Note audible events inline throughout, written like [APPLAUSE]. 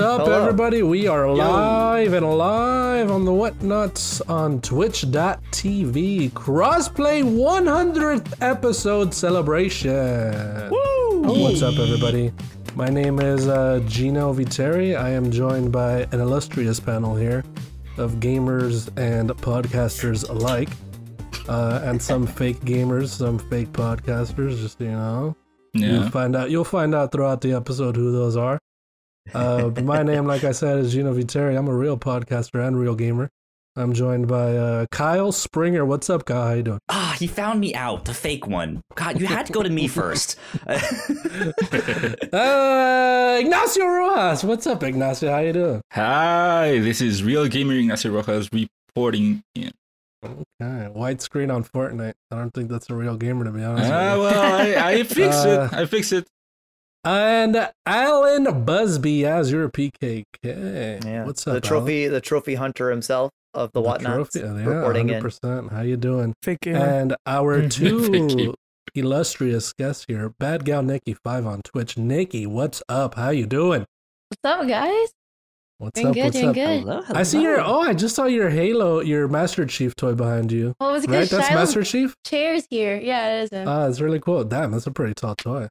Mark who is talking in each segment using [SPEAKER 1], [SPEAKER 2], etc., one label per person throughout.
[SPEAKER 1] everybody. We are live and alive on the Whatnots on twitch.tv. Crossplay 100th episode celebration. Oh, what's up, everybody? My name is uh, Gino Viteri. I am joined by an illustrious panel here of gamers and podcasters alike. Uh, and some fake gamers, some fake podcasters, just, you know. You'll
[SPEAKER 2] Yeah.
[SPEAKER 1] find out. You'll find out throughout the episode who those are. Uh, but my name, like I said, is Gino Viteri. I'm a real podcaster and real gamer. I'm joined by uh, Kyle Springer. What's up, Kyle? How you doing?
[SPEAKER 3] Ah, he found me out, the fake one. God, you had to go to me first.
[SPEAKER 1] [LAUGHS]
[SPEAKER 4] [LAUGHS]
[SPEAKER 3] [LAUGHS]
[SPEAKER 1] Uh, Ignacio Rojas. What's up, Ignacio? How you doing?
[SPEAKER 2] Hi, this is Real Gamer Ignacio Rojas reporting in.
[SPEAKER 1] Alright, white screen on Fortnite. I don't think that's a real gamer, to be honest.
[SPEAKER 2] Ah,
[SPEAKER 1] with you.
[SPEAKER 2] well, I,
[SPEAKER 5] [LAUGHS]
[SPEAKER 2] I fixed
[SPEAKER 1] Uh,
[SPEAKER 2] it. I fixed it.
[SPEAKER 1] And Alan Busby as your PKK.
[SPEAKER 4] Yeah.
[SPEAKER 1] What's up,
[SPEAKER 4] The
[SPEAKER 1] Alan?
[SPEAKER 4] trophy, the trophy hunter himself of the, whatnots
[SPEAKER 1] trophy- yeah,
[SPEAKER 4] reporting in.
[SPEAKER 1] 100%. How you doing?
[SPEAKER 5] Fake gamer.
[SPEAKER 1] And our
[SPEAKER 5] Mhm.
[SPEAKER 2] Thank
[SPEAKER 1] two
[SPEAKER 2] you.
[SPEAKER 1] illustrious guests here, Bad Gal Nikki Five on Twitch. Nikki, what's up? How you doing?
[SPEAKER 6] What's up, guys?
[SPEAKER 1] What's
[SPEAKER 6] Doing
[SPEAKER 1] up?
[SPEAKER 6] good,
[SPEAKER 1] what's
[SPEAKER 6] doing
[SPEAKER 1] up?
[SPEAKER 6] good.
[SPEAKER 3] Hello, hello.
[SPEAKER 1] I see your. Oh, I just saw your Halo, your Master Chief toy behind you.
[SPEAKER 6] Well, it's
[SPEAKER 1] Right,
[SPEAKER 6] because
[SPEAKER 1] that's
[SPEAKER 6] Shiloh's
[SPEAKER 1] Master Chief.
[SPEAKER 6] chair's here. Yeah, it is. him.
[SPEAKER 1] Ah, it's really cool. Damn, that's a pretty tall toy.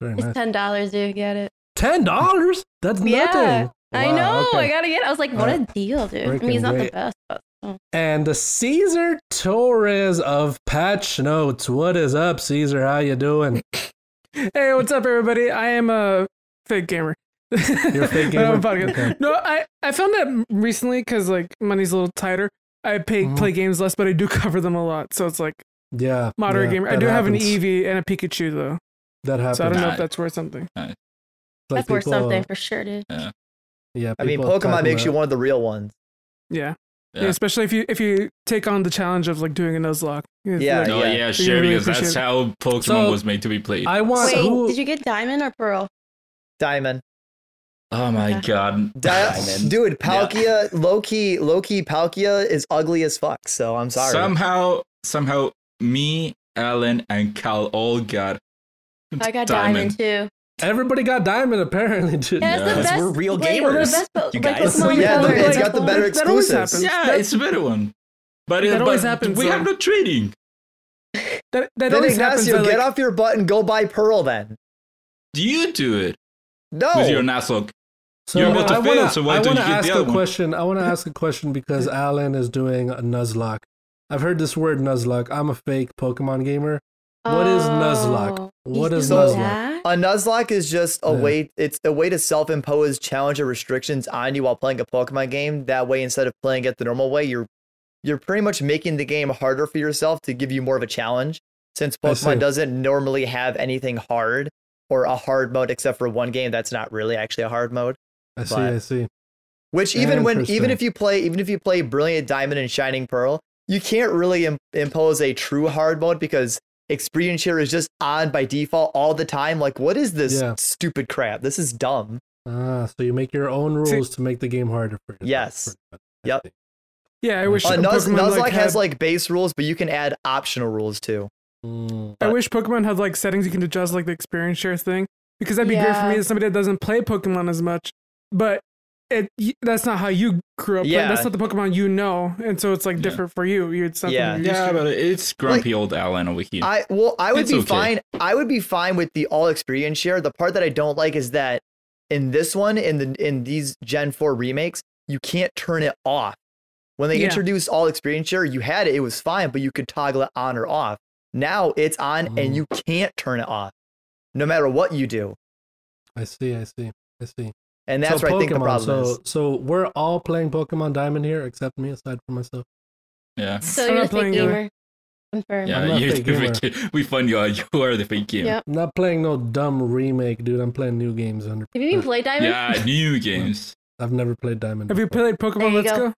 [SPEAKER 1] Very
[SPEAKER 6] it's
[SPEAKER 1] nice.
[SPEAKER 6] ten dollars, dude. Get it?
[SPEAKER 1] Ten dollars? That's
[SPEAKER 6] Yeah,
[SPEAKER 1] nothing.
[SPEAKER 6] I
[SPEAKER 1] Wow,
[SPEAKER 6] know.
[SPEAKER 1] okay.
[SPEAKER 6] I gotta get. it. I was like, what
[SPEAKER 1] Uh,
[SPEAKER 6] a deal, dude. I
[SPEAKER 1] freaking
[SPEAKER 6] mean, he's not
[SPEAKER 1] great.
[SPEAKER 6] the best, but
[SPEAKER 1] and the Caesar Torres of Patch Notes. What is up, Caesar? How you doing?
[SPEAKER 5] Hey, what's up, everybody? I am a fake gamer.
[SPEAKER 1] You're a
[SPEAKER 5] [LAUGHS]
[SPEAKER 1] fake
[SPEAKER 5] But I'm a
[SPEAKER 1] gamer?
[SPEAKER 5] podcast-
[SPEAKER 1] Okay.
[SPEAKER 5] No, I, I found that recently because like money's a little tighter. I pay
[SPEAKER 1] Mhm.
[SPEAKER 5] play games less, but I do [LAUGHS] cover them a lot. So it's like
[SPEAKER 1] Yeah,
[SPEAKER 5] [LAUGHS] moderate
[SPEAKER 1] yeah,
[SPEAKER 5] gamer. I
[SPEAKER 1] that
[SPEAKER 5] do have
[SPEAKER 1] happens.
[SPEAKER 5] an Eevee and a Pikachu though,
[SPEAKER 1] That happens.
[SPEAKER 5] so I don't know
[SPEAKER 2] Nah.
[SPEAKER 5] if that's worth something.
[SPEAKER 1] Like
[SPEAKER 6] that's worth
[SPEAKER 1] people-
[SPEAKER 6] something for sure, dude.
[SPEAKER 1] Yeah,
[SPEAKER 4] I mean,
[SPEAKER 1] people talk
[SPEAKER 4] Pokemon makes
[SPEAKER 1] about-
[SPEAKER 4] you one of the real ones.
[SPEAKER 5] Yeah.
[SPEAKER 2] Yeah.
[SPEAKER 5] Yeah. especially if you if you take on the challenge of like doing a nuzlocke. It's
[SPEAKER 4] Yeah,
[SPEAKER 5] like-
[SPEAKER 2] Oh, yeah,
[SPEAKER 5] You
[SPEAKER 2] sure,
[SPEAKER 5] really
[SPEAKER 2] because that's
[SPEAKER 5] appreciate it.
[SPEAKER 2] how Pokemon
[SPEAKER 1] So-
[SPEAKER 2] was made to be played.
[SPEAKER 1] I want.
[SPEAKER 6] Wait,
[SPEAKER 1] who,
[SPEAKER 6] did you get diamond or pearl?
[SPEAKER 2] [LAUGHS]
[SPEAKER 4] Diamond.
[SPEAKER 2] oh, my God.
[SPEAKER 4] Di- Dude,
[SPEAKER 2] Yeah.
[SPEAKER 4] Palkia, low key, low key, Palkia is ugly as fuck. So I'm sorry.
[SPEAKER 2] Somehow, somehow, me, Alan, and Cal all got.
[SPEAKER 6] I got diamond, too.
[SPEAKER 1] Everybody got diamond apparently. Dude.
[SPEAKER 6] Yeah, that's
[SPEAKER 2] Yeah.
[SPEAKER 6] the best.
[SPEAKER 3] We're real
[SPEAKER 6] like, we're the
[SPEAKER 3] gamers,
[SPEAKER 6] best, po-
[SPEAKER 3] you
[SPEAKER 6] like,
[SPEAKER 3] guys.
[SPEAKER 6] Pokemon
[SPEAKER 4] Well, yeah,
[SPEAKER 6] ever.
[SPEAKER 4] the- it's
[SPEAKER 6] Like,
[SPEAKER 4] got the
[SPEAKER 6] [LAUGHS]
[SPEAKER 4] better
[SPEAKER 5] that always
[SPEAKER 4] exclusives.
[SPEAKER 5] happens.
[SPEAKER 2] Yeah,
[SPEAKER 5] that,
[SPEAKER 2] it's a better one. But,
[SPEAKER 5] That
[SPEAKER 2] but
[SPEAKER 5] always happens,
[SPEAKER 2] we
[SPEAKER 5] though.
[SPEAKER 2] have no trading.
[SPEAKER 5] that, that
[SPEAKER 4] then
[SPEAKER 5] always happens.
[SPEAKER 4] Ignacio,
[SPEAKER 5] that,
[SPEAKER 4] get
[SPEAKER 5] like,
[SPEAKER 4] off your butt and go buy Pearl then.
[SPEAKER 2] You do it
[SPEAKER 4] No.
[SPEAKER 5] Oh.
[SPEAKER 2] with your Nuzlocke.
[SPEAKER 1] So
[SPEAKER 2] You're about to
[SPEAKER 1] I
[SPEAKER 2] fail,
[SPEAKER 1] wanna,
[SPEAKER 2] so why
[SPEAKER 1] I
[SPEAKER 2] don't
[SPEAKER 1] wanna
[SPEAKER 2] you get
[SPEAKER 1] ask
[SPEAKER 2] the
[SPEAKER 1] a
[SPEAKER 2] other one?
[SPEAKER 1] question. I want to ask a question because Alan is doing a Nuzlocke. I've heard this word Nuzlocke. I'm a fake Pokemon gamer. What is Nuzlocke?
[SPEAKER 6] Oh,
[SPEAKER 1] What
[SPEAKER 6] he's
[SPEAKER 1] is
[SPEAKER 6] doing
[SPEAKER 4] Nuzlocke?
[SPEAKER 6] that?
[SPEAKER 4] a Nuzlocke is just a
[SPEAKER 1] Yeah.
[SPEAKER 4] way. It's a way to self-impose challenge or restrictions on you while playing a Pokemon game. That way, instead of playing it the normal way, you're you're pretty much making the game harder for yourself to give you more of a challenge. Since
[SPEAKER 1] I see.
[SPEAKER 4] Pokemon doesn't normally have anything hard or a hard mode except for one game that's not really actually a hard mode.
[SPEAKER 1] I see.
[SPEAKER 4] But-
[SPEAKER 1] I see.
[SPEAKER 4] Which even when
[SPEAKER 1] Interesting.
[SPEAKER 4] even if you play even if you play Brilliant Diamond and Shining Pearl, you can't really Im- impose a true hard mode because experience here is just on by default all the time. Like, what is this
[SPEAKER 1] Yeah.
[SPEAKER 4] stupid crap? This is dumb.
[SPEAKER 1] Ah, so you make your own
[SPEAKER 5] See-
[SPEAKER 1] rules to make the game harder for you.
[SPEAKER 4] Yes. Yep.
[SPEAKER 5] yeah, I wish
[SPEAKER 4] Uh,
[SPEAKER 5] that
[SPEAKER 4] Nuz-
[SPEAKER 5] Pokemon,
[SPEAKER 4] Nuzlocke
[SPEAKER 5] like,
[SPEAKER 4] has
[SPEAKER 5] had-
[SPEAKER 4] like base rules, but you can add optional rules too.
[SPEAKER 1] Mm,
[SPEAKER 5] I wish Pokemon had like settings you can adjust like the experience share thing because that'd be great for
[SPEAKER 6] Yeah.
[SPEAKER 5] me as somebody that doesn't play Pokemon as much. But it y- that's not how you grew up. playing.
[SPEAKER 4] Yeah.
[SPEAKER 5] that's not the Pokemon you know, and so it's like
[SPEAKER 2] Yeah.
[SPEAKER 5] different for you. You it's something
[SPEAKER 4] Yeah.
[SPEAKER 5] you're used
[SPEAKER 2] Yeah,
[SPEAKER 5] to.
[SPEAKER 2] but it's grumpy old Alan over here.
[SPEAKER 4] I well, I would
[SPEAKER 2] It's
[SPEAKER 4] be
[SPEAKER 2] okay.
[SPEAKER 4] fine. I would be fine with the all experience share. The part that I don't like is that in this one, in the in these Gen Four remakes, you can't turn it off. When they
[SPEAKER 5] Yeah.
[SPEAKER 4] introduced all experience share, you had it; it was fine, but you could toggle it on or off. Now it's on,
[SPEAKER 1] Mm.
[SPEAKER 4] and you can't turn it off, no matter what you do.
[SPEAKER 1] I see. I see. I see.
[SPEAKER 4] And that's
[SPEAKER 1] so
[SPEAKER 4] where
[SPEAKER 1] Pokemon,
[SPEAKER 4] I think the problem
[SPEAKER 1] so,
[SPEAKER 4] is.
[SPEAKER 1] So we're all playing Pokemon Diamond here, except me, aside from myself.
[SPEAKER 2] yeah.
[SPEAKER 6] So
[SPEAKER 5] I'm
[SPEAKER 6] you're
[SPEAKER 5] not
[SPEAKER 6] the fake
[SPEAKER 5] playing it.
[SPEAKER 6] gamer. Confirmed.
[SPEAKER 1] I'm
[SPEAKER 2] Yeah,
[SPEAKER 1] not
[SPEAKER 2] you
[SPEAKER 1] fake
[SPEAKER 2] [LAUGHS] we find you [LAUGHS] are you are the fake gamer.
[SPEAKER 6] Yep.
[SPEAKER 1] I'm not playing no dumb remake, dude. I'm playing new games. Under
[SPEAKER 6] Have you even played diamond?
[SPEAKER 2] Yeah, new
[SPEAKER 1] [LAUGHS]
[SPEAKER 2] games.
[SPEAKER 1] I've never played Diamond.
[SPEAKER 5] Have you
[SPEAKER 1] before.
[SPEAKER 5] played Pokemon
[SPEAKER 6] you
[SPEAKER 5] Let's
[SPEAKER 6] go.
[SPEAKER 5] Go?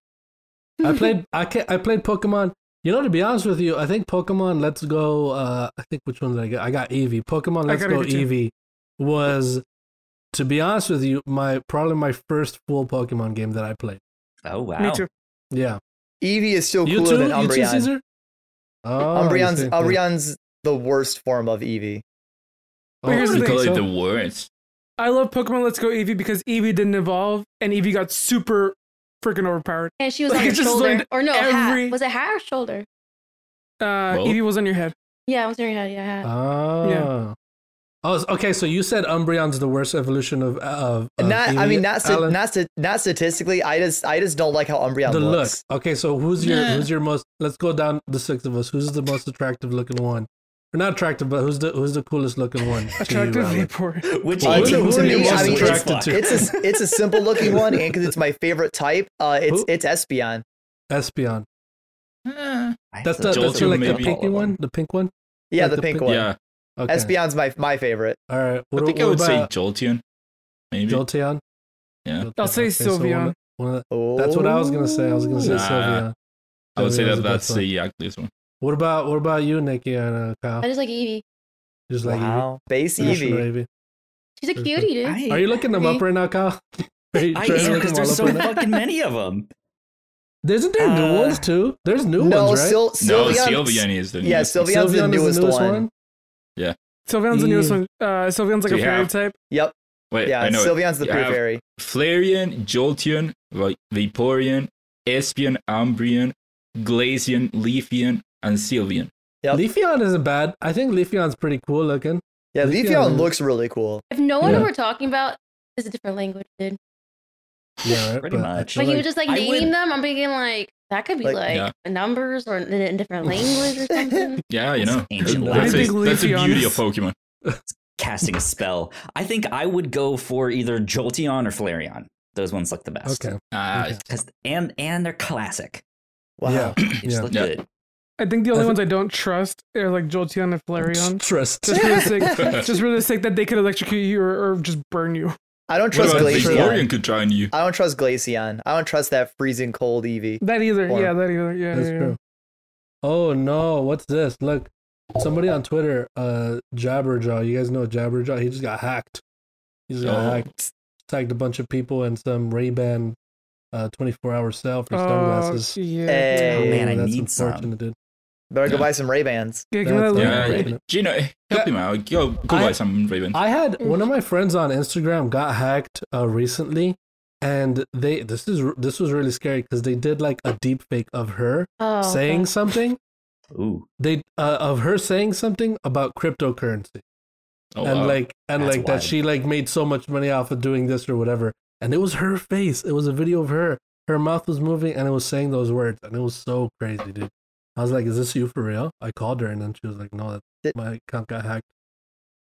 [SPEAKER 1] I played I ca I played Pokemon. You know, to be honest with you, I think Pokemon Let's Go. Uh, I think which one did I get? I got Eevee. Pokemon
[SPEAKER 5] I
[SPEAKER 1] Let's
[SPEAKER 5] got
[SPEAKER 1] Go
[SPEAKER 5] Eevee too.
[SPEAKER 1] Eevee was, to be honest with you, my probably my first full Pokemon game that I played.
[SPEAKER 3] Oh, wow.
[SPEAKER 5] Me too.
[SPEAKER 1] Yeah,
[SPEAKER 4] Eevee is still
[SPEAKER 1] you
[SPEAKER 4] cooler
[SPEAKER 1] too,
[SPEAKER 4] than
[SPEAKER 1] you too,
[SPEAKER 4] Umbreon.
[SPEAKER 1] Caesar. Oh, you
[SPEAKER 4] Umbreon's
[SPEAKER 1] see.
[SPEAKER 4] Umbreon's the worst form of Eevee.
[SPEAKER 1] Oh,
[SPEAKER 5] Here's
[SPEAKER 1] you
[SPEAKER 5] the
[SPEAKER 2] You
[SPEAKER 1] think
[SPEAKER 5] thing,
[SPEAKER 2] call it
[SPEAKER 1] so?
[SPEAKER 2] the worst.
[SPEAKER 5] I love Pokemon Let's Go Eevee because Eevee didn't evolve and Eevee got super freaking overpowered.
[SPEAKER 6] [LAUGHS] And she
[SPEAKER 1] [LAUGHS]
[SPEAKER 6] was
[SPEAKER 5] Like,
[SPEAKER 6] on
[SPEAKER 5] I
[SPEAKER 6] your
[SPEAKER 5] just
[SPEAKER 6] shoulder.
[SPEAKER 5] learned
[SPEAKER 6] Or no,
[SPEAKER 5] every-
[SPEAKER 6] hat. Was it hat or shoulder?
[SPEAKER 5] Uh,
[SPEAKER 2] Well-
[SPEAKER 5] Eevee was on your head.
[SPEAKER 6] Yeah, it was on your head. Yeah, hat.
[SPEAKER 1] Ah. Oh, s- okay. So you said Umbreon's the worst evolution of uh, of. of
[SPEAKER 4] not, I mean,
[SPEAKER 1] Eevee,
[SPEAKER 4] not, sta-
[SPEAKER 1] Alan?
[SPEAKER 4] not, sta- not statistically. I just, I just don't like how Umbreon
[SPEAKER 1] the look.
[SPEAKER 4] looks.
[SPEAKER 1] Okay, so who's your
[SPEAKER 2] Yeah.
[SPEAKER 1] who's your most? Let's go down the six of us. Who's the most attractive looking one? Or not attractive, but who's the who's the coolest looking one? to you,
[SPEAKER 5] Attractive
[SPEAKER 1] Alan?
[SPEAKER 5] Vaporeon.
[SPEAKER 3] Which
[SPEAKER 1] Well,
[SPEAKER 4] Uh,
[SPEAKER 1] who-
[SPEAKER 4] to,
[SPEAKER 1] who
[SPEAKER 4] to
[SPEAKER 1] are you
[SPEAKER 4] me,
[SPEAKER 1] most
[SPEAKER 4] I mean, it's,
[SPEAKER 1] attracted to?
[SPEAKER 4] it's a, it's a simple looking one, and because it's my favorite type, uh, it's
[SPEAKER 1] Who?
[SPEAKER 4] it's Espeon.
[SPEAKER 1] Espeon.
[SPEAKER 2] Eh,
[SPEAKER 1] That's the that's
[SPEAKER 2] Jolteon,
[SPEAKER 1] the, like the
[SPEAKER 2] maybe.
[SPEAKER 1] pinky one, the pink one.
[SPEAKER 4] Yeah,
[SPEAKER 1] Like
[SPEAKER 4] the,
[SPEAKER 1] the
[SPEAKER 4] pink
[SPEAKER 1] pink-
[SPEAKER 4] one.
[SPEAKER 2] yeah.
[SPEAKER 1] Okay.
[SPEAKER 4] Espeon's my my favorite.
[SPEAKER 1] All right.
[SPEAKER 2] I
[SPEAKER 1] What,
[SPEAKER 2] think
[SPEAKER 1] what
[SPEAKER 2] I would say
[SPEAKER 1] about
[SPEAKER 2] Jolteon. Maybe.
[SPEAKER 1] Jolteon?
[SPEAKER 2] Yeah.
[SPEAKER 1] Jolteon,
[SPEAKER 5] I'll say
[SPEAKER 1] so one
[SPEAKER 5] Sylveon.
[SPEAKER 1] of- one of-
[SPEAKER 4] Oh.
[SPEAKER 1] that's what I was gonna say. I was gonna say
[SPEAKER 2] Nah.
[SPEAKER 1] Sylveon.
[SPEAKER 2] I would say
[SPEAKER 1] Sylveon's
[SPEAKER 2] that
[SPEAKER 1] the
[SPEAKER 2] that's
[SPEAKER 1] best one.
[SPEAKER 2] the ugliest one.
[SPEAKER 1] What about what about you, Nikki and uh, Kyle?
[SPEAKER 6] I just like Evie.
[SPEAKER 1] Just like Eevee.
[SPEAKER 4] wow, base
[SPEAKER 1] Traditional
[SPEAKER 4] Eevee.
[SPEAKER 1] Eevee.
[SPEAKER 6] She's a
[SPEAKER 1] There's
[SPEAKER 6] cutie, dude.
[SPEAKER 1] Are you looking them
[SPEAKER 6] Eevee.
[SPEAKER 1] up right now, Kyle? Are you
[SPEAKER 3] I
[SPEAKER 1] trying to
[SPEAKER 3] am
[SPEAKER 1] look
[SPEAKER 3] because
[SPEAKER 1] them
[SPEAKER 3] there's
[SPEAKER 1] all up
[SPEAKER 3] so
[SPEAKER 1] right now?
[SPEAKER 3] fucking many of them.
[SPEAKER 1] Isn't there new
[SPEAKER 3] Uh,
[SPEAKER 1] ones too? There's new
[SPEAKER 4] no,
[SPEAKER 1] ones, right?
[SPEAKER 4] Syl-
[SPEAKER 2] No,
[SPEAKER 4] Sylveon.
[SPEAKER 2] Sylveon is the
[SPEAKER 4] yeah,
[SPEAKER 2] newest.
[SPEAKER 4] Sylveon's the
[SPEAKER 1] Sylveon is
[SPEAKER 4] newest,
[SPEAKER 1] the newest
[SPEAKER 4] one.
[SPEAKER 1] one.
[SPEAKER 5] Sylveon's the newest
[SPEAKER 1] Eevee.
[SPEAKER 5] one. Uh, Sylveon's like
[SPEAKER 2] Do
[SPEAKER 5] a
[SPEAKER 2] you
[SPEAKER 5] fairy
[SPEAKER 2] have-
[SPEAKER 5] type.
[SPEAKER 4] Yep.
[SPEAKER 2] Wait,
[SPEAKER 4] Yeah,
[SPEAKER 2] I know. it.
[SPEAKER 4] Sylveon's the
[SPEAKER 2] You
[SPEAKER 4] pure
[SPEAKER 2] have
[SPEAKER 4] fairy.
[SPEAKER 2] Flareon, Jolteon, Va- Vaporeon, Espion, Umbreon, Glaceon, Leafeon, and Sylveon.
[SPEAKER 4] Yep.
[SPEAKER 1] Leafeon isn't bad. I think Leafeon's pretty cool looking.
[SPEAKER 4] Yeah,
[SPEAKER 1] Leafeon
[SPEAKER 4] Leafeon
[SPEAKER 1] is-
[SPEAKER 4] looks really cool.
[SPEAKER 6] If no one
[SPEAKER 1] Yeah.
[SPEAKER 6] we're talking about is a different language, dude.
[SPEAKER 1] Yeah, right,
[SPEAKER 3] Pretty
[SPEAKER 1] but I
[SPEAKER 3] much.
[SPEAKER 1] feel
[SPEAKER 6] But you were
[SPEAKER 1] like-
[SPEAKER 6] just like
[SPEAKER 3] I
[SPEAKER 6] naming
[SPEAKER 3] would-
[SPEAKER 6] them. I'm thinking like that could be
[SPEAKER 4] Like-
[SPEAKER 6] like,
[SPEAKER 2] Yeah.
[SPEAKER 6] numbers or in a
[SPEAKER 1] [LAUGHS]
[SPEAKER 6] different language or something.
[SPEAKER 2] Yeah, you
[SPEAKER 3] That's
[SPEAKER 2] know.
[SPEAKER 3] ancient
[SPEAKER 2] That's, a,
[SPEAKER 5] Latin.
[SPEAKER 2] that's the
[SPEAKER 5] Leafeon.
[SPEAKER 2] beauty of Pokemon.
[SPEAKER 3] Casting a spell. I think I would go for either Jolteon or Flareon. Those ones look the best.
[SPEAKER 1] okay.
[SPEAKER 2] Ah,
[SPEAKER 1] Okay.
[SPEAKER 3] 'Cause- and and they're classic.
[SPEAKER 4] Wow. [CLEARS THROAT]
[SPEAKER 1] Yeah.
[SPEAKER 3] They just
[SPEAKER 1] Yeah.
[SPEAKER 3] look
[SPEAKER 2] Yeah.
[SPEAKER 3] good.
[SPEAKER 5] I think the only
[SPEAKER 1] That's-
[SPEAKER 5] ones I don't trust are like Jolteon and Flareon.
[SPEAKER 1] Trust.
[SPEAKER 5] Just
[SPEAKER 6] [LAUGHS]
[SPEAKER 5] for the sake, just for the sake that they could electrocute you or, or just burn you.
[SPEAKER 4] I don't
[SPEAKER 2] What
[SPEAKER 4] trust
[SPEAKER 2] about Vaporeon
[SPEAKER 4] Glaceon.
[SPEAKER 2] could join you?
[SPEAKER 4] I don't trust Glaceon. I don't trust that freezing cold Eevee.
[SPEAKER 5] That either.
[SPEAKER 4] Or-
[SPEAKER 5] yeah, that either. Yeah,
[SPEAKER 1] That's
[SPEAKER 5] yeah, yeah.
[SPEAKER 1] true. Oh no, what's this? Look, somebody on Twitter, uh, Jabberjaw. You guys know Jabberjaw. He just got hacked. He just got
[SPEAKER 2] Oh.
[SPEAKER 1] hacked. Tagged a bunch of people and some Ray Ban, uh, twenty four hour sale for
[SPEAKER 5] Oh,
[SPEAKER 1] sunglasses.
[SPEAKER 5] yeah.
[SPEAKER 4] Hey.
[SPEAKER 3] Oh, man, I
[SPEAKER 1] that's
[SPEAKER 3] need some.
[SPEAKER 1] unfortunate, dude.
[SPEAKER 4] Better go
[SPEAKER 2] Yeah.
[SPEAKER 4] buy some Ray Bans.
[SPEAKER 5] Yeah, give me
[SPEAKER 1] That's-
[SPEAKER 5] that loot.
[SPEAKER 2] Yeah,
[SPEAKER 1] Raven.
[SPEAKER 2] yeah. Gino, help him out. Go, go
[SPEAKER 1] I-
[SPEAKER 2] buy some Raven.
[SPEAKER 1] I had one of my friends on Instagram got hacked uh, recently, and they this is this was really scary because they did like a deep fake of her
[SPEAKER 6] Oh,
[SPEAKER 1] saying
[SPEAKER 6] okay.
[SPEAKER 1] something.
[SPEAKER 3] Ooh.
[SPEAKER 1] They uh, of her saying something about cryptocurrency
[SPEAKER 2] oh,
[SPEAKER 1] and
[SPEAKER 2] wow.
[SPEAKER 1] like and
[SPEAKER 3] That's
[SPEAKER 1] like
[SPEAKER 3] wild.
[SPEAKER 1] that she like made so much money off of doing this or whatever. And it was her face. It was a video of her. Her mouth was moving and it was saying those words, and it was so crazy, dude. I was like, "Is this you for real?" I called her, and then she was like, "No,
[SPEAKER 4] Did-
[SPEAKER 1] that my account got hacked."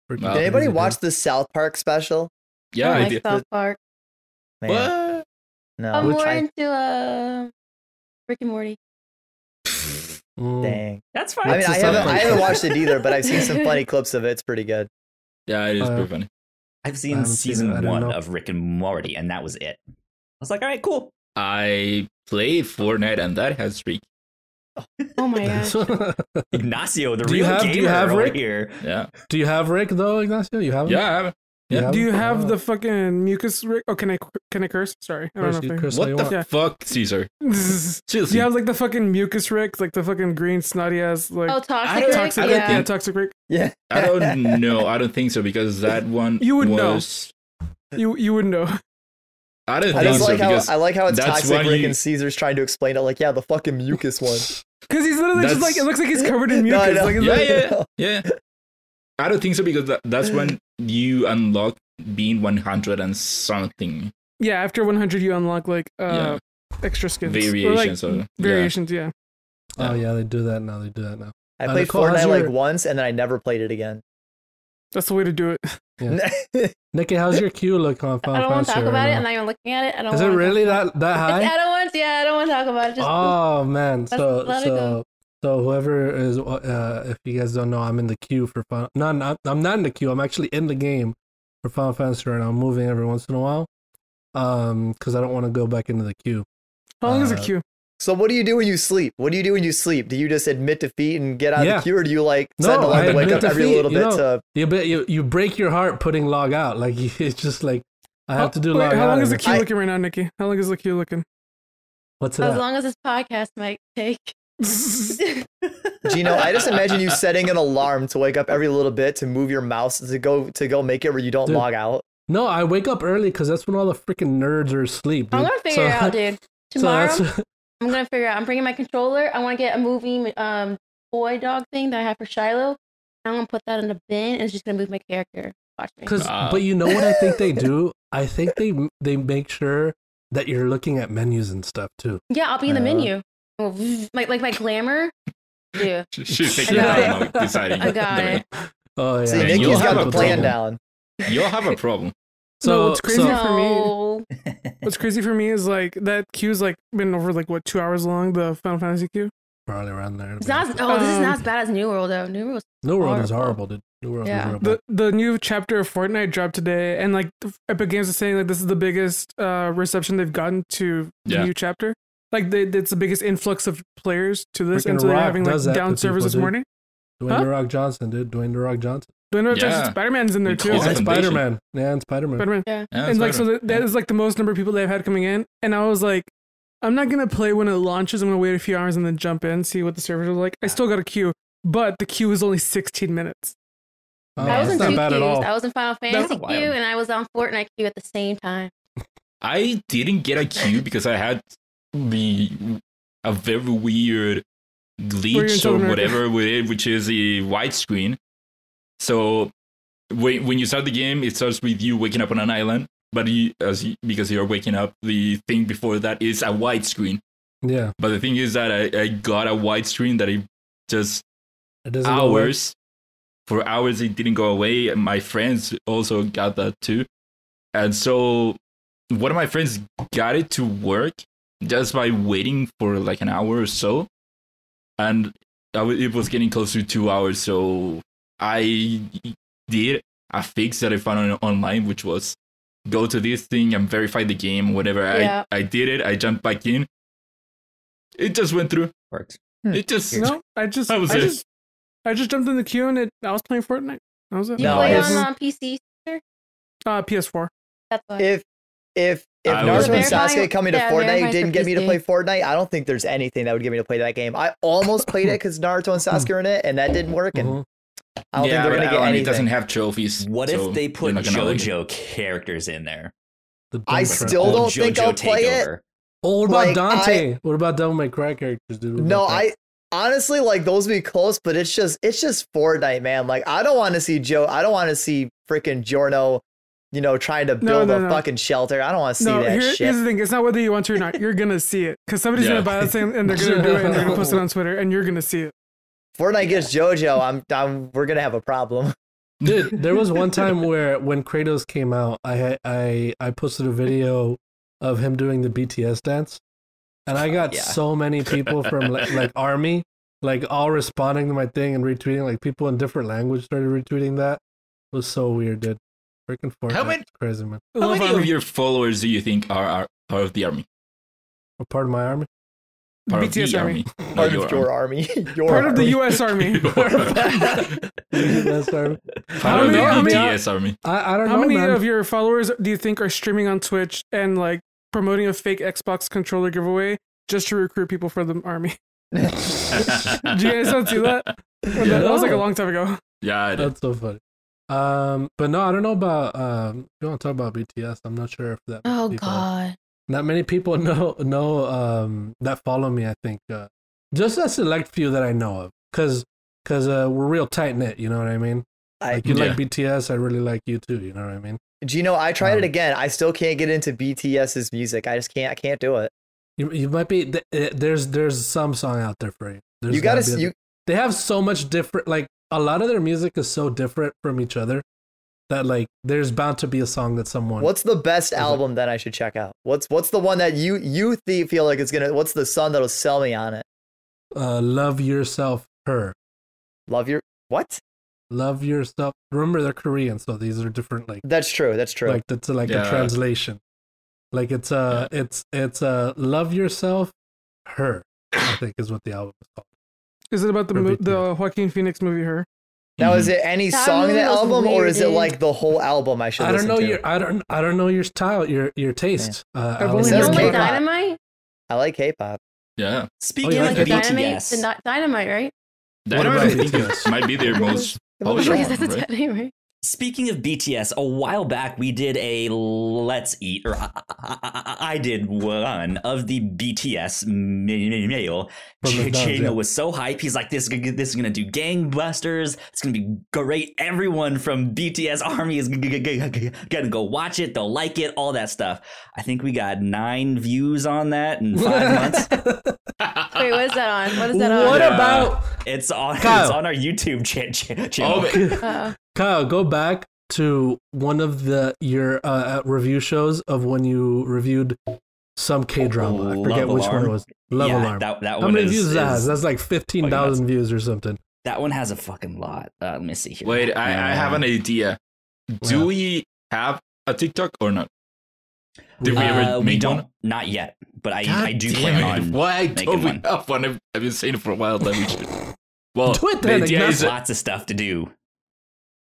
[SPEAKER 1] Freaking
[SPEAKER 2] Wow.
[SPEAKER 4] Did anybody
[SPEAKER 1] crazy, dude.
[SPEAKER 4] watch the South Park special?
[SPEAKER 2] yeah,
[SPEAKER 6] I
[SPEAKER 2] I
[SPEAKER 6] don't
[SPEAKER 2] did.
[SPEAKER 6] like South Park.
[SPEAKER 4] Man,
[SPEAKER 2] What?
[SPEAKER 4] No.
[SPEAKER 6] I'm more
[SPEAKER 4] I-
[SPEAKER 6] into uh, Rick and Morty.
[SPEAKER 1] Mm.
[SPEAKER 4] dang.
[SPEAKER 3] That's fine.
[SPEAKER 4] I mean,
[SPEAKER 1] What's
[SPEAKER 4] I
[SPEAKER 1] the South
[SPEAKER 4] haven't, I
[SPEAKER 1] Park
[SPEAKER 4] haven't
[SPEAKER 1] show?
[SPEAKER 3] [LAUGHS]
[SPEAKER 4] watched it either, but I've seen some
[SPEAKER 1] [LAUGHS]
[SPEAKER 4] funny clips of it. It's pretty good.
[SPEAKER 2] Yeah, it is
[SPEAKER 1] Uh,
[SPEAKER 2] pretty funny.
[SPEAKER 3] I've
[SPEAKER 1] I
[SPEAKER 3] seen
[SPEAKER 1] haven't seen
[SPEAKER 3] season
[SPEAKER 1] it, I don't
[SPEAKER 3] one
[SPEAKER 1] know.
[SPEAKER 3] of Rick and Morty, and that was it. I was like, all right, cool.
[SPEAKER 2] I played Fortnite and that has streak.
[SPEAKER 6] Oh
[SPEAKER 1] [LAUGHS]
[SPEAKER 6] my gosh.
[SPEAKER 3] Ignacio, the
[SPEAKER 1] Do you
[SPEAKER 3] real
[SPEAKER 1] have- do
[SPEAKER 3] gamer
[SPEAKER 1] you have
[SPEAKER 3] over
[SPEAKER 1] Rick?
[SPEAKER 3] here.
[SPEAKER 2] Yeah.
[SPEAKER 1] Do you have Rick though, Ignacio? You have him?
[SPEAKER 2] Yeah. I have-
[SPEAKER 1] You
[SPEAKER 2] Yeah.
[SPEAKER 1] him?
[SPEAKER 5] Do you have
[SPEAKER 1] Oh.
[SPEAKER 5] the fucking mucus? Rick? Oh, can I can I curse? Sorry, I don't
[SPEAKER 1] Curse
[SPEAKER 5] know.
[SPEAKER 1] you,
[SPEAKER 5] if I-
[SPEAKER 1] curse all
[SPEAKER 2] what
[SPEAKER 1] you
[SPEAKER 2] the
[SPEAKER 1] want.
[SPEAKER 5] Yeah.
[SPEAKER 2] fuck, Caesar?
[SPEAKER 5] [LAUGHS] Do
[SPEAKER 2] Seriously.
[SPEAKER 5] you have like the fucking mucus Rick, like the fucking green snotty ass, like
[SPEAKER 6] Oh,
[SPEAKER 2] I
[SPEAKER 6] toxic.
[SPEAKER 2] don't-
[SPEAKER 6] Rick?
[SPEAKER 5] toxic Rick?
[SPEAKER 2] don't
[SPEAKER 6] yeah.
[SPEAKER 5] Yeah,
[SPEAKER 2] think-
[SPEAKER 5] toxic Rick.
[SPEAKER 4] Yeah.
[SPEAKER 1] [LAUGHS]
[SPEAKER 2] I don't know. I don't think so because that one
[SPEAKER 5] You would know.
[SPEAKER 2] was.
[SPEAKER 5] You you would know. [LAUGHS]
[SPEAKER 2] I don't think
[SPEAKER 4] I just
[SPEAKER 2] so
[SPEAKER 4] like how
[SPEAKER 2] because
[SPEAKER 4] I like how it's
[SPEAKER 2] that's
[SPEAKER 4] toxic.
[SPEAKER 2] why
[SPEAKER 4] Rick
[SPEAKER 2] you-
[SPEAKER 4] and Caesar's trying to explain it. Like, yeah, the fucking mucus one.
[SPEAKER 5] Because he's literally
[SPEAKER 2] That's-
[SPEAKER 5] just like it looks like he's covered in
[SPEAKER 4] No, I
[SPEAKER 5] mucus.
[SPEAKER 4] know.
[SPEAKER 5] like,
[SPEAKER 2] [LAUGHS]
[SPEAKER 5] it's
[SPEAKER 2] Yeah,
[SPEAKER 5] like-
[SPEAKER 2] yeah, yeah. I don't think so because that, that's when you unlock being 100 and something
[SPEAKER 5] yeah, After 100, you unlock like uh extra skins, Or, like,
[SPEAKER 2] variations. of, yeah.
[SPEAKER 5] variations. Yeah.
[SPEAKER 1] Oh yeah, they do that now. They do that now.
[SPEAKER 4] [LAUGHS] I
[SPEAKER 1] Uh,
[SPEAKER 4] played
[SPEAKER 1] Nicole, how's
[SPEAKER 4] Fortnite
[SPEAKER 1] your-
[SPEAKER 4] like once, and then I never played it again.
[SPEAKER 5] that's the way to do it.
[SPEAKER 1] Nikki, how's your queue look on Final
[SPEAKER 6] I don't want
[SPEAKER 1] Fantasy
[SPEAKER 6] to talk
[SPEAKER 1] right
[SPEAKER 6] about it.
[SPEAKER 1] now?
[SPEAKER 6] I'm not even looking at it. I don't
[SPEAKER 1] Is it
[SPEAKER 6] wanna talk
[SPEAKER 1] really
[SPEAKER 6] about
[SPEAKER 1] that that
[SPEAKER 6] it. [LAUGHS] It's- I
[SPEAKER 1] high?
[SPEAKER 6] don't want to. Yeah, I don't want to talk about it. Just
[SPEAKER 1] Oh man.
[SPEAKER 6] Let's
[SPEAKER 1] So
[SPEAKER 6] let it
[SPEAKER 1] so
[SPEAKER 6] go.
[SPEAKER 1] so whoever is uh, if you guys don't know, I'm in the queue for Final. No, no, I'm not in the queue. I'm actually in the game for Final Fantasy right now. I'm moving every once in a while, um, because I don't want to go back into the queue.
[SPEAKER 5] How long is a
[SPEAKER 1] Uh,
[SPEAKER 5] queue?
[SPEAKER 4] [LAUGHS] so, what do you do when you sleep? What do you do when you sleep? Do you just admit defeat and get out
[SPEAKER 1] Yeah.
[SPEAKER 4] of the queue, or do you like
[SPEAKER 1] No,
[SPEAKER 4] set an alarm
[SPEAKER 1] I
[SPEAKER 4] to wake
[SPEAKER 1] admit
[SPEAKER 4] up every
[SPEAKER 1] defeat,
[SPEAKER 4] little
[SPEAKER 1] you
[SPEAKER 4] bit
[SPEAKER 1] know.
[SPEAKER 4] to?
[SPEAKER 1] You bet you you break your heart putting log out. Like [LAUGHS] it's just like I have to do
[SPEAKER 5] Wait,
[SPEAKER 1] log
[SPEAKER 5] how
[SPEAKER 1] out.
[SPEAKER 5] long
[SPEAKER 1] and
[SPEAKER 5] is the
[SPEAKER 1] it's-
[SPEAKER 5] queue
[SPEAKER 4] I-
[SPEAKER 5] looking right now, Nikki? How long is the queue looking?
[SPEAKER 1] What's it
[SPEAKER 6] [LAUGHS] as
[SPEAKER 1] at?
[SPEAKER 6] long as this podcast
[SPEAKER 1] [LAUGHS]
[SPEAKER 6] might take. [LAUGHS]
[SPEAKER 4] Gino, I just imagine you setting an alarm to wake up every little bit to move your mouse to go to go make it where you don't
[SPEAKER 1] Dude.
[SPEAKER 4] log out.
[SPEAKER 1] No, I wake up early because that's when all the freaking nerds are asleep.
[SPEAKER 6] I'm
[SPEAKER 1] dude.
[SPEAKER 6] gonna figure
[SPEAKER 1] [LAUGHS]
[SPEAKER 6] it out, dude. Tomorrow,
[SPEAKER 1] So that's,
[SPEAKER 6] I'm gonna figure out. I'm bringing my controller. I want to get a moving um toy dog thing that I have for Shiloh. I'm gonna put that in a bin, and it's just gonna move my character. Watch me.
[SPEAKER 1] Cause,
[SPEAKER 2] Wow.
[SPEAKER 1] but you know what I think they do? I think they they make sure that you're looking at menus and stuff too.
[SPEAKER 6] Yeah, I'll be in the
[SPEAKER 1] Uh,
[SPEAKER 6] menu. Oh, [LAUGHS] Like like my [LAUGHS] glamour. Yeah,
[SPEAKER 1] [LAUGHS]
[SPEAKER 2] She's taking
[SPEAKER 6] I got
[SPEAKER 2] time
[SPEAKER 4] [LAUGHS]
[SPEAKER 6] it.
[SPEAKER 2] out deciding.
[SPEAKER 6] I got
[SPEAKER 2] the-
[SPEAKER 6] it.
[SPEAKER 1] Oh yeah.
[SPEAKER 4] See,
[SPEAKER 2] Yeah, you'll
[SPEAKER 4] Nikki's
[SPEAKER 2] have
[SPEAKER 4] got
[SPEAKER 2] a
[SPEAKER 4] the plan
[SPEAKER 2] problem.
[SPEAKER 4] down.
[SPEAKER 2] You'll have a problem.
[SPEAKER 5] No, what's crazy-
[SPEAKER 1] so-
[SPEAKER 6] No,
[SPEAKER 5] What's crazy for me is like that queue's like been over like what two hours long. The Final Fantasy queue.
[SPEAKER 1] probably around there.
[SPEAKER 6] it's [LAUGHS] not. as- Oh, this is
[SPEAKER 5] Um,
[SPEAKER 6] not as bad as New World though. New World's
[SPEAKER 1] New World is
[SPEAKER 6] horrible.
[SPEAKER 1] horrible, dude. New World
[SPEAKER 6] Yeah.
[SPEAKER 1] is horrible.
[SPEAKER 5] The the new chapter of Fortnite dropped today, and like the Epic Games is saying like this is the biggest uh reception they've gotten to the
[SPEAKER 2] Yeah.
[SPEAKER 5] new chapter. Like they, it's the biggest influx of players to this,
[SPEAKER 1] Freaking
[SPEAKER 5] and so they're
[SPEAKER 1] Rock
[SPEAKER 5] having like
[SPEAKER 1] does that
[SPEAKER 5] down
[SPEAKER 1] to
[SPEAKER 5] servers
[SPEAKER 1] people,
[SPEAKER 5] this
[SPEAKER 1] dude.
[SPEAKER 5] morning.
[SPEAKER 1] Dwayne
[SPEAKER 5] Huh?
[SPEAKER 1] The Rock Johnson, dude. Dwayne The Rock Johnson.
[SPEAKER 5] Then
[SPEAKER 2] Yeah.
[SPEAKER 5] Spider Man's in there
[SPEAKER 2] We
[SPEAKER 5] too.
[SPEAKER 2] called
[SPEAKER 1] and
[SPEAKER 2] Awesome,
[SPEAKER 1] Spider Man. Yeah, and Spider Man.
[SPEAKER 5] Spider Man.
[SPEAKER 2] Yeah,
[SPEAKER 5] and like so
[SPEAKER 2] Spider-Man.
[SPEAKER 5] that, that is like the most number of people they've had coming in and i was like i'm not gonna play when it launches i'm gonna wait a few hours and then jump in see what the servers are like i still got a queue but the queue is only 16 minutes
[SPEAKER 1] Oh,
[SPEAKER 6] I was
[SPEAKER 1] that's
[SPEAKER 6] in
[SPEAKER 1] not
[SPEAKER 6] two
[SPEAKER 1] bad
[SPEAKER 6] queues.
[SPEAKER 1] at all.
[SPEAKER 6] I was in Final Fantasy queue
[SPEAKER 3] wild.
[SPEAKER 6] and I was on Fortnite queue at the same time.
[SPEAKER 2] I didn't get a queue because I had the a very weird glitch or
[SPEAKER 5] South America.
[SPEAKER 2] whatever with it, which is a widescreen. So when when you start the game, it starts with you waking up on an island, but you, as you, because you're waking up, the thing before that is a widescreen.
[SPEAKER 1] yeah,
[SPEAKER 2] But the thing is that I, I got a widescreen that it just
[SPEAKER 1] it doesn't go away.
[SPEAKER 2] hours for hours it didn't go away and my friends also got that too and so one of my friends got it to work just by waiting for like an hour or so and I wa- it was getting close to two hours so i did a fix that i found on, online which was go to this thing and verify the game whatever
[SPEAKER 6] Yeah.
[SPEAKER 2] I, I did it i jumped back in it just went through
[SPEAKER 3] Works.
[SPEAKER 2] it just
[SPEAKER 5] no i just
[SPEAKER 2] That was
[SPEAKER 5] i
[SPEAKER 2] it.
[SPEAKER 5] just i just jumped in the queue and it i was playing fortnite that was it
[SPEAKER 6] Do you
[SPEAKER 4] No,
[SPEAKER 6] play
[SPEAKER 4] it's-
[SPEAKER 6] on um, PC?
[SPEAKER 5] uh ps4
[SPEAKER 6] That's why.
[SPEAKER 4] If if if
[SPEAKER 2] I was-
[SPEAKER 4] Naruto and
[SPEAKER 6] Verifying-
[SPEAKER 4] Sasuke coming to
[SPEAKER 6] yeah,
[SPEAKER 4] Fortnite
[SPEAKER 6] verifying
[SPEAKER 4] didn't
[SPEAKER 6] for
[SPEAKER 4] get me to
[SPEAKER 6] PC.
[SPEAKER 4] play Fortnite, I don't think there's anything that would get me to play that game. I almost
[SPEAKER 2] [LAUGHS]
[SPEAKER 4] played it because Naruto and Sasuke are in it, and that didn't work. And
[SPEAKER 2] Uh-huh.
[SPEAKER 1] Mhm.
[SPEAKER 4] I don't
[SPEAKER 2] yeah,
[SPEAKER 4] think they're
[SPEAKER 2] but
[SPEAKER 4] gonna get
[SPEAKER 2] Alan,
[SPEAKER 4] anything.
[SPEAKER 2] It doesn't have trophies.
[SPEAKER 3] What
[SPEAKER 2] so
[SPEAKER 3] if they
[SPEAKER 2] you're
[SPEAKER 3] put
[SPEAKER 2] not gonna like it.
[SPEAKER 3] JoJo characters in there?
[SPEAKER 1] The Devil
[SPEAKER 4] I
[SPEAKER 1] May Cry.
[SPEAKER 4] still
[SPEAKER 3] Full
[SPEAKER 4] don't think
[SPEAKER 3] JoJo
[SPEAKER 4] I'll play it.
[SPEAKER 3] takeover.
[SPEAKER 1] Oh, what about
[SPEAKER 4] like,
[SPEAKER 1] Dante? what about Devil May Cry characters, dude? What
[SPEAKER 4] No,
[SPEAKER 1] about that?
[SPEAKER 4] I honestly like those would be close, but it's just it's just Fortnite, man. Like I don't want to see Joe. I don't want to see freaking Jorno, you know, trying to
[SPEAKER 5] No,
[SPEAKER 4] build
[SPEAKER 5] no,
[SPEAKER 4] a
[SPEAKER 5] no.
[SPEAKER 4] fucking shelter. I don't want to see
[SPEAKER 5] no
[SPEAKER 4] that
[SPEAKER 5] here-
[SPEAKER 4] shit.
[SPEAKER 5] here's the thing it's not whether you want to or not you're gonna see it because somebody's
[SPEAKER 2] Yeah.
[SPEAKER 5] gonna buy that thing and they're gonna do it and they're gonna post it on twitter and you're gonna see it
[SPEAKER 4] Fortnite gets JoJo. I'm, I'm we're gonna have a
[SPEAKER 1] [LAUGHS]
[SPEAKER 4] problem.
[SPEAKER 1] Dude, there was one time where when Kratos came out, I had- I I posted a video of him doing the BTS dance, and I got
[SPEAKER 3] Yeah.
[SPEAKER 1] so many people from like, like Army, like all responding to my thing and retweeting. Like people in different language started retweeting that. It was so weird, dude. Freaking Fortnite,
[SPEAKER 2] How many-
[SPEAKER 1] It's crazy man.
[SPEAKER 5] I
[SPEAKER 2] How
[SPEAKER 5] love
[SPEAKER 2] many
[SPEAKER 5] Army.
[SPEAKER 2] of your followers do you think are, are part of the army?
[SPEAKER 1] A part of my army. [LAUGHS]
[SPEAKER 2] Part of
[SPEAKER 5] BTS
[SPEAKER 2] the
[SPEAKER 5] army.
[SPEAKER 2] Not
[SPEAKER 4] Part
[SPEAKER 2] your
[SPEAKER 4] of your army. [LAUGHS] your
[SPEAKER 5] part of the
[SPEAKER 4] army.
[SPEAKER 5] u.s army
[SPEAKER 2] [LAUGHS]
[SPEAKER 1] That's
[SPEAKER 5] [LAUGHS]
[SPEAKER 1] army.
[SPEAKER 2] Part of
[SPEAKER 5] many- how
[SPEAKER 2] the
[SPEAKER 5] many-
[SPEAKER 2] BTS army.
[SPEAKER 1] I, I don't
[SPEAKER 5] How
[SPEAKER 1] know,
[SPEAKER 5] many
[SPEAKER 1] man.
[SPEAKER 5] of your followers do you think are streaming on Twitch and like promoting a fake Xbox controller giveaway just to recruit people for the army? [LAUGHS]
[SPEAKER 1] [LAUGHS]
[SPEAKER 2] [LAUGHS]
[SPEAKER 5] Do you guys not see that? Or that? That was
[SPEAKER 1] Oh.
[SPEAKER 5] like a long time ago.
[SPEAKER 2] Yeah, I did.
[SPEAKER 1] That's so funny. Um, but no, I don't know about um. If you want to talk about BTS? I'm not sure if that. many
[SPEAKER 6] oh
[SPEAKER 1] people-
[SPEAKER 6] God.
[SPEAKER 1] Not many people [LAUGHS] know know um that follow me. I think uh, just a select few that I know of, cause cause uh, we're real tight knit. You know what I mean?
[SPEAKER 4] I,
[SPEAKER 1] Like you
[SPEAKER 2] Yeah.
[SPEAKER 1] like BTS, I really like you too. You know what I mean?
[SPEAKER 4] Gino, I tried
[SPEAKER 1] Um,
[SPEAKER 4] it again. I still can't get into BTS's music. I just can't. I can't do it.
[SPEAKER 1] You, you might be th- eh, there's there's some song out there for you. There's
[SPEAKER 4] you gotta.
[SPEAKER 1] gotta
[SPEAKER 4] s-
[SPEAKER 1] be a-
[SPEAKER 4] You
[SPEAKER 1] they have so much different. Like a lot of their music is so different from each other that like there's bound to be a song that someone.
[SPEAKER 4] What's the best
[SPEAKER 1] Is it-
[SPEAKER 4] album that I should check out? What's what's the one that you you thi- feel like it's gonna? What's the song that'll sell me on it?
[SPEAKER 1] uh, love yourself her
[SPEAKER 4] Love your what?
[SPEAKER 1] love yourself remember they're korean so these are different like
[SPEAKER 4] That's true. That's true.
[SPEAKER 1] like that's like
[SPEAKER 2] Yeah.
[SPEAKER 1] a translation like it's uh it's it's uh love yourself her i think is what the album is called
[SPEAKER 5] Is it about the
[SPEAKER 1] For
[SPEAKER 5] mo-
[SPEAKER 1] BTS.
[SPEAKER 5] the Joaquin Phoenix movie? Her.
[SPEAKER 4] now is
[SPEAKER 1] mm-hmm.
[SPEAKER 4] it any
[SPEAKER 6] That
[SPEAKER 4] song in the
[SPEAKER 6] movie was
[SPEAKER 4] album or
[SPEAKER 6] weird,
[SPEAKER 4] is it
[SPEAKER 6] dude.
[SPEAKER 4] like the whole album? I should.
[SPEAKER 1] i don't
[SPEAKER 4] listen
[SPEAKER 1] know
[SPEAKER 4] to?
[SPEAKER 1] your i don't i don't know your style your your taste uh
[SPEAKER 5] I've
[SPEAKER 1] Alex.
[SPEAKER 5] only
[SPEAKER 6] You
[SPEAKER 4] says
[SPEAKER 6] don't
[SPEAKER 1] [LAUGHS]
[SPEAKER 6] like
[SPEAKER 4] K-pop.
[SPEAKER 6] dynamite?
[SPEAKER 4] I like K-pop.
[SPEAKER 2] Yeah.
[SPEAKER 1] Oh,
[SPEAKER 3] Speaking
[SPEAKER 1] yeah,
[SPEAKER 6] You
[SPEAKER 1] I
[SPEAKER 3] of
[SPEAKER 6] like the
[SPEAKER 1] like it.
[SPEAKER 6] dynamite?
[SPEAKER 3] BTS,
[SPEAKER 6] The not- dynamite, right?
[SPEAKER 2] That
[SPEAKER 1] about
[SPEAKER 2] I think
[SPEAKER 1] BTS?
[SPEAKER 2] [LAUGHS] might be their most
[SPEAKER 4] Oh,
[SPEAKER 2] popular
[SPEAKER 4] [LAUGHS]
[SPEAKER 6] [LAUGHS]
[SPEAKER 4] sure.
[SPEAKER 6] Like, is that
[SPEAKER 2] one,
[SPEAKER 6] the
[SPEAKER 2] right?
[SPEAKER 6] dynamite?
[SPEAKER 3] Speaking of BTS, a while back we did a let's eat, or I, I- I- I did one of the BTS ma- meal.
[SPEAKER 1] From
[SPEAKER 3] Ch-
[SPEAKER 1] McDonald's,
[SPEAKER 3] Chino
[SPEAKER 1] yeah.
[SPEAKER 3] was so hype. He's like, "This is gonna- this is gonna do gangbusters. It's gonna be great. Everyone from BTS Army is g- g- g- g- gonna go watch it. They'll like it. All that stuff." I think we got nine views on that
[SPEAKER 1] [LAUGHS]
[SPEAKER 3] in five months.
[SPEAKER 6] Wait, what is that on? What is that on?
[SPEAKER 1] What
[SPEAKER 3] [LAUGHS]
[SPEAKER 2] Yeah.
[SPEAKER 1] about
[SPEAKER 3] It's on it's
[SPEAKER 1] Kyle.
[SPEAKER 3] on our YouTube cha- cha- channel.
[SPEAKER 2] Oh, man.
[SPEAKER 6] Uh,
[SPEAKER 1] Kyle? Go back to one of the your uh, review shows of when you reviewed some K drama. I
[SPEAKER 3] Oh, Love
[SPEAKER 1] forget which one
[SPEAKER 3] Alarm.
[SPEAKER 1] it was. Love
[SPEAKER 3] yeah,
[SPEAKER 1] Alarm.
[SPEAKER 3] That, that
[SPEAKER 1] How
[SPEAKER 3] one
[SPEAKER 1] many
[SPEAKER 3] is-
[SPEAKER 1] views that
[SPEAKER 3] is-
[SPEAKER 1] has? That's like fifteen thousand views or something.
[SPEAKER 3] That one has a fucking lot. Uh, let me see here.
[SPEAKER 2] Wait, I, I have an idea. Do
[SPEAKER 1] Well.
[SPEAKER 2] we have a TikTok or not? Did we
[SPEAKER 3] Uh,
[SPEAKER 2] ever
[SPEAKER 3] we
[SPEAKER 2] make
[SPEAKER 3] don't.
[SPEAKER 2] one?
[SPEAKER 3] Not yet, but I,
[SPEAKER 2] God
[SPEAKER 3] I do
[SPEAKER 2] damn
[SPEAKER 3] plan
[SPEAKER 2] it.
[SPEAKER 3] on.
[SPEAKER 2] Why
[SPEAKER 3] making
[SPEAKER 2] don't we
[SPEAKER 3] one.
[SPEAKER 2] have one? [LAUGHS] I've, I've been saying it for a while that we should.
[SPEAKER 4] [LAUGHS]
[SPEAKER 2] Well,
[SPEAKER 1] Do it
[SPEAKER 2] the
[SPEAKER 1] then,
[SPEAKER 2] idea
[SPEAKER 1] Ignacio.
[SPEAKER 2] is
[SPEAKER 3] Lots of stuff to do.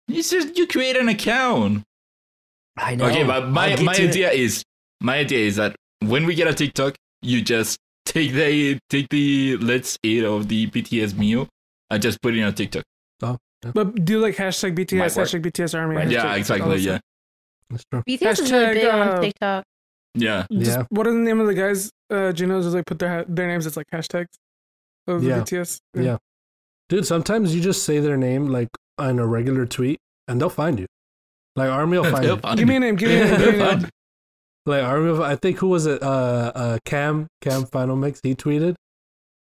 [SPEAKER 2] it's just you create an account.
[SPEAKER 3] I know.
[SPEAKER 2] okay, but
[SPEAKER 3] I'll
[SPEAKER 2] my,
[SPEAKER 3] get
[SPEAKER 2] my
[SPEAKER 3] to it.
[SPEAKER 2] idea is my idea is that when we get a TikTok, you just take the take the let's eat of the BTS meal and just put it in a TikTok.
[SPEAKER 5] But do like hashtag BTS,
[SPEAKER 2] Might work.
[SPEAKER 5] hashtag BTS Army.
[SPEAKER 3] Right.
[SPEAKER 5] hashtag-
[SPEAKER 2] Yeah, exactly.
[SPEAKER 5] all
[SPEAKER 2] Yeah,
[SPEAKER 5] that
[SPEAKER 1] That's true.
[SPEAKER 6] BTS is really
[SPEAKER 5] Hashtag,
[SPEAKER 6] big
[SPEAKER 5] uh,
[SPEAKER 6] on TikTok.
[SPEAKER 2] yeah.
[SPEAKER 5] stuff. Just
[SPEAKER 1] Yeah.
[SPEAKER 5] what are the name of the guys? Uh, Gino's just like put their ha- their names as like hashtags of
[SPEAKER 1] Yeah.
[SPEAKER 5] BTS.
[SPEAKER 1] Yeah. Dude, sometimes you just say their name like on a regular tweet and they'll find you. Like Army
[SPEAKER 3] [LAUGHS]
[SPEAKER 1] will find
[SPEAKER 2] [LAUGHS] They'll
[SPEAKER 1] you.
[SPEAKER 2] find
[SPEAKER 5] Give me a
[SPEAKER 2] it.
[SPEAKER 5] name. Give me a name. Give me
[SPEAKER 2] They'll
[SPEAKER 5] a
[SPEAKER 2] find [LAUGHS]
[SPEAKER 5] name.
[SPEAKER 2] it.
[SPEAKER 1] Like Army will, I think who was it? Uh uh Cam, Cam Final Mix, he tweeted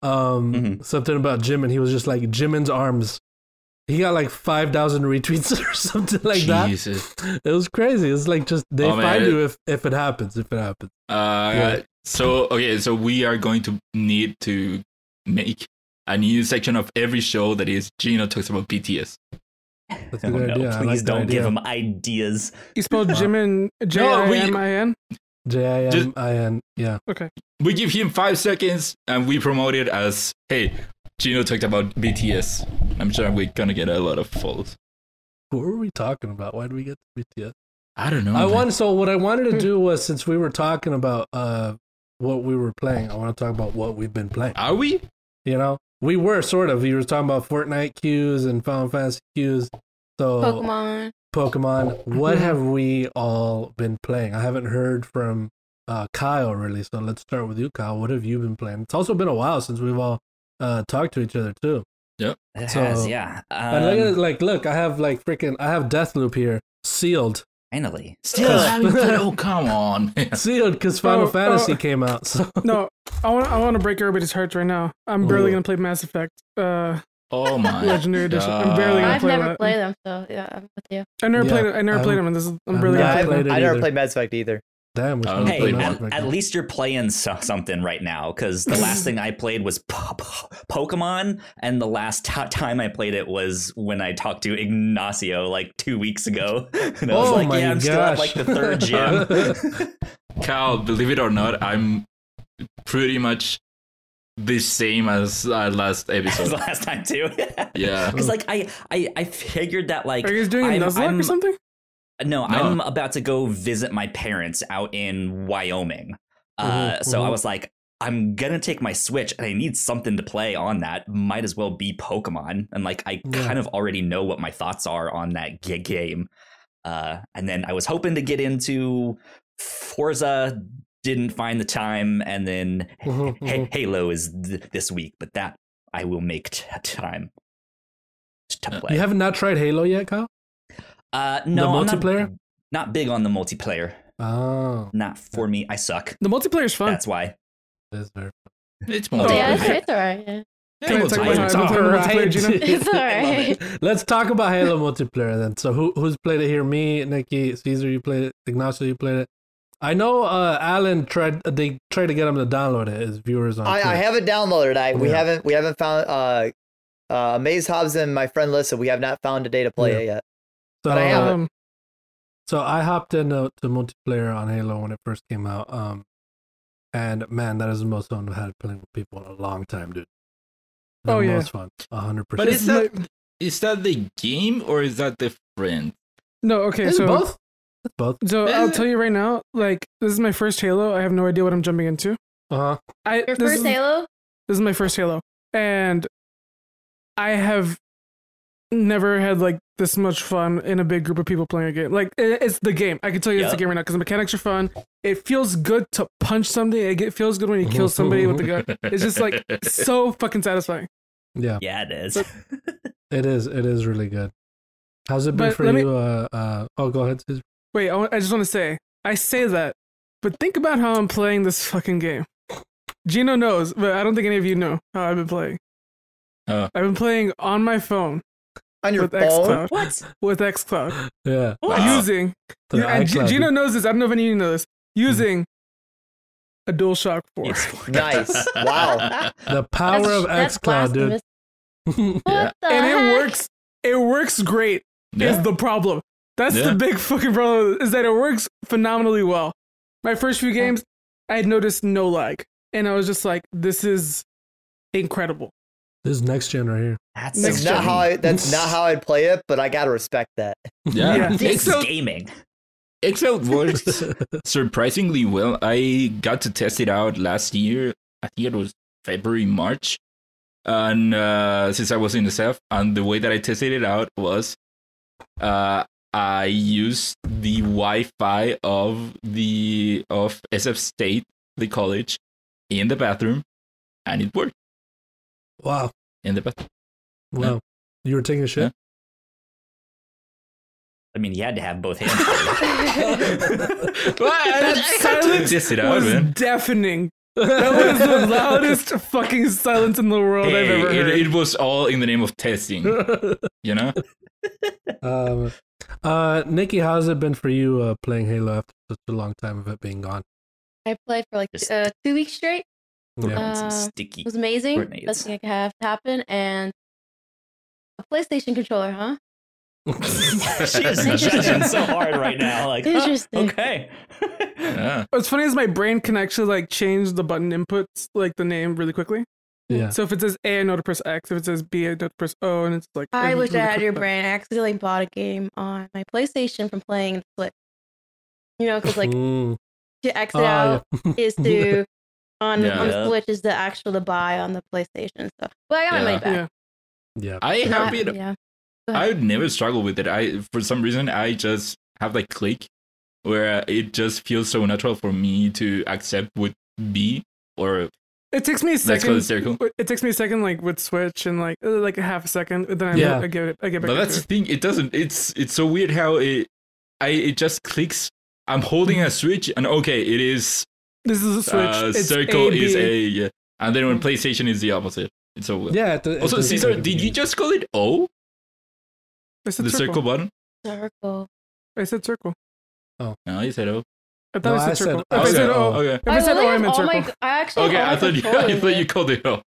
[SPEAKER 1] um
[SPEAKER 3] Mhm.
[SPEAKER 1] something about Jim and he was just like Jimin's arms. He got like five thousand retweets [LAUGHS] or something like
[SPEAKER 2] Jesus.
[SPEAKER 1] that. It was crazy. It's like just they
[SPEAKER 2] Oh, man,
[SPEAKER 1] find
[SPEAKER 2] it-
[SPEAKER 1] you if if it happens, if it happens.
[SPEAKER 2] Uh,
[SPEAKER 1] Yeah.
[SPEAKER 2] so okay, so we are going to need to make a new section of every show that is Gino talks about BTS.
[SPEAKER 1] That's a
[SPEAKER 3] Oh,
[SPEAKER 1] good
[SPEAKER 3] no,
[SPEAKER 1] idea. I
[SPEAKER 3] please
[SPEAKER 1] like that
[SPEAKER 3] don't give
[SPEAKER 1] idea.
[SPEAKER 3] him ideas.
[SPEAKER 5] You spelled Jimin J I M I N.
[SPEAKER 1] J I M I N. Yeah.
[SPEAKER 2] We give him five seconds and we promote it as hey, Gino talked about BTS. I'm sure we're gonna get a lot of follows.
[SPEAKER 1] What were we talking about? Why did we get to BTS?
[SPEAKER 2] I don't know.
[SPEAKER 1] I
[SPEAKER 2] man.
[SPEAKER 1] wanted so what I wanted to do was since we were talking about uh what we were playing, I want to talk about what we've been playing.
[SPEAKER 5] Ah.
[SPEAKER 2] Are we?
[SPEAKER 1] You know, we were sort of. You were talking about Fortnite queues and Final Fantasy queues. So
[SPEAKER 6] Pokemon.
[SPEAKER 1] Pokemon. What
[SPEAKER 5] Mm-hmm.
[SPEAKER 1] have we all been playing? I haven't heard from uh, Kyle really. So let's start with you, Kyle. What have you been playing? It's also been a while since we've all uh, talked to each other too.
[SPEAKER 3] It
[SPEAKER 1] So-
[SPEAKER 3] has, yeah.
[SPEAKER 1] and look at
[SPEAKER 3] Um,
[SPEAKER 1] like, look, I have like freaking, I have Deathloop here sealed,
[SPEAKER 3] finally,
[SPEAKER 2] Still haven't played- Oh [LAUGHS] come on.
[SPEAKER 1] sealed because Final
[SPEAKER 5] Oh, oh.
[SPEAKER 1] Fantasy came out. [LAUGHS] So
[SPEAKER 5] No, I want I want to break everybody's hearts right now. I'm
[SPEAKER 1] Ooh.
[SPEAKER 5] barely gonna play Mass Effect. Uh, I
[SPEAKER 2] Oh my.
[SPEAKER 5] Legendary Edition. I'm barely gonna
[SPEAKER 2] God.
[SPEAKER 6] I've
[SPEAKER 5] play
[SPEAKER 6] never
[SPEAKER 5] that.
[SPEAKER 6] played them, so yeah, I'm with you.
[SPEAKER 5] never
[SPEAKER 1] Yeah,
[SPEAKER 5] played it. I never
[SPEAKER 1] I'm-
[SPEAKER 5] played them, and this is I'm
[SPEAKER 1] I'm
[SPEAKER 5] barely
[SPEAKER 1] not
[SPEAKER 5] gonna
[SPEAKER 4] I,
[SPEAKER 5] play
[SPEAKER 1] played
[SPEAKER 5] them.
[SPEAKER 1] it
[SPEAKER 4] I never
[SPEAKER 1] either.
[SPEAKER 4] played Mass Effect either.
[SPEAKER 1] damn, we
[SPEAKER 2] I
[SPEAKER 1] should
[SPEAKER 2] don't
[SPEAKER 1] play
[SPEAKER 3] Oh, Hey,
[SPEAKER 2] play
[SPEAKER 1] Mass
[SPEAKER 3] at,
[SPEAKER 1] Effect
[SPEAKER 3] at
[SPEAKER 1] now.
[SPEAKER 3] least you're playing so- something right now because the last thing I played was po- po- Pokemon, and the last t- time I played it was when I talked to Ignacio like two weeks ago. [LAUGHS] And I was
[SPEAKER 1] Oh
[SPEAKER 3] like,
[SPEAKER 1] my
[SPEAKER 3] yeah, I'm still at
[SPEAKER 1] gosh.
[SPEAKER 3] like the third
[SPEAKER 1] [LAUGHS]
[SPEAKER 3] gym.
[SPEAKER 2] Kyle, believe it or not, I'm pretty much the same as our
[SPEAKER 3] [LAUGHS]
[SPEAKER 2] last
[SPEAKER 3] That was
[SPEAKER 5] [LAUGHS]
[SPEAKER 2] episode.
[SPEAKER 3] last time too.
[SPEAKER 2] yeah.
[SPEAKER 3] Because like I, I I figured that like
[SPEAKER 5] Are you guys doing a
[SPEAKER 3] I'm-
[SPEAKER 5] Nuzlocke
[SPEAKER 3] I'm-
[SPEAKER 5] or something?
[SPEAKER 3] No,
[SPEAKER 2] No.
[SPEAKER 3] I'm about to go visit my parents out in Wyoming.
[SPEAKER 5] Uh-huh,
[SPEAKER 3] Uh,
[SPEAKER 1] Mhm,
[SPEAKER 3] so I
[SPEAKER 1] mhm.
[SPEAKER 3] was like, I'm gonna take my Switch and I need something to play on that. Might as well be Pokemon. And like, I
[SPEAKER 1] Yeah.
[SPEAKER 3] kind of already know what my thoughts are on that g- game. Uh, and then I was hoping to get into Forza, didn't find the time. And then
[SPEAKER 1] Mhm, mhm.
[SPEAKER 3] Ha- Halo is th- this week, but that I will make t- time to play.
[SPEAKER 1] Uh, You have not tried Halo yet, Kyle?
[SPEAKER 3] uh, no, I'm not-
[SPEAKER 1] multiplayer?
[SPEAKER 3] not big on the multiplayer
[SPEAKER 1] Oh,
[SPEAKER 3] not for me. I suck.
[SPEAKER 5] The multiplayer is fun.
[SPEAKER 3] That's why.
[SPEAKER 1] that is very.
[SPEAKER 2] It's
[SPEAKER 5] Oh,
[SPEAKER 2] more.
[SPEAKER 6] yeah,
[SPEAKER 5] okay.
[SPEAKER 6] it's, it's alright. Yeah.
[SPEAKER 5] Can I take my time? It's all
[SPEAKER 1] [LAUGHS]
[SPEAKER 5] right.
[SPEAKER 6] It's
[SPEAKER 1] I love
[SPEAKER 6] all right.
[SPEAKER 1] it. Let's talk about Halo multiplayer then. So who who's played it here? Me, Nikki, Caesar, you played it. Ignacio, you played it. I know uh, Alan tried. They tried to get him to download it. His viewers on.
[SPEAKER 4] I, I
[SPEAKER 1] Twitch.
[SPEAKER 4] haven't downloaded. I we
[SPEAKER 1] Yeah.
[SPEAKER 4] haven't we haven't found uh uh Maze Hobbs and my friend Lissa. We have not found a day to play
[SPEAKER 1] Yeah.
[SPEAKER 4] it yet.
[SPEAKER 1] So,
[SPEAKER 4] but I have it.
[SPEAKER 5] Um,
[SPEAKER 1] so I hopped into to multiplayer on Halo when it first came out. Um, and man, that is the most fun I've had playing with people in a long time, dude. The
[SPEAKER 5] Oh, yeah.
[SPEAKER 1] most fun, hundred
[SPEAKER 2] But
[SPEAKER 1] percent.
[SPEAKER 2] is that is that the game or is that the friend?
[SPEAKER 5] no, okay,
[SPEAKER 1] [LAUGHS] It's
[SPEAKER 5] so
[SPEAKER 1] both. It's both.
[SPEAKER 5] so
[SPEAKER 2] Is
[SPEAKER 5] I'll
[SPEAKER 2] it?
[SPEAKER 5] tell you right now. Like this is my first Halo. I have no idea what I'm jumping into.
[SPEAKER 1] Uh
[SPEAKER 5] Uh-huh.
[SPEAKER 1] huh.
[SPEAKER 5] I
[SPEAKER 6] Your
[SPEAKER 5] this
[SPEAKER 6] first
[SPEAKER 5] is,
[SPEAKER 6] Halo?
[SPEAKER 5] This is my first Halo, and I have never had like this much fun in a big group of people playing a game. Like it, it's the game. I can tell you it's the
[SPEAKER 3] Yep.
[SPEAKER 5] game right now because the mechanics are fun. It feels good to punch something. It get- feels good when you kill somebody with the
[SPEAKER 2] [LAUGHS]
[SPEAKER 5] gun. It's just like so fucking satisfying.
[SPEAKER 1] Yeah,
[SPEAKER 3] Yeah, it is.
[SPEAKER 1] it is. It is really good. How's it been
[SPEAKER 5] But
[SPEAKER 1] for you?
[SPEAKER 5] let me-
[SPEAKER 1] uh, uh, oh, go ahead. Susan.
[SPEAKER 5] Wait, I wa- I just want to say, I say that, but think about how I'm playing this fucking game. Gino knows, but I don't think any of you know how I've been playing.
[SPEAKER 2] Oh.
[SPEAKER 5] I've been playing on my phone
[SPEAKER 4] On your
[SPEAKER 5] with
[SPEAKER 4] phone?
[SPEAKER 5] XCloud. What? With XCloud.
[SPEAKER 1] Yeah.
[SPEAKER 2] Wow.
[SPEAKER 5] Using,
[SPEAKER 1] The
[SPEAKER 5] yeah, and G-
[SPEAKER 1] iCloud.
[SPEAKER 5] Gino knows this. I don't know if any of uh, you know this. Using a DualShock
[SPEAKER 2] [LAUGHS]
[SPEAKER 5] 4.
[SPEAKER 4] Nice.
[SPEAKER 1] [LAUGHS]
[SPEAKER 4] Wow.
[SPEAKER 1] The power of
[SPEAKER 6] That's- that's
[SPEAKER 1] XCloud, dude.
[SPEAKER 6] blasphemous. What the
[SPEAKER 5] and it
[SPEAKER 6] heck?
[SPEAKER 5] works. It works great. Is
[SPEAKER 2] Yeah.
[SPEAKER 5] the problem? That's
[SPEAKER 2] Yeah.
[SPEAKER 5] the big [LAUGHS] fucking problem. Is that it works phenomenally well. My first few games, I had noticed no lag, and I was just like, "This is
[SPEAKER 6] [LAUGHS]
[SPEAKER 5] incredible."
[SPEAKER 1] [LAUGHS] This is next gen right here.
[SPEAKER 3] [LAUGHS] That's
[SPEAKER 4] That's
[SPEAKER 5] Next
[SPEAKER 3] so
[SPEAKER 4] not how
[SPEAKER 3] gaming.
[SPEAKER 4] I, that's not how I'd play it, but I gotta respect that.
[SPEAKER 2] Yeah.
[SPEAKER 5] Yeah.
[SPEAKER 3] This is
[SPEAKER 2] Excel,
[SPEAKER 3] gaming.
[SPEAKER 2] Excel works surprisingly well. I got to test it out last year. I think it was February, March. And uh, since I was in the South, and the way that I tested it out was uh, I used the Wi-Fi of the of SF State, the college, in the bathroom, and it worked
[SPEAKER 1] [LAUGHS] Wow.
[SPEAKER 2] in the
[SPEAKER 5] [LAUGHS]
[SPEAKER 2] bathroom.
[SPEAKER 1] Wow. You were taking a shit?
[SPEAKER 3] I mean, you had to have both hands.
[SPEAKER 1] [LAUGHS]
[SPEAKER 2] Well, [LAUGHS] I- I got
[SPEAKER 5] That
[SPEAKER 2] to
[SPEAKER 5] silence
[SPEAKER 2] test it out,
[SPEAKER 5] was
[SPEAKER 2] man.
[SPEAKER 5] deafening. That
[SPEAKER 2] [LAUGHS]
[SPEAKER 5] was the loudest fucking silence in the world I've
[SPEAKER 2] Hey,
[SPEAKER 5] ever heard.
[SPEAKER 2] it, it was all in the name of testing, you know.
[SPEAKER 1] [LAUGHS] um, uh, Nikki, how's it been for you uh, playing Halo after such a long time of it being gone?
[SPEAKER 6] I played for like
[SPEAKER 3] Just-
[SPEAKER 6] uh, two weeks straight.
[SPEAKER 1] Yeah.
[SPEAKER 6] Uh,
[SPEAKER 3] Some
[SPEAKER 6] It
[SPEAKER 3] sticky.
[SPEAKER 6] was amazing.
[SPEAKER 3] Coordinates.
[SPEAKER 6] Best thing I could have happen. And a PlayStation controller, huh?
[SPEAKER 3] [LAUGHS] she is
[SPEAKER 6] Interesting.
[SPEAKER 3] judging so hard right now. Like, huh, [LAUGHS]
[SPEAKER 6] Interesting.
[SPEAKER 3] okay.
[SPEAKER 2] Yeah.
[SPEAKER 5] What's funny is my brain can actually like change the button inputs, like the name, really quickly.
[SPEAKER 1] yeah.
[SPEAKER 5] So if it says A, I know to press X. If it says B, I know to press O, and it's like
[SPEAKER 6] I
[SPEAKER 5] it's
[SPEAKER 6] wish I
[SPEAKER 5] really [LAUGHS]
[SPEAKER 6] had your
[SPEAKER 5] quick.
[SPEAKER 6] brain. I accidentally bought a game on my PlayStation from playing the Switch. You know, because
[SPEAKER 1] [LAUGHS]
[SPEAKER 6] like
[SPEAKER 1] Mm.
[SPEAKER 6] to exit
[SPEAKER 1] Ah,
[SPEAKER 6] out
[SPEAKER 5] [LAUGHS]
[SPEAKER 6] is to on
[SPEAKER 2] Yeah.
[SPEAKER 6] on
[SPEAKER 3] Yeah.
[SPEAKER 6] Switch is the actual to buy on the PlayStation. So, but I got my
[SPEAKER 2] Yeah.
[SPEAKER 6] money back.
[SPEAKER 5] Yeah.
[SPEAKER 1] [LAUGHS] yeah.
[SPEAKER 2] I
[SPEAKER 6] No,
[SPEAKER 2] have
[SPEAKER 6] I-
[SPEAKER 2] been.
[SPEAKER 6] yeah.
[SPEAKER 2] I would never struggle with it. I for some reason I just have like click, where it just feels so natural for me to accept with B or
[SPEAKER 5] It takes me a
[SPEAKER 2] let's call it
[SPEAKER 5] second.
[SPEAKER 2] circle.
[SPEAKER 5] It takes me a second, like with Switch, and like uh, like a half a second, and then I,
[SPEAKER 1] Yeah.
[SPEAKER 5] I get it. I get back.
[SPEAKER 2] But that's the
[SPEAKER 5] into
[SPEAKER 2] thing. It doesn't. It's it's so weird how it I it just clicks. I'm holding a switch and okay, it is
[SPEAKER 5] it. This is a Switch.
[SPEAKER 2] uh,
[SPEAKER 5] it's
[SPEAKER 2] circle
[SPEAKER 5] A, B.
[SPEAKER 2] is a yeah. and then when PlayStation is the opposite. It's so weird.
[SPEAKER 1] yeah. It, it
[SPEAKER 2] Also,
[SPEAKER 1] does
[SPEAKER 2] Caesar,
[SPEAKER 1] take a
[SPEAKER 2] did you
[SPEAKER 1] beginning.
[SPEAKER 2] just call it O?
[SPEAKER 5] I said
[SPEAKER 2] The circle button?
[SPEAKER 6] Circle.
[SPEAKER 5] I said circle.
[SPEAKER 2] No, you said O.
[SPEAKER 5] I thought
[SPEAKER 1] No,
[SPEAKER 5] I said
[SPEAKER 1] I said-
[SPEAKER 5] circle.
[SPEAKER 1] I
[SPEAKER 5] if I
[SPEAKER 1] said
[SPEAKER 5] said
[SPEAKER 1] O.
[SPEAKER 5] O,
[SPEAKER 2] Okay. Oh.
[SPEAKER 5] if I said
[SPEAKER 6] really
[SPEAKER 5] O, I
[SPEAKER 6] have
[SPEAKER 5] meant
[SPEAKER 6] all
[SPEAKER 5] circle.
[SPEAKER 6] my, I actually have
[SPEAKER 2] Okay,
[SPEAKER 6] all my
[SPEAKER 2] I thought you, [LAUGHS] I
[SPEAKER 6] controllers,
[SPEAKER 2] thought
[SPEAKER 6] man.
[SPEAKER 2] you called it O.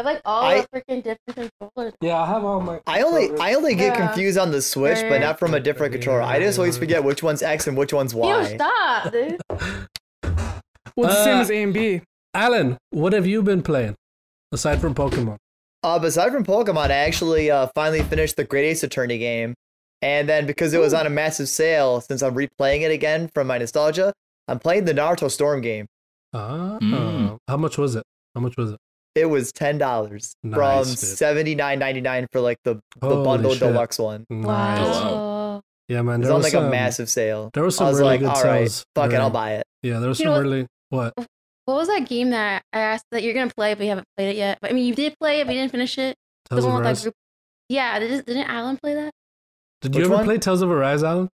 [SPEAKER 6] I like all
[SPEAKER 4] I-
[SPEAKER 6] the freaking different controllers.
[SPEAKER 1] Yeah, I have all my.
[SPEAKER 4] I only I only get
[SPEAKER 6] Yeah.
[SPEAKER 4] confused on the Switch, but not from a different controller. I just always forget which one's X and which one's
[SPEAKER 6] Yo,
[SPEAKER 4] Y. [LAUGHS]
[SPEAKER 6] stop, dude.
[SPEAKER 5] Well, it's the same
[SPEAKER 1] Uh,
[SPEAKER 5] as A and B.
[SPEAKER 1] Alan, what have you been playing aside from Pokemon?
[SPEAKER 4] Uh, but aside from Pokemon, I actually uh, finally finished the Great Ace Attorney game, and then because it was on a massive sale, since I'm replaying it again from my nostalgia, I'm playing the Naruto Storm game.
[SPEAKER 1] Ah,
[SPEAKER 2] Mm.
[SPEAKER 1] how much was it? How much was it?
[SPEAKER 4] It was ten dollars
[SPEAKER 1] Nice,
[SPEAKER 4] from
[SPEAKER 1] dude.
[SPEAKER 4] seventy nine ninety nine for like the the
[SPEAKER 1] Holy
[SPEAKER 4] bundle
[SPEAKER 1] shit.
[SPEAKER 4] deluxe one.
[SPEAKER 1] Nice.
[SPEAKER 2] Oh,
[SPEAKER 6] Oh, Wow.
[SPEAKER 1] Yeah, man.
[SPEAKER 4] It was
[SPEAKER 1] There
[SPEAKER 4] on
[SPEAKER 1] was
[SPEAKER 4] like
[SPEAKER 1] some,
[SPEAKER 4] a massive sale.
[SPEAKER 1] There was
[SPEAKER 4] I
[SPEAKER 1] some
[SPEAKER 4] was
[SPEAKER 1] really
[SPEAKER 4] like,
[SPEAKER 1] good
[SPEAKER 4] all right,
[SPEAKER 1] sales.
[SPEAKER 4] fuck it,
[SPEAKER 1] during-
[SPEAKER 4] I'll buy it.
[SPEAKER 1] Yeah, there was
[SPEAKER 6] You
[SPEAKER 1] some
[SPEAKER 6] know what-
[SPEAKER 1] really what?
[SPEAKER 6] What was that game that I asked that you're gonna play but you haven't played it yet? But I mean, you did play it, but you didn't finish it.
[SPEAKER 1] Tales of
[SPEAKER 6] the one with that
[SPEAKER 1] Arise.
[SPEAKER 6] group. Yeah, did, didn't Alan play that?
[SPEAKER 1] Did you
[SPEAKER 4] Which
[SPEAKER 1] ever
[SPEAKER 4] one?
[SPEAKER 1] play Tales of Arise, Alan?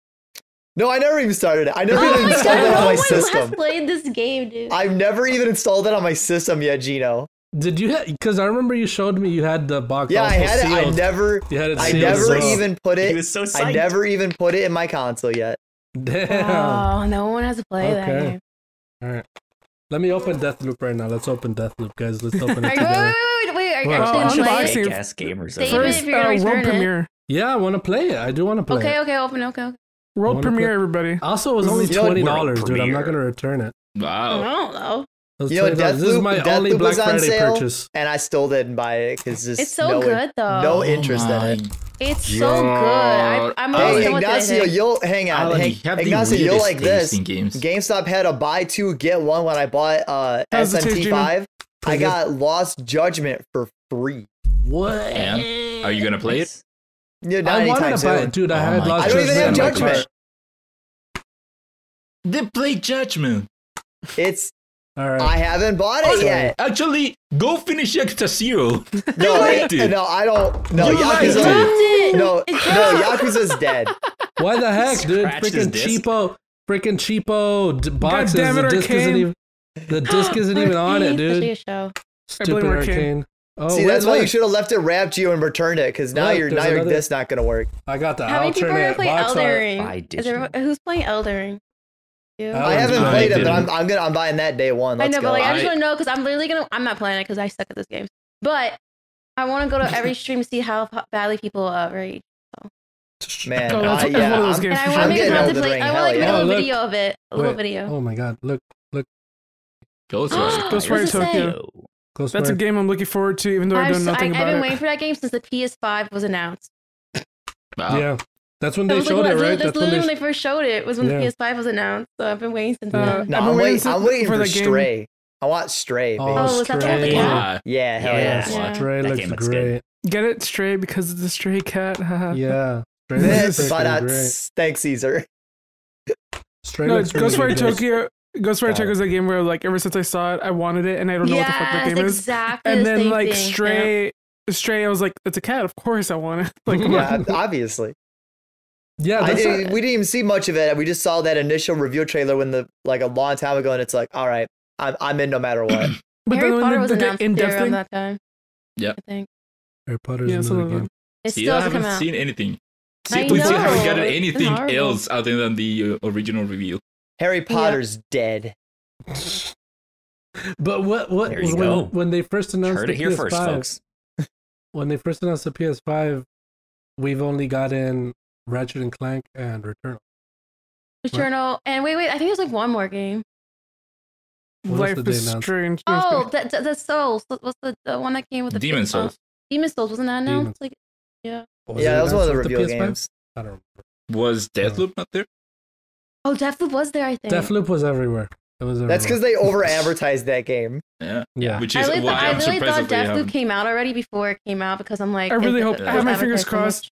[SPEAKER 4] No, I never even started it. I never
[SPEAKER 6] oh
[SPEAKER 4] even
[SPEAKER 6] my god,
[SPEAKER 4] installed it
[SPEAKER 6] no
[SPEAKER 4] on my
[SPEAKER 6] one has
[SPEAKER 4] system.
[SPEAKER 6] played this game, dude.
[SPEAKER 4] I've never even installed it on my system yet, Gino.
[SPEAKER 1] Did you? Because I remember you showed me you had the box.
[SPEAKER 4] Yeah, I
[SPEAKER 1] also
[SPEAKER 4] had it. I
[SPEAKER 1] sealed.
[SPEAKER 4] never,
[SPEAKER 1] You had it
[SPEAKER 4] I
[SPEAKER 1] sealed as
[SPEAKER 4] never
[SPEAKER 1] well.
[SPEAKER 4] even put
[SPEAKER 3] He
[SPEAKER 4] it.
[SPEAKER 3] was so psyched.
[SPEAKER 4] I never even put it in my console yet.
[SPEAKER 1] [LAUGHS] Damn.
[SPEAKER 4] [LAUGHS]
[SPEAKER 6] Wow, no one has played that
[SPEAKER 1] Okay.
[SPEAKER 6] game.
[SPEAKER 1] Let me open Deathloop right now. Let's open Deathloop, guys. Let's open it
[SPEAKER 6] [LAUGHS] Are you, wait,
[SPEAKER 1] together.
[SPEAKER 6] wait, wait, wait, are you
[SPEAKER 1] Wow.
[SPEAKER 6] actually
[SPEAKER 5] Oh,
[SPEAKER 6] gonna play it?
[SPEAKER 5] unboxing.
[SPEAKER 3] ass gamers.
[SPEAKER 6] Save
[SPEAKER 3] over there.
[SPEAKER 6] it
[SPEAKER 5] First,
[SPEAKER 6] if you're gonna
[SPEAKER 5] uh, world
[SPEAKER 6] return it.
[SPEAKER 5] premiere.
[SPEAKER 1] Yeah, I want to play it. I do want to play
[SPEAKER 6] Okay,
[SPEAKER 1] it.
[SPEAKER 6] okay, open, okay, okay.
[SPEAKER 5] World
[SPEAKER 1] wanna play-
[SPEAKER 5] premiere, everybody.
[SPEAKER 1] Also, it was only
[SPEAKER 4] You know, like,
[SPEAKER 1] twenty dollars, dude. I'm
[SPEAKER 2] premiere.
[SPEAKER 1] not gonna return it.
[SPEAKER 4] Oh.
[SPEAKER 2] Wow.
[SPEAKER 6] I don't know.
[SPEAKER 1] It was
[SPEAKER 4] You know,
[SPEAKER 1] $20. this is
[SPEAKER 4] Deathloop-
[SPEAKER 1] my only
[SPEAKER 4] Deathloop
[SPEAKER 1] Black
[SPEAKER 4] was on
[SPEAKER 1] Friday
[SPEAKER 4] sale.
[SPEAKER 1] purchase.
[SPEAKER 4] And I still didn't buy it because
[SPEAKER 6] It's so good though.
[SPEAKER 4] no interest
[SPEAKER 2] Oh
[SPEAKER 4] in it.
[SPEAKER 6] It's so
[SPEAKER 2] Yeah.
[SPEAKER 6] good. I, I'm
[SPEAKER 2] Hey,
[SPEAKER 6] always
[SPEAKER 4] Hey,
[SPEAKER 6] done with
[SPEAKER 4] Ignacio,
[SPEAKER 6] it.
[SPEAKER 4] you'll hang on.
[SPEAKER 2] Alan,
[SPEAKER 4] hang,
[SPEAKER 2] you have the
[SPEAKER 4] Ignacio, you'll
[SPEAKER 2] weirdest
[SPEAKER 4] like
[SPEAKER 2] taste
[SPEAKER 4] this.
[SPEAKER 2] in games.
[SPEAKER 4] GameStop had a buy two get one when I bought uh,
[SPEAKER 5] How's the taste, Gino?
[SPEAKER 4] SMT5. I
[SPEAKER 1] Pretty good.
[SPEAKER 4] got Lost Judgment for free.
[SPEAKER 1] What?
[SPEAKER 2] And are you gonna play it?
[SPEAKER 4] Yeah, not
[SPEAKER 1] I
[SPEAKER 4] anytime
[SPEAKER 1] wanted to buy
[SPEAKER 4] soon.
[SPEAKER 1] it, dude. I
[SPEAKER 2] Oh
[SPEAKER 1] had
[SPEAKER 2] my
[SPEAKER 1] lost
[SPEAKER 2] God.
[SPEAKER 4] I don't even
[SPEAKER 1] Judgment
[SPEAKER 4] have
[SPEAKER 1] in my
[SPEAKER 4] judgment.
[SPEAKER 2] They play Judgment.
[SPEAKER 4] It's
[SPEAKER 1] cart. All right.
[SPEAKER 4] I haven't bought
[SPEAKER 2] Oh,
[SPEAKER 4] it yet.
[SPEAKER 2] Actually, go finish Yakuza [LAUGHS] Zero.
[SPEAKER 4] No,
[SPEAKER 2] liked it.
[SPEAKER 4] no, I don't. No,
[SPEAKER 2] You liked
[SPEAKER 6] Dropped
[SPEAKER 4] Yakuza.
[SPEAKER 2] it.
[SPEAKER 6] it.
[SPEAKER 4] No, no,
[SPEAKER 6] It's dropped.
[SPEAKER 4] Yakuza's dead.
[SPEAKER 1] Why the heck, dude?
[SPEAKER 3] Scratch his
[SPEAKER 1] Freaking
[SPEAKER 3] disc.
[SPEAKER 1] cheapo, freaking cheapo d- boxes.
[SPEAKER 5] damn it,
[SPEAKER 1] the disc isn't
[SPEAKER 5] Arcane.
[SPEAKER 1] even. The [GASPS] disc isn't even on it,
[SPEAKER 6] Arcane,
[SPEAKER 1] dude.
[SPEAKER 6] such a good show.
[SPEAKER 5] I
[SPEAKER 1] Stupid
[SPEAKER 5] blame
[SPEAKER 1] arcane.
[SPEAKER 5] Arcane.
[SPEAKER 1] Oh,
[SPEAKER 4] See,
[SPEAKER 1] wait,
[SPEAKER 4] that's why you
[SPEAKER 1] look.
[SPEAKER 4] should have left it wrapped you and returned it, because now
[SPEAKER 1] Look,
[SPEAKER 4] you're
[SPEAKER 1] there's
[SPEAKER 4] now your
[SPEAKER 1] another-
[SPEAKER 4] disc not gonna work.
[SPEAKER 1] I got the
[SPEAKER 6] How many people are gonna
[SPEAKER 1] alternate
[SPEAKER 6] play
[SPEAKER 1] box
[SPEAKER 6] Elden
[SPEAKER 1] art.
[SPEAKER 3] I
[SPEAKER 6] Ring? Is
[SPEAKER 3] didn't.
[SPEAKER 6] everyone- who's playing Elden Ring? You?
[SPEAKER 1] I
[SPEAKER 4] I haven't
[SPEAKER 2] I
[SPEAKER 4] played it, but
[SPEAKER 2] didn't.
[SPEAKER 4] I'm I'm gonna I'm buying that day one.
[SPEAKER 6] I
[SPEAKER 4] Let's
[SPEAKER 6] know,
[SPEAKER 4] go.
[SPEAKER 6] but like I, just
[SPEAKER 2] I-
[SPEAKER 6] want to know because I'm literally gonna. I'm not playing it because I suck at this game. But I want to go to
[SPEAKER 1] [LAUGHS]
[SPEAKER 6] every stream to see how p- badly people uh, rage,
[SPEAKER 4] [LAUGHS] Man,
[SPEAKER 5] Oh,
[SPEAKER 4] I,
[SPEAKER 5] that's, that's
[SPEAKER 4] yeah,
[SPEAKER 5] one of those
[SPEAKER 4] I'm-
[SPEAKER 5] games.
[SPEAKER 6] and I
[SPEAKER 5] for
[SPEAKER 6] want to
[SPEAKER 5] sure.
[SPEAKER 6] make a
[SPEAKER 4] getting
[SPEAKER 6] contemplate-
[SPEAKER 4] Elden Ring,
[SPEAKER 6] I want
[SPEAKER 4] hell
[SPEAKER 6] like make
[SPEAKER 1] yeah.
[SPEAKER 6] a little
[SPEAKER 1] Oh, look.
[SPEAKER 6] video of it. A little
[SPEAKER 1] Wait.
[SPEAKER 6] video.
[SPEAKER 1] Oh my god, look, look,
[SPEAKER 6] [GASPS]
[SPEAKER 2] Ghost
[SPEAKER 6] Ghost
[SPEAKER 2] Rider.
[SPEAKER 5] Ghostwire
[SPEAKER 6] What's it say?
[SPEAKER 5] Tokyo.
[SPEAKER 1] close.
[SPEAKER 5] That's a
[SPEAKER 1] word.
[SPEAKER 5] game I'm looking forward to, even though I
[SPEAKER 6] I'm
[SPEAKER 5] know
[SPEAKER 6] so, I,
[SPEAKER 5] nothing
[SPEAKER 6] I've
[SPEAKER 5] about
[SPEAKER 6] been
[SPEAKER 5] it.
[SPEAKER 6] waiting for that game since the PS5 was announced.
[SPEAKER 2] Wow.
[SPEAKER 1] Yeah, that's when
[SPEAKER 6] That
[SPEAKER 1] they
[SPEAKER 6] was like,
[SPEAKER 1] showed
[SPEAKER 6] what,
[SPEAKER 1] it, right?
[SPEAKER 6] That's
[SPEAKER 1] That's when
[SPEAKER 6] literally when
[SPEAKER 1] they.
[SPEAKER 6] they first showed it. Was when
[SPEAKER 1] Yeah.
[SPEAKER 6] the PS5 was announced. So I've been waiting since then.
[SPEAKER 5] Uh,
[SPEAKER 4] No,
[SPEAKER 5] I've
[SPEAKER 4] I'm
[SPEAKER 5] been waiting
[SPEAKER 4] waiting.
[SPEAKER 5] since-
[SPEAKER 4] I'm waiting
[SPEAKER 5] for
[SPEAKER 4] for
[SPEAKER 5] the game.
[SPEAKER 4] Stray. I want Stray.
[SPEAKER 1] Oh,
[SPEAKER 4] baby.
[SPEAKER 6] Oh, is that the one with the
[SPEAKER 1] Stray.
[SPEAKER 6] cat?
[SPEAKER 4] Yeah, hell
[SPEAKER 3] Yes.
[SPEAKER 4] yeah.
[SPEAKER 6] Yeah.
[SPEAKER 1] Stray
[SPEAKER 3] That
[SPEAKER 1] looks
[SPEAKER 3] game looks
[SPEAKER 1] great.
[SPEAKER 3] good.
[SPEAKER 5] Get it stray because it's a stray cat. haha.
[SPEAKER 1] Yeah. Stray looks
[SPEAKER 4] This,
[SPEAKER 1] freaking
[SPEAKER 4] but
[SPEAKER 1] great.
[SPEAKER 4] that's thanks, Caesar.
[SPEAKER 1] Stray
[SPEAKER 5] No,
[SPEAKER 1] looks really
[SPEAKER 5] Ghostwire
[SPEAKER 1] good.
[SPEAKER 5] Tokyo. Ghostwire
[SPEAKER 4] Got
[SPEAKER 5] Tokyo is a game where like ever since I saw it, I wanted it, and I don't know what the fuck that
[SPEAKER 6] Yes,
[SPEAKER 5] game is.
[SPEAKER 6] exactly.
[SPEAKER 5] And
[SPEAKER 6] the
[SPEAKER 5] then
[SPEAKER 6] same
[SPEAKER 5] like
[SPEAKER 6] thing.
[SPEAKER 5] stray, stray, I was like, it's a cat. Of course I want it. [LAUGHS] Like come
[SPEAKER 4] Yeah,
[SPEAKER 5] on.
[SPEAKER 4] obviously.
[SPEAKER 1] Yeah,
[SPEAKER 4] I
[SPEAKER 1] that's
[SPEAKER 4] didn't, we didn't even see much of it. We just saw that initial reveal trailer when the like a long time ago, and it's like, all right, I'm I'm in no matter what.
[SPEAKER 5] But
[SPEAKER 6] Harry
[SPEAKER 5] then
[SPEAKER 6] Potter
[SPEAKER 5] when
[SPEAKER 6] was
[SPEAKER 5] they did the
[SPEAKER 6] announced
[SPEAKER 5] in-depth
[SPEAKER 6] around
[SPEAKER 5] thing,
[SPEAKER 6] that time.
[SPEAKER 2] Yep.
[SPEAKER 6] I think
[SPEAKER 1] Harry Potter's
[SPEAKER 5] Yeah, some
[SPEAKER 1] another
[SPEAKER 5] of
[SPEAKER 1] game.
[SPEAKER 5] them.
[SPEAKER 6] it
[SPEAKER 2] See,
[SPEAKER 6] still
[SPEAKER 2] I
[SPEAKER 6] hasn't
[SPEAKER 2] haven't
[SPEAKER 6] come out.
[SPEAKER 2] seen anything.
[SPEAKER 6] I
[SPEAKER 2] See, we still
[SPEAKER 6] know.
[SPEAKER 2] haven't gotten
[SPEAKER 6] It's
[SPEAKER 2] anything
[SPEAKER 6] horrible.
[SPEAKER 2] else other than the uh, original review.
[SPEAKER 4] Harry Potter's dead.
[SPEAKER 1] But what what
[SPEAKER 3] There you
[SPEAKER 1] when,
[SPEAKER 3] go.
[SPEAKER 1] when they first announced
[SPEAKER 3] Heard
[SPEAKER 1] the
[SPEAKER 3] it here
[SPEAKER 1] PS5,
[SPEAKER 3] first, folks.
[SPEAKER 1] when they first announced the PS5, we've only gotten Ratchet and Clank and Returnal.
[SPEAKER 6] Returnal and wait, wait. I think there's like one more game.
[SPEAKER 1] What else did
[SPEAKER 5] life
[SPEAKER 1] they
[SPEAKER 5] is
[SPEAKER 1] announce?
[SPEAKER 5] strange.
[SPEAKER 6] Oh, that, that that's Souls. That- What's the, the one that came with the
[SPEAKER 2] Demon
[SPEAKER 6] uh,
[SPEAKER 2] Souls.
[SPEAKER 6] Demon Souls wasn't that
[SPEAKER 1] Demon.
[SPEAKER 6] announced? Like
[SPEAKER 1] What
[SPEAKER 4] yeah,
[SPEAKER 1] it
[SPEAKER 4] that was one of the
[SPEAKER 1] announced with
[SPEAKER 4] reveal
[SPEAKER 1] PS5?
[SPEAKER 4] games.
[SPEAKER 1] I don't remember.
[SPEAKER 2] Was Deathloop not there?
[SPEAKER 6] oh, Deathloop was there. I think.
[SPEAKER 1] Deathloop was everywhere. It was everywhere.
[SPEAKER 4] That's because they over advertised that game.
[SPEAKER 2] Yeah.
[SPEAKER 1] yeah.
[SPEAKER 2] Which
[SPEAKER 6] I
[SPEAKER 2] is
[SPEAKER 6] really,
[SPEAKER 2] why I'm
[SPEAKER 6] thought, I really
[SPEAKER 2] surprised
[SPEAKER 6] thought
[SPEAKER 2] that they um, haven't.
[SPEAKER 6] Deathloop came out already before it came out because I'm like,
[SPEAKER 5] I really
[SPEAKER 6] it-
[SPEAKER 5] hope-
[SPEAKER 6] it
[SPEAKER 2] I
[SPEAKER 6] was
[SPEAKER 2] have
[SPEAKER 5] my
[SPEAKER 6] advertised
[SPEAKER 5] fingers
[SPEAKER 6] so
[SPEAKER 5] crossed.
[SPEAKER 6] much.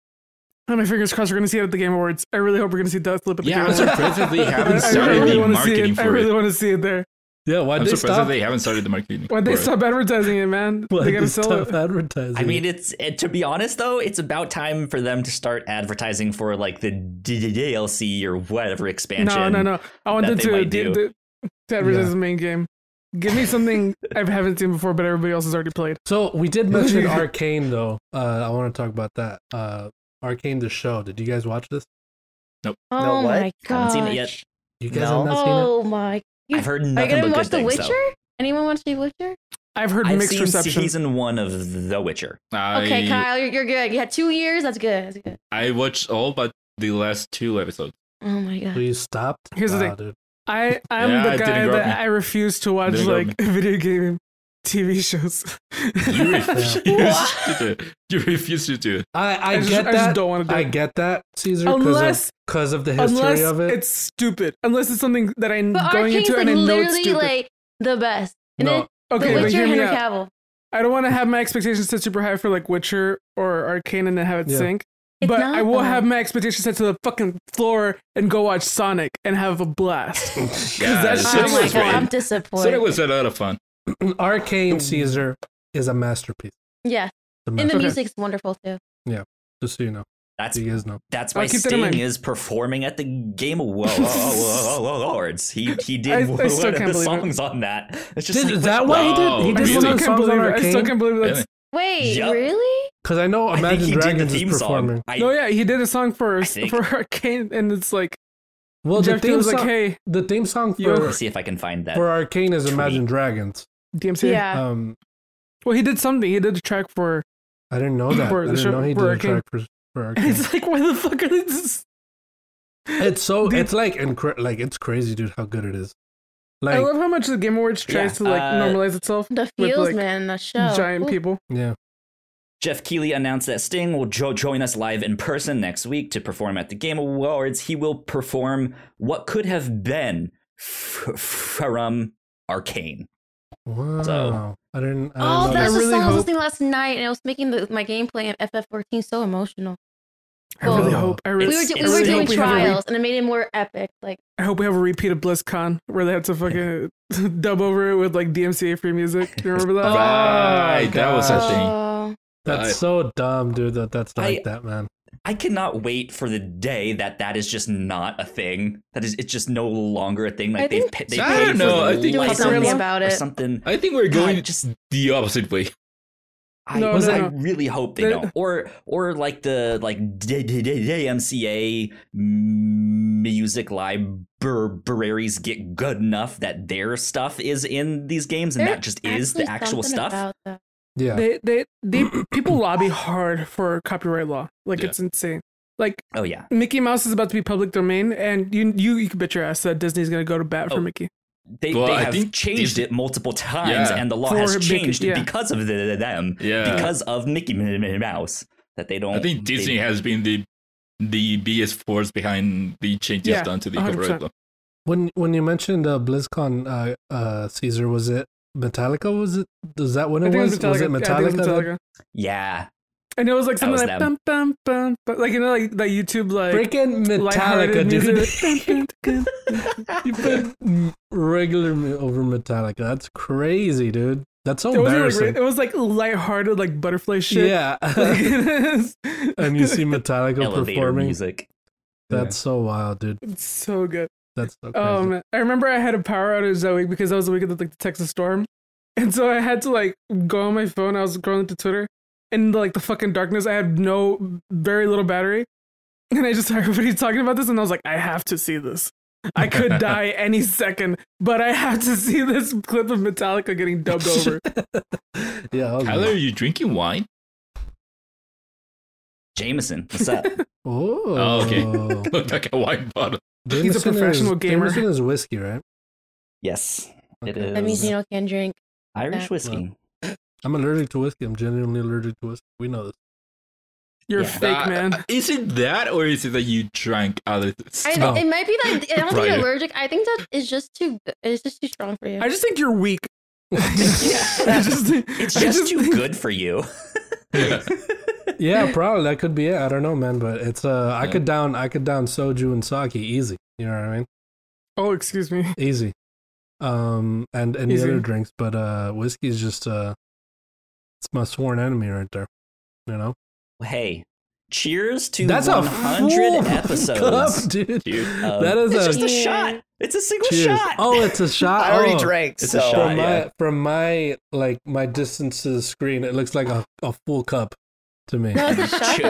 [SPEAKER 5] I have my fingers crossed. We're gonna see it at the Game Awards. I really hope we're gonna see Deathloop at the
[SPEAKER 2] Yeah,
[SPEAKER 5] Game
[SPEAKER 2] I'm
[SPEAKER 5] Awards.
[SPEAKER 2] surprised that
[SPEAKER 5] [LAUGHS]
[SPEAKER 2] they haven't
[SPEAKER 5] I- I
[SPEAKER 2] started
[SPEAKER 5] really
[SPEAKER 2] the
[SPEAKER 5] want to see
[SPEAKER 2] marketing
[SPEAKER 5] it. I
[SPEAKER 2] for
[SPEAKER 5] really
[SPEAKER 2] it.
[SPEAKER 5] want to see it there.
[SPEAKER 1] yeah, why
[SPEAKER 2] I'm
[SPEAKER 1] they
[SPEAKER 2] surprised that
[SPEAKER 1] stop?
[SPEAKER 2] they haven't started the marketing.
[SPEAKER 5] Why'd they
[SPEAKER 2] for it.
[SPEAKER 5] stop advertising it, man? [LAUGHS]
[SPEAKER 1] Why'd
[SPEAKER 5] they gotta
[SPEAKER 1] they
[SPEAKER 5] sell
[SPEAKER 1] stop [LAUGHS]
[SPEAKER 5] it.
[SPEAKER 1] advertising?
[SPEAKER 3] I mean,
[SPEAKER 1] it?
[SPEAKER 3] it's it, to be honest though, it's about time for them to start advertising for like the D- DLC or whatever expansion.
[SPEAKER 5] No, no, no. I want
[SPEAKER 3] that
[SPEAKER 5] them
[SPEAKER 3] they
[SPEAKER 5] to,
[SPEAKER 3] might
[SPEAKER 5] d-
[SPEAKER 3] do.
[SPEAKER 5] d- to advertise
[SPEAKER 1] Yeah.
[SPEAKER 5] the main game. Give me
[SPEAKER 3] [LAUGHS]
[SPEAKER 5] something I haven't seen before, but everybody else has already played.
[SPEAKER 1] so we did mention Arcane though. Uh, I want to talk about that. Uh, Arcane the show. Did you guys watch this?
[SPEAKER 4] No,
[SPEAKER 6] Oh
[SPEAKER 4] what?
[SPEAKER 6] my god.
[SPEAKER 3] Haven't seen it yet.
[SPEAKER 1] You guys
[SPEAKER 4] No.
[SPEAKER 1] have not seen it.
[SPEAKER 6] Oh my. You-
[SPEAKER 3] I've heard
[SPEAKER 6] Are you
[SPEAKER 3] nothing
[SPEAKER 6] gonna
[SPEAKER 3] but
[SPEAKER 6] watch
[SPEAKER 3] good
[SPEAKER 6] The
[SPEAKER 3] things.
[SPEAKER 6] Witcher?
[SPEAKER 3] though.
[SPEAKER 6] Anyone watch The Witcher?
[SPEAKER 5] I've heard
[SPEAKER 3] I've
[SPEAKER 5] mixed
[SPEAKER 3] seen
[SPEAKER 5] reception.
[SPEAKER 3] season one of The Witcher.
[SPEAKER 2] I,
[SPEAKER 6] Okay, Kyle, you're, you're good. You had two years. That's good. That's good.
[SPEAKER 2] I watched all but the last two episodes. [LAUGHS]
[SPEAKER 6] Oh my god.
[SPEAKER 1] So you stopped.
[SPEAKER 5] Here's the
[SPEAKER 1] Wow,
[SPEAKER 5] thing.
[SPEAKER 1] dude.
[SPEAKER 5] I I'm
[SPEAKER 2] Yeah,
[SPEAKER 5] the
[SPEAKER 2] it didn't
[SPEAKER 5] guy
[SPEAKER 2] grab
[SPEAKER 5] that
[SPEAKER 2] me.
[SPEAKER 5] I refuse to watch
[SPEAKER 2] Didn't grab
[SPEAKER 5] like [LAUGHS] video game TV shows. [LAUGHS]
[SPEAKER 2] You refuse to
[SPEAKER 6] What?
[SPEAKER 2] do it. You refuse to do it.
[SPEAKER 1] I, I,
[SPEAKER 5] I just-
[SPEAKER 1] get
[SPEAKER 5] I just
[SPEAKER 1] that.
[SPEAKER 5] don't wanna do
[SPEAKER 1] I
[SPEAKER 5] it.
[SPEAKER 1] get that, Caesar.
[SPEAKER 5] Unless-
[SPEAKER 1] because of, the
[SPEAKER 5] Unless
[SPEAKER 1] history of it.
[SPEAKER 5] it's stupid. Unless it's something that I'm
[SPEAKER 6] But
[SPEAKER 5] going
[SPEAKER 6] Arcane's
[SPEAKER 5] into
[SPEAKER 6] like
[SPEAKER 5] and I know it's
[SPEAKER 6] literally
[SPEAKER 5] stupid.
[SPEAKER 6] like the best. And
[SPEAKER 1] No.
[SPEAKER 6] then
[SPEAKER 5] okay,
[SPEAKER 6] The
[SPEAKER 5] but
[SPEAKER 6] Witcher,
[SPEAKER 5] hear me
[SPEAKER 6] Henry
[SPEAKER 5] out.
[SPEAKER 6] Cavill.
[SPEAKER 5] I don't want to have my expectations set super high for like Witcher or Arcane and then have it
[SPEAKER 1] Yeah.
[SPEAKER 5] sink.
[SPEAKER 6] It's
[SPEAKER 5] but
[SPEAKER 6] not
[SPEAKER 5] I will
[SPEAKER 6] though.
[SPEAKER 5] have my expectations set to the fucking floor and go watch Sonic and have a
[SPEAKER 1] [LAUGHS]
[SPEAKER 5] blast.
[SPEAKER 2] Yeah,
[SPEAKER 5] that's
[SPEAKER 2] Sonic
[SPEAKER 5] just
[SPEAKER 6] Oh my
[SPEAKER 2] was
[SPEAKER 6] god, I'm
[SPEAKER 5] fun.
[SPEAKER 2] great. Sonic
[SPEAKER 6] disappointed.
[SPEAKER 2] was a lot of fun.
[SPEAKER 1] [CLEARS THROAT] Arcane Caesar is a masterpiece.
[SPEAKER 6] yes,
[SPEAKER 1] It's a
[SPEAKER 6] and the
[SPEAKER 1] masterpiece.
[SPEAKER 5] Okay.
[SPEAKER 6] music's wonderful too.
[SPEAKER 1] Just so you know,
[SPEAKER 3] That's
[SPEAKER 1] so you guys know.
[SPEAKER 3] that's
[SPEAKER 5] I'll
[SPEAKER 3] why
[SPEAKER 5] keep that in mind.
[SPEAKER 3] Sting is performing at the Game
[SPEAKER 5] [LAUGHS]
[SPEAKER 3] Awards. Whoa, whoa, whoa, whoa, Awards. He he did
[SPEAKER 5] I- I
[SPEAKER 3] one
[SPEAKER 5] still
[SPEAKER 3] of
[SPEAKER 5] can't
[SPEAKER 3] the
[SPEAKER 5] believe it.
[SPEAKER 3] songs on that. It's just
[SPEAKER 1] Did-
[SPEAKER 3] like,
[SPEAKER 1] is that why he did? He
[SPEAKER 2] wow,
[SPEAKER 1] did
[SPEAKER 5] I
[SPEAKER 1] one of
[SPEAKER 2] really?
[SPEAKER 5] still
[SPEAKER 1] the
[SPEAKER 5] can't
[SPEAKER 1] songs on
[SPEAKER 5] believe it. I still
[SPEAKER 1] Arcane?
[SPEAKER 5] can't believe that's
[SPEAKER 2] Really?
[SPEAKER 6] Wait,
[SPEAKER 3] Yup.
[SPEAKER 6] really?
[SPEAKER 1] Because I know
[SPEAKER 3] I think
[SPEAKER 1] Imagine
[SPEAKER 3] he did
[SPEAKER 1] Dragons
[SPEAKER 3] the
[SPEAKER 1] is
[SPEAKER 3] theme
[SPEAKER 1] performing.
[SPEAKER 3] song. I, [LAUGHS]
[SPEAKER 5] No, yeah, he did a song for
[SPEAKER 3] I think-
[SPEAKER 5] for Arcane, and it's like
[SPEAKER 1] Well,
[SPEAKER 5] Jeff
[SPEAKER 1] the
[SPEAKER 5] Deal
[SPEAKER 1] theme
[SPEAKER 5] was
[SPEAKER 1] song,
[SPEAKER 5] like, "Hey,
[SPEAKER 1] the theme song
[SPEAKER 5] Yo.
[SPEAKER 1] for,
[SPEAKER 3] Let's see if I can find that.
[SPEAKER 1] for Arcane is Imagine
[SPEAKER 3] Tweet.
[SPEAKER 1] Dragons.
[SPEAKER 5] DMC."
[SPEAKER 6] Yeah.
[SPEAKER 1] Um,
[SPEAKER 5] Well, he did something. He did a track for.
[SPEAKER 1] I didn't know that.
[SPEAKER 5] For
[SPEAKER 1] I
[SPEAKER 5] the
[SPEAKER 1] didn't
[SPEAKER 5] show-
[SPEAKER 1] know he
[SPEAKER 5] for
[SPEAKER 1] did
[SPEAKER 5] Arcane.
[SPEAKER 1] a track for,
[SPEAKER 5] [LAUGHS]
[SPEAKER 1] for
[SPEAKER 5] And
[SPEAKER 1] Arcane.
[SPEAKER 5] it's like, why the fuck are they this?
[SPEAKER 1] it's so
[SPEAKER 5] Dude.
[SPEAKER 1] it's like incre- like it's crazy, dude, how good it is.
[SPEAKER 5] I
[SPEAKER 1] Like
[SPEAKER 5] love how much the Game Awards tries
[SPEAKER 3] Yeah,
[SPEAKER 5] to like
[SPEAKER 3] uh,
[SPEAKER 5] normalize itself.
[SPEAKER 6] The
[SPEAKER 5] with,
[SPEAKER 6] feels,
[SPEAKER 5] like,
[SPEAKER 6] man, in the show.
[SPEAKER 5] Giant
[SPEAKER 6] Ooh.
[SPEAKER 5] people.
[SPEAKER 1] yeah,
[SPEAKER 3] Jeff Keighley announced that Sting will jo- join us live in person next week to perform at the Game Awards. He will perform what could have been f- f- from Arcane.
[SPEAKER 1] wow.
[SPEAKER 3] So-
[SPEAKER 1] I didn't. I didn't
[SPEAKER 6] Oh,
[SPEAKER 1] know
[SPEAKER 6] that's
[SPEAKER 5] I
[SPEAKER 6] the
[SPEAKER 5] really
[SPEAKER 6] song I was
[SPEAKER 5] hope-
[SPEAKER 6] listening last night, and it was making the, my gameplay in FF14 so emotional.
[SPEAKER 5] I really
[SPEAKER 1] Oh.
[SPEAKER 5] hope. I really,
[SPEAKER 6] we were, do-
[SPEAKER 5] I
[SPEAKER 6] we
[SPEAKER 5] really
[SPEAKER 6] were doing
[SPEAKER 5] hope have a re-
[SPEAKER 6] trials, and it made it more epic. Like,
[SPEAKER 5] I hope we have a repeat of BlizzCon where they had to fucking [LAUGHS] dub over it with like DMCA free music. Do you remember that?
[SPEAKER 2] right, that was a
[SPEAKER 1] gosh.
[SPEAKER 2] thing.
[SPEAKER 6] oh,
[SPEAKER 1] That's
[SPEAKER 2] I-
[SPEAKER 1] so dumb, dude. That that's like
[SPEAKER 3] I-
[SPEAKER 1] that, man.
[SPEAKER 3] I cannot wait for the day that that is just not a thing. That is, it's just no longer a thing. Like
[SPEAKER 6] I
[SPEAKER 3] they've
[SPEAKER 6] think-
[SPEAKER 3] pa- they
[SPEAKER 2] I
[SPEAKER 3] paid
[SPEAKER 2] don't know,
[SPEAKER 3] for
[SPEAKER 2] I
[SPEAKER 3] the
[SPEAKER 2] think-
[SPEAKER 6] doing
[SPEAKER 3] license
[SPEAKER 6] something
[SPEAKER 5] Copyright law?
[SPEAKER 6] about
[SPEAKER 3] or
[SPEAKER 6] it.
[SPEAKER 3] something.
[SPEAKER 2] I think we're
[SPEAKER 3] God,
[SPEAKER 2] going
[SPEAKER 3] just
[SPEAKER 2] the opposite way.
[SPEAKER 3] I,
[SPEAKER 5] No,
[SPEAKER 3] was
[SPEAKER 1] no,
[SPEAKER 3] I
[SPEAKER 5] no.
[SPEAKER 3] really hope they
[SPEAKER 5] They-
[SPEAKER 3] don't. Or or like the like D- D- D- DMCA music libraries get good enough that their stuff is in these games and
[SPEAKER 6] There
[SPEAKER 3] that just is the
[SPEAKER 6] actually
[SPEAKER 3] actual
[SPEAKER 6] something
[SPEAKER 3] stuff.
[SPEAKER 6] about that.
[SPEAKER 1] Yeah.
[SPEAKER 5] They they they
[SPEAKER 1] [CLEARS THROAT]
[SPEAKER 5] people lobby hard for copyright law. Like
[SPEAKER 2] Yeah.
[SPEAKER 5] it's insane. Like
[SPEAKER 3] Oh yeah.
[SPEAKER 5] Mickey Mouse is about to be public domain, and you you you can bet your ass that Disney's gonna go to bat for
[SPEAKER 3] Oh.
[SPEAKER 5] Mickey.
[SPEAKER 3] They,
[SPEAKER 2] Well,
[SPEAKER 3] they
[SPEAKER 2] I
[SPEAKER 3] have
[SPEAKER 2] think
[SPEAKER 3] changed
[SPEAKER 2] these-
[SPEAKER 3] it multiple times
[SPEAKER 2] Yeah.
[SPEAKER 3] and the law
[SPEAKER 5] For
[SPEAKER 3] has
[SPEAKER 5] Mickey,
[SPEAKER 3] changed
[SPEAKER 5] yeah.
[SPEAKER 3] because of the, them.
[SPEAKER 2] Yeah,
[SPEAKER 3] Because of Mickey Mouse. That they don't
[SPEAKER 2] I think
[SPEAKER 3] they-
[SPEAKER 2] Disney has been the the biggest force behind the changes
[SPEAKER 5] Yeah,
[SPEAKER 2] done to the
[SPEAKER 5] 100%.
[SPEAKER 2] copyright law.
[SPEAKER 1] When when you mentioned uh, BlizzCon, uh, uh, Caesar, was it Metallica? Was it? Was that when
[SPEAKER 5] I
[SPEAKER 1] it
[SPEAKER 5] think
[SPEAKER 1] was? Was it
[SPEAKER 5] I think it was
[SPEAKER 1] Metallica? that-
[SPEAKER 5] Metallica.
[SPEAKER 3] Yeah.
[SPEAKER 5] And it was like
[SPEAKER 3] That was
[SPEAKER 5] something like
[SPEAKER 3] them.
[SPEAKER 5] bum, bum, bum, bum, like you know like that YouTube like
[SPEAKER 1] Freaking Metallica,
[SPEAKER 5] lighthearted
[SPEAKER 1] dude. [LAUGHS]
[SPEAKER 5] music. Dun, dun, dun.
[SPEAKER 1] you put m- [LAUGHS] regular me- over Metallica. That's crazy, dude. That's so
[SPEAKER 5] It was like
[SPEAKER 1] embarrassing.
[SPEAKER 5] it was like lighthearted like butterfly [LAUGHS] shit.
[SPEAKER 1] yeah.
[SPEAKER 5] [LAUGHS]
[SPEAKER 1] [LAUGHS]
[SPEAKER 5] Like, it is.
[SPEAKER 1] and you see Metallica
[SPEAKER 3] Elevator
[SPEAKER 1] performing.
[SPEAKER 3] music.
[SPEAKER 1] That's so wild, dude.
[SPEAKER 5] [LAUGHS] it's so good.
[SPEAKER 1] That's so crazy.
[SPEAKER 5] Um, I remember I had a power outage that week because that was the week of the, like the Texas storm, and so I had to like go on my phone. I was going to Twitter, and like the fucking darkness. I had no, very little battery, and I just heard everybody talking about this, and I was like, I have to see this. I
[SPEAKER 3] [LAUGHS]
[SPEAKER 5] could die any second, but I have to see this clip of Metallica getting
[SPEAKER 3] [LAUGHS]
[SPEAKER 5] dubbed over.
[SPEAKER 1] [LAUGHS] yeah. okay.
[SPEAKER 2] Tyler, are you drinking wine? [LAUGHS]
[SPEAKER 3] Jameson, what's up?
[SPEAKER 1] Oh.
[SPEAKER 2] Oh,
[SPEAKER 1] [LAUGHS]
[SPEAKER 2] okay. Looked like a wine bottle.
[SPEAKER 1] Jameson
[SPEAKER 5] He's a professional
[SPEAKER 1] is,
[SPEAKER 5] gamer.
[SPEAKER 1] Jameson is whiskey, right?
[SPEAKER 3] yes. It
[SPEAKER 1] Okay.
[SPEAKER 3] is
[SPEAKER 6] That
[SPEAKER 5] Mm.
[SPEAKER 6] means you know can't drink.
[SPEAKER 3] Irish whiskey.
[SPEAKER 1] I'm allergic to whiskey. I'm genuinely allergic to whiskey. We know this.
[SPEAKER 5] You're
[SPEAKER 3] Yeah.
[SPEAKER 5] fake,
[SPEAKER 2] Uh,
[SPEAKER 5] man.
[SPEAKER 2] Is it that, or is it that you drank other
[SPEAKER 6] I,
[SPEAKER 2] stuff? [LAUGHS]
[SPEAKER 6] It might be like I don't think
[SPEAKER 2] Right.
[SPEAKER 6] you're allergic. I think that it's just too. It's just too strong for you.
[SPEAKER 5] I just think
[SPEAKER 3] [LAUGHS]
[SPEAKER 5] you're weak. [LAUGHS] I just-
[SPEAKER 3] It's
[SPEAKER 5] I
[SPEAKER 3] just too
[SPEAKER 5] think-
[SPEAKER 3] good for you.
[SPEAKER 2] Yeah.
[SPEAKER 1] Yeah, probably that could be it. I don't know, man. But it's uh, I could down, I could down soju and sake easy. You know what I mean?
[SPEAKER 5] [LAUGHS] Oh, excuse me.
[SPEAKER 1] Easy. Um, and any
[SPEAKER 5] Easy.
[SPEAKER 1] other drinks, but uh, whiskey is just uh, it's my sworn enemy right there. You know,
[SPEAKER 3] hey, cheers to
[SPEAKER 1] that's a
[SPEAKER 3] 100
[SPEAKER 1] full [LAUGHS]
[SPEAKER 3] episodes. um,
[SPEAKER 1] cup, dude.
[SPEAKER 2] Dude,
[SPEAKER 1] [LAUGHS]
[SPEAKER 3] of-
[SPEAKER 1] that is
[SPEAKER 3] it's
[SPEAKER 1] a
[SPEAKER 3] just a
[SPEAKER 6] Yeah.
[SPEAKER 3] shot. It's a single
[SPEAKER 1] cheers.
[SPEAKER 3] shot.
[SPEAKER 1] Oh, it's a shot.
[SPEAKER 4] I already
[SPEAKER 1] Oh.
[SPEAKER 4] drank,
[SPEAKER 3] It's
[SPEAKER 4] so
[SPEAKER 3] a shot.
[SPEAKER 1] From
[SPEAKER 3] yeah.
[SPEAKER 1] my from my like my distance to the screen, it looks like a, a full cup to me.
[SPEAKER 6] no, it's
[SPEAKER 5] [LAUGHS]
[SPEAKER 6] a shot.
[SPEAKER 3] Shoot.
[SPEAKER 6] though,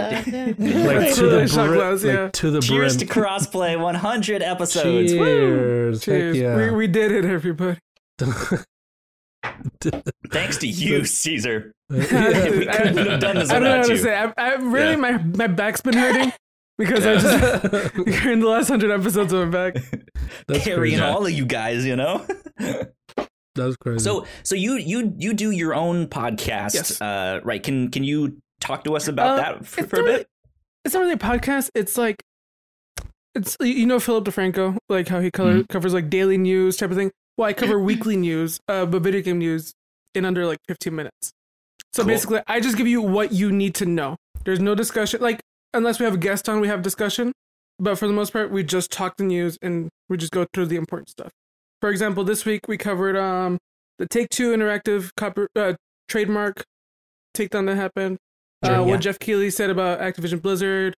[SPEAKER 6] yeah.
[SPEAKER 1] like
[SPEAKER 5] It's
[SPEAKER 1] to
[SPEAKER 5] [LAUGHS] really
[SPEAKER 1] the
[SPEAKER 5] a shot
[SPEAKER 1] brim,
[SPEAKER 5] glass, yeah.
[SPEAKER 1] like to the
[SPEAKER 3] cheers to
[SPEAKER 1] brim.
[SPEAKER 3] crossplay 100 episodes. Woo.
[SPEAKER 1] Cheers! Heck
[SPEAKER 5] Cheers. We,
[SPEAKER 1] yeah!
[SPEAKER 5] we did it, everybody.
[SPEAKER 3] Thanks to
[SPEAKER 1] [LAUGHS]
[SPEAKER 3] you, Caesar. We
[SPEAKER 5] I-
[SPEAKER 3] couldn't have done this
[SPEAKER 5] I don't know how
[SPEAKER 3] without
[SPEAKER 5] to
[SPEAKER 3] you.
[SPEAKER 5] say. I, I really
[SPEAKER 2] Yeah.
[SPEAKER 5] my my back's been hurting because I just [LAUGHS] in the last hundred episodes of my back.
[SPEAKER 1] [LAUGHS]
[SPEAKER 3] [LAUGHS]
[SPEAKER 1] That's
[SPEAKER 3] Carrying
[SPEAKER 1] crazy.
[SPEAKER 3] all of you guys, you know.
[SPEAKER 1] That's crazy.
[SPEAKER 3] so, so you you you do your own podcast,
[SPEAKER 5] Yes.
[SPEAKER 3] uh, right? Can can you talk to us about
[SPEAKER 5] Uh,
[SPEAKER 3] that for,
[SPEAKER 5] it's
[SPEAKER 3] for a
[SPEAKER 5] not
[SPEAKER 3] bit?
[SPEAKER 5] It's not really a podcast. It's like it's you know Philip DeFranco, like how he color, covers like daily news type of thing. Well, I cover weekly news, uh, but video game news in under like fifteen minutes. So
[SPEAKER 3] Cool.
[SPEAKER 5] basically, I just give you what you need to know. There's no discussion, like unless we have a guest on, we have discussion. But for the most part, we just talk the news and we just go through the important stuff. For example, this week we covered um the Take Two Interactive copy, uh, trademark takedown that happened.
[SPEAKER 3] Sure,
[SPEAKER 5] uh,
[SPEAKER 3] yeah.
[SPEAKER 5] What Jeff Keighley said about Activision Blizzard,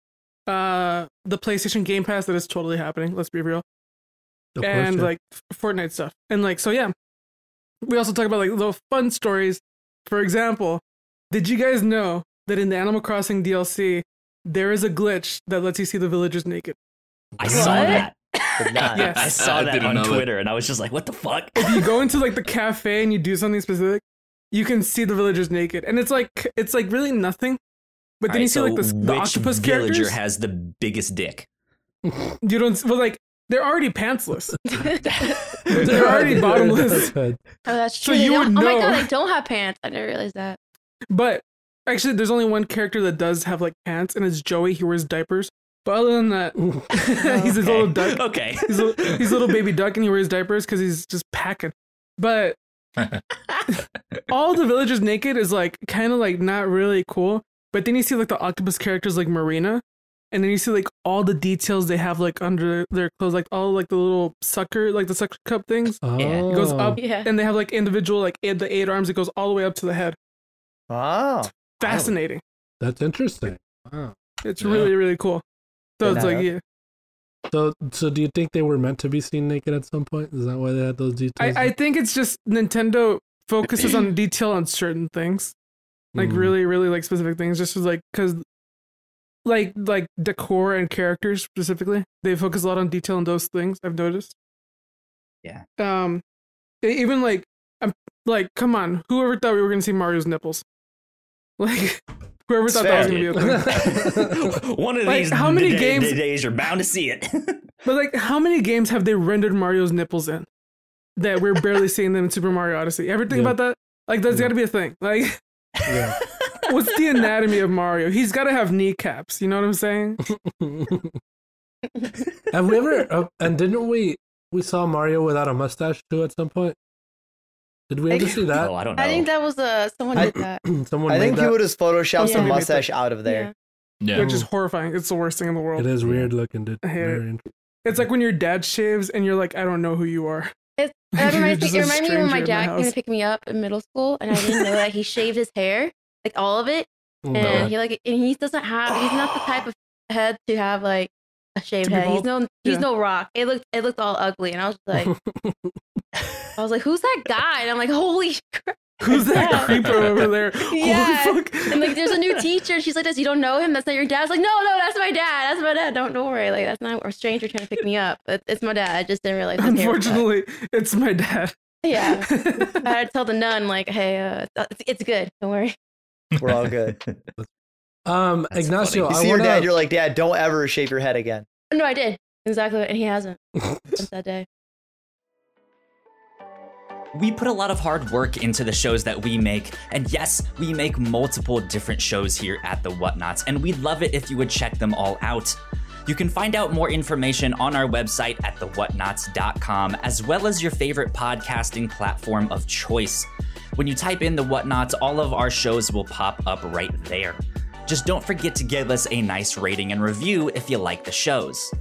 [SPEAKER 5] uh, the PlayStation Game Pass that is totally happening. Let's be real,
[SPEAKER 1] Of course,
[SPEAKER 5] and
[SPEAKER 1] yeah.
[SPEAKER 5] like F- Fortnite stuff, and like so yeah. We also talk about like little fun stories. For example, did you guys know that in the Animal Crossing DLC there is a glitch that lets you see the villagers naked?
[SPEAKER 3] I saw
[SPEAKER 6] What?
[SPEAKER 5] [LAUGHS]
[SPEAKER 3] that.
[SPEAKER 5] Yes.
[SPEAKER 3] I saw
[SPEAKER 2] I
[SPEAKER 3] that
[SPEAKER 2] didn't
[SPEAKER 3] on
[SPEAKER 2] know that.
[SPEAKER 3] Twitter, and I was just like, "What the fuck?"
[SPEAKER 5] if you go into like the cafe and you do something specific, you can see the villagers naked, and it's like it's like really nothing. But then you see like
[SPEAKER 3] Alright,
[SPEAKER 5] the,
[SPEAKER 3] so
[SPEAKER 5] the
[SPEAKER 3] which
[SPEAKER 5] octopus
[SPEAKER 3] villager
[SPEAKER 5] characters.
[SPEAKER 3] has the biggest dick.
[SPEAKER 5] you don't well like they're already
[SPEAKER 3] [LAUGHS]
[SPEAKER 5] pantsless. [LAUGHS]
[SPEAKER 1] They're [LAUGHS]
[SPEAKER 5] already bottomless.
[SPEAKER 1] But
[SPEAKER 6] [LAUGHS] Oh, that's
[SPEAKER 5] So
[SPEAKER 6] true. They
[SPEAKER 5] you
[SPEAKER 6] don't-
[SPEAKER 5] would
[SPEAKER 6] oh my
[SPEAKER 5] know.
[SPEAKER 6] god, I don't have pants. I never realized that.
[SPEAKER 5] but actually, there's only one character that does have like pants, and it's Joey. He wears diapers. But other than that,
[SPEAKER 3] [LAUGHS]
[SPEAKER 5] [LAUGHS] he's his
[SPEAKER 3] okay.
[SPEAKER 5] little duck.
[SPEAKER 3] Okay.
[SPEAKER 5] He's a, he's a little baby duck, and he wears diapers because he's just packing. But all the villagers naked is like kind of like not really cool. But then you see like the octopus characters like Marina, and then you see like all the details they have like under their clothes, like all like the little sucker, like the sucker cup things,
[SPEAKER 1] Oh.
[SPEAKER 3] Yeah,
[SPEAKER 5] it goes up.
[SPEAKER 6] Yeah.
[SPEAKER 5] and they have like individual like eight, the eight arms. It goes all the way up to the head.
[SPEAKER 4] Wow.
[SPEAKER 5] Fascinating.
[SPEAKER 1] That's interesting. Wow.
[SPEAKER 5] It's
[SPEAKER 2] Yeah.
[SPEAKER 5] really really cool. So
[SPEAKER 4] Good
[SPEAKER 5] it's like
[SPEAKER 4] enough.
[SPEAKER 5] yeah,
[SPEAKER 1] So, so do you think they were meant to be seen naked at some point? Is that why they had those details?
[SPEAKER 5] I, I think it's just Nintendo focuses on detail on certain things. like
[SPEAKER 1] Hmm.
[SPEAKER 5] really really like specific things just as, like because like like decor and characters specifically they focus a lot on detail on those things i've noticed
[SPEAKER 3] Yeah.
[SPEAKER 5] um they even like i'm like come on whoever thought we were gonna see mario's nipples [LAUGHS] like whoever thought that was gonna be a
[SPEAKER 3] [LAUGHS]
[SPEAKER 5] thing
[SPEAKER 3] One of
[SPEAKER 5] Like,
[SPEAKER 3] these
[SPEAKER 5] how many
[SPEAKER 3] da-
[SPEAKER 5] games-
[SPEAKER 3] days you're bound to see it. [LAUGHS]
[SPEAKER 5] but like how many games have they rendered mario's nipples in that we're
[SPEAKER 1] [LAUGHS]
[SPEAKER 5] barely seeing them in super mario odyssey ever think
[SPEAKER 1] Yeah.
[SPEAKER 5] about that like that's
[SPEAKER 1] Yeah.
[SPEAKER 5] gotta be a thing like [LAUGHS]
[SPEAKER 6] [LAUGHS]
[SPEAKER 1] Yeah.
[SPEAKER 5] what's the anatomy of mario he's gotta have kneecaps you know what i'm saying
[SPEAKER 1] Mm. [LAUGHS] Have we ever? Uh, and didn't we? We saw Mario without a mustache too at some point. Did we ever
[SPEAKER 6] Like-
[SPEAKER 1] see that?
[SPEAKER 3] oh, I don't know.
[SPEAKER 6] I think that was uh someone
[SPEAKER 1] I-
[SPEAKER 6] did that.
[SPEAKER 1] [CLEARS THROAT] Someone
[SPEAKER 4] I
[SPEAKER 1] made
[SPEAKER 4] think
[SPEAKER 1] that.
[SPEAKER 4] he would have photoshopped
[SPEAKER 6] Yeah.
[SPEAKER 4] some
[SPEAKER 5] Somebody made
[SPEAKER 4] mustache out of there.
[SPEAKER 2] Yeah.
[SPEAKER 5] which is horrifying. It's the worst thing in the
[SPEAKER 1] It
[SPEAKER 5] world.
[SPEAKER 1] is weird looking, dude.
[SPEAKER 5] I hate it.
[SPEAKER 1] Very interesting.
[SPEAKER 5] It's like when your dad shaves and you're like, I don't know who you are.
[SPEAKER 6] It's- That reminds
[SPEAKER 5] [LAUGHS] You're
[SPEAKER 6] me, it
[SPEAKER 5] just a
[SPEAKER 6] reminded me when my
[SPEAKER 5] stranger in
[SPEAKER 6] dad
[SPEAKER 5] my
[SPEAKER 6] came
[SPEAKER 5] house.
[SPEAKER 6] to pick me up in middle school, and I didn't know that he shaved his hair, like all of it,
[SPEAKER 5] Oh,
[SPEAKER 1] Mm,
[SPEAKER 6] and he like, and he doesn't have, he's not the type of head to have like a shaved
[SPEAKER 5] To be
[SPEAKER 6] head. He's
[SPEAKER 5] bald?
[SPEAKER 6] no, he's
[SPEAKER 5] Yeah.
[SPEAKER 6] no rock. It looked, it looked all ugly, and I was
[SPEAKER 5] [LAUGHS]
[SPEAKER 6] like, I was like, who's that guy? And I'm like, holy [LAUGHS] crap!
[SPEAKER 5] Who's that
[SPEAKER 6] Yeah.
[SPEAKER 5] creeper over
[SPEAKER 6] [LAUGHS]
[SPEAKER 5] there?
[SPEAKER 6] Yeah.
[SPEAKER 5] Holy fuck.
[SPEAKER 6] And like, there's a new teacher. She's like, this, you don't know him? That's not your dad. I was like, no, no, that's my dad. That's my dad. Don't, don't worry. Like, that's not a stranger trying to pick me up. It- It's my dad. I just didn't realize. his hair was that.
[SPEAKER 5] Unfortunately, it's my dad.
[SPEAKER 6] yeah. I had to tell the nun, like, hey, uh, it's, it's good. Don't worry.
[SPEAKER 4] We're all
[SPEAKER 6] [LAUGHS]
[SPEAKER 4] good.
[SPEAKER 1] [LAUGHS] um,
[SPEAKER 3] That's
[SPEAKER 1] Ignacio,
[SPEAKER 4] You
[SPEAKER 1] I
[SPEAKER 4] see your
[SPEAKER 1] want
[SPEAKER 4] dad, you're
[SPEAKER 1] to.
[SPEAKER 4] like, Dad, don't ever shave your head again.
[SPEAKER 6] No, I did. Exactly. And he hasn't since that day.
[SPEAKER 3] We put a lot of hard work into the shows that we make, and yes, we make multiple different shows here at the Whatnots, and we'd love it if you would check them all out. You can find out more information on our website at thewhatnots.com, as well as your favorite podcasting platform of choice. When you type in the Whatnots, all of our shows will pop up right there. Just don't forget to give us a nice rating and review if you like the shows.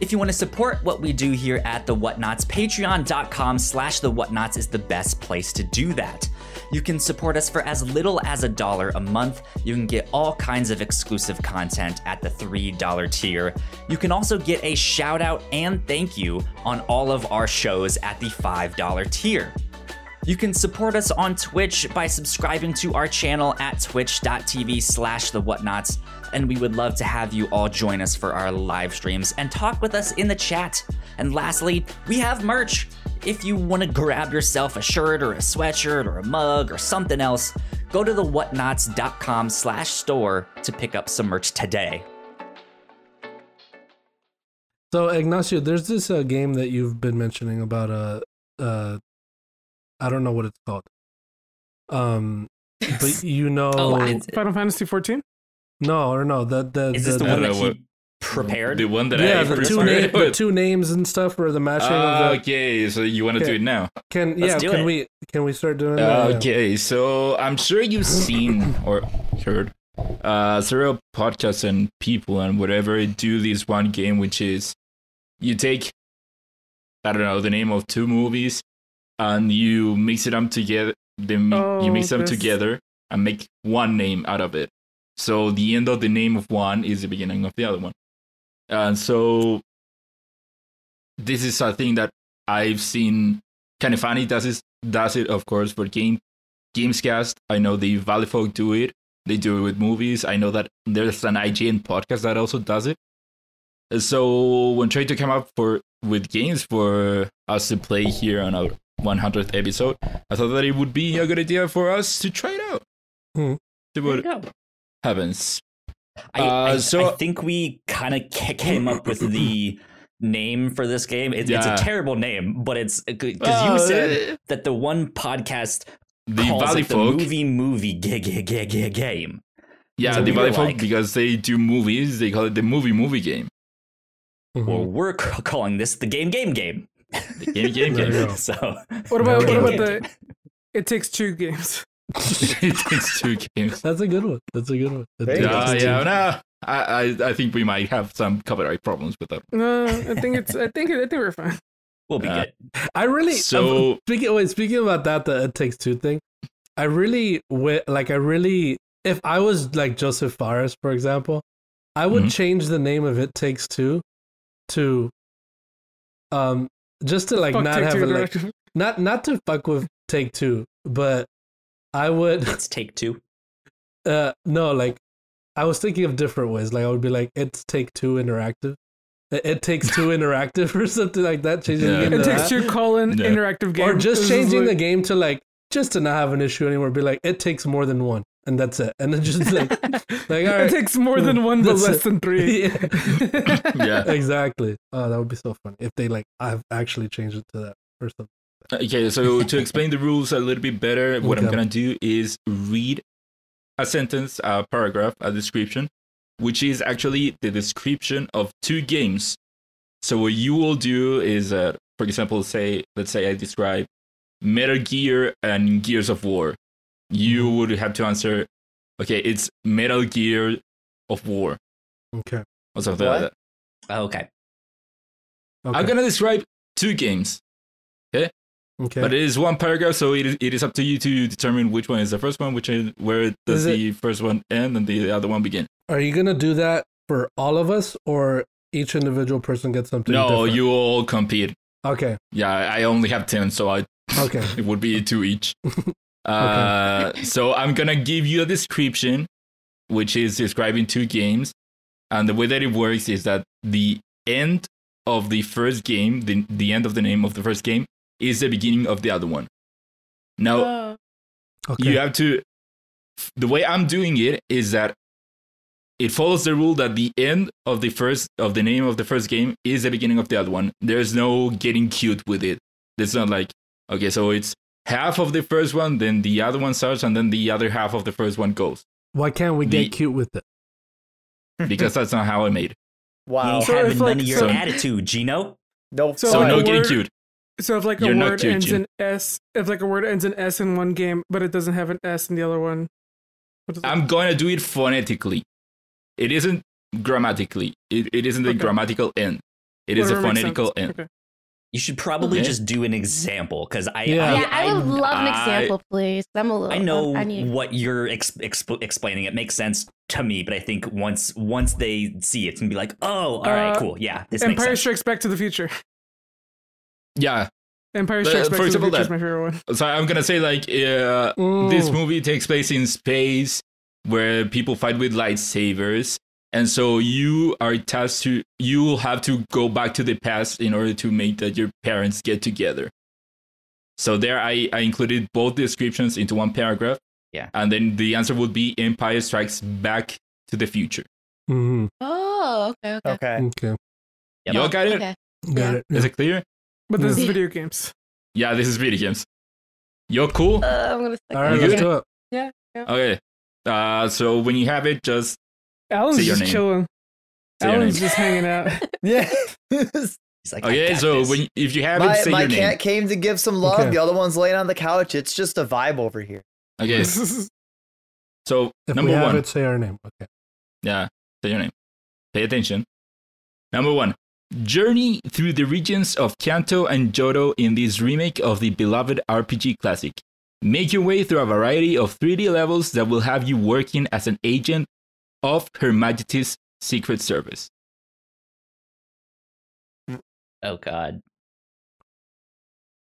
[SPEAKER 3] If you want to support what we do here at The Whatnots, patreon.com slash The Whatnots is the best place to do that. You can support us for as little as a dollar a month. You can get all kinds of exclusive content at the $3 tier. You can also get a shout out and thank you on all of our shows at the $5 tier. You can support us on Twitch by subscribing to our channel at twitch.tv slash the whatnots, and we would love to have you all join us for our live streams and talk with us in the chat. And lastly, we have merch. If you want to grab yourself a shirt or a sweatshirt or a mug or something else, go to the whatnots.com slash store to pick up some merch today.
[SPEAKER 1] So Ignacio, there's this uh, game that you've been mentioning about uh, uh, I don't know what it's called. Um,
[SPEAKER 4] [LAUGHS]
[SPEAKER 1] but you know,
[SPEAKER 3] Oh, I-
[SPEAKER 5] [LAUGHS] Final Fantasy 14?
[SPEAKER 1] no or no the the
[SPEAKER 3] Is this the
[SPEAKER 2] I
[SPEAKER 3] one
[SPEAKER 2] don't
[SPEAKER 3] that
[SPEAKER 2] know
[SPEAKER 3] he
[SPEAKER 2] what-
[SPEAKER 3] prepared?
[SPEAKER 2] The one that I
[SPEAKER 1] yeah the
[SPEAKER 2] first
[SPEAKER 1] two,
[SPEAKER 2] heard.
[SPEAKER 1] na- the two names and stuff or the matching
[SPEAKER 2] Ah,
[SPEAKER 1] of the
[SPEAKER 2] okay, so you want to
[SPEAKER 1] Okay.
[SPEAKER 2] do Oh, it now?
[SPEAKER 1] Can
[SPEAKER 3] Let's
[SPEAKER 1] yeah?
[SPEAKER 3] do
[SPEAKER 1] Can
[SPEAKER 3] it.
[SPEAKER 1] we can we start doing that? Yeah.
[SPEAKER 2] Okay, so I'm sure you've seen or heard uh several podcasts and people and whatever do this one game which is you take I don't know the name of two movies and you mix it up together then you
[SPEAKER 5] Oh,
[SPEAKER 2] mix them
[SPEAKER 5] this-
[SPEAKER 2] together and make one name out of it. So the end of the name of one is the beginning of the other one. And so this is a thing that I've seen kind of funny does it does it of course for game Gamescast. I know the Valley Folk do it. They do it with movies. I know that there's an IGN podcast that also does it. And So when trying to come up for with games for us to play here on our 100th episode, I thought that it would be a good idea for us to try it out.
[SPEAKER 1] Hmm.
[SPEAKER 2] See what happens.
[SPEAKER 3] I,
[SPEAKER 2] Uh,
[SPEAKER 3] I,
[SPEAKER 2] so-
[SPEAKER 3] I think we kind of came up with the name for this game. It,
[SPEAKER 2] Yeah.
[SPEAKER 3] It's a terrible name, but it's because
[SPEAKER 2] Well,
[SPEAKER 3] you said
[SPEAKER 2] eh,
[SPEAKER 3] that the one podcast
[SPEAKER 2] the
[SPEAKER 3] calls
[SPEAKER 2] Valley
[SPEAKER 3] it the
[SPEAKER 2] Folk.
[SPEAKER 3] movie movie g- g- g- g- game.
[SPEAKER 2] Yeah,
[SPEAKER 3] So
[SPEAKER 2] the
[SPEAKER 3] we
[SPEAKER 2] Valley
[SPEAKER 3] were
[SPEAKER 2] Folk
[SPEAKER 3] like-
[SPEAKER 2] because they do movies. They call it the movie movie game.
[SPEAKER 1] Mhm.
[SPEAKER 3] Well, we're c- calling this the game game game.
[SPEAKER 2] The game game
[SPEAKER 3] [LAUGHS]
[SPEAKER 1] There
[SPEAKER 2] game.
[SPEAKER 1] you go.
[SPEAKER 3] So
[SPEAKER 5] What about
[SPEAKER 1] Okay.
[SPEAKER 5] what about the It Takes Two games?
[SPEAKER 2] [LAUGHS] it takes two games.
[SPEAKER 1] That's a good one. That's a good one. It
[SPEAKER 4] There you
[SPEAKER 1] takes
[SPEAKER 4] go.
[SPEAKER 2] Ah,
[SPEAKER 1] two.
[SPEAKER 2] yeah, no, I, I, I think we might have some copyright problems with that.
[SPEAKER 5] No, I think it's. I think. I think we're fine.
[SPEAKER 3] We'll be
[SPEAKER 2] Uh,
[SPEAKER 3] good.
[SPEAKER 1] I really
[SPEAKER 2] So-
[SPEAKER 1] um, speaking wait, speaking about that the it takes two thing. I really wi- like I really if I was like Joseph Fares, for example, I would
[SPEAKER 2] Mhm.
[SPEAKER 1] change the name of It Takes Two to um just to like
[SPEAKER 5] Fuck
[SPEAKER 1] not
[SPEAKER 5] Take
[SPEAKER 1] have
[SPEAKER 5] Two
[SPEAKER 1] a, like
[SPEAKER 5] Interactive.
[SPEAKER 1] not not to fuck with take two, but I would
[SPEAKER 3] It's take two.
[SPEAKER 1] uh no like I was thinking of different ways. Like I would be like it's take two interactive. It, it takes two interactive or something like that. Changing
[SPEAKER 2] Yeah.
[SPEAKER 1] the game
[SPEAKER 5] It
[SPEAKER 1] to
[SPEAKER 5] takes
[SPEAKER 1] that.
[SPEAKER 5] two colon
[SPEAKER 2] Yeah.
[SPEAKER 5] interactive game.
[SPEAKER 1] or just
[SPEAKER 5] This is
[SPEAKER 1] changing the
[SPEAKER 5] like-
[SPEAKER 1] game to like just to not have an issue anymore. Be like, it takes more than one, and that's it. And then
[SPEAKER 2] [LAUGHS]
[SPEAKER 1] just like, like all
[SPEAKER 5] [LAUGHS] It
[SPEAKER 1] right,
[SPEAKER 5] takes more than one, but
[SPEAKER 1] That's
[SPEAKER 5] less
[SPEAKER 1] it.
[SPEAKER 5] than
[SPEAKER 1] [LAUGHS]
[SPEAKER 5] three.
[SPEAKER 1] Yeah.
[SPEAKER 5] [LAUGHS]
[SPEAKER 2] Yeah.
[SPEAKER 1] exactly. Oh, that would be so fun if they like I've actually changed it to that or something.
[SPEAKER 2] Okay, Uh, so to explain the rules a little bit better, what I'm
[SPEAKER 1] Okay.
[SPEAKER 2] gonna do is read a sentence, a paragraph, a description, which is actually the description of two games. So what you will do is, uh, for example, say, let's say I describe Metal Gear and Gears of War. You
[SPEAKER 1] Mm-hmm.
[SPEAKER 2] would have to answer, okay, it's Metal Gear of War
[SPEAKER 1] Okay.
[SPEAKER 2] or something
[SPEAKER 4] What?
[SPEAKER 2] like that.
[SPEAKER 3] Oh, Okay.
[SPEAKER 1] Okay.
[SPEAKER 2] I'm gonna describe two games.
[SPEAKER 1] okay.
[SPEAKER 2] But it is one paragraph, so it is, it is up to you to determine which one is the first one, which is where
[SPEAKER 1] Is
[SPEAKER 2] does
[SPEAKER 1] it-
[SPEAKER 2] the first one end and the other one begin.
[SPEAKER 1] Are you gonna do that for all of us, or each individual person gets something?
[SPEAKER 2] no,
[SPEAKER 1] different?
[SPEAKER 2] you all compete.
[SPEAKER 1] Okay.
[SPEAKER 2] Yeah, I only have ten, so I
[SPEAKER 1] Okay.
[SPEAKER 2] it
[SPEAKER 1] [LAUGHS]
[SPEAKER 2] would be two each. Uh, so I'm gonna give you a description, which is describing two games, and the way that it works is that the end of the first game, the the end of the name of the first game, is the beginning of the other one. Now.
[SPEAKER 6] Oh.
[SPEAKER 1] Okay.
[SPEAKER 2] [LAUGHS] you have to the way i'm doing it is that it follows the rule that the end of the first of the name of the first game is the beginning of the other one there's no getting cute with it it's not like okay so it's half of the first one then the other one starts and then the other half of the first one
[SPEAKER 5] [LAUGHS]
[SPEAKER 2] goes
[SPEAKER 1] Why can't we get
[SPEAKER 2] The-
[SPEAKER 1] cute with it?
[SPEAKER 2] because that's not how i made it
[SPEAKER 4] [LAUGHS] Wow.
[SPEAKER 3] You
[SPEAKER 5] So
[SPEAKER 3] have
[SPEAKER 5] if,
[SPEAKER 3] none
[SPEAKER 5] like,
[SPEAKER 3] of your
[SPEAKER 5] so-
[SPEAKER 3] attitude, Gino.
[SPEAKER 4] No.
[SPEAKER 5] So
[SPEAKER 2] so
[SPEAKER 5] like
[SPEAKER 2] no
[SPEAKER 5] a
[SPEAKER 2] getting
[SPEAKER 5] word-
[SPEAKER 2] cute
[SPEAKER 5] So if like a
[SPEAKER 2] You're not
[SPEAKER 5] word
[SPEAKER 2] cute,
[SPEAKER 5] ends
[SPEAKER 2] Jim.
[SPEAKER 5] in s, if like a word ends in s in one game, but it doesn't have an s in the other one, what is it?
[SPEAKER 2] i'm going to do it phonetically it isn't grammatically it, it isn't the
[SPEAKER 5] Okay.
[SPEAKER 2] grammatical end it is a
[SPEAKER 5] Whatever makes sense.
[SPEAKER 2] phonetical end
[SPEAKER 5] Okay.
[SPEAKER 3] You should probably
[SPEAKER 2] Okay.
[SPEAKER 3] just do an example because I,
[SPEAKER 1] Yeah.
[SPEAKER 6] Yeah, I, would love an
[SPEAKER 2] I-
[SPEAKER 6] example, please. I'm a little.
[SPEAKER 3] I know
[SPEAKER 6] I need.
[SPEAKER 3] what you're ex- expl- explaining. It makes sense to me, but I think once once they see it, it's gonna be like, oh, all right,
[SPEAKER 5] Uh,
[SPEAKER 3] cool, yeah, this makes
[SPEAKER 5] Empire
[SPEAKER 3] sense.
[SPEAKER 5] Strikes Back to the Future. [LAUGHS]
[SPEAKER 2] yeah
[SPEAKER 5] Empire
[SPEAKER 2] But, uh,
[SPEAKER 5] Strikes
[SPEAKER 2] for
[SPEAKER 5] Back to the
[SPEAKER 2] example,
[SPEAKER 5] Future is
[SPEAKER 2] that-
[SPEAKER 5] my favorite one.
[SPEAKER 2] so i'm going to say like uh,
[SPEAKER 1] Mm.
[SPEAKER 2] this movie takes place in space where people fight with lightsabers and so you are tasked to you will have to go back to the past in order to make that your parents get together so there i, I included both descriptions into one paragraph
[SPEAKER 3] Yeah.
[SPEAKER 2] and then the answer would be empire strikes back to the future
[SPEAKER 1] hmm
[SPEAKER 6] Oh, okay,
[SPEAKER 1] [LAUGHS]
[SPEAKER 6] okay.
[SPEAKER 4] Okay. [LAUGHS]
[SPEAKER 1] Okay.
[SPEAKER 3] Yep.
[SPEAKER 2] you all got it? Is
[SPEAKER 6] Okay.
[SPEAKER 1] Got
[SPEAKER 6] Yeah.
[SPEAKER 1] it. Yeah.
[SPEAKER 2] it clear
[SPEAKER 5] But this
[SPEAKER 4] Mm.
[SPEAKER 5] is
[SPEAKER 6] Yeah.
[SPEAKER 5] video games.
[SPEAKER 2] yeah this is video games you're cool
[SPEAKER 6] Uh, I'm gonna.
[SPEAKER 1] All right,
[SPEAKER 2] You
[SPEAKER 1] let's
[SPEAKER 2] good?
[SPEAKER 1] do it.
[SPEAKER 2] okay uh, so when you have it just
[SPEAKER 5] Alan's
[SPEAKER 2] Say your
[SPEAKER 5] just
[SPEAKER 2] name.
[SPEAKER 5] chilling.
[SPEAKER 2] Say your
[SPEAKER 5] Alan's
[SPEAKER 2] name.
[SPEAKER 5] just hanging
[SPEAKER 2] [LAUGHS]
[SPEAKER 5] out.
[SPEAKER 4] Yeah.
[SPEAKER 3] He's like, I
[SPEAKER 2] okay
[SPEAKER 3] got
[SPEAKER 2] so
[SPEAKER 3] this.
[SPEAKER 2] when if you have it
[SPEAKER 4] my
[SPEAKER 2] say
[SPEAKER 4] my
[SPEAKER 2] your name
[SPEAKER 4] cat came to give some love.
[SPEAKER 1] Okay.
[SPEAKER 4] The other one's laying on the couch. It's just a vibe over here.
[SPEAKER 2] okay
[SPEAKER 5] [LAUGHS]
[SPEAKER 2] [LAUGHS] so
[SPEAKER 1] If
[SPEAKER 2] number
[SPEAKER 1] we have
[SPEAKER 2] one
[SPEAKER 1] it, say our name. Okay.
[SPEAKER 2] Yeah, say your name. Pay attention. Number one, journey through the regions of Kanto and Johto in this remake of the beloved RPG classic. Make your way through a variety of 3D levels that will have you working as an agent of Her Majesty's Secret Service.
[SPEAKER 3] oh god,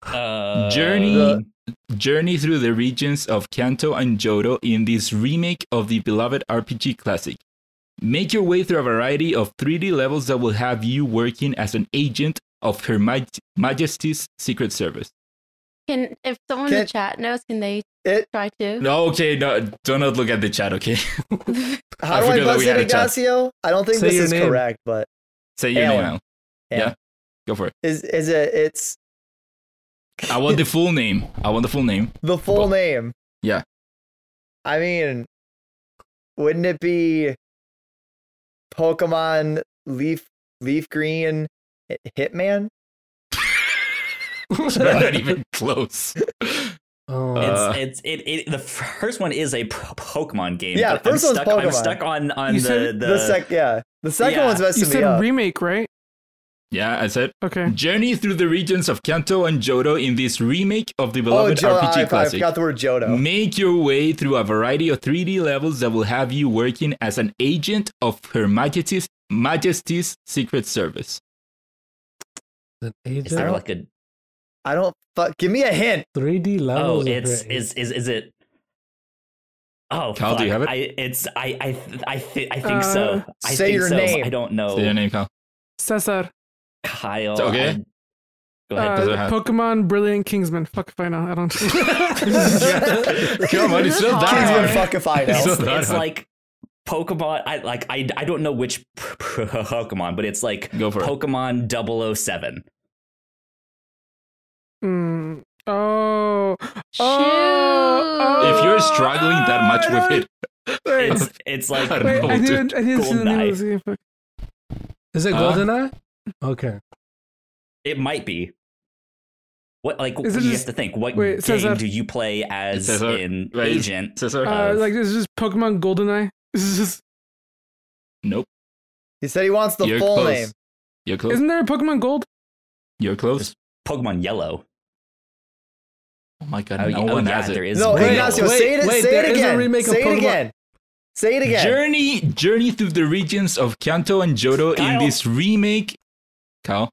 [SPEAKER 3] uh,
[SPEAKER 2] Journey-
[SPEAKER 3] the-
[SPEAKER 2] Journey through the regions of Kanto and Johto in this remake of the beloved RPG classic. Make your way through a variety of 3D levels that will have you working as an agent of Her Maj- Majesty's Secret Service.
[SPEAKER 6] Can if someone in the
[SPEAKER 4] Can-
[SPEAKER 6] chat knows, can they
[SPEAKER 4] It-
[SPEAKER 6] try to?
[SPEAKER 2] No, okay, no, do not look at the chat, okay? [LAUGHS]
[SPEAKER 4] How
[SPEAKER 2] I
[SPEAKER 4] do I
[SPEAKER 2] forgot that
[SPEAKER 4] buzz
[SPEAKER 2] we had
[SPEAKER 4] in
[SPEAKER 2] a chat.
[SPEAKER 4] Ignacio? I don't think
[SPEAKER 1] Say
[SPEAKER 4] this
[SPEAKER 1] your
[SPEAKER 4] is
[SPEAKER 1] name.
[SPEAKER 4] correct, but
[SPEAKER 2] Say your
[SPEAKER 4] Alan.
[SPEAKER 2] name now. Yeah.
[SPEAKER 4] Alan.
[SPEAKER 2] Go for it.
[SPEAKER 4] is is it? It's
[SPEAKER 2] I want the full name. I want the full
[SPEAKER 4] [LAUGHS]
[SPEAKER 2] name.
[SPEAKER 4] the full
[SPEAKER 2] Well,
[SPEAKER 4] name.
[SPEAKER 2] yeah.
[SPEAKER 4] I mean, wouldn't it be Pokemon Leaf Leaf Green Hitman?
[SPEAKER 2] We're not even close.
[SPEAKER 1] Oh.
[SPEAKER 3] It's,
[SPEAKER 2] Uh.
[SPEAKER 3] it's it, it. The first one is a p- Pokemon game.
[SPEAKER 4] Yeah,
[SPEAKER 3] but
[SPEAKER 4] first
[SPEAKER 3] I'm
[SPEAKER 4] one's
[SPEAKER 3] stuck, I'm
[SPEAKER 4] Pokemon.
[SPEAKER 3] stuck on on
[SPEAKER 5] You
[SPEAKER 3] the,
[SPEAKER 5] said
[SPEAKER 3] the
[SPEAKER 4] The sec, yeah, the second
[SPEAKER 3] Yeah.
[SPEAKER 4] one's
[SPEAKER 5] You
[SPEAKER 4] messing me
[SPEAKER 5] said
[SPEAKER 4] up.
[SPEAKER 5] remake, right?
[SPEAKER 2] Yeah, I said
[SPEAKER 5] Okay.
[SPEAKER 2] Journey through the regions of Kanto and Johto in this remake of the
[SPEAKER 4] oh,
[SPEAKER 2] beloved
[SPEAKER 4] Jodo, I,
[SPEAKER 2] RPG
[SPEAKER 4] I
[SPEAKER 2] classic.
[SPEAKER 4] forgot the word Jodo.
[SPEAKER 2] Make your way through a variety of 3D levels that will have you working as an agent of Her Majesty's Majesty's Secret Service.
[SPEAKER 1] An
[SPEAKER 3] Is there
[SPEAKER 1] agent,
[SPEAKER 3] like a
[SPEAKER 4] I don't. Fuck, give me a hint.
[SPEAKER 1] 3D
[SPEAKER 3] oh?
[SPEAKER 1] levels. of
[SPEAKER 3] It's
[SPEAKER 1] it.
[SPEAKER 3] is is is it? Oh,
[SPEAKER 2] Kyle, do
[SPEAKER 3] fuck.
[SPEAKER 2] you have it?
[SPEAKER 3] I, it's I I th- I, th- I think so.
[SPEAKER 5] Uh,
[SPEAKER 3] I
[SPEAKER 4] say
[SPEAKER 3] think
[SPEAKER 4] your
[SPEAKER 3] so.
[SPEAKER 4] name.
[SPEAKER 3] I don't know.
[SPEAKER 2] Say your name, Kyle. [LAUGHS]
[SPEAKER 5] Cesar.
[SPEAKER 3] Kyle.
[SPEAKER 2] It's okay.
[SPEAKER 3] I-
[SPEAKER 5] [LAUGHS]
[SPEAKER 3] go ahead.
[SPEAKER 2] does it
[SPEAKER 5] Uh,
[SPEAKER 2] have-
[SPEAKER 5] Pokemon Brilliant Kingsman. Fuck if I know. I
[SPEAKER 2] [LAUGHS]
[SPEAKER 5] don't. [LAUGHS]
[SPEAKER 2] Come on, it's not
[SPEAKER 6] Kingsman
[SPEAKER 2] that
[SPEAKER 1] [LAUGHS]
[SPEAKER 4] Kingsman,
[SPEAKER 2] hard.
[SPEAKER 4] fuck if I know.
[SPEAKER 2] So
[SPEAKER 3] it's,
[SPEAKER 2] that
[SPEAKER 3] it's
[SPEAKER 2] hard.
[SPEAKER 3] like Pokemon. I like I I don't know which p- p- Pokemon, but it's like
[SPEAKER 2] Go for it.
[SPEAKER 3] Pokemon 007.
[SPEAKER 5] Mm. Oh.
[SPEAKER 6] Shoot.
[SPEAKER 5] Oh,
[SPEAKER 2] If you're struggling that much with it,
[SPEAKER 3] It's it's like
[SPEAKER 2] [LAUGHS] I don't
[SPEAKER 5] Wait,
[SPEAKER 2] know,
[SPEAKER 5] I
[SPEAKER 2] dude.
[SPEAKER 5] didn't. I didn't see the name of the game. Fuck.
[SPEAKER 1] Is it
[SPEAKER 2] Huh?
[SPEAKER 1] GoldenEye?
[SPEAKER 2] [LAUGHS]
[SPEAKER 1] Okay.
[SPEAKER 3] it might be. What like
[SPEAKER 5] Is it
[SPEAKER 3] you
[SPEAKER 5] just-
[SPEAKER 3] have to think? What
[SPEAKER 5] wait, it
[SPEAKER 3] game
[SPEAKER 5] says that-
[SPEAKER 3] do you play as
[SPEAKER 2] says that-
[SPEAKER 3] an
[SPEAKER 2] wait, it's-
[SPEAKER 3] agent?
[SPEAKER 2] Cesar?
[SPEAKER 5] Uh, like this is just Pokemon Goldeneye. This is just.
[SPEAKER 2] nope.
[SPEAKER 4] He said he wants the
[SPEAKER 2] You're
[SPEAKER 4] full
[SPEAKER 2] close.
[SPEAKER 4] name.
[SPEAKER 2] You're close.
[SPEAKER 5] Isn't there a Pokemon Gold?
[SPEAKER 2] You're close.
[SPEAKER 3] Pokemon Yellow.
[SPEAKER 2] Oh my god,
[SPEAKER 3] Oh,
[SPEAKER 2] no
[SPEAKER 3] oh,
[SPEAKER 2] one
[SPEAKER 3] yeah,
[SPEAKER 2] has
[SPEAKER 3] there
[SPEAKER 2] it.
[SPEAKER 3] is
[SPEAKER 4] no,
[SPEAKER 3] one.
[SPEAKER 1] wait,
[SPEAKER 4] Ignacio,
[SPEAKER 1] wait,
[SPEAKER 4] say it,
[SPEAKER 1] wait,
[SPEAKER 4] say
[SPEAKER 1] there
[SPEAKER 4] it
[SPEAKER 1] is a
[SPEAKER 4] again.
[SPEAKER 1] remake of
[SPEAKER 4] say it
[SPEAKER 1] Pokemon.
[SPEAKER 4] again. Say it again.
[SPEAKER 2] Journey, journey through the regions of Kanto and Johto
[SPEAKER 3] Kyle.
[SPEAKER 2] in this remake. Kyle,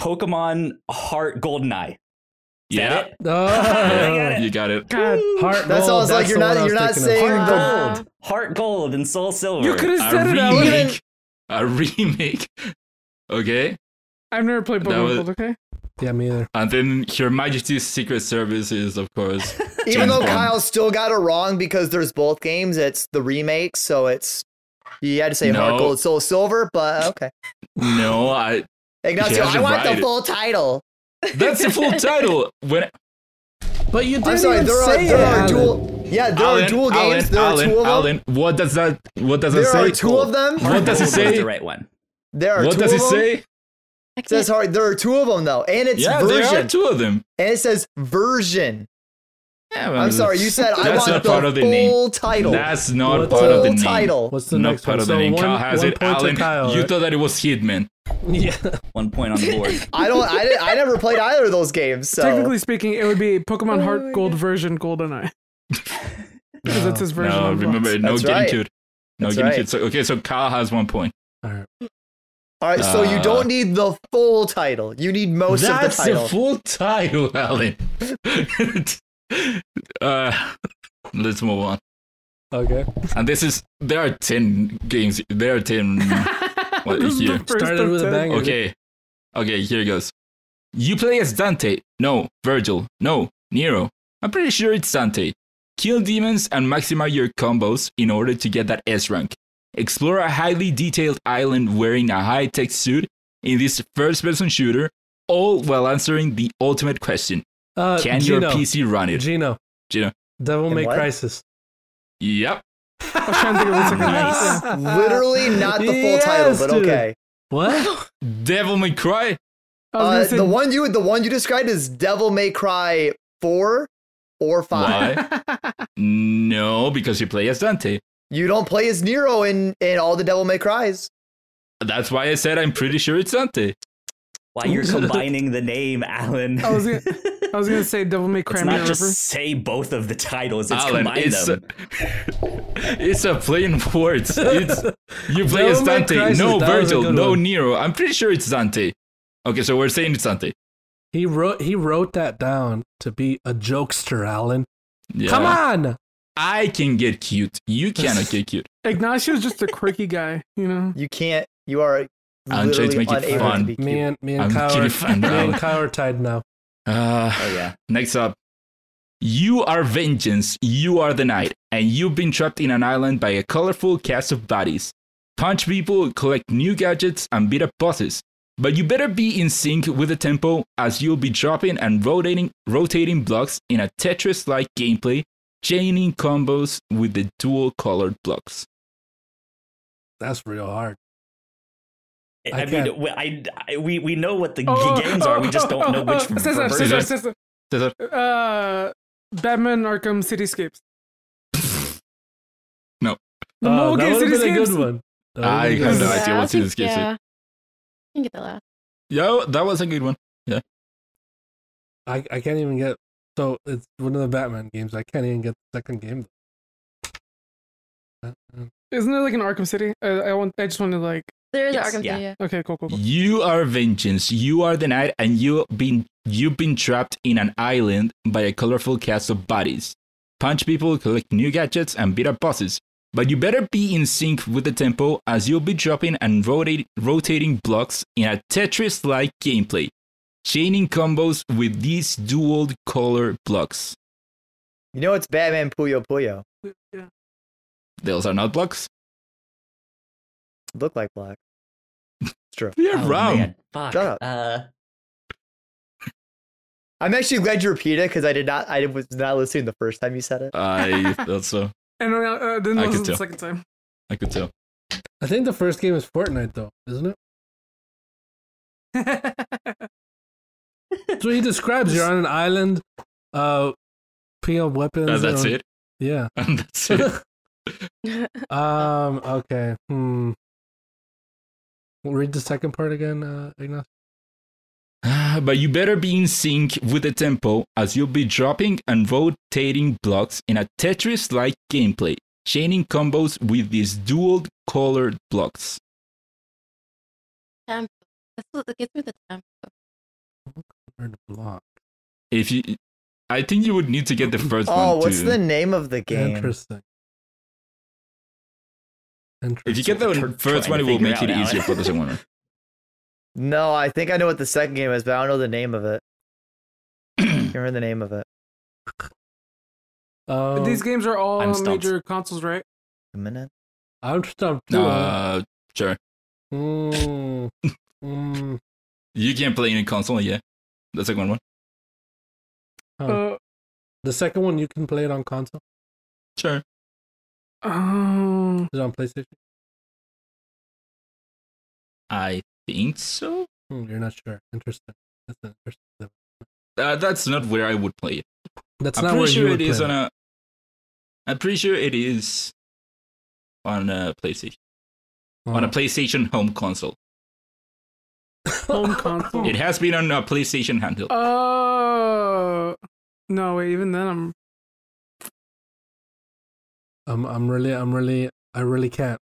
[SPEAKER 3] Pokemon Heart Goldeneye. Is
[SPEAKER 2] yeah,
[SPEAKER 3] that it?
[SPEAKER 1] Oh.
[SPEAKER 3] got it.
[SPEAKER 2] you got it.
[SPEAKER 5] God.
[SPEAKER 1] Heart
[SPEAKER 4] That
[SPEAKER 1] gold,
[SPEAKER 4] sounds like you're
[SPEAKER 1] Oh, the
[SPEAKER 4] not-
[SPEAKER 1] one I was
[SPEAKER 4] you're not
[SPEAKER 1] thinking of.
[SPEAKER 4] saying-
[SPEAKER 3] Heart
[SPEAKER 4] Ah.
[SPEAKER 6] Uh,
[SPEAKER 3] Gold. Heart Gold and Soul Silver.
[SPEAKER 5] You could have
[SPEAKER 2] A
[SPEAKER 5] said it. I would've-
[SPEAKER 2] remake. A remake. Okay,
[SPEAKER 5] I've never played
[SPEAKER 2] That
[SPEAKER 5] Pokemon
[SPEAKER 2] was-
[SPEAKER 5] Gold. Okay.
[SPEAKER 1] Yeah, me either.
[SPEAKER 2] and then Her Majesty's Secret Service is, of
[SPEAKER 1] [LAUGHS]
[SPEAKER 2] course,
[SPEAKER 4] Even
[SPEAKER 2] James
[SPEAKER 4] though
[SPEAKER 2] Bond.
[SPEAKER 4] Kyle still got it wrong because there's both games, it's the remake, so it's you had to say
[SPEAKER 2] No.
[SPEAKER 4] Heart Gold, Soul Silver, but okay.
[SPEAKER 2] no, I.
[SPEAKER 4] Ignacio,
[SPEAKER 2] has
[SPEAKER 4] I
[SPEAKER 2] it
[SPEAKER 4] want
[SPEAKER 2] right.
[SPEAKER 4] the full title.
[SPEAKER 2] That's the full title. When
[SPEAKER 1] But you didn't
[SPEAKER 4] I'm sorry,
[SPEAKER 1] even
[SPEAKER 4] there are,
[SPEAKER 1] say
[SPEAKER 4] there
[SPEAKER 1] it,
[SPEAKER 4] are
[SPEAKER 1] Alan.
[SPEAKER 4] dual. Yeah, there
[SPEAKER 2] Alan,
[SPEAKER 4] are dual
[SPEAKER 2] Alan,
[SPEAKER 4] games. there
[SPEAKER 2] Alan,
[SPEAKER 4] are two of them.
[SPEAKER 2] Alan, what does that? What does that
[SPEAKER 4] there
[SPEAKER 2] say?
[SPEAKER 4] are two of them.
[SPEAKER 2] What does it
[SPEAKER 3] Gold was
[SPEAKER 2] say?
[SPEAKER 3] The right one.
[SPEAKER 4] There are
[SPEAKER 2] What
[SPEAKER 4] two
[SPEAKER 2] does
[SPEAKER 4] of
[SPEAKER 2] it
[SPEAKER 4] them.
[SPEAKER 2] say?
[SPEAKER 6] I
[SPEAKER 4] It says
[SPEAKER 6] can't-
[SPEAKER 4] hard. There are two of them though, and it's
[SPEAKER 2] Yeah,
[SPEAKER 4] version.
[SPEAKER 2] there are two of them.
[SPEAKER 4] And it says version.
[SPEAKER 2] Yeah,
[SPEAKER 4] I'm
[SPEAKER 2] well,
[SPEAKER 4] sorry, you said I
[SPEAKER 2] That's
[SPEAKER 4] want
[SPEAKER 2] not
[SPEAKER 4] the
[SPEAKER 2] part of the
[SPEAKER 4] full
[SPEAKER 2] name.
[SPEAKER 4] title.
[SPEAKER 2] That's not
[SPEAKER 1] What's
[SPEAKER 2] part of the
[SPEAKER 4] Full
[SPEAKER 2] name.
[SPEAKER 4] title.
[SPEAKER 1] What's the
[SPEAKER 2] Not
[SPEAKER 1] next
[SPEAKER 2] part
[SPEAKER 1] one?
[SPEAKER 2] of the
[SPEAKER 1] so
[SPEAKER 2] name.
[SPEAKER 1] one,
[SPEAKER 2] Kyle has
[SPEAKER 1] one
[SPEAKER 2] it.
[SPEAKER 1] point
[SPEAKER 2] Alan,
[SPEAKER 1] to Kyle.
[SPEAKER 2] you
[SPEAKER 1] right?
[SPEAKER 2] thought that it was Hitman.
[SPEAKER 1] yeah.
[SPEAKER 3] One point on the
[SPEAKER 5] [LAUGHS]
[SPEAKER 3] board.
[SPEAKER 4] I don't. I, didn't, I never played either of those games. So
[SPEAKER 5] Technically speaking, it would be Pokemon Heart Gold version Goldeneye. Because that's his version.
[SPEAKER 2] No,
[SPEAKER 5] on Xbox.
[SPEAKER 2] remember, no
[SPEAKER 4] That's
[SPEAKER 2] getting
[SPEAKER 4] right.
[SPEAKER 2] cute. No
[SPEAKER 4] That's
[SPEAKER 2] getting
[SPEAKER 4] right.
[SPEAKER 2] cute. So, okay, so Kyle has one point.
[SPEAKER 1] All right.
[SPEAKER 4] All right, so you
[SPEAKER 2] Uh,
[SPEAKER 4] don't need the full title. You need most of Oh, the
[SPEAKER 2] That's
[SPEAKER 4] title.
[SPEAKER 2] full title, Alan. uh, let's move on.
[SPEAKER 1] Okay.
[SPEAKER 2] And this is there are ten games. There are ten. what,
[SPEAKER 5] This is
[SPEAKER 2] here.
[SPEAKER 5] the first
[SPEAKER 1] Started
[SPEAKER 5] of
[SPEAKER 1] with a
[SPEAKER 5] 10.
[SPEAKER 1] bang.
[SPEAKER 2] Okay. Okay, here goes. You play as Dante. No, Virgil. No, Nero. I'm pretty sure it's Dante. Kill demons and maximize your combos in order to get that S rank. Explore a highly detailed island wearing a high tech suit in this first person shooter, all while answering the ultimate question
[SPEAKER 1] Uh,
[SPEAKER 2] Can
[SPEAKER 1] Gino.
[SPEAKER 2] your PC run it?
[SPEAKER 1] Gino.
[SPEAKER 2] Gino.
[SPEAKER 1] Devil
[SPEAKER 4] In
[SPEAKER 1] May
[SPEAKER 4] what?
[SPEAKER 1] Crisis.
[SPEAKER 2] Yep.
[SPEAKER 5] I was trying to think of the second
[SPEAKER 3] Nice.
[SPEAKER 5] one.
[SPEAKER 4] [LAUGHS] Literally not the full title,
[SPEAKER 1] Yes,
[SPEAKER 4] but
[SPEAKER 1] dude.
[SPEAKER 4] okay.
[SPEAKER 1] What?
[SPEAKER 2] Devil May Cry.
[SPEAKER 5] Yeah. I
[SPEAKER 4] Uh,
[SPEAKER 5] was
[SPEAKER 4] the
[SPEAKER 5] gonna
[SPEAKER 4] one you the one you described is Devil May Cry four or five.
[SPEAKER 2] Why? no, because you play as Dante.
[SPEAKER 4] [LAUGHS] You don't play as Nero in in all the Devil May Cries.
[SPEAKER 2] That's why I said I'm pretty sure it's Dante.
[SPEAKER 3] Why you're combining the name, Alan?
[SPEAKER 5] I was
[SPEAKER 3] [LAUGHS]
[SPEAKER 5] gonna- say, I was gonna say Devil May Cry
[SPEAKER 3] It's
[SPEAKER 5] Me
[SPEAKER 3] not
[SPEAKER 5] River.
[SPEAKER 3] just say both of the titles. It's
[SPEAKER 2] Alan,
[SPEAKER 3] combine
[SPEAKER 2] it's
[SPEAKER 3] them.
[SPEAKER 2] it's a [LAUGHS] plain words.
[SPEAKER 1] [LAUGHS]
[SPEAKER 2] [LAUGHS] It's you play as
[SPEAKER 1] Devil May
[SPEAKER 2] Dante.
[SPEAKER 1] Crisis,
[SPEAKER 2] no
[SPEAKER 1] that was a
[SPEAKER 2] Virgil,
[SPEAKER 1] good
[SPEAKER 2] no
[SPEAKER 1] one.
[SPEAKER 2] Nero. I'm pretty sure it's Dante. Okay, so we're saying it's Dante.
[SPEAKER 1] He wrote. He wrote that down to be a jokester, Alan.
[SPEAKER 2] Yeah.
[SPEAKER 1] Come on.
[SPEAKER 2] I can get cute. You cannot get cute.
[SPEAKER 5] Ignacio's just a quirky guy, you know.
[SPEAKER 4] You can't. You are
[SPEAKER 2] I'm trying to
[SPEAKER 4] literally
[SPEAKER 2] Uh, make it
[SPEAKER 4] unable
[SPEAKER 2] fun.
[SPEAKER 4] to be
[SPEAKER 1] Me
[SPEAKER 4] cute.
[SPEAKER 1] and me and
[SPEAKER 2] I'm
[SPEAKER 1] Kyle.
[SPEAKER 2] kidding,
[SPEAKER 1] Are, [LAUGHS]
[SPEAKER 2] fine,
[SPEAKER 1] me
[SPEAKER 2] Alan.
[SPEAKER 1] and Kyle are tied now.
[SPEAKER 2] Uh,
[SPEAKER 3] Oh yeah.
[SPEAKER 2] Next up, you are vengeance. You are the night, and you've been trapped in an island by a colorful cast of bodies. Punch people, collect new gadgets, and beat up bosses. But you better be in sync with the tempo, as you'll be dropping and rotating, rotating blocks in a Tetris-like gameplay, chaining combos with the dual-colored blocks.
[SPEAKER 1] That's real hard.
[SPEAKER 3] I,
[SPEAKER 1] I
[SPEAKER 3] mean,
[SPEAKER 1] can't.
[SPEAKER 3] we- I, I- we we know what the g-
[SPEAKER 5] Oh,
[SPEAKER 3] games are. We just
[SPEAKER 5] oh, [LAUGHS]
[SPEAKER 3] don't know
[SPEAKER 5] oh,
[SPEAKER 3] which
[SPEAKER 5] oh, Cesar,
[SPEAKER 3] version.
[SPEAKER 5] Cesar, Cesar.
[SPEAKER 2] Cesar.
[SPEAKER 5] Uh, Batman Arkham Cityscapes.
[SPEAKER 2] [LAUGHS] No.
[SPEAKER 5] The
[SPEAKER 1] Uh,
[SPEAKER 5] mobile
[SPEAKER 1] that
[SPEAKER 5] game
[SPEAKER 1] would've been a good
[SPEAKER 5] Cityscapes.
[SPEAKER 1] one. That
[SPEAKER 2] I
[SPEAKER 1] would've been
[SPEAKER 2] have
[SPEAKER 1] good.
[SPEAKER 2] no idea
[SPEAKER 6] I'll
[SPEAKER 2] what
[SPEAKER 6] take-
[SPEAKER 2] this gives it.
[SPEAKER 6] yeah. I can get the last.
[SPEAKER 2] Yo, that was a good one.
[SPEAKER 1] I, I can't even get. So it's one of the Batman games. I can't even get the second game. Batman.
[SPEAKER 5] Isn't there like an Arkham City? I, I want. I just want to like.
[SPEAKER 6] There is
[SPEAKER 3] Yes,
[SPEAKER 6] an Arkham
[SPEAKER 3] yeah.
[SPEAKER 6] City. Yeah.
[SPEAKER 5] Okay, cool, cool, cool.
[SPEAKER 2] You are vengeance. You are the night, and you been you've been trapped in an island by a colorful cast of bodies. Punch people, collect new gadgets, and beat up bosses. But you better be in sync with the tempo, as you'll be dropping and rotate, rotating blocks in a Tetris-like gameplay, chaining combos with these dual color blocks.
[SPEAKER 4] You know it's Batman Puyo Puyo.
[SPEAKER 2] Mm-hmm.
[SPEAKER 5] Yeah.
[SPEAKER 2] Those are not blocks.
[SPEAKER 4] Look like black. It's true.
[SPEAKER 2] They're
[SPEAKER 3] Oh,
[SPEAKER 2] round.
[SPEAKER 3] man. Fuck.
[SPEAKER 4] Shut up.
[SPEAKER 3] Uh,
[SPEAKER 4] I'm actually glad you repeated it because I did not. I was not listening the first time you said it.
[SPEAKER 2] I thought so.
[SPEAKER 5] And then, uh, then
[SPEAKER 2] I
[SPEAKER 5] this
[SPEAKER 2] could
[SPEAKER 5] is the
[SPEAKER 2] tell.
[SPEAKER 5] second time. [LAUGHS]
[SPEAKER 2] I
[SPEAKER 3] [LAUGHS]
[SPEAKER 2] could tell.
[SPEAKER 1] I think the first game is Fortnite, though, isn't it? So he describes you're on an island, uh, picking up weapons.
[SPEAKER 2] That- Uh, that's
[SPEAKER 1] and-
[SPEAKER 2] it. [LAUGHS]
[SPEAKER 1] Yeah. [LAUGHS]
[SPEAKER 2] that's it.
[SPEAKER 1] um. Okay. Hmm. We'll read the second part again, uh, Ignacio.
[SPEAKER 2] [SIGHS] But you better be in sync with the tempo as you'll be dropping and rotating blocks in a Tetris like gameplay, chaining combos with these dual colored blocks.
[SPEAKER 6] Tempo. That's what that gets me the tempo.
[SPEAKER 1] Or the block.
[SPEAKER 2] If you I think you would need to get the first one.
[SPEAKER 4] Oh, what's
[SPEAKER 2] to,
[SPEAKER 4] the name of the game?
[SPEAKER 1] Interesting.
[SPEAKER 2] If you
[SPEAKER 1] Interesting.
[SPEAKER 2] get the
[SPEAKER 3] Tr-
[SPEAKER 2] first
[SPEAKER 3] trying
[SPEAKER 2] one, it
[SPEAKER 3] to
[SPEAKER 2] will
[SPEAKER 3] figure
[SPEAKER 2] make
[SPEAKER 3] out
[SPEAKER 2] it
[SPEAKER 3] now.
[SPEAKER 2] easier for the second
[SPEAKER 3] [LAUGHS]
[SPEAKER 2] one.
[SPEAKER 4] No, I think I know what the second game is, but I don't know the name
[SPEAKER 3] [CLEARS THROAT]
[SPEAKER 4] of it. Can't remember the name of it.
[SPEAKER 1] Um,
[SPEAKER 5] But these games are all
[SPEAKER 3] I'm stumped.
[SPEAKER 5] major consoles, right?
[SPEAKER 4] A minute.
[SPEAKER 1] I'm stumped too. huh?
[SPEAKER 2] Uh, sure.
[SPEAKER 1] Mm, mm,
[SPEAKER 2] You can play in a console, yeah. The second one.
[SPEAKER 1] Oh.
[SPEAKER 5] Uh,
[SPEAKER 1] the second one you can play it on console.
[SPEAKER 2] Sure.
[SPEAKER 5] oh,
[SPEAKER 1] Is it on PlayStation?
[SPEAKER 2] I think so.
[SPEAKER 1] Hmm, you're not sure. Interesting. That's an interesting. development.
[SPEAKER 2] Uh, that's not where I would play it.
[SPEAKER 1] That's
[SPEAKER 2] I'm
[SPEAKER 1] not where
[SPEAKER 2] pretty
[SPEAKER 1] you
[SPEAKER 2] sure
[SPEAKER 1] would
[SPEAKER 2] it is
[SPEAKER 1] play
[SPEAKER 2] on
[SPEAKER 1] it.
[SPEAKER 2] a. I'm pretty sure it is on a PlayStation on
[SPEAKER 1] Oh. Hmm.
[SPEAKER 2] a PlayStation home console. [LAUGHS]
[SPEAKER 5] home console.
[SPEAKER 2] It has been on a PlayStation handheld.
[SPEAKER 1] Uh,
[SPEAKER 5] Oh. No, wait, even then I'm.
[SPEAKER 1] I'm I'm really I'm really I really can't.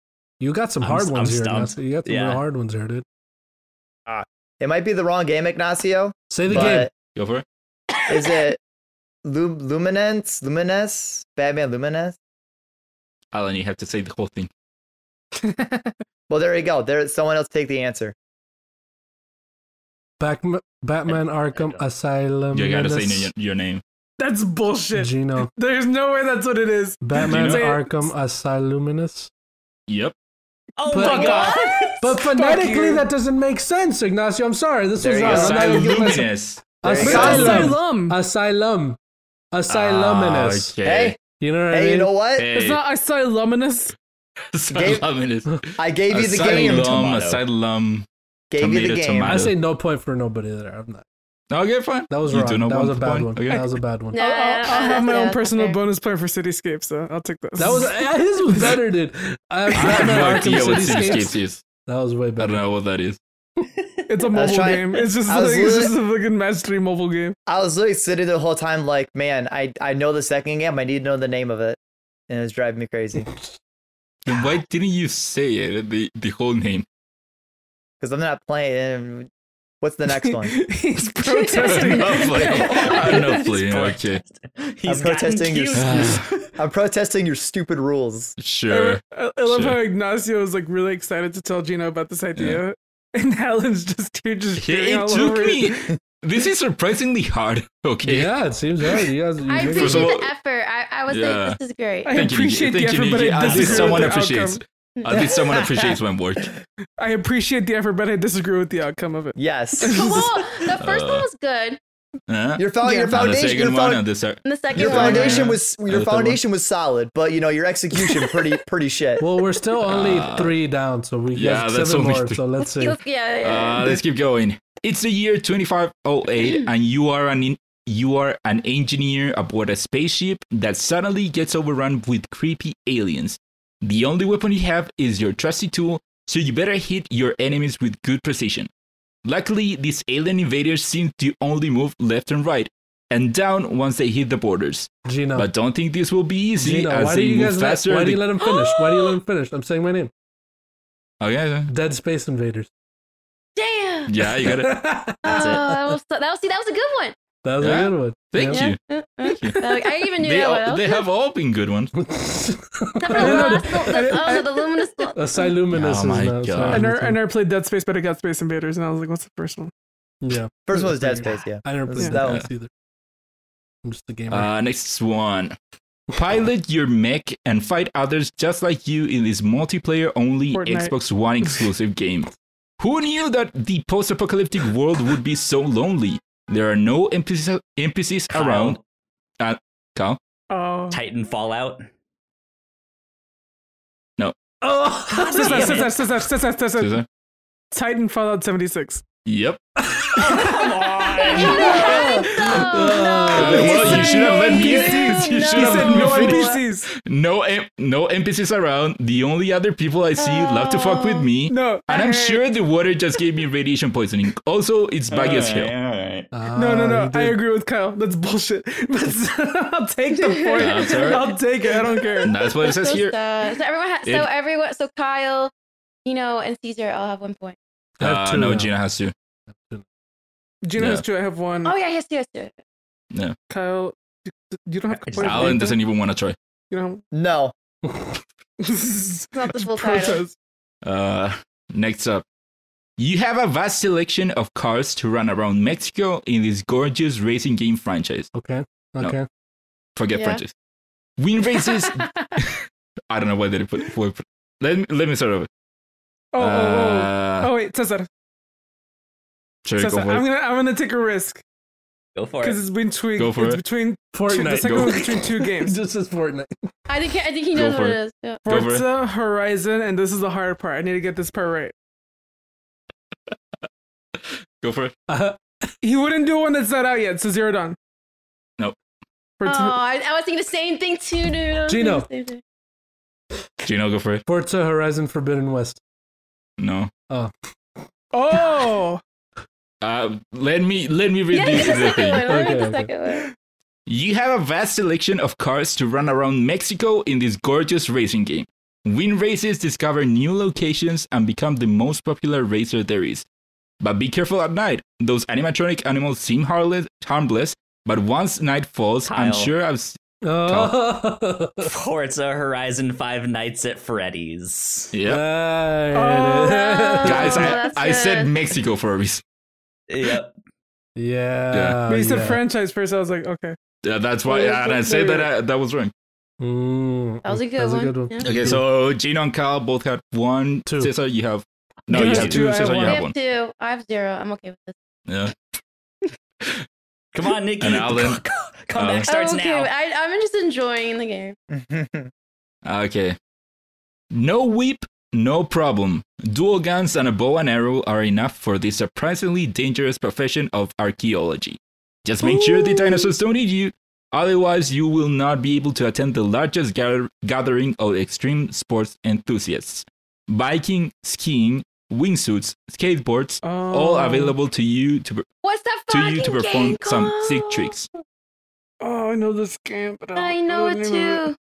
[SPEAKER 1] You got some
[SPEAKER 3] I'm
[SPEAKER 1] hard
[SPEAKER 3] s-
[SPEAKER 1] ones
[SPEAKER 3] I'm
[SPEAKER 1] here.
[SPEAKER 3] stumped.
[SPEAKER 1] Ignacio. You got some real
[SPEAKER 3] Yeah.
[SPEAKER 1] hard ones here, dude.
[SPEAKER 4] It might be the wrong game, Ignacio.
[SPEAKER 1] Say the game.
[SPEAKER 4] but
[SPEAKER 2] Go for it.
[SPEAKER 4] is it Lum- Luminance? Luminous? Batman Luminance?
[SPEAKER 2] Alan, you have to say the whole thing.
[SPEAKER 4] Well, there you go. There, someone else take the answer.
[SPEAKER 1] Batman, Batman Arkham
[SPEAKER 4] don't-
[SPEAKER 1] Asylum.
[SPEAKER 2] You gotta
[SPEAKER 1] Menace,
[SPEAKER 2] say your, your name.
[SPEAKER 5] That's
[SPEAKER 2] [LAUGHS]
[SPEAKER 5] bullshit.
[SPEAKER 1] Gino.
[SPEAKER 5] There's no way that's what it is.
[SPEAKER 1] Batman
[SPEAKER 5] Say it.
[SPEAKER 1] Arkham Asylum.
[SPEAKER 2] Yep.
[SPEAKER 3] oh
[SPEAKER 1] But-
[SPEAKER 3] my god.
[SPEAKER 4] [LAUGHS]
[SPEAKER 1] But
[SPEAKER 5] you.
[SPEAKER 1] phonetically, that doesn't make sense, Ignacio. I'm sorry. This
[SPEAKER 4] There
[SPEAKER 1] was
[SPEAKER 4] you
[SPEAKER 1] not.
[SPEAKER 4] go.
[SPEAKER 1] I'm not even giving myself-
[SPEAKER 2] Asylumnus.
[SPEAKER 4] There you
[SPEAKER 5] But it's
[SPEAKER 4] go.
[SPEAKER 1] Asylum.
[SPEAKER 5] asylum.
[SPEAKER 1] Asylum.
[SPEAKER 2] Ah,
[SPEAKER 1] Asyluminous.
[SPEAKER 2] Okay.
[SPEAKER 4] Hey,
[SPEAKER 1] You know what I
[SPEAKER 4] hey,
[SPEAKER 1] mean?
[SPEAKER 4] you know what?
[SPEAKER 2] Hey. [LAUGHS]
[SPEAKER 5] It's not asyluminous.
[SPEAKER 2] Asyluminous.
[SPEAKER 4] I gave you the game.
[SPEAKER 2] Asylum.
[SPEAKER 3] Tomato.
[SPEAKER 2] Asylum.
[SPEAKER 4] Gave you the
[SPEAKER 2] tomato,
[SPEAKER 4] game.
[SPEAKER 1] I
[SPEAKER 2] tomato.
[SPEAKER 1] say no point for nobody there. I'm not.
[SPEAKER 2] Okay, fine.
[SPEAKER 1] That was
[SPEAKER 2] you do
[SPEAKER 1] wrong.
[SPEAKER 2] not
[SPEAKER 1] That was a
[SPEAKER 2] want
[SPEAKER 1] bad
[SPEAKER 2] point.
[SPEAKER 1] one.
[SPEAKER 2] Okay.
[SPEAKER 1] That was a bad one.
[SPEAKER 5] [LAUGHS]
[SPEAKER 6] No,
[SPEAKER 5] I'll, I'll, I'll have my
[SPEAKER 6] yeah,
[SPEAKER 5] own
[SPEAKER 6] that's
[SPEAKER 5] personal
[SPEAKER 6] fair.
[SPEAKER 5] bonus point for Cityscapes, so I'll take this. [LAUGHS]
[SPEAKER 1] That was his was better, dude. I have
[SPEAKER 2] I have no
[SPEAKER 1] Batman Arkham
[SPEAKER 2] idea what
[SPEAKER 1] Cityscapes.
[SPEAKER 2] Cityscapes is.
[SPEAKER 1] That was way
[SPEAKER 2] I don't
[SPEAKER 1] better.
[SPEAKER 2] know what that is.
[SPEAKER 5] it's a
[SPEAKER 4] was
[SPEAKER 5] mobile
[SPEAKER 4] trying-
[SPEAKER 5] game. It's just
[SPEAKER 4] I was
[SPEAKER 5] like, it's
[SPEAKER 4] lit-
[SPEAKER 5] just a fucking match three mobile game.
[SPEAKER 4] I was literally sitting the whole time like, man, I, I know the second game. I need to know the name of it. And it was driving me crazy.
[SPEAKER 2] Then why didn't you say it? The the whole
[SPEAKER 1] [LAUGHS]
[SPEAKER 2] name. [LAUGHS]
[SPEAKER 4] Because I'm not playing. and What's the next one?
[SPEAKER 5] [LAUGHS]
[SPEAKER 3] [LAUGHS]
[SPEAKER 5] He's protesting.
[SPEAKER 2] Not
[SPEAKER 5] [LAUGHS]
[SPEAKER 2] playing. I'm not
[SPEAKER 3] [LAUGHS] He's
[SPEAKER 2] playing. Okay,
[SPEAKER 3] protesting. He's
[SPEAKER 4] I'm
[SPEAKER 3] protesting
[SPEAKER 4] protesting your
[SPEAKER 3] cute.
[SPEAKER 2] [SIGHS]
[SPEAKER 4] I'm protesting your stupid rules.
[SPEAKER 2] sure.
[SPEAKER 5] I, I love
[SPEAKER 2] Sure.
[SPEAKER 5] how Ignacio is like really excited to tell Gino about this idea, and [LAUGHS] Alan's just here, just
[SPEAKER 2] It,
[SPEAKER 5] shitting
[SPEAKER 2] it
[SPEAKER 5] all
[SPEAKER 2] took
[SPEAKER 5] over
[SPEAKER 2] me.
[SPEAKER 5] it.
[SPEAKER 2] [LAUGHS] This is surprisingly hard. [LAUGHS] Okay.
[SPEAKER 1] Yeah, it seems hard. You guys, you
[SPEAKER 6] I
[SPEAKER 1] guys-
[SPEAKER 2] Mm-hmm. First of
[SPEAKER 6] appreciate
[SPEAKER 2] all-
[SPEAKER 6] the effort. I, I was
[SPEAKER 2] Yeah.
[SPEAKER 6] like, this is great. [LAUGHS]
[SPEAKER 5] I
[SPEAKER 2] Thank you, Niki.
[SPEAKER 5] appreciate the
[SPEAKER 2] Thank you,
[SPEAKER 5] effort, but
[SPEAKER 2] Niki.
[SPEAKER 5] I
[SPEAKER 2] At least
[SPEAKER 5] disagree
[SPEAKER 2] someone
[SPEAKER 5] with the
[SPEAKER 2] appreciates.
[SPEAKER 5] outcome.
[SPEAKER 2] At least someone appreciates my work.
[SPEAKER 5] I appreciate the effort, but I disagree with the outcome of it.
[SPEAKER 4] [LAUGHS] Yes.
[SPEAKER 6] Come on. The first
[SPEAKER 2] Uh,
[SPEAKER 6] one was good.
[SPEAKER 2] Huh?
[SPEAKER 4] Your, fo-
[SPEAKER 5] Yeah.
[SPEAKER 2] Uh,
[SPEAKER 4] your
[SPEAKER 2] And the
[SPEAKER 4] foundation, your,
[SPEAKER 2] second
[SPEAKER 4] fo-
[SPEAKER 2] one and the third.
[SPEAKER 6] And the second
[SPEAKER 4] your
[SPEAKER 2] Yeah.
[SPEAKER 6] one.
[SPEAKER 4] foundation
[SPEAKER 2] Yeah.
[SPEAKER 4] was
[SPEAKER 2] And the
[SPEAKER 4] your
[SPEAKER 2] third one.
[SPEAKER 4] foundation was solid, but you know your execution pretty pretty shit.
[SPEAKER 1] [LAUGHS] well, we're
[SPEAKER 2] [LAUGHS]
[SPEAKER 1] still only
[SPEAKER 2] Uh,
[SPEAKER 1] three down, so we
[SPEAKER 2] yeah,
[SPEAKER 1] got
[SPEAKER 2] that's
[SPEAKER 1] seven
[SPEAKER 2] only
[SPEAKER 1] more.
[SPEAKER 2] three.
[SPEAKER 1] So let's see.
[SPEAKER 6] Yeah, yeah.
[SPEAKER 1] Mm.
[SPEAKER 2] Uh, let's keep going. It's the year 2508, and oh you are an in- you are an engineer aboard a spaceship that suddenly gets overrun with creepy aliens. The only weapon you have is your trusty tool, so you better hit your enemies with good precision. Luckily, these alien invaders seem to only move left and right, and down once they hit the borders.
[SPEAKER 1] Gina.
[SPEAKER 2] But don't think this will be easy
[SPEAKER 1] Gina,
[SPEAKER 2] as
[SPEAKER 1] Oh. why do
[SPEAKER 2] they
[SPEAKER 1] you
[SPEAKER 2] move
[SPEAKER 1] guys let,
[SPEAKER 2] faster.
[SPEAKER 1] why do
[SPEAKER 2] they-
[SPEAKER 1] you let him finish? Why do you let
[SPEAKER 2] [GASPS]
[SPEAKER 1] him finish? I'm saying my name.
[SPEAKER 2] okay,
[SPEAKER 1] Dead Space Invaders.
[SPEAKER 6] Damn.
[SPEAKER 2] yeah,
[SPEAKER 1] [LAUGHS]
[SPEAKER 2] you got it.
[SPEAKER 1] that
[SPEAKER 3] That's it.
[SPEAKER 6] Oh, that was that was see that was a good one.
[SPEAKER 1] was
[SPEAKER 2] Yeah.
[SPEAKER 1] a
[SPEAKER 2] [LAUGHS]
[SPEAKER 1] good one.
[SPEAKER 2] Thank
[SPEAKER 1] Yeah.
[SPEAKER 2] you.
[SPEAKER 6] Uh, uh, uh, I even knew
[SPEAKER 2] They,
[SPEAKER 6] that
[SPEAKER 2] all-
[SPEAKER 6] one. That was
[SPEAKER 2] they
[SPEAKER 6] good.
[SPEAKER 2] have all been good ones.
[SPEAKER 6] Except for
[SPEAKER 5] I
[SPEAKER 6] the
[SPEAKER 5] didn't know
[SPEAKER 6] last
[SPEAKER 5] that.
[SPEAKER 6] one,
[SPEAKER 1] [LAUGHS]
[SPEAKER 5] I
[SPEAKER 6] the-
[SPEAKER 5] didn't-
[SPEAKER 6] oh, no, the luminous.
[SPEAKER 1] A Siluminous
[SPEAKER 2] Oh my
[SPEAKER 1] is not.
[SPEAKER 2] God.
[SPEAKER 1] sorry.
[SPEAKER 5] I never, I never played Dead Space, but I got Space Invaders, and I was like, "What's the first one?"
[SPEAKER 1] yeah. [LAUGHS]
[SPEAKER 4] First one was Dead Space, yeah.
[SPEAKER 1] I never
[SPEAKER 4] This
[SPEAKER 1] played
[SPEAKER 4] is
[SPEAKER 1] that
[SPEAKER 4] that
[SPEAKER 1] one either. I'm just a gamer.
[SPEAKER 2] Uh, next one. Pilot your mech and fight others just like you in this multiplayer only
[SPEAKER 5] Fortnite.
[SPEAKER 2] Xbox One
[SPEAKER 5] [LAUGHS]
[SPEAKER 2] exclusive game. Who knew that the post apocalyptic world would be so lonely? There are no NPCs, NPCs
[SPEAKER 3] Kyle,
[SPEAKER 2] around. uh, Kyle?
[SPEAKER 5] Oh,
[SPEAKER 3] Titan Fallout.
[SPEAKER 1] oh,
[SPEAKER 5] Says that,
[SPEAKER 3] Damn
[SPEAKER 5] says
[SPEAKER 3] it.
[SPEAKER 5] that, says that, says that, says that.
[SPEAKER 2] Susan?
[SPEAKER 5] Titan Fallout 76.
[SPEAKER 2] Yep.
[SPEAKER 3] Come
[SPEAKER 6] oh,
[SPEAKER 2] [LAUGHS]
[SPEAKER 3] on.
[SPEAKER 2] Uh, well, you
[SPEAKER 1] said
[SPEAKER 2] should have
[SPEAKER 1] no
[SPEAKER 2] let me
[SPEAKER 1] NPCs.
[SPEAKER 2] You
[SPEAKER 6] No.
[SPEAKER 2] should
[SPEAKER 5] He
[SPEAKER 2] have
[SPEAKER 5] said
[SPEAKER 2] let me
[SPEAKER 5] no
[SPEAKER 2] finish.
[SPEAKER 5] NPCs.
[SPEAKER 2] No, M- no NPCs around. The only other people I see love to fuck with me.
[SPEAKER 5] No,
[SPEAKER 2] And
[SPEAKER 5] I
[SPEAKER 2] I'm
[SPEAKER 5] heard-
[SPEAKER 2] sure the water just gave me radiation poisoning. Also, it's baggy as hell.
[SPEAKER 5] No,
[SPEAKER 2] Oh,
[SPEAKER 5] no, no. I
[SPEAKER 1] Ah, you did.
[SPEAKER 5] agree with Kyle. [LAUGHS] That's bullshit. But [LAUGHS] I'll take the point.
[SPEAKER 2] That's all right.
[SPEAKER 5] I'll take it. [LAUGHS] I don't care.
[SPEAKER 2] And that's what it says
[SPEAKER 6] so
[SPEAKER 2] here.
[SPEAKER 6] sad. So everyone, ha- so
[SPEAKER 2] It-
[SPEAKER 6] everyone, so Kyle, you know, and Caesar all have one point.
[SPEAKER 1] I have
[SPEAKER 2] Uh,
[SPEAKER 1] two
[SPEAKER 2] no,
[SPEAKER 1] now.
[SPEAKER 2] Gina has to.
[SPEAKER 5] Gina
[SPEAKER 2] Yeah.
[SPEAKER 5] has two. I have one.
[SPEAKER 6] Oh yeah, yes, yes, yes.
[SPEAKER 5] Kyle, you- you don't have
[SPEAKER 3] It's
[SPEAKER 5] complaint.
[SPEAKER 2] Alan doesn't even want to try.
[SPEAKER 5] You know.
[SPEAKER 4] No. [LAUGHS]
[SPEAKER 5] it's
[SPEAKER 6] not
[SPEAKER 5] [LAUGHS]
[SPEAKER 6] the full title.
[SPEAKER 2] Uh, next up, you have a vast selection of cars to run around Mexico in this gorgeous racing game franchise.
[SPEAKER 1] [LAUGHS] Okay. Okay.
[SPEAKER 2] Forget
[SPEAKER 6] Yeah.
[SPEAKER 2] franchise. Win
[SPEAKER 6] [LAUGHS]
[SPEAKER 5] [LAUGHS]
[SPEAKER 2] races. I don't know why they put. why put- let me let me start over.
[SPEAKER 5] Oh, oh, oh.
[SPEAKER 2] Uh,
[SPEAKER 5] Oh wait, Cesar.
[SPEAKER 2] sure,
[SPEAKER 5] Cesar.
[SPEAKER 2] go for
[SPEAKER 5] I'm
[SPEAKER 2] it.
[SPEAKER 5] gonna I'm gonna take a risk
[SPEAKER 3] Go for
[SPEAKER 5] because
[SPEAKER 3] it.
[SPEAKER 5] it's been between
[SPEAKER 2] Go for
[SPEAKER 5] it's
[SPEAKER 2] it.
[SPEAKER 5] between two, the
[SPEAKER 1] Fortnite.
[SPEAKER 5] second
[SPEAKER 2] Go.
[SPEAKER 5] one's between two
[SPEAKER 1] [LAUGHS]
[SPEAKER 5] games.
[SPEAKER 1] This is Fortnite.
[SPEAKER 6] I think I think he
[SPEAKER 2] Go
[SPEAKER 6] knows
[SPEAKER 2] for
[SPEAKER 6] what it
[SPEAKER 2] it.
[SPEAKER 6] is. Yeah.
[SPEAKER 2] Go for it.
[SPEAKER 5] Forza Horizon, and this is the hard part. I need to get this part right.
[SPEAKER 2] Go for it.
[SPEAKER 1] Uh,
[SPEAKER 5] He wouldn't do one that's not out yet, so zero down.
[SPEAKER 2] Nope.
[SPEAKER 6] Oh,
[SPEAKER 5] Forza,
[SPEAKER 6] I, I was thinking the same thing too, dude. I was thinking
[SPEAKER 1] Gino.
[SPEAKER 6] the same thing.
[SPEAKER 2] Gino, go for it.
[SPEAKER 1] Forza Horizon Forbidden West.
[SPEAKER 2] No. [LAUGHS]
[SPEAKER 5] oh,
[SPEAKER 2] Uh, let me let me read
[SPEAKER 6] Yeah,
[SPEAKER 2] the,
[SPEAKER 6] it's the
[SPEAKER 2] the
[SPEAKER 6] second
[SPEAKER 2] thing.
[SPEAKER 6] one. Let me get the
[SPEAKER 1] Okay,
[SPEAKER 6] second one.
[SPEAKER 2] You have a vast selection of cars to run around Mexico in this gorgeous racing game. Win races, discover new locations, and become the most popular racer there is. But be careful at night. Those animatronic animals seem harmless, harmless but once night falls, I'm
[SPEAKER 3] Kyle.
[SPEAKER 2] sure I've. s-
[SPEAKER 1] [LAUGHS] Oh.
[SPEAKER 3] [LAUGHS] Forza Horizon Five Nights at Freddy's.
[SPEAKER 2] Yeah.
[SPEAKER 1] There
[SPEAKER 5] Oh.
[SPEAKER 1] it is.
[SPEAKER 2] Guys, I,
[SPEAKER 6] that's
[SPEAKER 2] I said
[SPEAKER 6] good.
[SPEAKER 2] Mexico for a reason.
[SPEAKER 3] Yep.
[SPEAKER 1] Yeah.
[SPEAKER 5] but he said
[SPEAKER 1] yeah.
[SPEAKER 5] franchise first. I was like, okay.
[SPEAKER 2] Uh, that's why
[SPEAKER 5] Oh,
[SPEAKER 2] and I said
[SPEAKER 5] there
[SPEAKER 2] that I, that was wrong.
[SPEAKER 1] Mm,
[SPEAKER 6] That was a good
[SPEAKER 1] that's
[SPEAKER 6] one.
[SPEAKER 1] A good one.
[SPEAKER 6] Yeah.
[SPEAKER 2] Okay, so Gino and Kyle both had one.
[SPEAKER 1] Two.
[SPEAKER 2] Cesar, you have. No, you
[SPEAKER 5] Gino has
[SPEAKER 2] have
[SPEAKER 5] two, I
[SPEAKER 2] two.
[SPEAKER 5] have
[SPEAKER 2] Cesar, you
[SPEAKER 5] one.
[SPEAKER 6] I
[SPEAKER 2] have
[SPEAKER 6] have
[SPEAKER 2] one.
[SPEAKER 6] two. I have zero. I'm okay with this.
[SPEAKER 2] Yeah.
[SPEAKER 3] Come on, Nikki. [LAUGHS]
[SPEAKER 2] And um, Alan. Alan.
[SPEAKER 3] Comeback starts
[SPEAKER 6] I'm Oh, okay.
[SPEAKER 3] now.
[SPEAKER 6] with- I, I'm just enjoying the game.
[SPEAKER 2] Ah, Okay. No whip, no problem. Dual guns and a bow and arrow are enough for this surprisingly dangerous profession of archaeology. Just make sure the dinosaurs don't eat you, otherwise, you will not be able to attend the largest gather- gathering of extreme sports enthusiasts. Biking, skiing, wingsuits, skateboards,
[SPEAKER 5] Oh.
[SPEAKER 2] all available to you to,
[SPEAKER 6] What's that
[SPEAKER 2] to
[SPEAKER 6] fucking
[SPEAKER 2] you to
[SPEAKER 6] game
[SPEAKER 2] perform some sick
[SPEAKER 6] called?
[SPEAKER 2] tricks.
[SPEAKER 5] Oh, I know this game, but I, don't
[SPEAKER 6] I know
[SPEAKER 5] the
[SPEAKER 6] it
[SPEAKER 5] name of
[SPEAKER 6] too.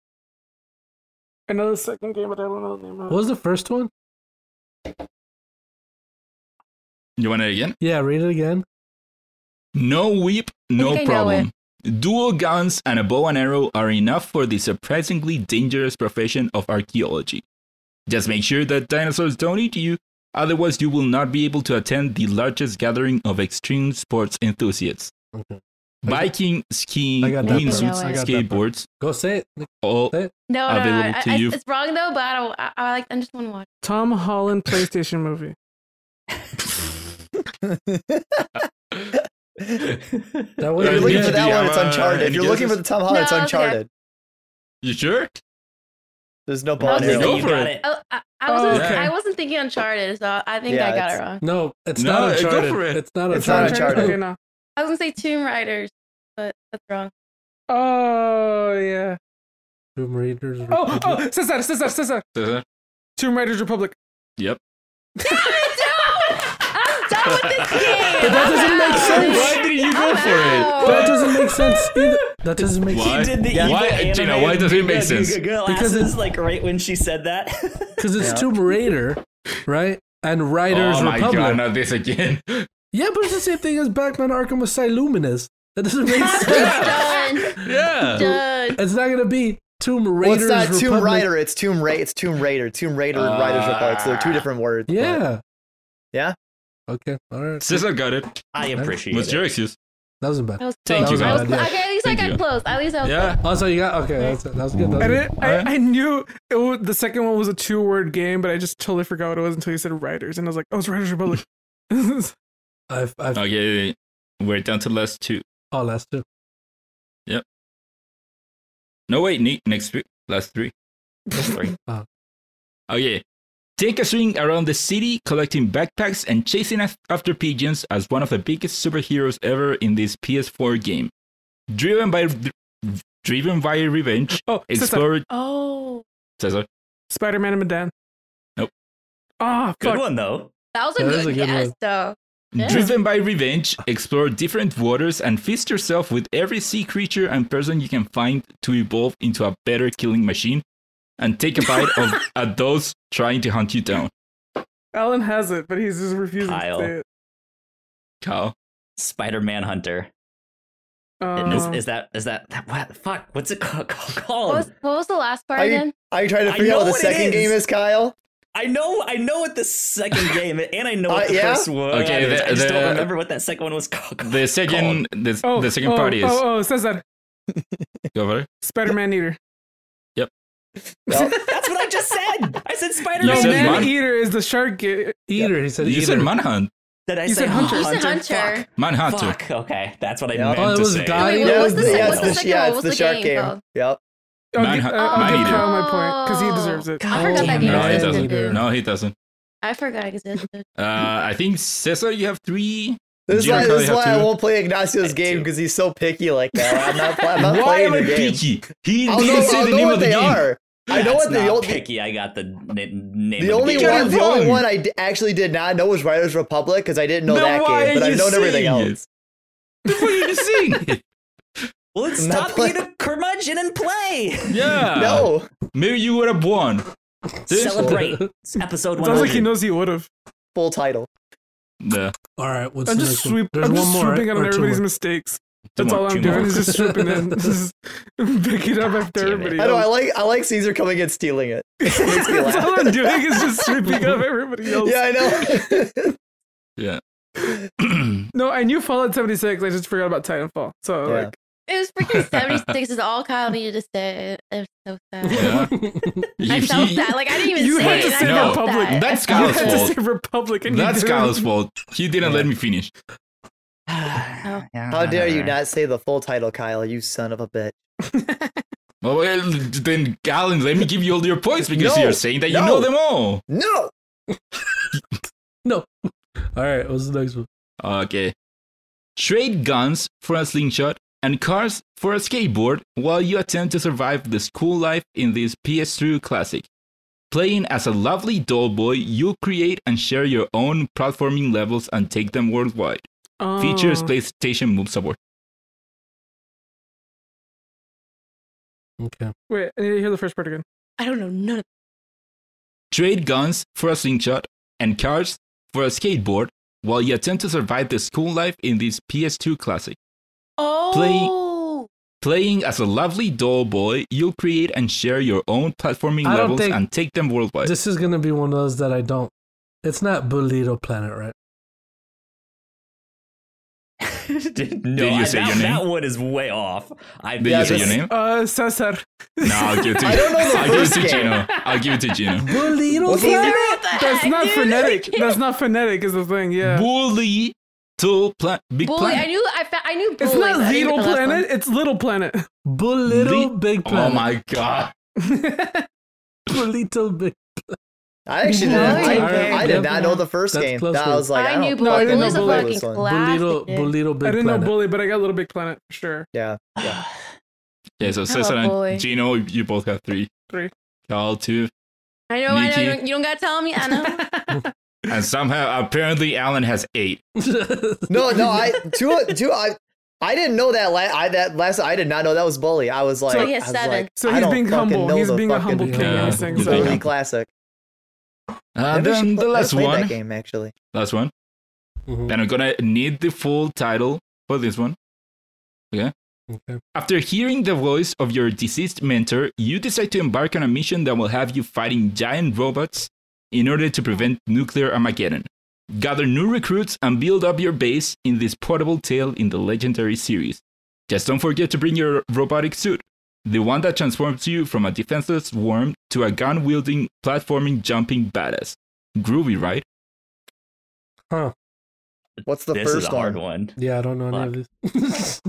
[SPEAKER 5] I know the second game, but I don't know the name of
[SPEAKER 1] What was the first one?
[SPEAKER 2] You want it again?
[SPEAKER 1] Yeah, read it again.
[SPEAKER 2] No whip,
[SPEAKER 6] I
[SPEAKER 2] no
[SPEAKER 6] know
[SPEAKER 2] problem. Dual guns and a bow and arrow are enough for the surprisingly dangerous profession of archaeology. Just make sure that dinosaurs don't eat you, otherwise, you will not be able to attend the largest gathering of extreme sports enthusiasts.
[SPEAKER 1] Okay.
[SPEAKER 2] Biking, skiing,
[SPEAKER 1] I got that part.
[SPEAKER 2] wingsuits,
[SPEAKER 6] I
[SPEAKER 1] got that
[SPEAKER 2] skateboards,
[SPEAKER 1] Go say it.
[SPEAKER 2] all.
[SPEAKER 1] Say it.
[SPEAKER 6] No, no, no.
[SPEAKER 2] Available
[SPEAKER 6] I,
[SPEAKER 2] to
[SPEAKER 6] I-
[SPEAKER 2] you.
[SPEAKER 6] It's wrong though, but I don't. I, I like. I just want to watch.
[SPEAKER 5] Tom Holland PlayStation [LAUGHS] movie.
[SPEAKER 1] That
[SPEAKER 4] If
[SPEAKER 1] would
[SPEAKER 2] Yeah,
[SPEAKER 4] you're
[SPEAKER 1] have been
[SPEAKER 2] Nikki, do you
[SPEAKER 4] looking for that
[SPEAKER 2] have,
[SPEAKER 4] one, it's
[SPEAKER 2] uh,
[SPEAKER 4] Uncharted. If
[SPEAKER 2] any
[SPEAKER 4] you're looking for the
[SPEAKER 2] guesses?
[SPEAKER 4] Tom Holland, it's
[SPEAKER 6] No, okay.
[SPEAKER 4] Uncharted.
[SPEAKER 2] You sure?
[SPEAKER 4] There's no
[SPEAKER 6] I
[SPEAKER 4] bow
[SPEAKER 6] was
[SPEAKER 4] and arrow.
[SPEAKER 3] Nikki,
[SPEAKER 2] Go
[SPEAKER 6] gonna
[SPEAKER 3] you
[SPEAKER 2] for
[SPEAKER 3] got
[SPEAKER 2] it.
[SPEAKER 3] it.
[SPEAKER 6] Oh, I, I wasn't.
[SPEAKER 2] Okay.
[SPEAKER 6] I wasn't thinking Uncharted, so I think
[SPEAKER 4] Yeah,
[SPEAKER 6] I got it
[SPEAKER 4] it's-
[SPEAKER 6] wrong.
[SPEAKER 1] no, it's
[SPEAKER 2] No,
[SPEAKER 1] not
[SPEAKER 2] go
[SPEAKER 1] Uncharted.
[SPEAKER 2] for it.
[SPEAKER 1] It's not
[SPEAKER 4] It's
[SPEAKER 1] Uncharted.
[SPEAKER 4] not Uncharted.
[SPEAKER 5] Okay, no.
[SPEAKER 6] I was gonna say Tomb Raiders. but that's
[SPEAKER 3] [LAUGHS]
[SPEAKER 6] wrong.
[SPEAKER 5] Oh yeah.
[SPEAKER 1] Tomb Raiders.
[SPEAKER 5] Oh
[SPEAKER 1] Republic.
[SPEAKER 5] oh, Cesar, Cesar, Cesar.
[SPEAKER 2] Cesar?
[SPEAKER 5] Tomb Raiders Republic.
[SPEAKER 2] Yep.
[SPEAKER 6] I'm done with
[SPEAKER 2] [LAUGHS]
[SPEAKER 6] this game.
[SPEAKER 1] But that doesn't make sense.
[SPEAKER 2] Why did you go for it?
[SPEAKER 1] Oh! That doesn't make sense either. That doesn't make
[SPEAKER 2] Why?
[SPEAKER 1] sense.
[SPEAKER 3] Did the
[SPEAKER 2] Why-
[SPEAKER 3] evil
[SPEAKER 2] Gina,
[SPEAKER 3] anime
[SPEAKER 2] why does it make
[SPEAKER 3] Guga
[SPEAKER 2] sense?
[SPEAKER 3] Guga Guga
[SPEAKER 1] Because
[SPEAKER 3] glasses,
[SPEAKER 1] it's-
[SPEAKER 3] like right when she said that.
[SPEAKER 1] Because it's
[SPEAKER 4] Yeah.
[SPEAKER 1] Tomb Raider, right? And Riders
[SPEAKER 2] Oh my
[SPEAKER 1] Republic.
[SPEAKER 2] god, not this again. [LAUGHS]
[SPEAKER 1] Yeah, but it's the same thing as Batman Arkham Asylum Luminous. That doesn't make [LAUGHS] sense.
[SPEAKER 6] Done.
[SPEAKER 2] [LAUGHS] yeah.
[SPEAKER 6] Done.
[SPEAKER 1] it's not gonna be Tomb
[SPEAKER 4] Well,
[SPEAKER 1] Raiders.
[SPEAKER 4] it's not Tomb
[SPEAKER 1] Republic.
[SPEAKER 4] Raider. It's Tomb Ra- It's Tomb Raider. Tomb Raider and Riders
[SPEAKER 2] Ah.
[SPEAKER 4] Republic. So they're two different words. but-
[SPEAKER 1] Yeah.
[SPEAKER 4] Yeah.
[SPEAKER 1] Okay. All right.
[SPEAKER 2] Cesar got it.
[SPEAKER 3] I appreciate
[SPEAKER 2] What's
[SPEAKER 3] it.
[SPEAKER 2] your excuse?
[SPEAKER 1] That wasn't bad.
[SPEAKER 6] That was
[SPEAKER 2] Thank
[SPEAKER 6] close.
[SPEAKER 1] you,
[SPEAKER 6] I was
[SPEAKER 1] Hannah.
[SPEAKER 6] close. Okay, at least
[SPEAKER 2] Thank
[SPEAKER 6] I got
[SPEAKER 2] you.
[SPEAKER 6] close. At least I was
[SPEAKER 2] Yeah.
[SPEAKER 1] Also, you got okay. That's, that was good. That was
[SPEAKER 5] I,
[SPEAKER 1] good.
[SPEAKER 5] didn't, I, I knew it was, the second one was a two word game, but I just totally forgot what it was until you said Riders, and I was like, oh, it's Riders Republic. [LAUGHS] Oh,
[SPEAKER 1] I've, I've,
[SPEAKER 2] Okay, we're down to last two.
[SPEAKER 1] oh, last two.
[SPEAKER 2] No, wait, ne- next three. Last three. Sorry.
[SPEAKER 1] Wow.
[SPEAKER 2] Okay. Take a swing around the city, collecting backpacks and chasing af- after pigeons as one of the biggest superheroes ever in this PS4 game. Driven by dr- driven by revenge,
[SPEAKER 5] oh, [LAUGHS] Cesar,
[SPEAKER 2] explore
[SPEAKER 6] Oh,
[SPEAKER 2] Cesar.
[SPEAKER 5] Spider Man and Medan.
[SPEAKER 2] Nope.
[SPEAKER 5] Ah,
[SPEAKER 3] Good
[SPEAKER 5] fuck.
[SPEAKER 3] one though.
[SPEAKER 6] that was a
[SPEAKER 1] That
[SPEAKER 6] good,
[SPEAKER 1] is a good
[SPEAKER 6] guess,
[SPEAKER 1] one.
[SPEAKER 6] though. Yeah.
[SPEAKER 2] Driven by revenge, explore different waters and feast yourself with every sea creature and person you can find to evolve into a better killing machine and take a bite of at those trying to hunt you down.
[SPEAKER 5] Alan has it, but he's just refusing
[SPEAKER 3] Kyle.
[SPEAKER 5] to say it.
[SPEAKER 2] Cow.
[SPEAKER 3] Spider-Man Hunter.
[SPEAKER 5] Um,
[SPEAKER 3] Is, is that is that that what fuck? What's it ca- ca-
[SPEAKER 6] What
[SPEAKER 3] called?
[SPEAKER 6] was, what was the last part
[SPEAKER 4] Are
[SPEAKER 6] again?
[SPEAKER 4] you, are you trying to
[SPEAKER 3] I
[SPEAKER 4] figure
[SPEAKER 3] know
[SPEAKER 4] out what the
[SPEAKER 3] what it
[SPEAKER 4] second
[SPEAKER 3] is.
[SPEAKER 4] game is, Kyle?
[SPEAKER 3] I know I know what the
[SPEAKER 2] [LAUGHS]
[SPEAKER 3] second game and I know what
[SPEAKER 4] Uh,
[SPEAKER 3] the
[SPEAKER 4] yeah?
[SPEAKER 3] first one.
[SPEAKER 2] Okay,
[SPEAKER 3] is.
[SPEAKER 2] the-
[SPEAKER 3] I just
[SPEAKER 2] the-
[SPEAKER 3] don't remember what that second one was ca- ca- called.
[SPEAKER 2] The second the,
[SPEAKER 5] oh,
[SPEAKER 2] the second
[SPEAKER 5] oh,
[SPEAKER 2] part is
[SPEAKER 5] Oh, oh, Cesar,
[SPEAKER 2] Go for it.
[SPEAKER 5] Spider Man Eater.
[SPEAKER 4] No.
[SPEAKER 3] [LAUGHS] That's what I just said. I said
[SPEAKER 2] You
[SPEAKER 3] Spider-Man.
[SPEAKER 5] No,
[SPEAKER 2] said
[SPEAKER 5] Man
[SPEAKER 2] Mon-
[SPEAKER 5] Eater is the shark. Ga-
[SPEAKER 1] Eater. He said.
[SPEAKER 2] You
[SPEAKER 1] eater.
[SPEAKER 2] said Manhunt.
[SPEAKER 3] Did I
[SPEAKER 5] You
[SPEAKER 3] say
[SPEAKER 5] said Hunter.
[SPEAKER 6] You said
[SPEAKER 3] Hunter?
[SPEAKER 6] Hunter.
[SPEAKER 2] Manhunt.
[SPEAKER 3] Fuck. Okay, that's what I
[SPEAKER 4] Yeah.
[SPEAKER 3] meant
[SPEAKER 1] Oh, it
[SPEAKER 3] to
[SPEAKER 1] was
[SPEAKER 3] say.
[SPEAKER 1] God-
[SPEAKER 4] [LAUGHS] Yeah,
[SPEAKER 6] Wait, what was
[SPEAKER 4] it
[SPEAKER 6] the,
[SPEAKER 4] was-
[SPEAKER 6] sec-
[SPEAKER 4] yeah, it's the-
[SPEAKER 6] what's the second
[SPEAKER 4] yeah,
[SPEAKER 6] one?
[SPEAKER 4] it's
[SPEAKER 6] What's
[SPEAKER 4] the
[SPEAKER 6] the,
[SPEAKER 4] shark
[SPEAKER 6] game,
[SPEAKER 4] game.
[SPEAKER 6] called?
[SPEAKER 4] Yep.
[SPEAKER 5] I'll
[SPEAKER 2] Man-
[SPEAKER 5] give, uh,
[SPEAKER 2] Man
[SPEAKER 5] I'll give
[SPEAKER 2] Eater.
[SPEAKER 5] Kyle my point because he deserves it.
[SPEAKER 6] I forgot
[SPEAKER 1] Oh,
[SPEAKER 6] that
[SPEAKER 1] man.
[SPEAKER 2] No, he
[SPEAKER 6] existed.
[SPEAKER 2] doesn't.
[SPEAKER 1] Eater.
[SPEAKER 2] No, he doesn't.
[SPEAKER 6] I forgot it existed.
[SPEAKER 2] Uh, I think Cesar, you have three.
[SPEAKER 4] This is
[SPEAKER 2] Gino
[SPEAKER 4] why,
[SPEAKER 2] probably
[SPEAKER 4] this is
[SPEAKER 2] have
[SPEAKER 4] why I
[SPEAKER 2] two.
[SPEAKER 4] won't play
[SPEAKER 2] [LAUGHS]
[SPEAKER 4] Ignacio's
[SPEAKER 3] I
[SPEAKER 4] game
[SPEAKER 3] do.
[SPEAKER 4] because he's so picky like that. I'm not, pla- I'm not
[SPEAKER 2] Why
[SPEAKER 4] playing
[SPEAKER 2] am I
[SPEAKER 4] the game.
[SPEAKER 2] picky? He
[SPEAKER 4] I'll
[SPEAKER 2] didn't
[SPEAKER 4] know,
[SPEAKER 2] say
[SPEAKER 4] I'll
[SPEAKER 2] the
[SPEAKER 4] know
[SPEAKER 2] name
[SPEAKER 4] what
[SPEAKER 2] of the
[SPEAKER 4] they
[SPEAKER 2] game.
[SPEAKER 4] are. I know
[SPEAKER 3] That's
[SPEAKER 4] what the
[SPEAKER 3] not
[SPEAKER 4] old.
[SPEAKER 3] picky. I got the n- n- name.
[SPEAKER 4] The
[SPEAKER 3] of
[SPEAKER 4] only
[SPEAKER 3] the game.
[SPEAKER 2] got
[SPEAKER 4] one,
[SPEAKER 2] it
[SPEAKER 4] the only
[SPEAKER 2] wrong.
[SPEAKER 4] one I d- actually did not know was Riders Republic because I didn't know
[SPEAKER 2] Then
[SPEAKER 4] that
[SPEAKER 2] why
[SPEAKER 4] game,
[SPEAKER 2] are
[SPEAKER 4] but I've
[SPEAKER 2] you
[SPEAKER 4] known everything
[SPEAKER 2] saying it?
[SPEAKER 4] else.
[SPEAKER 2] What are you
[SPEAKER 4] [LAUGHS]
[SPEAKER 2] saying?
[SPEAKER 3] Well, let's
[SPEAKER 4] I'm not
[SPEAKER 3] stop
[SPEAKER 4] playing-
[SPEAKER 3] being a curmudgeon and play.
[SPEAKER 2] yeah.
[SPEAKER 4] no,
[SPEAKER 2] Maybe you would have won. See?
[SPEAKER 3] Celebrate. It's episode
[SPEAKER 5] It
[SPEAKER 3] one.
[SPEAKER 5] sounds like he knows he would have.
[SPEAKER 4] full title.
[SPEAKER 2] No.
[SPEAKER 1] All right. What's
[SPEAKER 5] I'm
[SPEAKER 1] the next
[SPEAKER 5] just
[SPEAKER 1] one?
[SPEAKER 5] sweep,
[SPEAKER 1] There's
[SPEAKER 5] I'm
[SPEAKER 1] one
[SPEAKER 5] just
[SPEAKER 1] more.
[SPEAKER 5] swooping
[SPEAKER 1] right? Or
[SPEAKER 5] on
[SPEAKER 1] two
[SPEAKER 5] everybody's
[SPEAKER 1] more.
[SPEAKER 5] mistakes.
[SPEAKER 2] Two
[SPEAKER 5] That's
[SPEAKER 2] more,
[SPEAKER 5] all
[SPEAKER 2] two
[SPEAKER 5] I'm doing
[SPEAKER 2] more.
[SPEAKER 5] is just
[SPEAKER 1] [LAUGHS]
[SPEAKER 5] swooping in, just picking up
[SPEAKER 3] God
[SPEAKER 5] after
[SPEAKER 3] damn it.
[SPEAKER 5] everybody.
[SPEAKER 4] I know. I
[SPEAKER 5] else.
[SPEAKER 4] like I like Caesar coming and
[SPEAKER 2] [LAUGHS]
[SPEAKER 4] stealing it. makes me laugh.
[SPEAKER 5] [LAUGHS] That's all I'm doing is just sweeping up
[SPEAKER 2] [LAUGHS]
[SPEAKER 5] everybody else.
[SPEAKER 4] Yeah, I know.
[SPEAKER 5] No, I knew Fallout 76. I just forgot about Titanfall. So
[SPEAKER 4] Yeah.
[SPEAKER 5] like,
[SPEAKER 6] It was freaking 76 is all Kyle needed to say. It was so sad.
[SPEAKER 5] [LAUGHS]
[SPEAKER 2] Yeah.
[SPEAKER 6] [LAUGHS] I
[SPEAKER 2] If
[SPEAKER 6] felt
[SPEAKER 2] he-
[SPEAKER 6] that. Like, I didn't even
[SPEAKER 5] You
[SPEAKER 6] say
[SPEAKER 5] had
[SPEAKER 6] it.
[SPEAKER 5] to
[SPEAKER 6] and I
[SPEAKER 5] say
[SPEAKER 6] felt
[SPEAKER 5] no.
[SPEAKER 6] that.
[SPEAKER 5] Public.
[SPEAKER 2] That's
[SPEAKER 5] you [LAUGHS]
[SPEAKER 2] Kyle's
[SPEAKER 5] had to
[SPEAKER 2] fault.
[SPEAKER 6] [LAUGHS]
[SPEAKER 5] say Republic. And you
[SPEAKER 2] That's
[SPEAKER 5] didn't.
[SPEAKER 2] Kyle's fault. He didn't let me finish.
[SPEAKER 3] [LAUGHS]
[SPEAKER 6] Oh,
[SPEAKER 3] Yeah,
[SPEAKER 4] How dare you
[SPEAKER 3] whatever.
[SPEAKER 4] not say the full title, Kyle? You son of a bitch.
[SPEAKER 2] Well, well, then, Galen, let me give you all your points because
[SPEAKER 4] No.
[SPEAKER 2] you're saying that you
[SPEAKER 4] No.
[SPEAKER 2] know them all.
[SPEAKER 4] No.
[SPEAKER 1] All right. What's the next one?
[SPEAKER 2] Okay. Trade guns for a slingshot and cars for a skateboard while you attempt to survive the school life in this PS2 classic. Playing as a lovely doll boy, you'll create and share your own platforming levels and take them worldwide.
[SPEAKER 5] Oh.
[SPEAKER 2] Features PlayStation Move Support.
[SPEAKER 1] Okay.
[SPEAKER 5] Wait, I need to hear the first part again.
[SPEAKER 6] I don't know none of
[SPEAKER 2] Trade guns for a slingshot and cars for a skateboard while you attempt to survive the school life in this PS2 classic.
[SPEAKER 6] Oh.
[SPEAKER 2] Playing as a lovely doll boy, you'll create and share your own platforming
[SPEAKER 1] I don't
[SPEAKER 2] levels
[SPEAKER 1] think-
[SPEAKER 2] and take them worldwide.
[SPEAKER 1] This is gonna be one of those that I don't. It's not Bolito Planet, right?
[SPEAKER 3] [LAUGHS] Did, no,
[SPEAKER 2] you
[SPEAKER 3] I-
[SPEAKER 2] say
[SPEAKER 3] that,
[SPEAKER 2] your name?
[SPEAKER 3] that one is way off. I
[SPEAKER 2] Did
[SPEAKER 4] Yeah,
[SPEAKER 2] you say
[SPEAKER 4] this-
[SPEAKER 2] your
[SPEAKER 4] [LAUGHS]
[SPEAKER 2] name?
[SPEAKER 5] Uh, Cesar. [LAUGHS]
[SPEAKER 2] No, I'll give it to
[SPEAKER 4] I don't know the
[SPEAKER 2] I'll give it
[SPEAKER 4] first
[SPEAKER 2] to
[SPEAKER 4] game.
[SPEAKER 2] Gino. I'll give it to
[SPEAKER 4] [LAUGHS]
[SPEAKER 2] Gino.
[SPEAKER 1] Bolito
[SPEAKER 4] What's
[SPEAKER 6] These
[SPEAKER 4] Yeah.
[SPEAKER 6] are
[SPEAKER 1] Planet.
[SPEAKER 6] what the
[SPEAKER 2] [LAUGHS]
[SPEAKER 5] That's
[SPEAKER 6] heck,
[SPEAKER 5] not
[SPEAKER 6] dude.
[SPEAKER 5] phonetic. That's not phonetic. Is the thing. Yeah.
[SPEAKER 2] Bully to pla- big
[SPEAKER 6] Bully. I
[SPEAKER 2] planet.
[SPEAKER 6] knew. I, fa- I knew. Bully,
[SPEAKER 5] It's
[SPEAKER 6] but
[SPEAKER 5] not
[SPEAKER 6] I didn't
[SPEAKER 5] Little
[SPEAKER 6] know the last
[SPEAKER 5] Planet.
[SPEAKER 6] one.
[SPEAKER 5] It's Little Planet. [LAUGHS]
[SPEAKER 1] Bolito
[SPEAKER 2] Li-
[SPEAKER 1] [LAUGHS] Big
[SPEAKER 2] Oh
[SPEAKER 1] Planet.
[SPEAKER 2] my god.
[SPEAKER 1] Bolito Big.
[SPEAKER 4] I
[SPEAKER 3] [LAUGHS]
[SPEAKER 4] actually didn't.
[SPEAKER 6] No, you
[SPEAKER 4] I, I did
[SPEAKER 1] didn't.
[SPEAKER 4] not know the first
[SPEAKER 1] That's
[SPEAKER 4] game.
[SPEAKER 1] close
[SPEAKER 4] That
[SPEAKER 1] one.
[SPEAKER 4] was like I,
[SPEAKER 6] I knew
[SPEAKER 4] don't
[SPEAKER 6] Bully
[SPEAKER 5] I didn't
[SPEAKER 4] fucking
[SPEAKER 5] know
[SPEAKER 6] was a
[SPEAKER 4] know
[SPEAKER 5] Bully.
[SPEAKER 4] this
[SPEAKER 6] fucking
[SPEAKER 4] one.
[SPEAKER 1] Bulito,
[SPEAKER 6] classic. dude.
[SPEAKER 1] Bulito Big
[SPEAKER 5] I didn't know
[SPEAKER 1] Planet.
[SPEAKER 5] Bully, but I got Little Big Planet for sure.
[SPEAKER 4] Yeah, yeah.
[SPEAKER 2] Yeah, so
[SPEAKER 6] Oh,
[SPEAKER 2] Cesar
[SPEAKER 6] boy.
[SPEAKER 2] and Gino, you both have three.
[SPEAKER 5] Three.
[SPEAKER 2] Cal two.
[SPEAKER 6] I know, I know.
[SPEAKER 2] Nikki.
[SPEAKER 6] You don't, you don't gotta tell me. I know.
[SPEAKER 2] And somehow apparently Alan has eight.
[SPEAKER 1] [LAUGHS]
[SPEAKER 4] No,
[SPEAKER 5] [LAUGHS]
[SPEAKER 4] no, I two two I I didn't know that last I that last I did not know that was bully. I was like,
[SPEAKER 6] So he has
[SPEAKER 4] I was
[SPEAKER 6] seven.
[SPEAKER 4] like,
[SPEAKER 5] So
[SPEAKER 4] I
[SPEAKER 5] he's
[SPEAKER 4] don't
[SPEAKER 5] being
[SPEAKER 4] fucking
[SPEAKER 5] humble.
[SPEAKER 4] know
[SPEAKER 5] He's
[SPEAKER 4] the
[SPEAKER 5] being a
[SPEAKER 4] fucking
[SPEAKER 5] humble king.
[SPEAKER 1] Yeah.
[SPEAKER 5] I think
[SPEAKER 2] He's
[SPEAKER 5] so.
[SPEAKER 2] being
[SPEAKER 4] Bully
[SPEAKER 2] humble.
[SPEAKER 4] classic.
[SPEAKER 2] And
[SPEAKER 4] Maybe I should
[SPEAKER 2] Uh, then
[SPEAKER 4] play-
[SPEAKER 2] the
[SPEAKER 4] I
[SPEAKER 2] last
[SPEAKER 4] played
[SPEAKER 2] one.
[SPEAKER 4] That game
[SPEAKER 6] [LAUGHS]
[SPEAKER 4] Mm-hmm. actually.
[SPEAKER 2] Last one.
[SPEAKER 1] Mhm.
[SPEAKER 2] Then I'm gonna need the full title for this one.
[SPEAKER 1] Okay.
[SPEAKER 2] After hearing the voice of your deceased mentor, you decide to embark on a mission that will have you fighting giant robots in order to prevent nuclear Armageddon. Gather new recruits and build up your base in this portable tale in the legendary series. Just don't forget to bring your robotic suit, the one that transforms you from a defenseless worm to a gun wielding, platforming, jumping badass. Groovy, right?
[SPEAKER 4] What's the
[SPEAKER 3] this
[SPEAKER 4] first
[SPEAKER 3] is a hard
[SPEAKER 4] one?
[SPEAKER 3] one.
[SPEAKER 1] Yeah, I don't know any of these.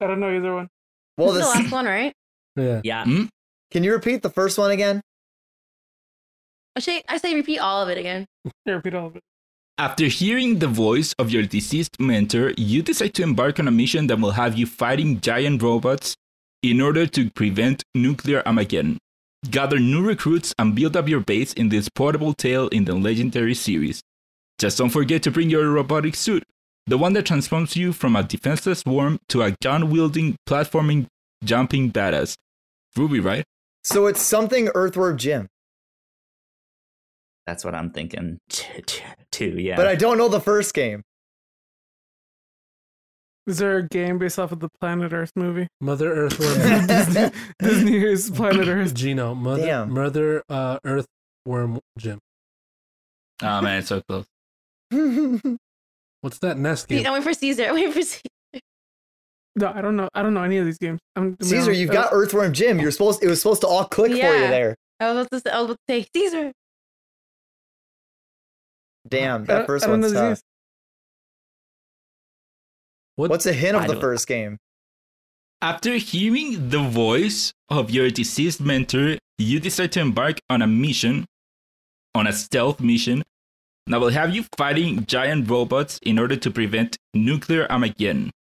[SPEAKER 5] I don't know either one.
[SPEAKER 4] Well,
[SPEAKER 6] this is the
[SPEAKER 4] this,
[SPEAKER 6] last one, right?
[SPEAKER 1] [LAUGHS] yeah.
[SPEAKER 3] Yeah.
[SPEAKER 2] Mm.
[SPEAKER 4] can you repeat the first one again?
[SPEAKER 6] I say, Oh, I say repeat all of it again.
[SPEAKER 5] Yeah, repeat all of it.
[SPEAKER 2] After hearing the voice of your deceased mentor, you decide to embark on a mission that will have you fighting giant robots in order to prevent nuclear Armageddon. Gather new recruits and build up your base in this portable tale in the legendary series. Just don't forget to bring your robotic suit, the one that transforms you from a defenseless worm to a gun wielding, platforming, jumping badass. Ruby, right?
[SPEAKER 4] So it's something Earthworm Jim,
[SPEAKER 3] That's what I'm thinking. T- t- Two, yeah.
[SPEAKER 4] but I don't know the first
[SPEAKER 5] [LAUGHS]
[SPEAKER 4] game.
[SPEAKER 5] Is there a game based off of the Planet Earth movie?
[SPEAKER 1] Mother Earthworm.
[SPEAKER 5] [LAUGHS]
[SPEAKER 4] Damn.
[SPEAKER 5] Disney is Planet Earth.
[SPEAKER 1] Gino. Mother,
[SPEAKER 4] Damn.
[SPEAKER 1] Mother uh, Earthworm Jim.
[SPEAKER 2] Ah, man, so close.
[SPEAKER 1] What's that nest game?
[SPEAKER 6] I'm waiting for Caesar. I'm waiting for Caesar. [LAUGHS]
[SPEAKER 5] No, I don't know. I don't know any of these games. I'm, I'm
[SPEAKER 4] Caesar,
[SPEAKER 5] honest.
[SPEAKER 4] you've
[SPEAKER 5] Uh,
[SPEAKER 4] got Earthworm Jim. You're supposed it was supposed to all click for you
[SPEAKER 6] Yeah.
[SPEAKER 4] there.
[SPEAKER 6] I was about to say, I was about to say Caesar.
[SPEAKER 4] Damn,
[SPEAKER 5] I don't-
[SPEAKER 4] that first
[SPEAKER 5] uh, I don't know
[SPEAKER 4] one's
[SPEAKER 5] these
[SPEAKER 4] tough.
[SPEAKER 5] games.
[SPEAKER 1] What-
[SPEAKER 4] What's a hint of
[SPEAKER 3] I
[SPEAKER 4] the
[SPEAKER 3] don't-
[SPEAKER 4] first game? [LAUGHS]
[SPEAKER 2] After hearing the voice of your deceased mentor, you decide to embark on a mission, on a stealth mission, that will have you fighting giant robots in order to prevent nuclear Armageddon.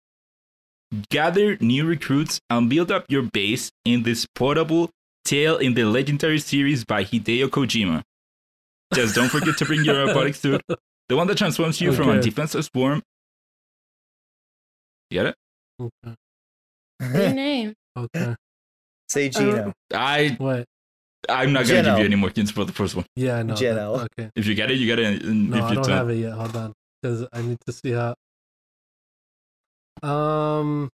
[SPEAKER 2] Gather new recruits and build up your base in this portable tale in the legendary series by Hideo Kojima. Just don't forget to bring your robotic suit, the one that transforms you from a
[SPEAKER 1] Okay.
[SPEAKER 2] defenseless worm. Get it?
[SPEAKER 1] Okay.
[SPEAKER 6] Your name.
[SPEAKER 1] okay.
[SPEAKER 4] Say
[SPEAKER 5] I don't-
[SPEAKER 4] Gino.
[SPEAKER 2] I
[SPEAKER 1] What?
[SPEAKER 2] I'm not gonna give
[SPEAKER 4] Geno.
[SPEAKER 2] you any more hints for the first one.
[SPEAKER 1] Yeah, no.
[SPEAKER 4] Geno.
[SPEAKER 1] that- okay.
[SPEAKER 2] If you get it, you get it. And
[SPEAKER 1] No,
[SPEAKER 2] if
[SPEAKER 1] I
[SPEAKER 2] you
[SPEAKER 1] don't have it yet. Hold on, because I need to see how. Um.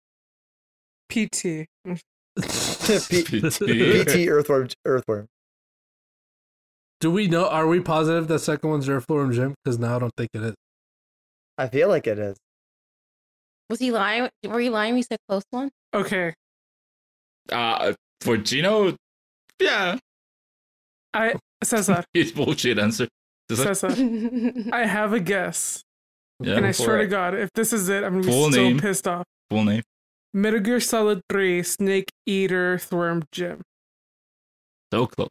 [SPEAKER 1] [LAUGHS]
[SPEAKER 5] PT.
[SPEAKER 1] [LAUGHS]
[SPEAKER 2] PT.
[SPEAKER 4] PT Earthworm Earthworm.
[SPEAKER 1] Do we know? Are we positive the second one's Earthworm Jim? Because now I don't think it is.
[SPEAKER 4] I feel like it is.
[SPEAKER 6] Was he lying? Were you lying? when You said close one.
[SPEAKER 5] Okay.
[SPEAKER 2] Uh, for Gino, yeah,
[SPEAKER 5] I Cesar.
[SPEAKER 2] it's [LAUGHS] bullshit answer. Is that
[SPEAKER 5] Cesar. I have a guess,
[SPEAKER 1] [LAUGHS]
[SPEAKER 5] and
[SPEAKER 2] yeah,
[SPEAKER 5] I
[SPEAKER 4] for
[SPEAKER 5] swear to
[SPEAKER 4] it.
[SPEAKER 5] God, if this is it, I'm gonna be
[SPEAKER 2] Full
[SPEAKER 5] so
[SPEAKER 2] name.
[SPEAKER 5] pissed off.
[SPEAKER 2] full name?
[SPEAKER 5] Metal Gear Solid 3 Snake Eater Thworm Jim.
[SPEAKER 2] So close,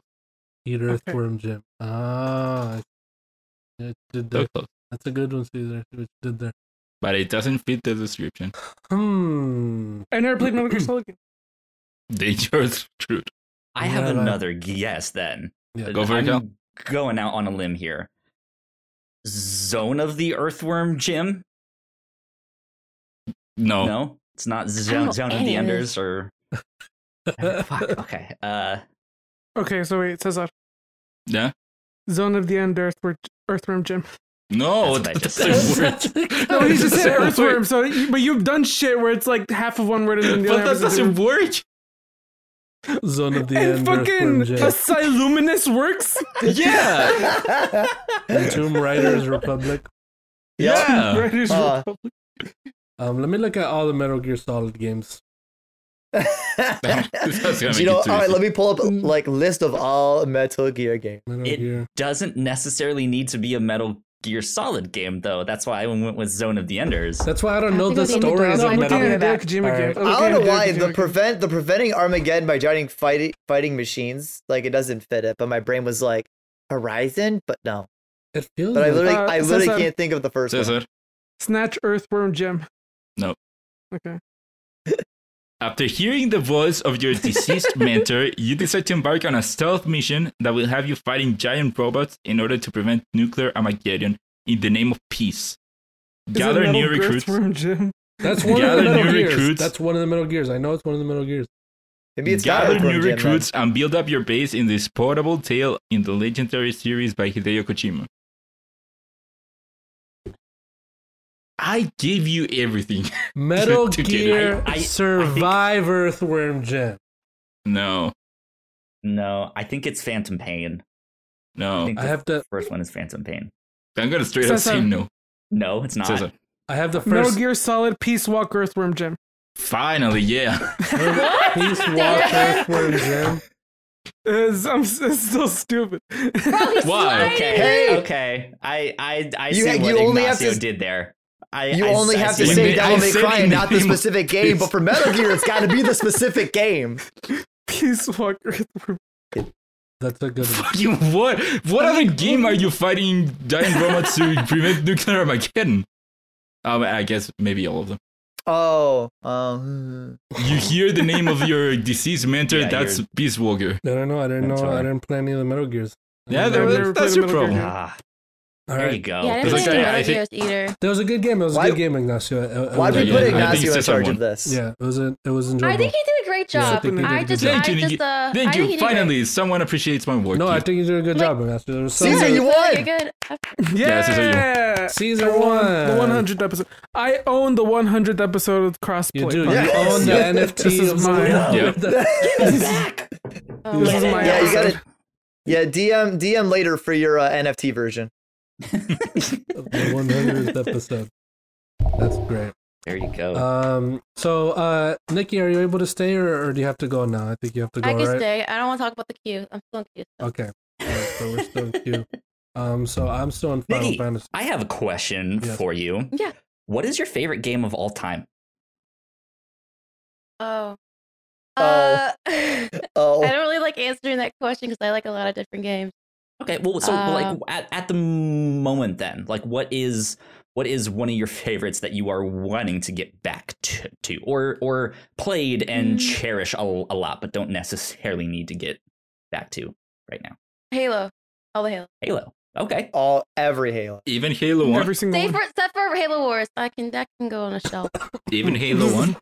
[SPEAKER 1] Eat Earthworm Jim. Ah. I- I did
[SPEAKER 2] so
[SPEAKER 1] that.
[SPEAKER 2] close.
[SPEAKER 1] That's a good one, Caesar. What you did there.
[SPEAKER 2] But it doesn't fit the description. [LAUGHS]
[SPEAKER 1] Hmm. [LAUGHS]
[SPEAKER 5] I never played Metal Gear Solid game.
[SPEAKER 2] They just truth.
[SPEAKER 3] I have
[SPEAKER 1] Yeah, that-
[SPEAKER 3] another guess then.
[SPEAKER 1] Yeah.
[SPEAKER 2] Go for it,
[SPEAKER 3] I'm
[SPEAKER 2] Cal.
[SPEAKER 3] Going out on a limb here. Zone of the Earthworm Jim?
[SPEAKER 2] No,
[SPEAKER 3] No, it's not
[SPEAKER 6] don't know
[SPEAKER 3] Zone, Zone of the
[SPEAKER 6] any of
[SPEAKER 3] Enders
[SPEAKER 6] this.
[SPEAKER 3] or. [LAUGHS] Fuck. Okay. Uh,
[SPEAKER 5] Okay, so wait, Cesar.
[SPEAKER 2] yeah,
[SPEAKER 5] Zone of the End Earthworm, Earthworm [LAUGHS] Jim.
[SPEAKER 2] no.
[SPEAKER 3] That's what I
[SPEAKER 2] That's
[SPEAKER 3] just
[SPEAKER 2] the word.
[SPEAKER 5] No, he
[SPEAKER 2] [LAUGHS]
[SPEAKER 5] Oh, just said [LAUGHS]
[SPEAKER 2] So
[SPEAKER 5] Earthworm,
[SPEAKER 2] wait.
[SPEAKER 5] so you- but you've done shit where it's like half of one word and then the
[SPEAKER 2] But
[SPEAKER 5] other
[SPEAKER 2] that
[SPEAKER 5] half is
[SPEAKER 2] doesn't
[SPEAKER 5] different.
[SPEAKER 2] work.
[SPEAKER 1] Zone of
[SPEAKER 5] [LAUGHS]
[SPEAKER 1] the
[SPEAKER 5] And
[SPEAKER 1] End.
[SPEAKER 5] fucking
[SPEAKER 1] Earthworm Jim.
[SPEAKER 5] Asylumnus works?
[SPEAKER 2] Yeah,
[SPEAKER 1] And Tomb Raiders Republic.
[SPEAKER 2] yeah.
[SPEAKER 5] Right, it's-
[SPEAKER 4] Uh,
[SPEAKER 1] Um, let me look at all the Metal Gear Solid games.
[SPEAKER 2] That's gonna make
[SPEAKER 4] Gino,
[SPEAKER 2] it
[SPEAKER 4] all
[SPEAKER 2] too
[SPEAKER 4] right,
[SPEAKER 2] easy.
[SPEAKER 4] let me pull up like list of all Metal Gear games.
[SPEAKER 1] Metal
[SPEAKER 3] It-
[SPEAKER 1] Gear.
[SPEAKER 3] Doesn't necessarily need to be a Metal Gear Solid game, though. That's why I went with Zone of the Enders.
[SPEAKER 1] That's why I don't
[SPEAKER 6] I
[SPEAKER 1] know
[SPEAKER 6] think
[SPEAKER 1] the
[SPEAKER 6] it would be
[SPEAKER 1] stories
[SPEAKER 6] Dogs
[SPEAKER 5] No,
[SPEAKER 1] of
[SPEAKER 5] I'm
[SPEAKER 6] on
[SPEAKER 1] Metal
[SPEAKER 5] looking
[SPEAKER 1] Gear.
[SPEAKER 5] at
[SPEAKER 6] Metal
[SPEAKER 5] Hideo Kojima
[SPEAKER 1] Alright.
[SPEAKER 5] games. I'm
[SPEAKER 4] I
[SPEAKER 5] looking
[SPEAKER 4] don't know
[SPEAKER 5] at Hideo
[SPEAKER 4] why
[SPEAKER 5] Kojima
[SPEAKER 4] the
[SPEAKER 5] games.
[SPEAKER 4] prevent the preventing Armageddon by giant fighting fighting machines like it doesn't fit it, but my brain was like, Horizon, but no.
[SPEAKER 1] It feels
[SPEAKER 4] But I
[SPEAKER 1] like-
[SPEAKER 4] literally,
[SPEAKER 5] Uh,
[SPEAKER 4] I
[SPEAKER 5] so
[SPEAKER 4] literally
[SPEAKER 5] sorry.
[SPEAKER 4] can't think of the first one.
[SPEAKER 2] Cesar,
[SPEAKER 5] Snatch Earthworm Jim.
[SPEAKER 2] No.
[SPEAKER 5] Okay.
[SPEAKER 2] after hearing the voice of your
[SPEAKER 5] [LAUGHS]
[SPEAKER 2] deceased mentor, you decide to embark on a stealth mission that will have you fighting giant robots in order to prevent nuclear Armageddon in the name of peace.
[SPEAKER 5] Is it
[SPEAKER 2] Gather
[SPEAKER 5] Metal
[SPEAKER 2] new recruits.
[SPEAKER 5] Earthworm Jim.
[SPEAKER 1] That's one of
[SPEAKER 2] Gather
[SPEAKER 1] the Metal
[SPEAKER 2] new
[SPEAKER 1] Gears.
[SPEAKER 2] recruits.
[SPEAKER 1] That's one of the Metal Gears. I know it's one of the Metal Gears.
[SPEAKER 4] Maybe it's got
[SPEAKER 2] Gather
[SPEAKER 4] Earthworm
[SPEAKER 2] new
[SPEAKER 4] Jim, then.
[SPEAKER 2] recruits and build up your base in this portable tale in the legendary series by Hideo Kojima. I gave you everything. [LAUGHS]
[SPEAKER 1] Metal
[SPEAKER 2] To get it.
[SPEAKER 1] Gear
[SPEAKER 3] I- I- I think-
[SPEAKER 1] Survive Earthworm Jim.
[SPEAKER 2] No,
[SPEAKER 3] No, I think it's Phantom Pain. I
[SPEAKER 2] no.
[SPEAKER 3] think
[SPEAKER 1] I
[SPEAKER 3] the
[SPEAKER 1] have to.
[SPEAKER 3] first one is Phantom Pain.
[SPEAKER 2] I'm gonna straight up
[SPEAKER 5] Cesar.
[SPEAKER 2] say no.
[SPEAKER 3] No, it's not.
[SPEAKER 2] Cesar.
[SPEAKER 1] I have the
[SPEAKER 5] Metal
[SPEAKER 1] first.
[SPEAKER 5] Gear Solid Peace Walk Earthworm Jim.
[SPEAKER 2] Finally, yeah.
[SPEAKER 6] [LAUGHS]
[SPEAKER 1] Peace Walk Earthworm Jim.
[SPEAKER 5] It's, I'm, s- it's still stupid.
[SPEAKER 2] Why?
[SPEAKER 3] Okay.
[SPEAKER 4] Hey!
[SPEAKER 3] Okay. I I I
[SPEAKER 4] You-
[SPEAKER 3] see
[SPEAKER 4] you
[SPEAKER 3] what
[SPEAKER 4] only have
[SPEAKER 3] Ignacio
[SPEAKER 4] to-
[SPEAKER 3] did there. I
[SPEAKER 4] You
[SPEAKER 3] I-
[SPEAKER 4] only
[SPEAKER 3] I
[SPEAKER 4] have
[SPEAKER 3] see
[SPEAKER 2] it.
[SPEAKER 4] to
[SPEAKER 3] what
[SPEAKER 4] say
[SPEAKER 3] you did.
[SPEAKER 2] I
[SPEAKER 4] Devil May
[SPEAKER 2] said
[SPEAKER 4] Cry
[SPEAKER 2] in
[SPEAKER 4] and
[SPEAKER 2] the
[SPEAKER 4] not the
[SPEAKER 2] name of [LAUGHS]
[SPEAKER 4] specific game, but for Metal Gear, it's got to be the specific game.
[SPEAKER 5] [LAUGHS] Peace Walk Earthworm.
[SPEAKER 1] That's a good
[SPEAKER 2] [LAUGHS]
[SPEAKER 1] one.
[SPEAKER 2] Fucking what? What other game are you fighting giant robots to prevent nuclear Armageddon? Um, I guess maybe all of them.
[SPEAKER 4] [LAUGHS] Oh, um,
[SPEAKER 2] You hear the name of your deceased mentor.
[SPEAKER 3] Yeah,
[SPEAKER 2] that's
[SPEAKER 3] you're-
[SPEAKER 2] Peace Walker.
[SPEAKER 1] I don't know. I didn't
[SPEAKER 3] That's
[SPEAKER 1] know. I
[SPEAKER 3] alright.
[SPEAKER 1] didn't play any of the Metal Gears.
[SPEAKER 2] Yeah,
[SPEAKER 1] I've
[SPEAKER 2] that
[SPEAKER 5] never
[SPEAKER 2] was-
[SPEAKER 5] played
[SPEAKER 2] that's your
[SPEAKER 5] Metal Gear.
[SPEAKER 2] problem.
[SPEAKER 3] Ah,
[SPEAKER 1] All
[SPEAKER 3] there
[SPEAKER 1] right.
[SPEAKER 3] you go.
[SPEAKER 6] Yeah, I
[SPEAKER 2] It's
[SPEAKER 6] didn't
[SPEAKER 2] like
[SPEAKER 6] play any
[SPEAKER 2] that, I
[SPEAKER 6] Metal
[SPEAKER 2] think-
[SPEAKER 6] Gears either.
[SPEAKER 1] That was a good game. It was
[SPEAKER 4] Why-
[SPEAKER 1] a good game, Ignacio. It- it
[SPEAKER 4] why'd
[SPEAKER 1] was a good
[SPEAKER 2] Oh, yeah, I
[SPEAKER 4] we put
[SPEAKER 1] game.
[SPEAKER 2] think
[SPEAKER 4] Ignacio in
[SPEAKER 2] Cesar
[SPEAKER 4] charge
[SPEAKER 2] won.
[SPEAKER 4] of this?
[SPEAKER 1] Yeah, it was a, it was enjoyable.
[SPEAKER 6] I think he did a great
[SPEAKER 1] Yeah, I
[SPEAKER 6] job.
[SPEAKER 1] think he did
[SPEAKER 6] I
[SPEAKER 1] a good
[SPEAKER 6] just,
[SPEAKER 1] job.
[SPEAKER 6] I
[SPEAKER 2] Thank you,
[SPEAKER 6] just, uh, I
[SPEAKER 2] Thank
[SPEAKER 6] think he
[SPEAKER 2] you.
[SPEAKER 6] did great.
[SPEAKER 2] Finally, someone appreciates my work.
[SPEAKER 1] no, I think you did a good
[SPEAKER 6] Like-
[SPEAKER 1] job, Ignacio. There was some
[SPEAKER 4] Caesar,
[SPEAKER 6] Yeah,
[SPEAKER 4] you
[SPEAKER 6] I feel like
[SPEAKER 4] won!
[SPEAKER 6] You're good. I-
[SPEAKER 2] Yeah, this is a-
[SPEAKER 5] Yeah.
[SPEAKER 1] Caesar
[SPEAKER 5] I won the
[SPEAKER 1] won.
[SPEAKER 5] 100th episode. I own the 100th episode of Crossplay.
[SPEAKER 1] You do.
[SPEAKER 5] Podcast.
[SPEAKER 1] You own the NFT.
[SPEAKER 5] This is
[SPEAKER 1] of the- [LAUGHS]
[SPEAKER 5] mine.
[SPEAKER 2] Yeah.
[SPEAKER 6] Oh,
[SPEAKER 4] [LAUGHS]
[SPEAKER 5] This is
[SPEAKER 6] yeah.
[SPEAKER 5] my
[SPEAKER 4] Yeah, you got
[SPEAKER 5] episode.
[SPEAKER 4] to Yeah, DM DM later for your uh, NFT version.
[SPEAKER 3] [LAUGHS]
[SPEAKER 1] the 100th episode. That's great.
[SPEAKER 3] There you go.
[SPEAKER 1] Um, so, uh, Nikki, are you able to stay or, or do you have to go now? I think you have to go,
[SPEAKER 6] I can
[SPEAKER 1] right?
[SPEAKER 6] stay. I don't want to talk about the queue. I'm still in queue. so.
[SPEAKER 1] Okay. All right, so we're still in queue.
[SPEAKER 6] [LAUGHS]
[SPEAKER 1] Um, so I'm still in Final
[SPEAKER 3] Nikki.
[SPEAKER 1] Fantasy.
[SPEAKER 3] I have a question
[SPEAKER 1] Yes.
[SPEAKER 3] for you.
[SPEAKER 6] Yeah.
[SPEAKER 3] What is your favorite game of all time?
[SPEAKER 6] Oh.
[SPEAKER 4] Oh.
[SPEAKER 6] Uh, [LAUGHS]
[SPEAKER 4] Oh,
[SPEAKER 6] I don't really like answering that question because I like a lot of different games.
[SPEAKER 3] Okay, well, so like
[SPEAKER 6] Um,
[SPEAKER 3] at, at the moment, then, like, what is what is one of your favorites that you are wanting to get back to, to or or played and
[SPEAKER 6] Mm.
[SPEAKER 3] cherish a, a lot, but don't necessarily need to get back to right now?
[SPEAKER 6] Halo. All the Halo.
[SPEAKER 3] Halo. Okay.
[SPEAKER 4] all every Halo.
[SPEAKER 2] even Halo One.
[SPEAKER 5] Every single
[SPEAKER 6] Save
[SPEAKER 5] one.
[SPEAKER 6] for, except for Halo Wars. I can that can go on a shelf.
[SPEAKER 2] Even Halo One.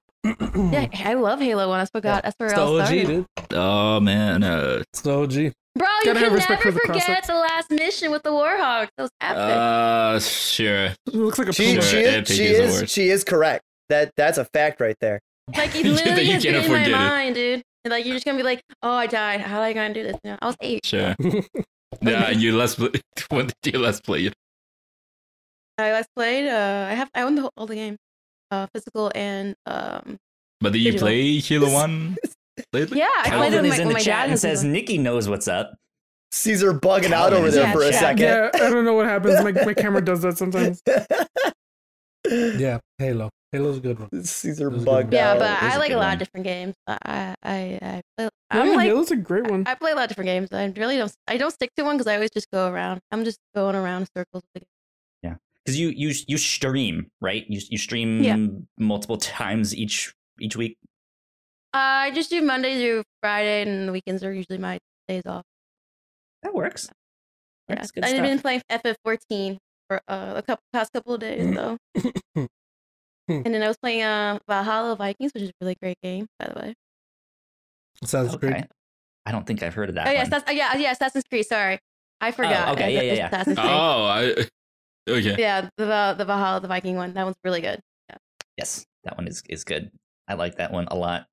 [SPEAKER 6] yeah, I love Halo One. I forgot. That's where
[SPEAKER 1] It's
[SPEAKER 6] it
[SPEAKER 1] the [CLEARS THROAT]
[SPEAKER 6] all
[SPEAKER 1] OG,
[SPEAKER 6] started.
[SPEAKER 1] dude.
[SPEAKER 2] Oh man. Uh,
[SPEAKER 1] It's the OG.
[SPEAKER 6] Bro, you
[SPEAKER 5] Gotta have
[SPEAKER 6] can
[SPEAKER 5] respect
[SPEAKER 6] never
[SPEAKER 5] for the
[SPEAKER 6] forget the last mission with the Warhawks. That was epic.
[SPEAKER 2] uh sure.
[SPEAKER 5] It looks like a
[SPEAKER 4] She
[SPEAKER 5] pool.
[SPEAKER 2] Sure,
[SPEAKER 4] she
[SPEAKER 2] Epic
[SPEAKER 4] is she
[SPEAKER 2] is the
[SPEAKER 4] is,
[SPEAKER 2] worst.
[SPEAKER 4] she is correct. That that's a fact right there.
[SPEAKER 6] like it
[SPEAKER 2] You
[SPEAKER 6] literally
[SPEAKER 2] think you
[SPEAKER 6] has been
[SPEAKER 2] can't
[SPEAKER 6] in my
[SPEAKER 2] forget it.
[SPEAKER 6] mind, dude. And, like you're just gonna be like, oh, I died. How am I gonna do this now? I was eight.
[SPEAKER 2] Sure. yeah, you last play- [LAUGHS] when did you last play it?
[SPEAKER 6] I last played. Uh, I have. I own the whole, all the game, uh, physical and um.
[SPEAKER 2] But did you
[SPEAKER 6] Digital.
[SPEAKER 2] play
[SPEAKER 6] [LAUGHS]
[SPEAKER 2] Halo One lately?
[SPEAKER 6] Yeah, I
[SPEAKER 3] Calvin
[SPEAKER 6] played it with
[SPEAKER 3] is
[SPEAKER 6] my,
[SPEAKER 3] in
[SPEAKER 6] with
[SPEAKER 3] the
[SPEAKER 6] my
[SPEAKER 3] chat
[SPEAKER 6] dad.
[SPEAKER 3] and
[SPEAKER 6] has
[SPEAKER 3] says
[SPEAKER 6] it.
[SPEAKER 3] Nikki knows what's up.
[SPEAKER 4] Caesar bugging out over there
[SPEAKER 6] Yeah,
[SPEAKER 4] for a
[SPEAKER 6] yeah.
[SPEAKER 4] second.
[SPEAKER 5] Yeah, I don't know what happens. My,
[SPEAKER 6] [LAUGHS]
[SPEAKER 5] my camera does that sometimes.
[SPEAKER 1] Yeah, Halo. Halo's a good one.
[SPEAKER 4] [LAUGHS] Caesar
[SPEAKER 1] Those are
[SPEAKER 4] bugged
[SPEAKER 1] good
[SPEAKER 6] yeah,
[SPEAKER 4] out.
[SPEAKER 6] but
[SPEAKER 2] is
[SPEAKER 6] I
[SPEAKER 2] a
[SPEAKER 6] like a
[SPEAKER 2] good
[SPEAKER 6] lot
[SPEAKER 2] one.
[SPEAKER 6] of different games. I I I, I
[SPEAKER 5] yeah,
[SPEAKER 6] am like
[SPEAKER 5] Halo's a great one.
[SPEAKER 6] I play a lot of different games. I really don't. I don't stick to one because I always just go around. I'm just going around in circles. With the
[SPEAKER 3] because you you you stream right you you stream
[SPEAKER 6] Yeah.
[SPEAKER 3] multiple times each each week
[SPEAKER 6] I just do Monday through Friday, and the weekends are usually my days off.
[SPEAKER 3] that works
[SPEAKER 6] Yeah.
[SPEAKER 3] that's good
[SPEAKER 6] I've
[SPEAKER 3] stuff
[SPEAKER 6] been playing FF14 for uh, a couple past couple of days
[SPEAKER 3] Mm.
[SPEAKER 6] though.
[SPEAKER 3] [LAUGHS]
[SPEAKER 6] and then I was playing uh, Valhalla Vikings, which is a really great game, by the way. Oh,
[SPEAKER 1] Sounds great.
[SPEAKER 3] okay i don't think i've heard of that
[SPEAKER 6] oh yes,
[SPEAKER 3] one. Oh,
[SPEAKER 6] that's, uh, yeah, yeah, Assassin's Creed. Sorry, I forgot.
[SPEAKER 3] okay,
[SPEAKER 6] [LAUGHS] I-
[SPEAKER 3] yeah, yeah,
[SPEAKER 6] it's
[SPEAKER 3] yeah.
[SPEAKER 6] Assassin's Creed.
[SPEAKER 2] Oh, I [LAUGHS] okay.
[SPEAKER 6] Yeah, the Val- the Valhalla, the Viking one. That one's really good.
[SPEAKER 3] yes that one is is good i like that one a lot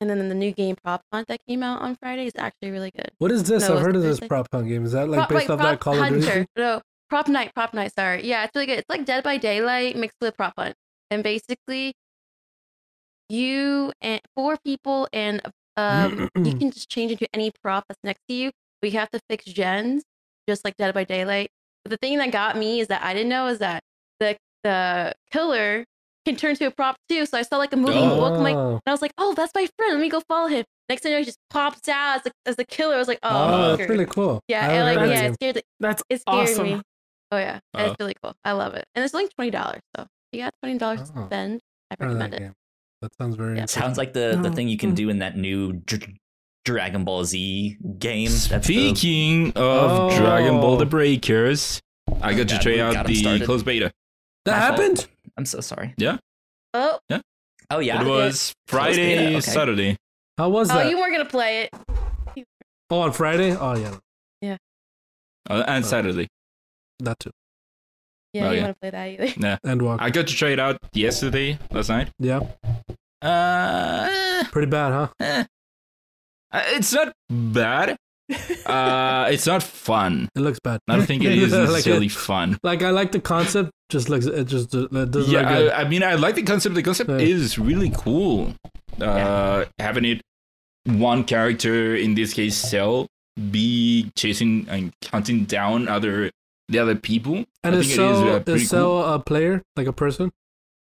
[SPEAKER 6] And then the new game prop hunt that came out on Friday is actually really good.
[SPEAKER 1] What is this?
[SPEAKER 6] No,
[SPEAKER 1] I've
[SPEAKER 6] it's
[SPEAKER 1] heard of
[SPEAKER 6] the
[SPEAKER 1] this
[SPEAKER 6] first
[SPEAKER 1] prop hunt game. Is that like
[SPEAKER 6] prop,
[SPEAKER 1] based
[SPEAKER 6] wait,
[SPEAKER 1] off that
[SPEAKER 6] prop
[SPEAKER 1] Call of Duty?
[SPEAKER 3] [LAUGHS]
[SPEAKER 6] hunter. [LAUGHS] No, prop night, prop night. Sorry, yeah, it's really good. It's like Dead by Daylight mixed with prop hunt, and basically, you and four people, and um,
[SPEAKER 1] [CLEARS THROAT]
[SPEAKER 6] you can just change into any prop that's next to you. But you have to fix gens, just like Dead by Daylight. But the thing that got me is that I didn't know is that the the killer can turn to a prop too. So I saw like a moving book. I'm like,
[SPEAKER 1] Oh.
[SPEAKER 6] and I was like, oh, that's my friend. Let me go follow him. Next thing you know, he just pops out as the, as the killer. I was like, oh,
[SPEAKER 1] Oh,
[SPEAKER 6] that's
[SPEAKER 1] that's
[SPEAKER 6] scary.
[SPEAKER 1] really cool.
[SPEAKER 6] yeah,
[SPEAKER 1] I
[SPEAKER 6] and
[SPEAKER 1] haven't
[SPEAKER 6] like
[SPEAKER 1] heard
[SPEAKER 6] yeah,
[SPEAKER 1] of
[SPEAKER 6] it scared,
[SPEAKER 5] That's
[SPEAKER 6] it scared
[SPEAKER 5] awesome.
[SPEAKER 6] me. Oh yeah, and
[SPEAKER 2] Oh.
[SPEAKER 6] it's really cool. I love it, and it's only twenty dollars, so if you got twenty dollars
[SPEAKER 1] Oh.
[SPEAKER 6] to spend. I
[SPEAKER 1] Heard of
[SPEAKER 6] recommend
[SPEAKER 1] that
[SPEAKER 6] it.
[SPEAKER 1] game. That sounds very
[SPEAKER 6] Yeah.
[SPEAKER 3] Sounds like the, the
[SPEAKER 5] No.
[SPEAKER 3] thing you can
[SPEAKER 5] Mm.
[SPEAKER 3] do in that new Dr- Dragon Ball Z game. That's the-
[SPEAKER 2] Speaking of Dragon Ball The
[SPEAKER 1] Oh.
[SPEAKER 2] Breakers, I got to
[SPEAKER 3] God,
[SPEAKER 2] try
[SPEAKER 3] we
[SPEAKER 2] out
[SPEAKER 3] got him
[SPEAKER 2] the
[SPEAKER 3] started.
[SPEAKER 2] closed beta.
[SPEAKER 1] That
[SPEAKER 3] My fault.
[SPEAKER 1] happened.
[SPEAKER 3] I'm so sorry.
[SPEAKER 6] Oh,
[SPEAKER 3] Oh yeah.
[SPEAKER 2] it was Friday,
[SPEAKER 3] beta, okay.
[SPEAKER 2] Saturday.
[SPEAKER 1] How was
[SPEAKER 6] oh,
[SPEAKER 1] that?
[SPEAKER 6] you weren't gonna play it.
[SPEAKER 1] Oh, on Friday. Oh yeah,
[SPEAKER 2] Uh, and
[SPEAKER 1] Oh.
[SPEAKER 2] Saturday.
[SPEAKER 1] that too.
[SPEAKER 6] Yeah,
[SPEAKER 2] Oh,
[SPEAKER 6] you
[SPEAKER 2] yeah.
[SPEAKER 6] want to play that either? [LAUGHS]
[SPEAKER 1] And walk.
[SPEAKER 2] I got to try it out yesterday, last night.
[SPEAKER 1] yeah,
[SPEAKER 2] Uh,
[SPEAKER 1] pretty bad, huh?
[SPEAKER 2] it's not bad. Uh, it's not fun.
[SPEAKER 1] It looks bad.
[SPEAKER 2] I don't think it
[SPEAKER 1] [LAUGHS]
[SPEAKER 2] is
[SPEAKER 1] Like it.
[SPEAKER 2] necessarily fun.
[SPEAKER 1] Like I like the concept. Just looks. It just it doesn't
[SPEAKER 2] Yeah,
[SPEAKER 1] look good.
[SPEAKER 2] I, I mean, I like the concept. The concept
[SPEAKER 1] Yeah.
[SPEAKER 2] is really cool. Uh, Having it one character, in this case, Cell, be chasing and hunting down other the other people.
[SPEAKER 1] and
[SPEAKER 2] I
[SPEAKER 1] is
[SPEAKER 2] think it is,
[SPEAKER 1] Cell
[SPEAKER 2] uh,
[SPEAKER 1] is,
[SPEAKER 2] pretty
[SPEAKER 1] Cell a player like a person?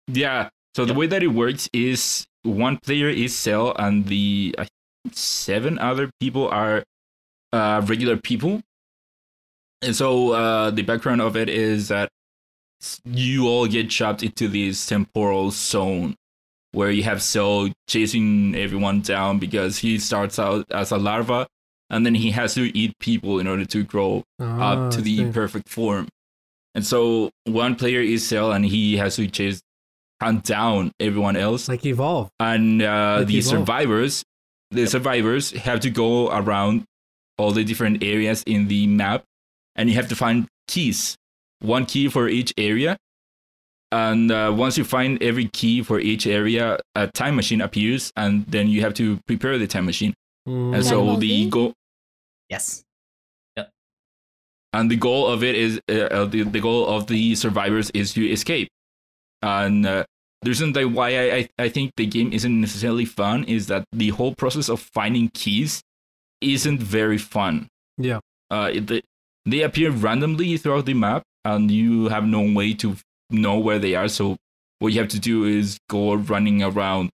[SPEAKER 2] Yeah. So the way that it works is one player is Cell, and the I think seven other people are uh, regular people. And so uh, the background of it is that s- you all get trapped into this temporal zone where you have Cell chasing everyone down because he starts out as a larva and then he has to eat people in order to grow
[SPEAKER 1] Ah,
[SPEAKER 2] up Uh, to
[SPEAKER 1] I
[SPEAKER 2] the
[SPEAKER 1] see.
[SPEAKER 2] perfect form. And so one player is Cell, and he has to chase hunt down everyone else.
[SPEAKER 1] like evolve.
[SPEAKER 2] and uh,
[SPEAKER 1] like
[SPEAKER 2] the
[SPEAKER 1] evolve.
[SPEAKER 2] survivors, the survivors have to go around all the different areas in the map, and you have to find keys, one key for each area. And uh, once you find every key for each area, a time machine appears, and then you have to prepare the time machine. And
[SPEAKER 1] Mm.
[SPEAKER 6] Dragon
[SPEAKER 2] so
[SPEAKER 6] Ball
[SPEAKER 2] the
[SPEAKER 6] Z?
[SPEAKER 2] go
[SPEAKER 3] Yes.
[SPEAKER 2] and the goal of it is uh, uh, the, the goal of the survivors is to escape and uh, the reason that why I, I, I think the game isn't necessarily fun is that the whole process of finding keys isn't very fun
[SPEAKER 1] Yeah.
[SPEAKER 2] uh, it, they- they appear randomly throughout the map and you have no way to know where they are so what you have to do is go running around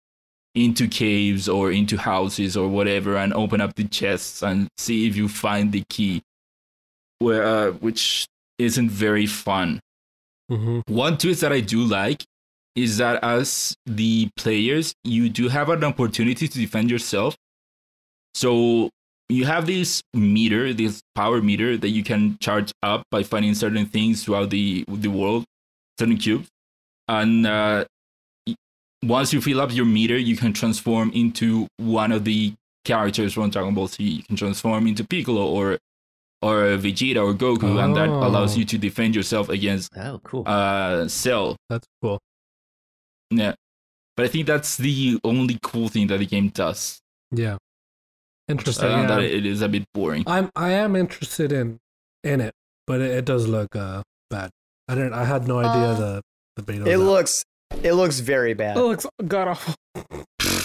[SPEAKER 2] into caves or into houses or whatever and open up the chests and see if you find the key where, uh, which isn't very fun.
[SPEAKER 1] Mhm.
[SPEAKER 2] One twist that I do like is that as the players, you do have an opportunity to defend yourself. So you have this meter, this power meter that you can charge up by finding certain things throughout the the world, certain cubes, and uh, y- once you fill up your meter, you can transform into one of the characters from Dragon Ball Z. You can transform into Piccolo or or Vegeta or Goku, and that allows
[SPEAKER 1] Oh.
[SPEAKER 2] you to defend yourself against
[SPEAKER 3] Oh, cool.
[SPEAKER 2] uh Cell.
[SPEAKER 1] That's cool.
[SPEAKER 2] Yeah. But I think that's the only cool thing that the game does.
[SPEAKER 1] Yeah, interesting.
[SPEAKER 2] Other than
[SPEAKER 1] yeah.
[SPEAKER 2] that it is a bit
[SPEAKER 5] Oh,
[SPEAKER 2] boring.
[SPEAKER 1] I'm I am interested in in it, but it, it does look uh, bad. I don't. I had no idea
[SPEAKER 6] Uh,
[SPEAKER 1] the the beta. was
[SPEAKER 4] Ah. It
[SPEAKER 1] out.
[SPEAKER 4] looks it looks very bad.
[SPEAKER 5] It looks god awful.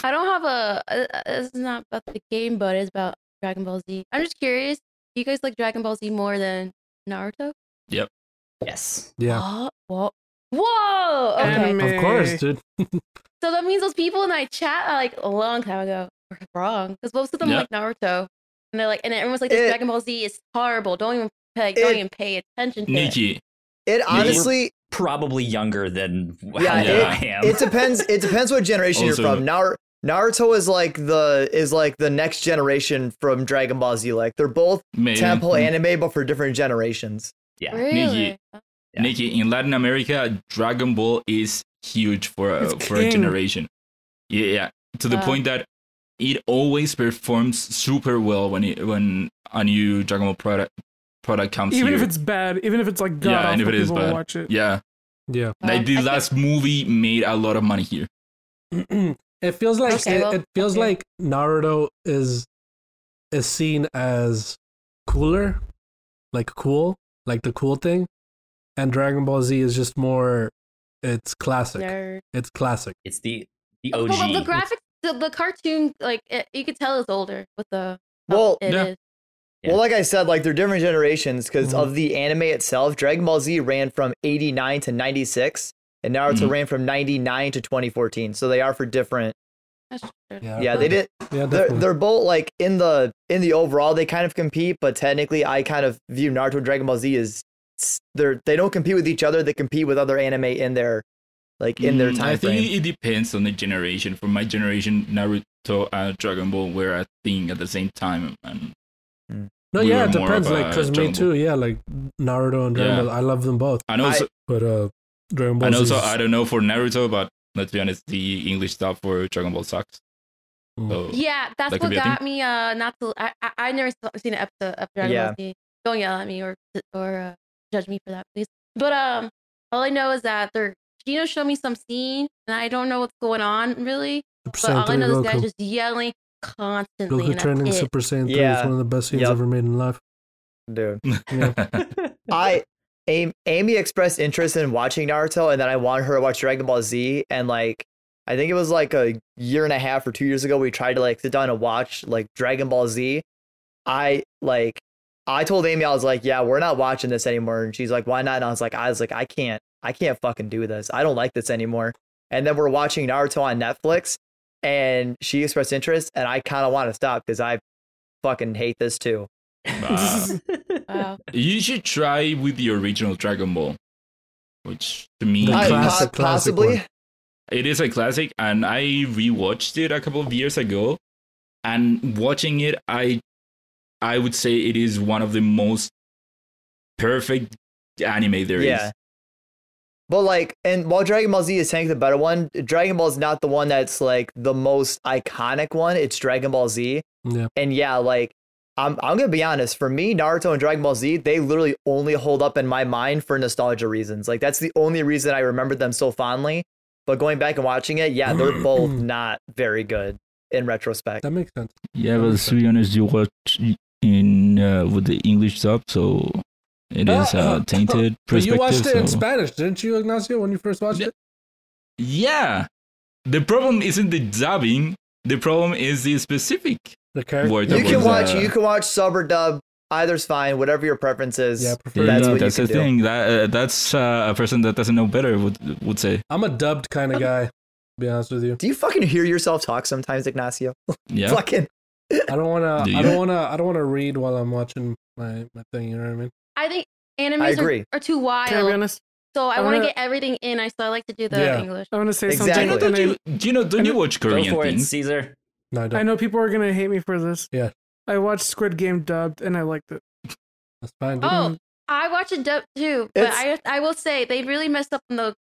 [SPEAKER 6] I don't have a. uh, This is not about the game, but it's about Dragon Ball Z. I'm just curious. Do you guys like Dragon Ball Z more than Naruto?
[SPEAKER 3] yes.
[SPEAKER 1] yeah.
[SPEAKER 6] Oh, whoa. Whoa. Okay.
[SPEAKER 5] Anime.
[SPEAKER 1] Of course, dude.
[SPEAKER 6] So that means those people in that chat uh, like a long time ago were wrong because most of them
[SPEAKER 2] Yeah.
[SPEAKER 6] like Naruto, and they're like, and everyone's like, this
[SPEAKER 4] It-
[SPEAKER 6] Dragon Ball Z is horrible. Don't even like, don't
[SPEAKER 4] It-
[SPEAKER 6] even pay attention to it.
[SPEAKER 2] Nikki.
[SPEAKER 4] It honestly
[SPEAKER 3] Probably younger than
[SPEAKER 4] Yeah,
[SPEAKER 3] how young
[SPEAKER 2] it-
[SPEAKER 3] I am.
[SPEAKER 4] it depends it depends what generation
[SPEAKER 2] Also-
[SPEAKER 4] you're from. Nar- Naruto is like the is like the next generation from Dragon Ball Z. Like they're both
[SPEAKER 2] Maybe.
[SPEAKER 4] temple anime but for different generations.
[SPEAKER 3] yeah.
[SPEAKER 6] Really?
[SPEAKER 3] Yeah.
[SPEAKER 2] mm, Nikki, in Latin America, Dragon Ball is huge for a,
[SPEAKER 5] It's
[SPEAKER 2] for a
[SPEAKER 5] king. Uh.
[SPEAKER 2] generation. Yeah, yeah. To the
[SPEAKER 6] Wow.
[SPEAKER 2] point that it always performs super well when it, when a new Dragon Ball product product comes
[SPEAKER 5] Even if
[SPEAKER 2] here.
[SPEAKER 5] it's Uh, bad, even if it's like god
[SPEAKER 2] Yeah,
[SPEAKER 5] awful,
[SPEAKER 2] and if it is
[SPEAKER 5] people will
[SPEAKER 2] bad.
[SPEAKER 5] watch it.
[SPEAKER 2] yeah,
[SPEAKER 1] Yeah.
[SPEAKER 6] Wow.
[SPEAKER 2] like the
[SPEAKER 6] I can't-
[SPEAKER 2] last movie made a lot of money here.
[SPEAKER 1] [CLEARS THROAT] it feels like
[SPEAKER 6] Okay,
[SPEAKER 1] it,
[SPEAKER 6] well,
[SPEAKER 1] it feels
[SPEAKER 6] okay.
[SPEAKER 1] like Naruto is is seen as cooler, like cool, like the cool thing, and Dragon Ball Z is just more. It's classic.
[SPEAKER 6] Nerd.
[SPEAKER 1] It's classic.
[SPEAKER 3] It's the the
[SPEAKER 6] Oh,
[SPEAKER 3] OG.
[SPEAKER 6] well, the graphics, the, the cartoon, like it, you could tell it's older with the. how
[SPEAKER 4] Well,
[SPEAKER 6] it
[SPEAKER 2] Yeah. Mm-hmm.
[SPEAKER 6] is.
[SPEAKER 3] Yeah.
[SPEAKER 4] Well, like I said, like they're different generations because of the anime itself. Dragon Ball Z ran from 89 to 96, and Naruto
[SPEAKER 2] Mhm.
[SPEAKER 4] ran from 99 to 2014. So they are for different
[SPEAKER 6] That's true.
[SPEAKER 2] Uh,
[SPEAKER 4] Yeah, they did.
[SPEAKER 1] Yeah,
[SPEAKER 4] They're,
[SPEAKER 1] definitely.
[SPEAKER 4] they're both like in the in the overall they kind of compete, but technically I kind of view Naruto and Dragon Ball Z as s- they're they don't compete with each other. They compete with other anime in their like in their
[SPEAKER 2] Mm,
[SPEAKER 4] time
[SPEAKER 2] I
[SPEAKER 4] frame.
[SPEAKER 2] think it depends on the generation. For my generation, Naruto and Dragon Ball were a thing at the same time, and
[SPEAKER 1] no,
[SPEAKER 2] we
[SPEAKER 1] yeah,
[SPEAKER 2] were
[SPEAKER 1] it
[SPEAKER 2] more
[SPEAKER 1] depends.
[SPEAKER 2] of
[SPEAKER 1] Like,
[SPEAKER 2] a
[SPEAKER 1] because me
[SPEAKER 2] Dragon Ball.
[SPEAKER 1] too. Yeah, like Naruto and Dragon
[SPEAKER 2] Yeah.
[SPEAKER 1] Ball. I love them both,
[SPEAKER 2] and also,
[SPEAKER 1] but uh, Dragon Ball.
[SPEAKER 2] and
[SPEAKER 1] Z
[SPEAKER 2] also,
[SPEAKER 1] is-
[SPEAKER 2] I don't know for Naruto, but let's be honest, the English stuff for Dragon Ball sucks.
[SPEAKER 1] Mm.
[SPEAKER 2] So
[SPEAKER 6] Yeah, that's
[SPEAKER 2] That could
[SPEAKER 6] what
[SPEAKER 2] be a thing.
[SPEAKER 6] got me. Uh, not to. I I, I never saw, seen an episode of Dragon
[SPEAKER 4] Yeah.
[SPEAKER 6] Ball Z. Don't yell at me or or uh, judge me for that, please. But um, all I know is that they're Gino showed me some scene, and I don't know what's going on really. But
[SPEAKER 1] Super Saiyan
[SPEAKER 6] all I
[SPEAKER 1] 3
[SPEAKER 6] know is this
[SPEAKER 1] Goku.
[SPEAKER 6] guy's just yelling constantly.
[SPEAKER 1] Goku
[SPEAKER 6] and that's
[SPEAKER 1] turning
[SPEAKER 6] it.
[SPEAKER 1] Super Saiyan 3 is
[SPEAKER 4] Yeah.
[SPEAKER 1] one of the best scenes
[SPEAKER 4] Yup.
[SPEAKER 1] ever made in life.
[SPEAKER 4] Dude.
[SPEAKER 1] Yeah.
[SPEAKER 4] I Am- Amy expressed interest in watching Naruto, and then I wanted her to watch Dragon Ball Z. And like, I think it was like a year and a half or two years ago, we tried to like sit down and watch like Dragon Ball Z. I like, I told Amy I was like, yeah, we're not watching this anymore. And she's like, why not? And I was like, I was like, I can't, I can't fucking do this. I don't like this anymore. And then we're watching Naruto on Netflix, and she expressed interest, and I kind of want to stop because I fucking hate this too.
[SPEAKER 2] uh,
[SPEAKER 4] [LAUGHS]
[SPEAKER 6] Wow.
[SPEAKER 2] [LAUGHS] you should try with the original Dragon Ball, which to me
[SPEAKER 1] The
[SPEAKER 4] I-
[SPEAKER 2] is-
[SPEAKER 1] classic-
[SPEAKER 4] po-
[SPEAKER 1] classic
[SPEAKER 4] possibly.
[SPEAKER 1] one.
[SPEAKER 2] It is a classic, and I rewatched it a couple of years ago. And watching it, I I would say it is one of the most perfect anime there is.
[SPEAKER 4] Yeah. But like, and while Dragon Ball Z is technically the better one, Dragon Ball is not the one that's like the most iconic one. It's Dragon Ball Z,
[SPEAKER 1] Yeah.
[SPEAKER 4] and yeah, like I'm I'm gonna be honest. For me, Naruto and Dragon Ball Z, they literally only hold up in my mind for nostalgia reasons. Like that's the only reason I remember them so fondly. But going back and watching it,
[SPEAKER 2] [CLEARS THROAT]
[SPEAKER 4] yeah, they're both not very good in retrospect.
[SPEAKER 1] That makes sense.
[SPEAKER 2] Yeah, but to be honest, you watch in uh, with the English sub, so it is uh, tainted
[SPEAKER 1] But you
[SPEAKER 2] perspective.
[SPEAKER 1] watched it in
[SPEAKER 2] so-
[SPEAKER 1] Spanish, didn't you, Ignacio, when you first watched
[SPEAKER 2] Yeah.
[SPEAKER 1] it?
[SPEAKER 2] Yeah, the problem isn't the dubbing. The problem is the specific
[SPEAKER 1] The character.
[SPEAKER 2] word.
[SPEAKER 4] You
[SPEAKER 2] that
[SPEAKER 4] can
[SPEAKER 2] was,
[SPEAKER 4] watch
[SPEAKER 2] uh,
[SPEAKER 4] you can watch sub or dub. Either's fine, whatever your preference is.
[SPEAKER 1] Yeah, I prefer
[SPEAKER 4] that's
[SPEAKER 1] dub.
[SPEAKER 4] what
[SPEAKER 2] that's
[SPEAKER 4] you
[SPEAKER 2] the
[SPEAKER 4] can do.
[SPEAKER 2] thing. That uh, that's uh, a person that doesn't know better would would say.
[SPEAKER 1] I'm a dubbed kind of guy, to be honest with you.
[SPEAKER 4] Do you fucking hear yourself talk sometimes, Ignacio?
[SPEAKER 2] Yeah,
[SPEAKER 4] Fucking
[SPEAKER 1] I don't wanna
[SPEAKER 2] Do
[SPEAKER 1] I
[SPEAKER 2] you?
[SPEAKER 1] don't wanna I don't wanna read while I'm watching my, my thing, you know what I mean?
[SPEAKER 6] I think
[SPEAKER 4] I
[SPEAKER 6] animes
[SPEAKER 4] agree.
[SPEAKER 6] are, are too
[SPEAKER 5] Can I be
[SPEAKER 6] wild,
[SPEAKER 5] honest?
[SPEAKER 6] so I
[SPEAKER 5] I'm
[SPEAKER 6] want to
[SPEAKER 5] gonna-
[SPEAKER 6] get everything in. I so I like to do the
[SPEAKER 1] Yeah.
[SPEAKER 6] English.
[SPEAKER 5] I want to say
[SPEAKER 2] Do you know,
[SPEAKER 4] Exactly.
[SPEAKER 5] something.
[SPEAKER 2] don't
[SPEAKER 5] and
[SPEAKER 2] you, do you know, don't you watch
[SPEAKER 3] Go
[SPEAKER 2] Korean
[SPEAKER 3] for it,
[SPEAKER 2] things?
[SPEAKER 3] Caesar.
[SPEAKER 1] No, I
[SPEAKER 5] I, I
[SPEAKER 1] don't.
[SPEAKER 5] know people are gonna hate me for this.
[SPEAKER 1] Yeah.
[SPEAKER 5] I watched Squid Game dubbed and I liked it.
[SPEAKER 1] That's fine. dude.
[SPEAKER 6] Oh, I watch it dub too, but
[SPEAKER 4] It's-
[SPEAKER 6] I I will say they really messed up on the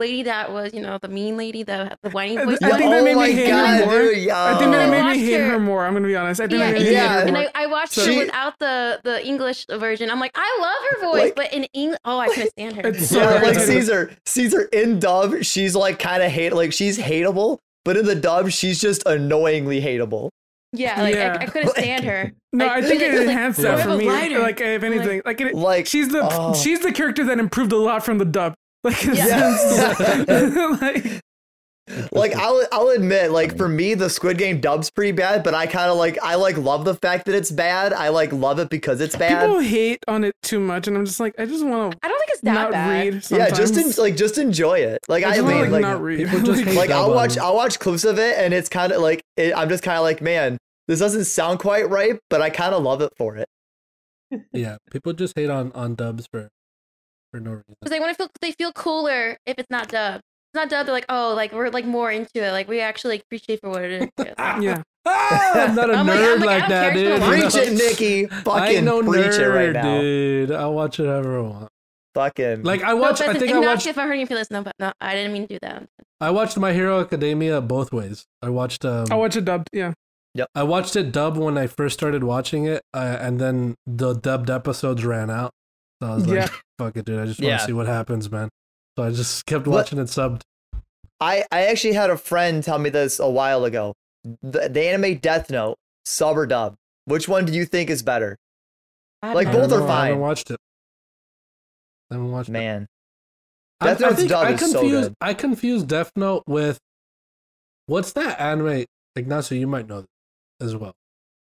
[SPEAKER 6] lady that was, you know, the mean lady, the the whiny
[SPEAKER 5] I
[SPEAKER 6] voice.
[SPEAKER 5] think
[SPEAKER 6] one.
[SPEAKER 5] that made me hate her more.
[SPEAKER 4] Oh dude, yo.
[SPEAKER 5] I think that
[SPEAKER 6] Oh.
[SPEAKER 5] made
[SPEAKER 6] Watched
[SPEAKER 5] me hate
[SPEAKER 6] her.
[SPEAKER 5] her more. I'm gonna be honest. I think
[SPEAKER 6] yeah,
[SPEAKER 5] that made
[SPEAKER 6] and-
[SPEAKER 5] me hate her
[SPEAKER 6] and
[SPEAKER 5] more.
[SPEAKER 6] I, I watched
[SPEAKER 4] She-
[SPEAKER 6] her without the the English version. I'm like, I love her voice,
[SPEAKER 4] Like-
[SPEAKER 6] but in English, oh, I couldn't stand her.
[SPEAKER 5] It's
[SPEAKER 4] [LAUGHS]
[SPEAKER 5] so
[SPEAKER 4] Yeah, like
[SPEAKER 5] irritating.
[SPEAKER 4] Caesar. Caesar in dub, she's like kind of hate, like she's hateable, but in the dub, she's just annoyingly hateable.
[SPEAKER 6] Yeah, like
[SPEAKER 5] Yeah.
[SPEAKER 6] I, I couldn't stand her.
[SPEAKER 5] No, I,
[SPEAKER 6] I
[SPEAKER 5] think
[SPEAKER 6] think
[SPEAKER 5] it
[SPEAKER 6] it's [LAUGHS] like
[SPEAKER 5] enhanced
[SPEAKER 1] more
[SPEAKER 5] that
[SPEAKER 1] of
[SPEAKER 5] for
[SPEAKER 6] a
[SPEAKER 5] me.
[SPEAKER 6] lighter-
[SPEAKER 5] Like if anything, like, it,
[SPEAKER 4] Like
[SPEAKER 5] she's the
[SPEAKER 4] oh.
[SPEAKER 5] [LAUGHS] she's the character that improved a lot from the dub. [LAUGHS] Like it's
[SPEAKER 4] [LAUGHS] Yeah.
[SPEAKER 5] like,
[SPEAKER 4] Like I'll, I'll admit, like for me, the Squid Game dub's pretty bad, but I kind of like, I like love the fact that it's bad. I like love it because it's bad.
[SPEAKER 5] people hate on it too much, and I'm just like, I just want to
[SPEAKER 6] I don't think it's that
[SPEAKER 5] not
[SPEAKER 6] bad.
[SPEAKER 5] read.
[SPEAKER 4] yeah,
[SPEAKER 5] Sometimes.
[SPEAKER 4] just en- like just enjoy it. Like
[SPEAKER 5] I
[SPEAKER 4] I,
[SPEAKER 5] just wanna,
[SPEAKER 4] mean, like
[SPEAKER 5] like, not read.
[SPEAKER 1] people just
[SPEAKER 5] [LAUGHS] Like,
[SPEAKER 1] hate
[SPEAKER 4] like
[SPEAKER 1] dub
[SPEAKER 4] I'll
[SPEAKER 1] on-
[SPEAKER 4] watch, I'll watch clips of it, and it's kind of like it, I'm just kind of like, man, this doesn't sound quite right, but I kind of love it for it.
[SPEAKER 1] yeah, people just hate on on dubs for for no reason.
[SPEAKER 6] because they want to feel they feel cooler if it's not dubbed. If It's not dubbed. They're like, oh, like we're like more into it. Like we actually like, appreciate for what it is. too.
[SPEAKER 1] Ah,
[SPEAKER 5] yeah.
[SPEAKER 1] ah, I'm not a
[SPEAKER 6] uh, I'm like-
[SPEAKER 1] nerd
[SPEAKER 6] I'm like, I
[SPEAKER 1] like
[SPEAKER 6] don't
[SPEAKER 1] that,
[SPEAKER 6] care, it's
[SPEAKER 1] dude.
[SPEAKER 6] not
[SPEAKER 1] you [LAUGHS]
[SPEAKER 4] Preach
[SPEAKER 1] know?
[SPEAKER 4] it, Nikki.
[SPEAKER 1] I
[SPEAKER 4] Fucking
[SPEAKER 1] ain't no
[SPEAKER 4] preach
[SPEAKER 1] nerd,
[SPEAKER 4] it right now.
[SPEAKER 1] dude. I watch it however I want.
[SPEAKER 4] Fucking
[SPEAKER 1] Like I
[SPEAKER 6] No
[SPEAKER 1] watched, I
[SPEAKER 6] offense,
[SPEAKER 1] think I
[SPEAKER 6] and not
[SPEAKER 1] watched,
[SPEAKER 6] if I'm hurting your feelings. No, but no, I didn't mean to do that.
[SPEAKER 1] I watched My Hero Academia both ways. I watched, um,
[SPEAKER 5] I watch it dubbed. Yeah,
[SPEAKER 1] I watched it dub when I first started watching it, uh, and then the dubbed episodes ran out. So I was like,
[SPEAKER 5] Yeah.
[SPEAKER 1] [LAUGHS] "Fuck it, dude! I just want to
[SPEAKER 4] Yeah.
[SPEAKER 1] see what happens, man." So I just kept
[SPEAKER 4] What-
[SPEAKER 1] watching it subbed.
[SPEAKER 4] I, I actually had a friend tell me this a while ago. The, the anime Death Note, sub or dub. Which one do you think is better?
[SPEAKER 6] I
[SPEAKER 4] Like,
[SPEAKER 1] I
[SPEAKER 6] don't
[SPEAKER 4] both
[SPEAKER 1] don't
[SPEAKER 4] are
[SPEAKER 1] know, I haven't
[SPEAKER 4] fine.
[SPEAKER 1] watched it. I haven't watched it.
[SPEAKER 4] Man,
[SPEAKER 1] I-
[SPEAKER 4] Death
[SPEAKER 1] I
[SPEAKER 4] Note's
[SPEAKER 1] think
[SPEAKER 4] dub
[SPEAKER 1] I
[SPEAKER 4] is so
[SPEAKER 1] confused,
[SPEAKER 4] good.
[SPEAKER 1] I confused Death Note with what's that anime? Ignacio, you might know this as well.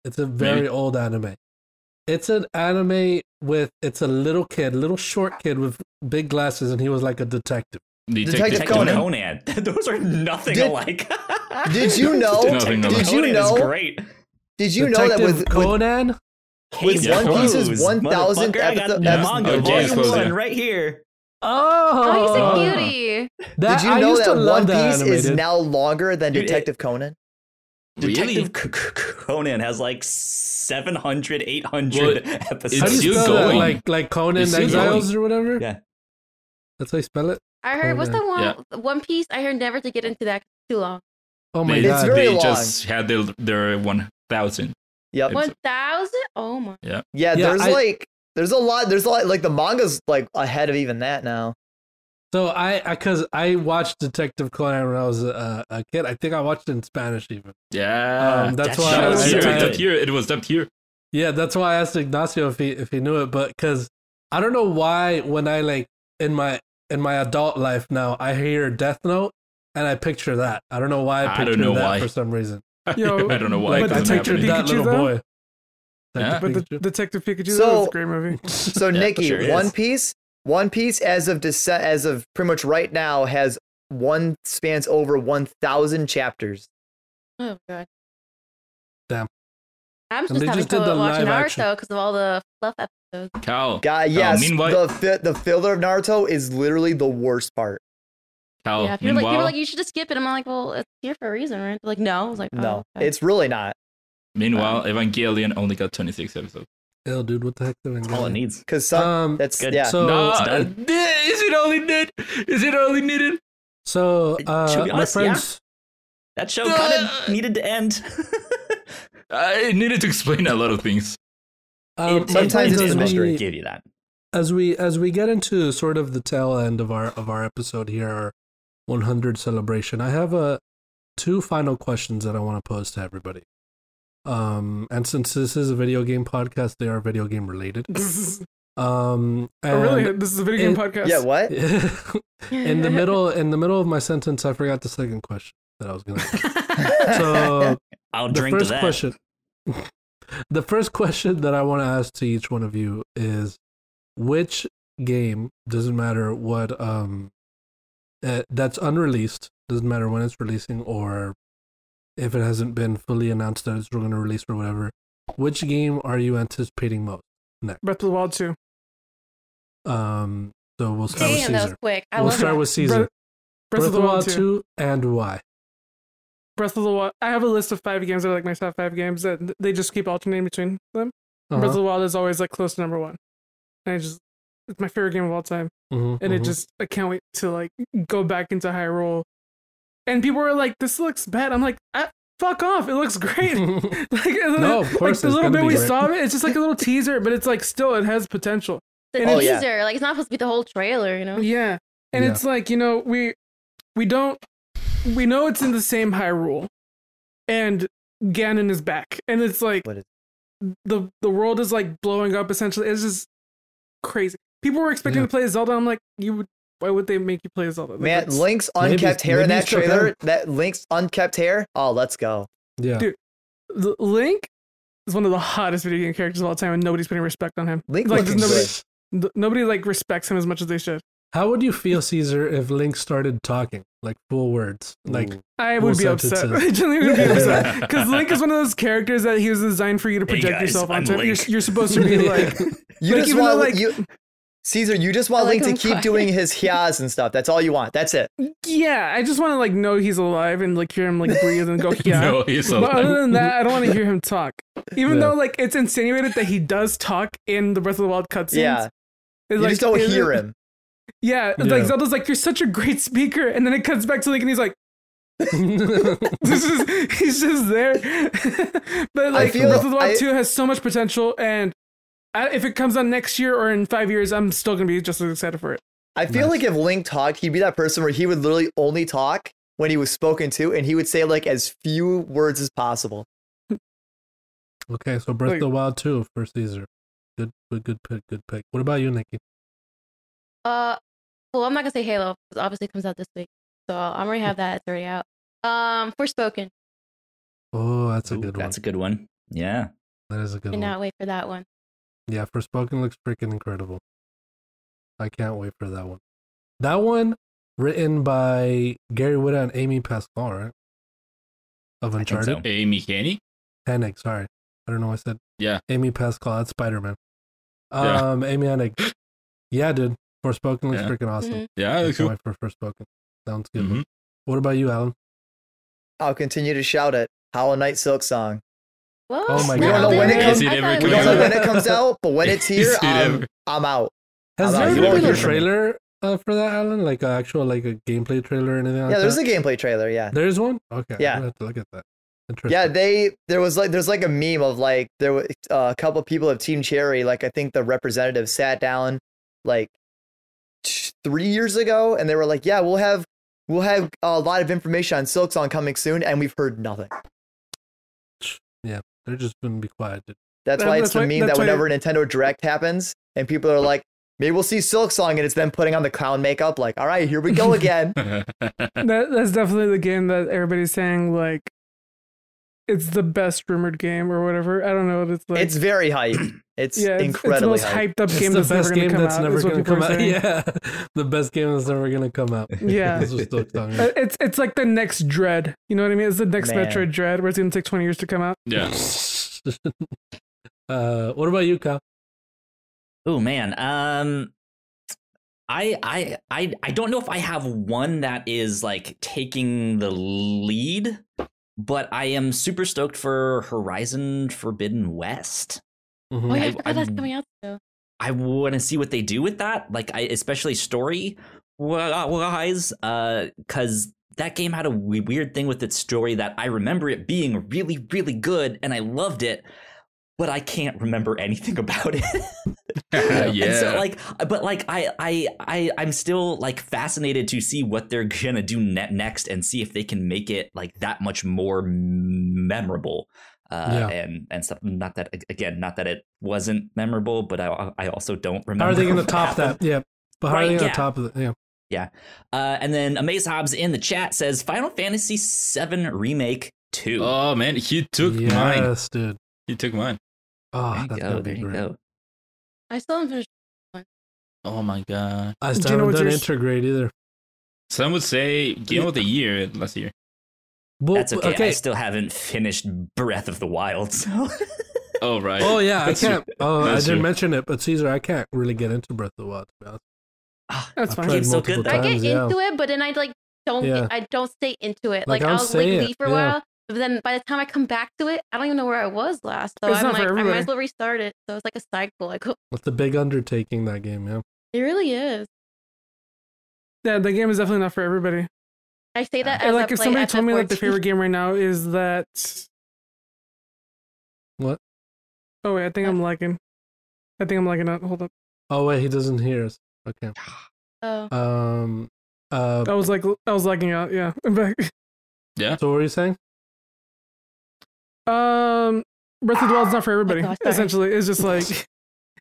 [SPEAKER 1] It's a very
[SPEAKER 2] Maybe.
[SPEAKER 1] old anime. It's an anime with it's a little kid, little short kid with big glasses, and he was like a detective.
[SPEAKER 4] Detective
[SPEAKER 3] Detective
[SPEAKER 4] Conan.
[SPEAKER 3] Conan. [LAUGHS] Those are nothing
[SPEAKER 4] Did-
[SPEAKER 3] alike.
[SPEAKER 4] [LAUGHS]
[SPEAKER 3] [LAUGHS]
[SPEAKER 4] Did you know?
[SPEAKER 2] Nothing alike.
[SPEAKER 4] Did you
[SPEAKER 3] Conan
[SPEAKER 4] know?
[SPEAKER 3] Is great.
[SPEAKER 4] Did you know
[SPEAKER 1] Detective
[SPEAKER 4] that with, with
[SPEAKER 1] Conan?
[SPEAKER 4] With
[SPEAKER 3] Case
[SPEAKER 2] One
[SPEAKER 3] closed,
[SPEAKER 4] Piece's 1,000th
[SPEAKER 3] motherfucker. I got
[SPEAKER 4] episode-
[SPEAKER 3] the
[SPEAKER 2] Yeah.
[SPEAKER 3] manga
[SPEAKER 2] Oh,
[SPEAKER 3] volume
[SPEAKER 2] James Close,
[SPEAKER 3] one
[SPEAKER 2] yeah.
[SPEAKER 3] right here.
[SPEAKER 1] Oh,
[SPEAKER 6] Oh, he's a cutie.
[SPEAKER 1] That,
[SPEAKER 4] did you
[SPEAKER 1] I
[SPEAKER 4] know
[SPEAKER 1] used to
[SPEAKER 4] that One
[SPEAKER 1] love that
[SPEAKER 4] Piece is
[SPEAKER 1] animated.
[SPEAKER 4] now longer than
[SPEAKER 3] Dude, it-
[SPEAKER 4] Detective Conan?
[SPEAKER 2] Really?
[SPEAKER 3] Detective C- C- Conan has like 700, 800
[SPEAKER 2] Well,
[SPEAKER 3] episodes.
[SPEAKER 1] How do
[SPEAKER 2] It's
[SPEAKER 1] you
[SPEAKER 2] you
[SPEAKER 1] spell that?
[SPEAKER 2] going.
[SPEAKER 1] Like like Conan
[SPEAKER 2] It's you
[SPEAKER 1] Exiles or whatever?
[SPEAKER 3] Yeah.
[SPEAKER 1] That's how you spell it?
[SPEAKER 6] I heard what's
[SPEAKER 1] Conan.
[SPEAKER 6] the one One Piece? I heard never to get into that too long.
[SPEAKER 1] Oh my
[SPEAKER 2] they,
[SPEAKER 4] It's
[SPEAKER 1] god.
[SPEAKER 4] very
[SPEAKER 2] they
[SPEAKER 4] long.
[SPEAKER 2] just had their, their 1,000.
[SPEAKER 4] Yep.
[SPEAKER 2] It's-
[SPEAKER 6] One thousand? Oh my!
[SPEAKER 4] Yeah,
[SPEAKER 1] Yeah,
[SPEAKER 4] there's
[SPEAKER 1] I-
[SPEAKER 4] like there's a lot there's a lot like the manga's like ahead of even that now.
[SPEAKER 1] So I, I, cause I watched Detective Conan when I was a, a kid. I think I watched it in Spanish even.
[SPEAKER 2] Yeah.
[SPEAKER 1] Um, that's
[SPEAKER 3] that
[SPEAKER 1] why.
[SPEAKER 2] that
[SPEAKER 1] I,
[SPEAKER 3] shows
[SPEAKER 2] was
[SPEAKER 1] I-
[SPEAKER 2] here.
[SPEAKER 3] you-
[SPEAKER 1] I-
[SPEAKER 2] dubbed here. It was dubbed here. [LAUGHS]
[SPEAKER 1] yeah, that's why I asked Ignacio if he if he knew it, but because I don't know why when I like in my in my adult life now I hear Death Note and I picture that. I don't know why I
[SPEAKER 2] I
[SPEAKER 1] picture
[SPEAKER 2] don't know
[SPEAKER 1] that
[SPEAKER 2] why.
[SPEAKER 1] for some reason.
[SPEAKER 5] Yo,
[SPEAKER 2] I don't know why.
[SPEAKER 1] Like
[SPEAKER 5] but
[SPEAKER 2] it
[SPEAKER 1] I
[SPEAKER 2] was
[SPEAKER 5] Detective
[SPEAKER 1] picture that
[SPEAKER 2] happening.
[SPEAKER 1] little
[SPEAKER 5] Pikachu, though?
[SPEAKER 1] boy.
[SPEAKER 2] Yeah.
[SPEAKER 5] But the
[SPEAKER 1] Pikachu.
[SPEAKER 5] Detective Pikachu
[SPEAKER 4] So-
[SPEAKER 5] that was a great
[SPEAKER 1] [LAUGHS]
[SPEAKER 5] movie. [LAUGHS]
[SPEAKER 4] So
[SPEAKER 2] Yeah,
[SPEAKER 4] Nikki,
[SPEAKER 2] sure is.
[SPEAKER 4] One Piece, One Piece as of Dece- as of pretty much right now has one spans over 1000 chapters.
[SPEAKER 6] Oh god!
[SPEAKER 1] Damn.
[SPEAKER 6] I'm
[SPEAKER 1] And
[SPEAKER 6] just
[SPEAKER 1] they
[SPEAKER 6] having
[SPEAKER 1] just did
[SPEAKER 6] trouble
[SPEAKER 1] the
[SPEAKER 6] watching
[SPEAKER 1] live action.
[SPEAKER 6] Naruto because of all the fluff episodes.
[SPEAKER 2] Cal.
[SPEAKER 4] God, yes.
[SPEAKER 2] Oh, meanwhile-
[SPEAKER 4] the fi- the filler of Naruto is literally the worst part.
[SPEAKER 2] Cal.
[SPEAKER 6] yeah, people, like, people
[SPEAKER 2] Oh, meanwhile,
[SPEAKER 6] are like you should just skip it. I'm like, well, it's here for a reason, right? They're like, no. I was like, oh,
[SPEAKER 4] No,
[SPEAKER 6] okay.
[SPEAKER 4] it's really not
[SPEAKER 2] meanwhile, Evangelion only got 26 episodes.
[SPEAKER 1] Ew, dude, what the heck? did I
[SPEAKER 3] That's all it
[SPEAKER 1] get?
[SPEAKER 3] needs.
[SPEAKER 4] cuz some
[SPEAKER 1] Um,
[SPEAKER 4] that's
[SPEAKER 3] Good.
[SPEAKER 4] yeah.
[SPEAKER 1] so
[SPEAKER 2] no,
[SPEAKER 1] it's
[SPEAKER 2] uh, is it only needed? Is it only needed?
[SPEAKER 1] so
[SPEAKER 3] To
[SPEAKER 1] uh,
[SPEAKER 3] be
[SPEAKER 1] my
[SPEAKER 3] honest,
[SPEAKER 1] friends.
[SPEAKER 3] That show
[SPEAKER 2] Uh,
[SPEAKER 3] kind of needed to end. [LAUGHS]
[SPEAKER 2] I needed to explain a lot of things.
[SPEAKER 1] um,
[SPEAKER 3] It-
[SPEAKER 1] my
[SPEAKER 3] it-
[SPEAKER 1] friends,
[SPEAKER 4] sometimes
[SPEAKER 3] it
[SPEAKER 1] as
[SPEAKER 3] is
[SPEAKER 4] it's
[SPEAKER 3] measure.
[SPEAKER 1] we-
[SPEAKER 3] It gave you that.
[SPEAKER 1] as we as we get into sort of the tail end of our of our episode here our 100 celebration i have a two final questions that i want to pose to everybody um and since this is a video game podcast they are video game related
[SPEAKER 5] This is,
[SPEAKER 1] um
[SPEAKER 5] oh,
[SPEAKER 1] and
[SPEAKER 5] really? This is a video game
[SPEAKER 1] it-
[SPEAKER 5] podcast.
[SPEAKER 4] Yeah, what? [LAUGHS]
[SPEAKER 1] in
[SPEAKER 5] [LAUGHS]
[SPEAKER 1] the middle in the middle of my sentence i forgot the second question that i was gonna ask. [LAUGHS]
[SPEAKER 3] [LAUGHS]
[SPEAKER 1] so
[SPEAKER 3] I'll
[SPEAKER 1] the
[SPEAKER 3] drink
[SPEAKER 1] first
[SPEAKER 3] to that.
[SPEAKER 1] question [LAUGHS] the first question that i want to ask to each one of you is which game doesn't matter what um uh, that's unreleased doesn't matter when it's releasing or if it hasn't been fully announced that it's going to release or whatever which game are you anticipating most
[SPEAKER 5] Breath of the Wild 2.
[SPEAKER 1] um so we'll start
[SPEAKER 6] Damn,
[SPEAKER 1] with
[SPEAKER 6] that was
[SPEAKER 1] caesar
[SPEAKER 6] quick. I
[SPEAKER 1] we'll
[SPEAKER 6] love
[SPEAKER 1] start
[SPEAKER 6] that.
[SPEAKER 1] with caesar
[SPEAKER 5] Breath, of the Wild 2.
[SPEAKER 1] 2 and why
[SPEAKER 5] Breath of the Wild. I have a list of five games that are like my top five games that they just keep alternating between them. Breath of
[SPEAKER 1] Uh-huh.
[SPEAKER 5] the Wild is always like close to number one. And I just, it's my favorite game of all time.
[SPEAKER 1] Mhm,
[SPEAKER 5] And it
[SPEAKER 1] mhm.
[SPEAKER 5] just, I can't wait to like go back into Hyrule. And people are like, this looks bad. I'm like, ah, fuck off. It
[SPEAKER 1] [LAUGHS]
[SPEAKER 5] looks great. [LAUGHS]
[SPEAKER 1] mm-hmm.
[SPEAKER 5] like,
[SPEAKER 1] No, of course
[SPEAKER 5] like the
[SPEAKER 1] it's
[SPEAKER 5] little
[SPEAKER 1] gonna
[SPEAKER 5] bit
[SPEAKER 1] be
[SPEAKER 5] we
[SPEAKER 1] great.
[SPEAKER 5] saw of it, it's just like a little teaser, but it's like still, it has potential.
[SPEAKER 6] The
[SPEAKER 4] Oh, yeah.
[SPEAKER 6] teaser, like it's not supposed to be the whole trailer, you know?
[SPEAKER 5] Yeah. And
[SPEAKER 1] Yeah.
[SPEAKER 5] it's like, you know, we we don't we know it's in the same Hyrule. And Ganon is back. And it's like
[SPEAKER 4] What is-
[SPEAKER 5] the the world is like blowing up essentially. It's just crazy. People were expecting
[SPEAKER 1] Yeah.
[SPEAKER 5] to play Zelda. I'm like, you would why would they make you play Zelda? Like,
[SPEAKER 4] Man,
[SPEAKER 5] that's-
[SPEAKER 4] Link's
[SPEAKER 1] Maybe-
[SPEAKER 4] unkept hair in
[SPEAKER 1] maybe
[SPEAKER 4] that
[SPEAKER 1] it's Japan.
[SPEAKER 4] trailer. That Link's unkept hair. Oh, let's go.
[SPEAKER 1] yeah
[SPEAKER 5] Dude, L- Link is one of the hottest video game characters of all time and nobody's putting respect on him.
[SPEAKER 4] Link
[SPEAKER 5] Like,
[SPEAKER 4] like,
[SPEAKER 5] there's
[SPEAKER 4] looking
[SPEAKER 5] nobody-
[SPEAKER 4] good.
[SPEAKER 5] N- nobody like respects him as much as they should.
[SPEAKER 1] How would you feel, Caesar, if Link started talking like full words? Like,
[SPEAKER 5] [LAUGHS] I
[SPEAKER 1] We'll
[SPEAKER 5] would be
[SPEAKER 1] send it
[SPEAKER 5] upset.
[SPEAKER 1] to-
[SPEAKER 5] [LAUGHS] I
[SPEAKER 1] [LAUGHS]
[SPEAKER 5] genuinely would be upset because Link is one of those characters that he was designed for you to
[SPEAKER 3] Hey,
[SPEAKER 5] project
[SPEAKER 3] guys,
[SPEAKER 5] yourself
[SPEAKER 3] I'm
[SPEAKER 5] onto. You're,
[SPEAKER 3] Link.
[SPEAKER 5] you're supposed
[SPEAKER 1] [LAUGHS]
[SPEAKER 5] to be like,
[SPEAKER 4] You
[SPEAKER 5] Like,
[SPEAKER 4] just
[SPEAKER 5] even
[SPEAKER 4] want
[SPEAKER 5] though, like-
[SPEAKER 4] you, Caesar. You just want
[SPEAKER 6] I like
[SPEAKER 4] Link to
[SPEAKER 6] him
[SPEAKER 4] keep
[SPEAKER 6] crying. [LAUGHS]
[SPEAKER 4] doing his hias and stuff. That's all you want. That's it.
[SPEAKER 5] yeah, I just want to like know he's alive and like hear him like
[SPEAKER 3] [LAUGHS]
[SPEAKER 5] breathe and go,
[SPEAKER 2] [LAUGHS]
[SPEAKER 5] yeah.
[SPEAKER 2] No, he's
[SPEAKER 5] But
[SPEAKER 2] alive.
[SPEAKER 5] other than that, I don't want to hear him talk. Even
[SPEAKER 1] Yeah.
[SPEAKER 5] though like it's insinuated that he does talk in the Breath of the Wild cutscenes.
[SPEAKER 4] Yeah,
[SPEAKER 5] It's
[SPEAKER 4] you
[SPEAKER 5] like-
[SPEAKER 4] just don't
[SPEAKER 5] it-
[SPEAKER 4] hear him.
[SPEAKER 5] Yeah, it's
[SPEAKER 1] Yeah.
[SPEAKER 5] like Zelda's like, you're such a great speaker, and then it cuts back to Link and he's like, [LAUGHS] this is he's just there. [LAUGHS] but like
[SPEAKER 4] feel-
[SPEAKER 5] Breath of the Wild
[SPEAKER 4] I-
[SPEAKER 5] 2 has so much potential and I, if it comes out next year or in five years, I'm still gonna be just as excited for it.
[SPEAKER 4] I feel
[SPEAKER 1] Nice.
[SPEAKER 4] like if Link talked, he'd be that person where he would literally only talk when he was spoken to, and he would say like as few words as possible.
[SPEAKER 1] okay, so Breath
[SPEAKER 5] Like-
[SPEAKER 1] of the Wild 2 for Caesar. Good, good, good pick, good pick. What about you, Nikki?
[SPEAKER 6] Uh, well, I'm not gonna say Halo because obviously it comes out this week, so I'm already have that. It's already out. Um, Forspoken.
[SPEAKER 1] Oh, that's a good one.
[SPEAKER 3] That's a good one. Yeah.
[SPEAKER 1] That is a good one.
[SPEAKER 6] Cannot wait for that one.
[SPEAKER 1] Yeah, Forspoken looks freaking incredible. I can't wait for that one. That one written by Gary Whitta and Amy Pascal, right? Of
[SPEAKER 3] think so.
[SPEAKER 1] Uncharted.
[SPEAKER 2] Amy Kenny?
[SPEAKER 1] Hennig, sorry. I don't know what I said.
[SPEAKER 2] Yeah.
[SPEAKER 1] Amy Pascal, that's Spider Man.
[SPEAKER 2] Yeah.
[SPEAKER 1] Um, Amy Hennig. Yeah, dude. Forspoken looks
[SPEAKER 2] Yeah.
[SPEAKER 1] freaking
[SPEAKER 5] Mm-hmm.
[SPEAKER 1] awesome.
[SPEAKER 2] Yeah,
[SPEAKER 1] I
[SPEAKER 2] [LAUGHS]
[SPEAKER 1] can't
[SPEAKER 2] that's cool.
[SPEAKER 1] wait for Forspoken. Sounds good.
[SPEAKER 2] Mhm.
[SPEAKER 1] What about you, Alan?
[SPEAKER 4] I'll continue to shout it. Hollow Knight Silk Song.
[SPEAKER 6] Whoa.
[SPEAKER 1] Oh my We don't God. know when it
[SPEAKER 6] I
[SPEAKER 2] Is
[SPEAKER 4] comes-
[SPEAKER 6] thought
[SPEAKER 2] it ever
[SPEAKER 6] was-
[SPEAKER 4] We
[SPEAKER 2] coming
[SPEAKER 4] don't know
[SPEAKER 2] out?
[SPEAKER 4] when it comes out, but when it's
[SPEAKER 2] Is
[SPEAKER 4] here,
[SPEAKER 2] it
[SPEAKER 4] I'm,
[SPEAKER 2] ever-
[SPEAKER 4] I'm out.
[SPEAKER 1] Has
[SPEAKER 4] I'll-
[SPEAKER 1] there
[SPEAKER 4] I'll
[SPEAKER 1] ever
[SPEAKER 2] hear
[SPEAKER 1] been
[SPEAKER 2] from
[SPEAKER 1] a
[SPEAKER 2] you.
[SPEAKER 1] trailer uh, for that, Alan? Like an actual like a gameplay trailer or anything like
[SPEAKER 4] Yeah, there's
[SPEAKER 1] that?
[SPEAKER 4] a gameplay trailer. Yeah.
[SPEAKER 1] There's one? Okay.
[SPEAKER 4] Yeah.
[SPEAKER 1] i have to look at that. Interesting.
[SPEAKER 4] Yeah, they there was like there's like a meme of like there were uh, a couple people of Team Cherry, like I think the representative sat down like t- three years ago, and they were like, "Yeah, we'll have we'll have a lot of information on Silk Song coming soon," and we've heard nothing.
[SPEAKER 1] They're just going to be quiet, dude.
[SPEAKER 4] That's
[SPEAKER 5] That-
[SPEAKER 4] why it's
[SPEAKER 5] that's
[SPEAKER 4] the
[SPEAKER 5] why-
[SPEAKER 4] meme that
[SPEAKER 5] that's why-
[SPEAKER 4] whenever Nintendo Direct happens, and people are like, "Maybe we'll see Silk Song," and it's them putting on the clown makeup, like, "All right, here we
[SPEAKER 5] [LAUGHS]
[SPEAKER 4] go again."
[SPEAKER 5] That that's definitely the game that everybody's saying like it's the best rumored game or whatever. I don't know what it's like.
[SPEAKER 4] it's very
[SPEAKER 5] [CLEARS THROAT]
[SPEAKER 4] hype. It's
[SPEAKER 5] yeah, it's, it's the
[SPEAKER 4] incredibly
[SPEAKER 5] most
[SPEAKER 4] hype.
[SPEAKER 5] hyped up
[SPEAKER 1] It's
[SPEAKER 5] game
[SPEAKER 1] the
[SPEAKER 5] that's never
[SPEAKER 1] best
[SPEAKER 5] gonna
[SPEAKER 1] game
[SPEAKER 5] come
[SPEAKER 1] that's
[SPEAKER 5] out.
[SPEAKER 1] never
[SPEAKER 5] is what
[SPEAKER 1] going to
[SPEAKER 5] people
[SPEAKER 1] come
[SPEAKER 5] are
[SPEAKER 1] out. [LAUGHS]
[SPEAKER 5] saying.
[SPEAKER 1] Yeah. the best game that's never going to come out. [LAUGHS]
[SPEAKER 5] Yeah.
[SPEAKER 1] That's what Silk Song is.
[SPEAKER 5] Uh, It's it's like the next Dread. You know what I mean? It's the next
[SPEAKER 4] Man.
[SPEAKER 5] Metroid Dread, where it's gonna take twenty years to come out.
[SPEAKER 2] yeah.
[SPEAKER 1] [LAUGHS]
[SPEAKER 2] [LAUGHS]
[SPEAKER 1] uh, what about you, Kyle?
[SPEAKER 3] Oh man, um, I I I I don't know if I have one that is like taking the lead, but I am super stoked for Horizon Forbidden West.
[SPEAKER 1] Mhm.
[SPEAKER 6] [LAUGHS] Oh yeah,
[SPEAKER 3] I-
[SPEAKER 6] I forgot that's
[SPEAKER 3] I-
[SPEAKER 6] coming out though.
[SPEAKER 3] I want to see what they do with that, like I, especially story wise, because that game had a we- weird thing with its story that I remember it being really, really good, and I loved it, but I can't remember anything [LAUGHS] about it.
[SPEAKER 2] [LAUGHS]
[SPEAKER 3] And so,
[SPEAKER 2] Yeah.
[SPEAKER 3] like, but like, I, I, I, I'm still like fascinated to see what they're [LAUGHS] gonna do net next, and see if they can make it like that much more memorable. Uh,
[SPEAKER 1] Yeah.
[SPEAKER 3] and and stuff. Not that again, not that it wasn't memorable, but I I also don't remember.
[SPEAKER 1] How are they going to
[SPEAKER 3] what
[SPEAKER 1] top
[SPEAKER 3] happened.
[SPEAKER 1] that? Yeah. But how are
[SPEAKER 3] Right,
[SPEAKER 1] they going to
[SPEAKER 3] yeah.
[SPEAKER 1] top it? Yeah.
[SPEAKER 3] Uh, and then Amaze Hobbs in the chat says Final Fantasy VII Remake Two.
[SPEAKER 2] oh man, he took
[SPEAKER 1] yes,
[SPEAKER 2] mine.
[SPEAKER 1] dude.
[SPEAKER 2] He took mine.
[SPEAKER 3] There
[SPEAKER 1] Oh,
[SPEAKER 3] you
[SPEAKER 1] that's
[SPEAKER 3] go,
[SPEAKER 1] going to
[SPEAKER 3] there
[SPEAKER 1] be
[SPEAKER 3] you
[SPEAKER 1] great.
[SPEAKER 3] go.
[SPEAKER 6] I still haven't finished.
[SPEAKER 2] Oh my god.
[SPEAKER 1] I
[SPEAKER 5] Do
[SPEAKER 1] still
[SPEAKER 5] you know
[SPEAKER 1] haven't
[SPEAKER 5] what's
[SPEAKER 1] done
[SPEAKER 5] yours?
[SPEAKER 1] Intergrade either.
[SPEAKER 2] Some would say game of the year last year.
[SPEAKER 1] Well,
[SPEAKER 3] That's okay. I still haven't finished Breath of the Wild, so [LAUGHS]
[SPEAKER 2] Oh right.
[SPEAKER 1] oh, yeah. I
[SPEAKER 2] That's true.
[SPEAKER 1] can't. Oh, I
[SPEAKER 2] That's
[SPEAKER 1] didn't
[SPEAKER 2] true.
[SPEAKER 1] mention it, but Caesar, I can't really get into Breath of the Wild. To be honest.
[SPEAKER 3] Ah,
[SPEAKER 5] That's
[SPEAKER 1] I've
[SPEAKER 5] fine.
[SPEAKER 1] tried
[SPEAKER 3] Game's so
[SPEAKER 1] multiple
[SPEAKER 3] good, though.
[SPEAKER 6] I
[SPEAKER 1] times.
[SPEAKER 6] get
[SPEAKER 1] yeah.
[SPEAKER 6] into it, but then I like don't.
[SPEAKER 1] Yeah.
[SPEAKER 6] I don't stay into it.
[SPEAKER 1] Like,
[SPEAKER 6] Like,
[SPEAKER 1] I'm
[SPEAKER 6] I'll like
[SPEAKER 1] saying,
[SPEAKER 6] leave for a
[SPEAKER 1] yeah.
[SPEAKER 6] while, but then by the time I come back to it, I don't even know where I was last. So
[SPEAKER 5] It's
[SPEAKER 6] I'm
[SPEAKER 5] not for
[SPEAKER 6] like, I might
[SPEAKER 5] everybody.
[SPEAKER 6] as well restart it. So it's like a cycle. Like oh,
[SPEAKER 1] It's a big undertaking, that game, yeah.
[SPEAKER 6] it really is.
[SPEAKER 5] Yeah, the game is definitely not for everybody.
[SPEAKER 6] I say that
[SPEAKER 5] And
[SPEAKER 6] as
[SPEAKER 5] like,
[SPEAKER 6] I
[SPEAKER 5] if
[SPEAKER 6] play
[SPEAKER 5] somebody told me
[SPEAKER 6] FF14.
[SPEAKER 5] that their favorite game right now is that.
[SPEAKER 1] What?
[SPEAKER 5] Oh wait, I think I'm lagging. I think I'm lagging out. Hold up.
[SPEAKER 1] Oh, wait, he doesn't hear us. Okay.
[SPEAKER 6] Oh.
[SPEAKER 1] Um, uh,
[SPEAKER 5] I was like, I was lagging out. Yeah, [LAUGHS] I'm back.
[SPEAKER 1] So, what were you saying?
[SPEAKER 5] Um, Breath of the Wild's not
[SPEAKER 6] [GASPS]
[SPEAKER 5] for everybody.
[SPEAKER 6] gosh, Oh, sorry.
[SPEAKER 5] essentially, it's
[SPEAKER 6] [LAUGHS]
[SPEAKER 5] just like,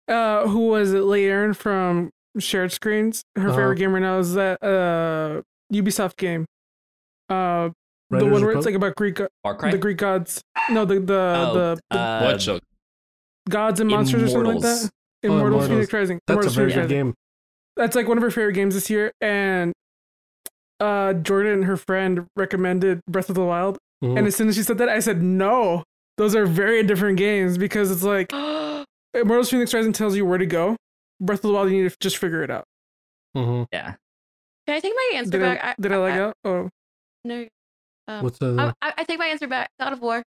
[SPEAKER 5] uh, who was it? Leigh from Shared Screens. Her
[SPEAKER 1] Uh-huh.
[SPEAKER 5] favorite game right now is that uh Ubisoft game. Uh, the one where it's like about Greek, uh,
[SPEAKER 3] Far Cry.
[SPEAKER 5] the Greek gods. No, the the
[SPEAKER 3] oh,
[SPEAKER 5] the, the
[SPEAKER 3] uh,
[SPEAKER 2] Watch Dog.
[SPEAKER 5] gods and monsters or something like
[SPEAKER 3] Immortals.
[SPEAKER 5] that. Immortals,
[SPEAKER 1] Oh, Immortals.
[SPEAKER 5] Phoenix Rising.
[SPEAKER 1] That's a
[SPEAKER 5] Immortals
[SPEAKER 1] very
[SPEAKER 5] Phoenix
[SPEAKER 1] good
[SPEAKER 5] Rising.
[SPEAKER 1] game.
[SPEAKER 5] That's like one of her favorite games this year, and uh Jordan and her friend recommended Breath of the Wild.
[SPEAKER 1] Mhm.
[SPEAKER 5] And as soon as she said that, I said no. Those are very different games because it's like Immortals Phoenix Rising tells you where to go. Breath of the Wild, you need to just figure it out.
[SPEAKER 1] Mhm.
[SPEAKER 6] [GASPS] Can I take my answer
[SPEAKER 5] Did
[SPEAKER 6] back?
[SPEAKER 5] I, did I lag out? Oh,
[SPEAKER 6] No. Um,
[SPEAKER 1] What's the.
[SPEAKER 6] I, I, I take my answer back. God of War.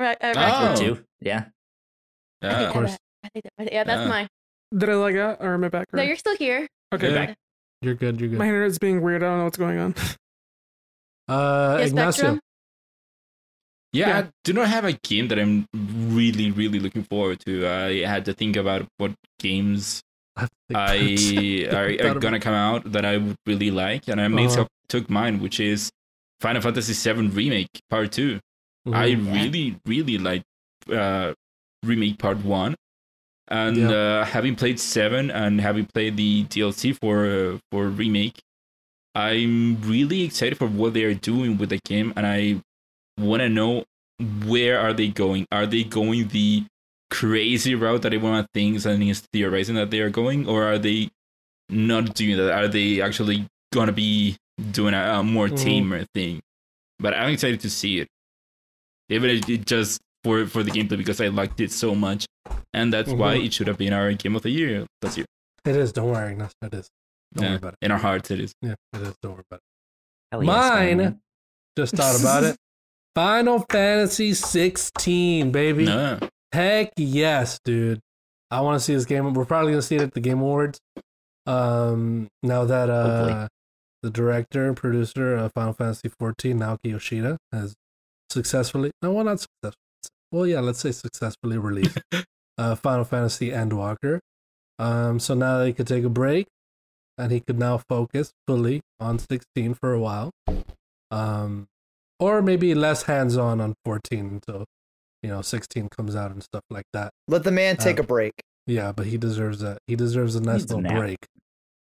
[SPEAKER 6] Right. Uh,
[SPEAKER 2] Ah,
[SPEAKER 6] right.
[SPEAKER 2] Oh.
[SPEAKER 3] Or two. Yeah.
[SPEAKER 6] I
[SPEAKER 2] Yeah.
[SPEAKER 6] think
[SPEAKER 1] of
[SPEAKER 6] that-
[SPEAKER 1] course.
[SPEAKER 6] I think that- Yeah, that's
[SPEAKER 2] Yeah.
[SPEAKER 6] mine.
[SPEAKER 5] did I lag out or am I back?
[SPEAKER 6] No,
[SPEAKER 5] already?
[SPEAKER 6] you're still here.
[SPEAKER 5] okay.
[SPEAKER 2] Yeah.
[SPEAKER 5] Back.
[SPEAKER 1] You're good. You're good.
[SPEAKER 5] My internet's being weird. I don't know what's going on. [LAUGHS]
[SPEAKER 1] uh,
[SPEAKER 6] Yeah,
[SPEAKER 1] Ignacio.
[SPEAKER 6] Spectrum.
[SPEAKER 2] Yeah,
[SPEAKER 5] Yeah.
[SPEAKER 2] I do not have a game that I'm really, really looking forward to. I had to think about what games
[SPEAKER 1] I, [LAUGHS]
[SPEAKER 2] I are,
[SPEAKER 1] Thought
[SPEAKER 2] are gonna come out that I would really like, and I made
[SPEAKER 1] Uh-huh.
[SPEAKER 2] some- took mine, which is Final Fantasy VII Remake Part 2 I
[SPEAKER 1] [LAUGHS] Mhm.
[SPEAKER 2] really, really like uh, Remake Part One, and
[SPEAKER 1] Yeah.
[SPEAKER 2] uh, having played Seven and having played the DLC for uh, for Remake, I'm really excited for what they are doing with the game, and I want to know where are they going? Are they going the crazy route that everyone thinks and is theorizing that they are going, or are they not doing that? Are they actually gonna be doing a, a
[SPEAKER 1] Mm-hmm.
[SPEAKER 2] more tamer thing. But I'm excited to see it, even if it just for for the gameplay because I liked it so much, and that's why
[SPEAKER 1] Mhm.
[SPEAKER 2] it should have been our game of the year last year.
[SPEAKER 1] It is. Don't worry, Ignacio. It is. Don't
[SPEAKER 2] Yeah,
[SPEAKER 1] worry about it.
[SPEAKER 2] in our hearts, it is.
[SPEAKER 1] Yeah, it is. Don't worry about it.
[SPEAKER 3] Hell yes,
[SPEAKER 1] Mine.
[SPEAKER 3] Spider-Man.
[SPEAKER 1] Just thought about
[SPEAKER 2] [LAUGHS]
[SPEAKER 1] it. Final Fantasy 16, baby.
[SPEAKER 2] No,
[SPEAKER 1] Heck yes, dude. I want to see this game. We're probably gonna see it at the Game Awards. Um, now that uh,
[SPEAKER 3] Hopefully.
[SPEAKER 1] the director and producer of Final Fantasy 14, Naoki Yoshida, has successfully no, well, not successfully. Well, yeah, let's say successfully released uh, Final Fantasy Endwalker. Um, so now that he could take a break, and he could now focus fully on 16 for a while, um, or maybe less hands-on on 14 until you know 16 comes out and stuff like that.
[SPEAKER 4] Let the man take
[SPEAKER 1] Uh,
[SPEAKER 4] a break.
[SPEAKER 1] Yeah, but he deserves a he deserves a nice
[SPEAKER 3] Needs a
[SPEAKER 1] little
[SPEAKER 3] nap.
[SPEAKER 1] break.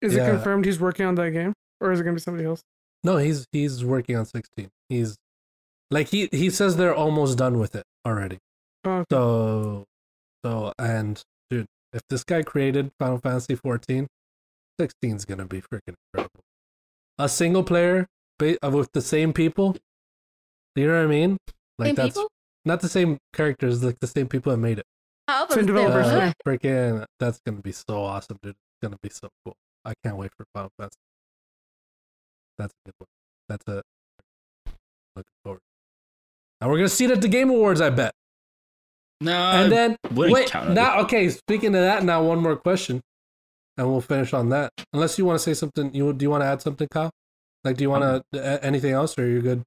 [SPEAKER 5] Is
[SPEAKER 1] Yeah.
[SPEAKER 5] it confirmed he's working on that game, or is it gonna be somebody else?
[SPEAKER 1] No, he's he's working on 16. He's like he he says they're almost done with it already.
[SPEAKER 5] Oh, okay.
[SPEAKER 1] So so and dude, if this guy created Final Fantasy 14, 16 is gonna be freaking incredible. A single player ba- uh, with the same people. You know what I mean? Like
[SPEAKER 6] Same
[SPEAKER 1] that's
[SPEAKER 6] people?
[SPEAKER 1] not the same characters, like the same people that made it.
[SPEAKER 6] How about
[SPEAKER 5] Same
[SPEAKER 6] the-
[SPEAKER 5] developers.
[SPEAKER 1] Uh,
[SPEAKER 6] uh,
[SPEAKER 1] freaking, that's gonna be so awesome, dude. It's gonna be so cool. I can't wait for Final Fantasy. That's a good one. That's a looking forward. And we're gonna see it at the Game Awards, I bet.
[SPEAKER 2] no,
[SPEAKER 1] And then
[SPEAKER 2] wouldn't
[SPEAKER 1] wait,
[SPEAKER 2] count on
[SPEAKER 1] now okay. Speaking of that, now one more question, and we'll finish on that. Unless you want to say something, you do you want to add something, Kyle? Like, do you want to anything else, or you're good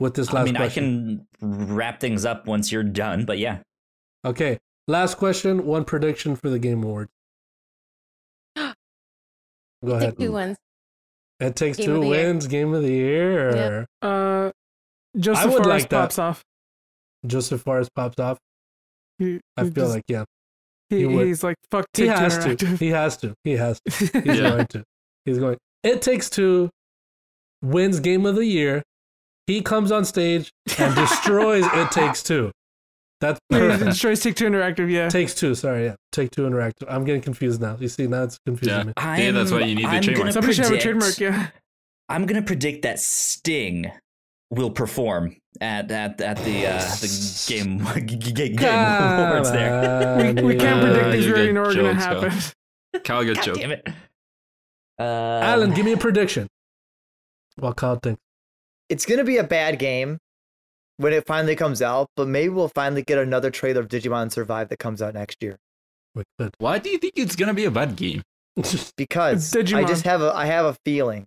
[SPEAKER 1] with this last?
[SPEAKER 3] Um, I mean,
[SPEAKER 1] question?
[SPEAKER 3] I can wrap things up once you're done, but yeah.
[SPEAKER 1] Okay, last question. One prediction for the Game
[SPEAKER 6] [GASPS]
[SPEAKER 1] Awards. Go ahead.
[SPEAKER 6] Take two ones.
[SPEAKER 1] It takes
[SPEAKER 6] Game
[SPEAKER 1] two
[SPEAKER 6] of the Year.
[SPEAKER 1] wins, game of the year.
[SPEAKER 6] Yep.
[SPEAKER 5] Uh, Joseph
[SPEAKER 1] would
[SPEAKER 5] Forrest
[SPEAKER 1] like that.
[SPEAKER 5] pops off.
[SPEAKER 1] Joseph Forrest pops off.
[SPEAKER 5] He-
[SPEAKER 1] I feel
[SPEAKER 5] he Mm, just-
[SPEAKER 1] like yeah,
[SPEAKER 5] he,
[SPEAKER 1] he would.
[SPEAKER 5] he's like fuck.
[SPEAKER 1] he
[SPEAKER 5] Take Two
[SPEAKER 1] has to.
[SPEAKER 5] Interactive.
[SPEAKER 1] He has to. He has to.
[SPEAKER 5] [LAUGHS]
[SPEAKER 1] He's
[SPEAKER 2] Yeah.
[SPEAKER 1] going to. He's going. It takes two. Wins game of the year. He comes on stage and destroys.
[SPEAKER 5] [LAUGHS]
[SPEAKER 1] it takes two. That's
[SPEAKER 5] He [LAUGHS]
[SPEAKER 1] perfect.
[SPEAKER 5] destroys Take Two Interactive. Yeah.
[SPEAKER 1] takes two. Sorry, yeah. Take two interactive. I'm getting confused now. You see, now it's confusing
[SPEAKER 2] Yeah.
[SPEAKER 1] me.
[SPEAKER 3] i
[SPEAKER 2] Yeah, that's why you need the
[SPEAKER 3] I'm
[SPEAKER 2] trademark.
[SPEAKER 3] gonna
[SPEAKER 5] Somebody should have a
[SPEAKER 3] predict-
[SPEAKER 5] trademark. Yeah.
[SPEAKER 3] I'm gonna predict that Sting will perform at at at the uh, the game [LAUGHS] game awards there.
[SPEAKER 5] We,
[SPEAKER 1] Come
[SPEAKER 5] we
[SPEAKER 1] on,
[SPEAKER 5] can't predict things
[SPEAKER 2] you
[SPEAKER 5] we already
[SPEAKER 2] get
[SPEAKER 5] know are gonna
[SPEAKER 2] jokes, [LAUGHS]
[SPEAKER 5] happen.
[SPEAKER 2] it. Kyle got
[SPEAKER 3] God
[SPEAKER 2] joke.
[SPEAKER 3] damn it, uh,
[SPEAKER 1] Alan, give me a prediction. Um, [LAUGHS] Well, Kyle thinks.
[SPEAKER 4] It's gonna be a bad game when it finally comes out, but maybe we'll finally get another trailer of Digimon Survive that comes out next year.
[SPEAKER 1] We could.
[SPEAKER 2] Why do you think it's gonna be a bad game?
[SPEAKER 4] Because I
[SPEAKER 5] Digimon.
[SPEAKER 4] just have a I have a feeling.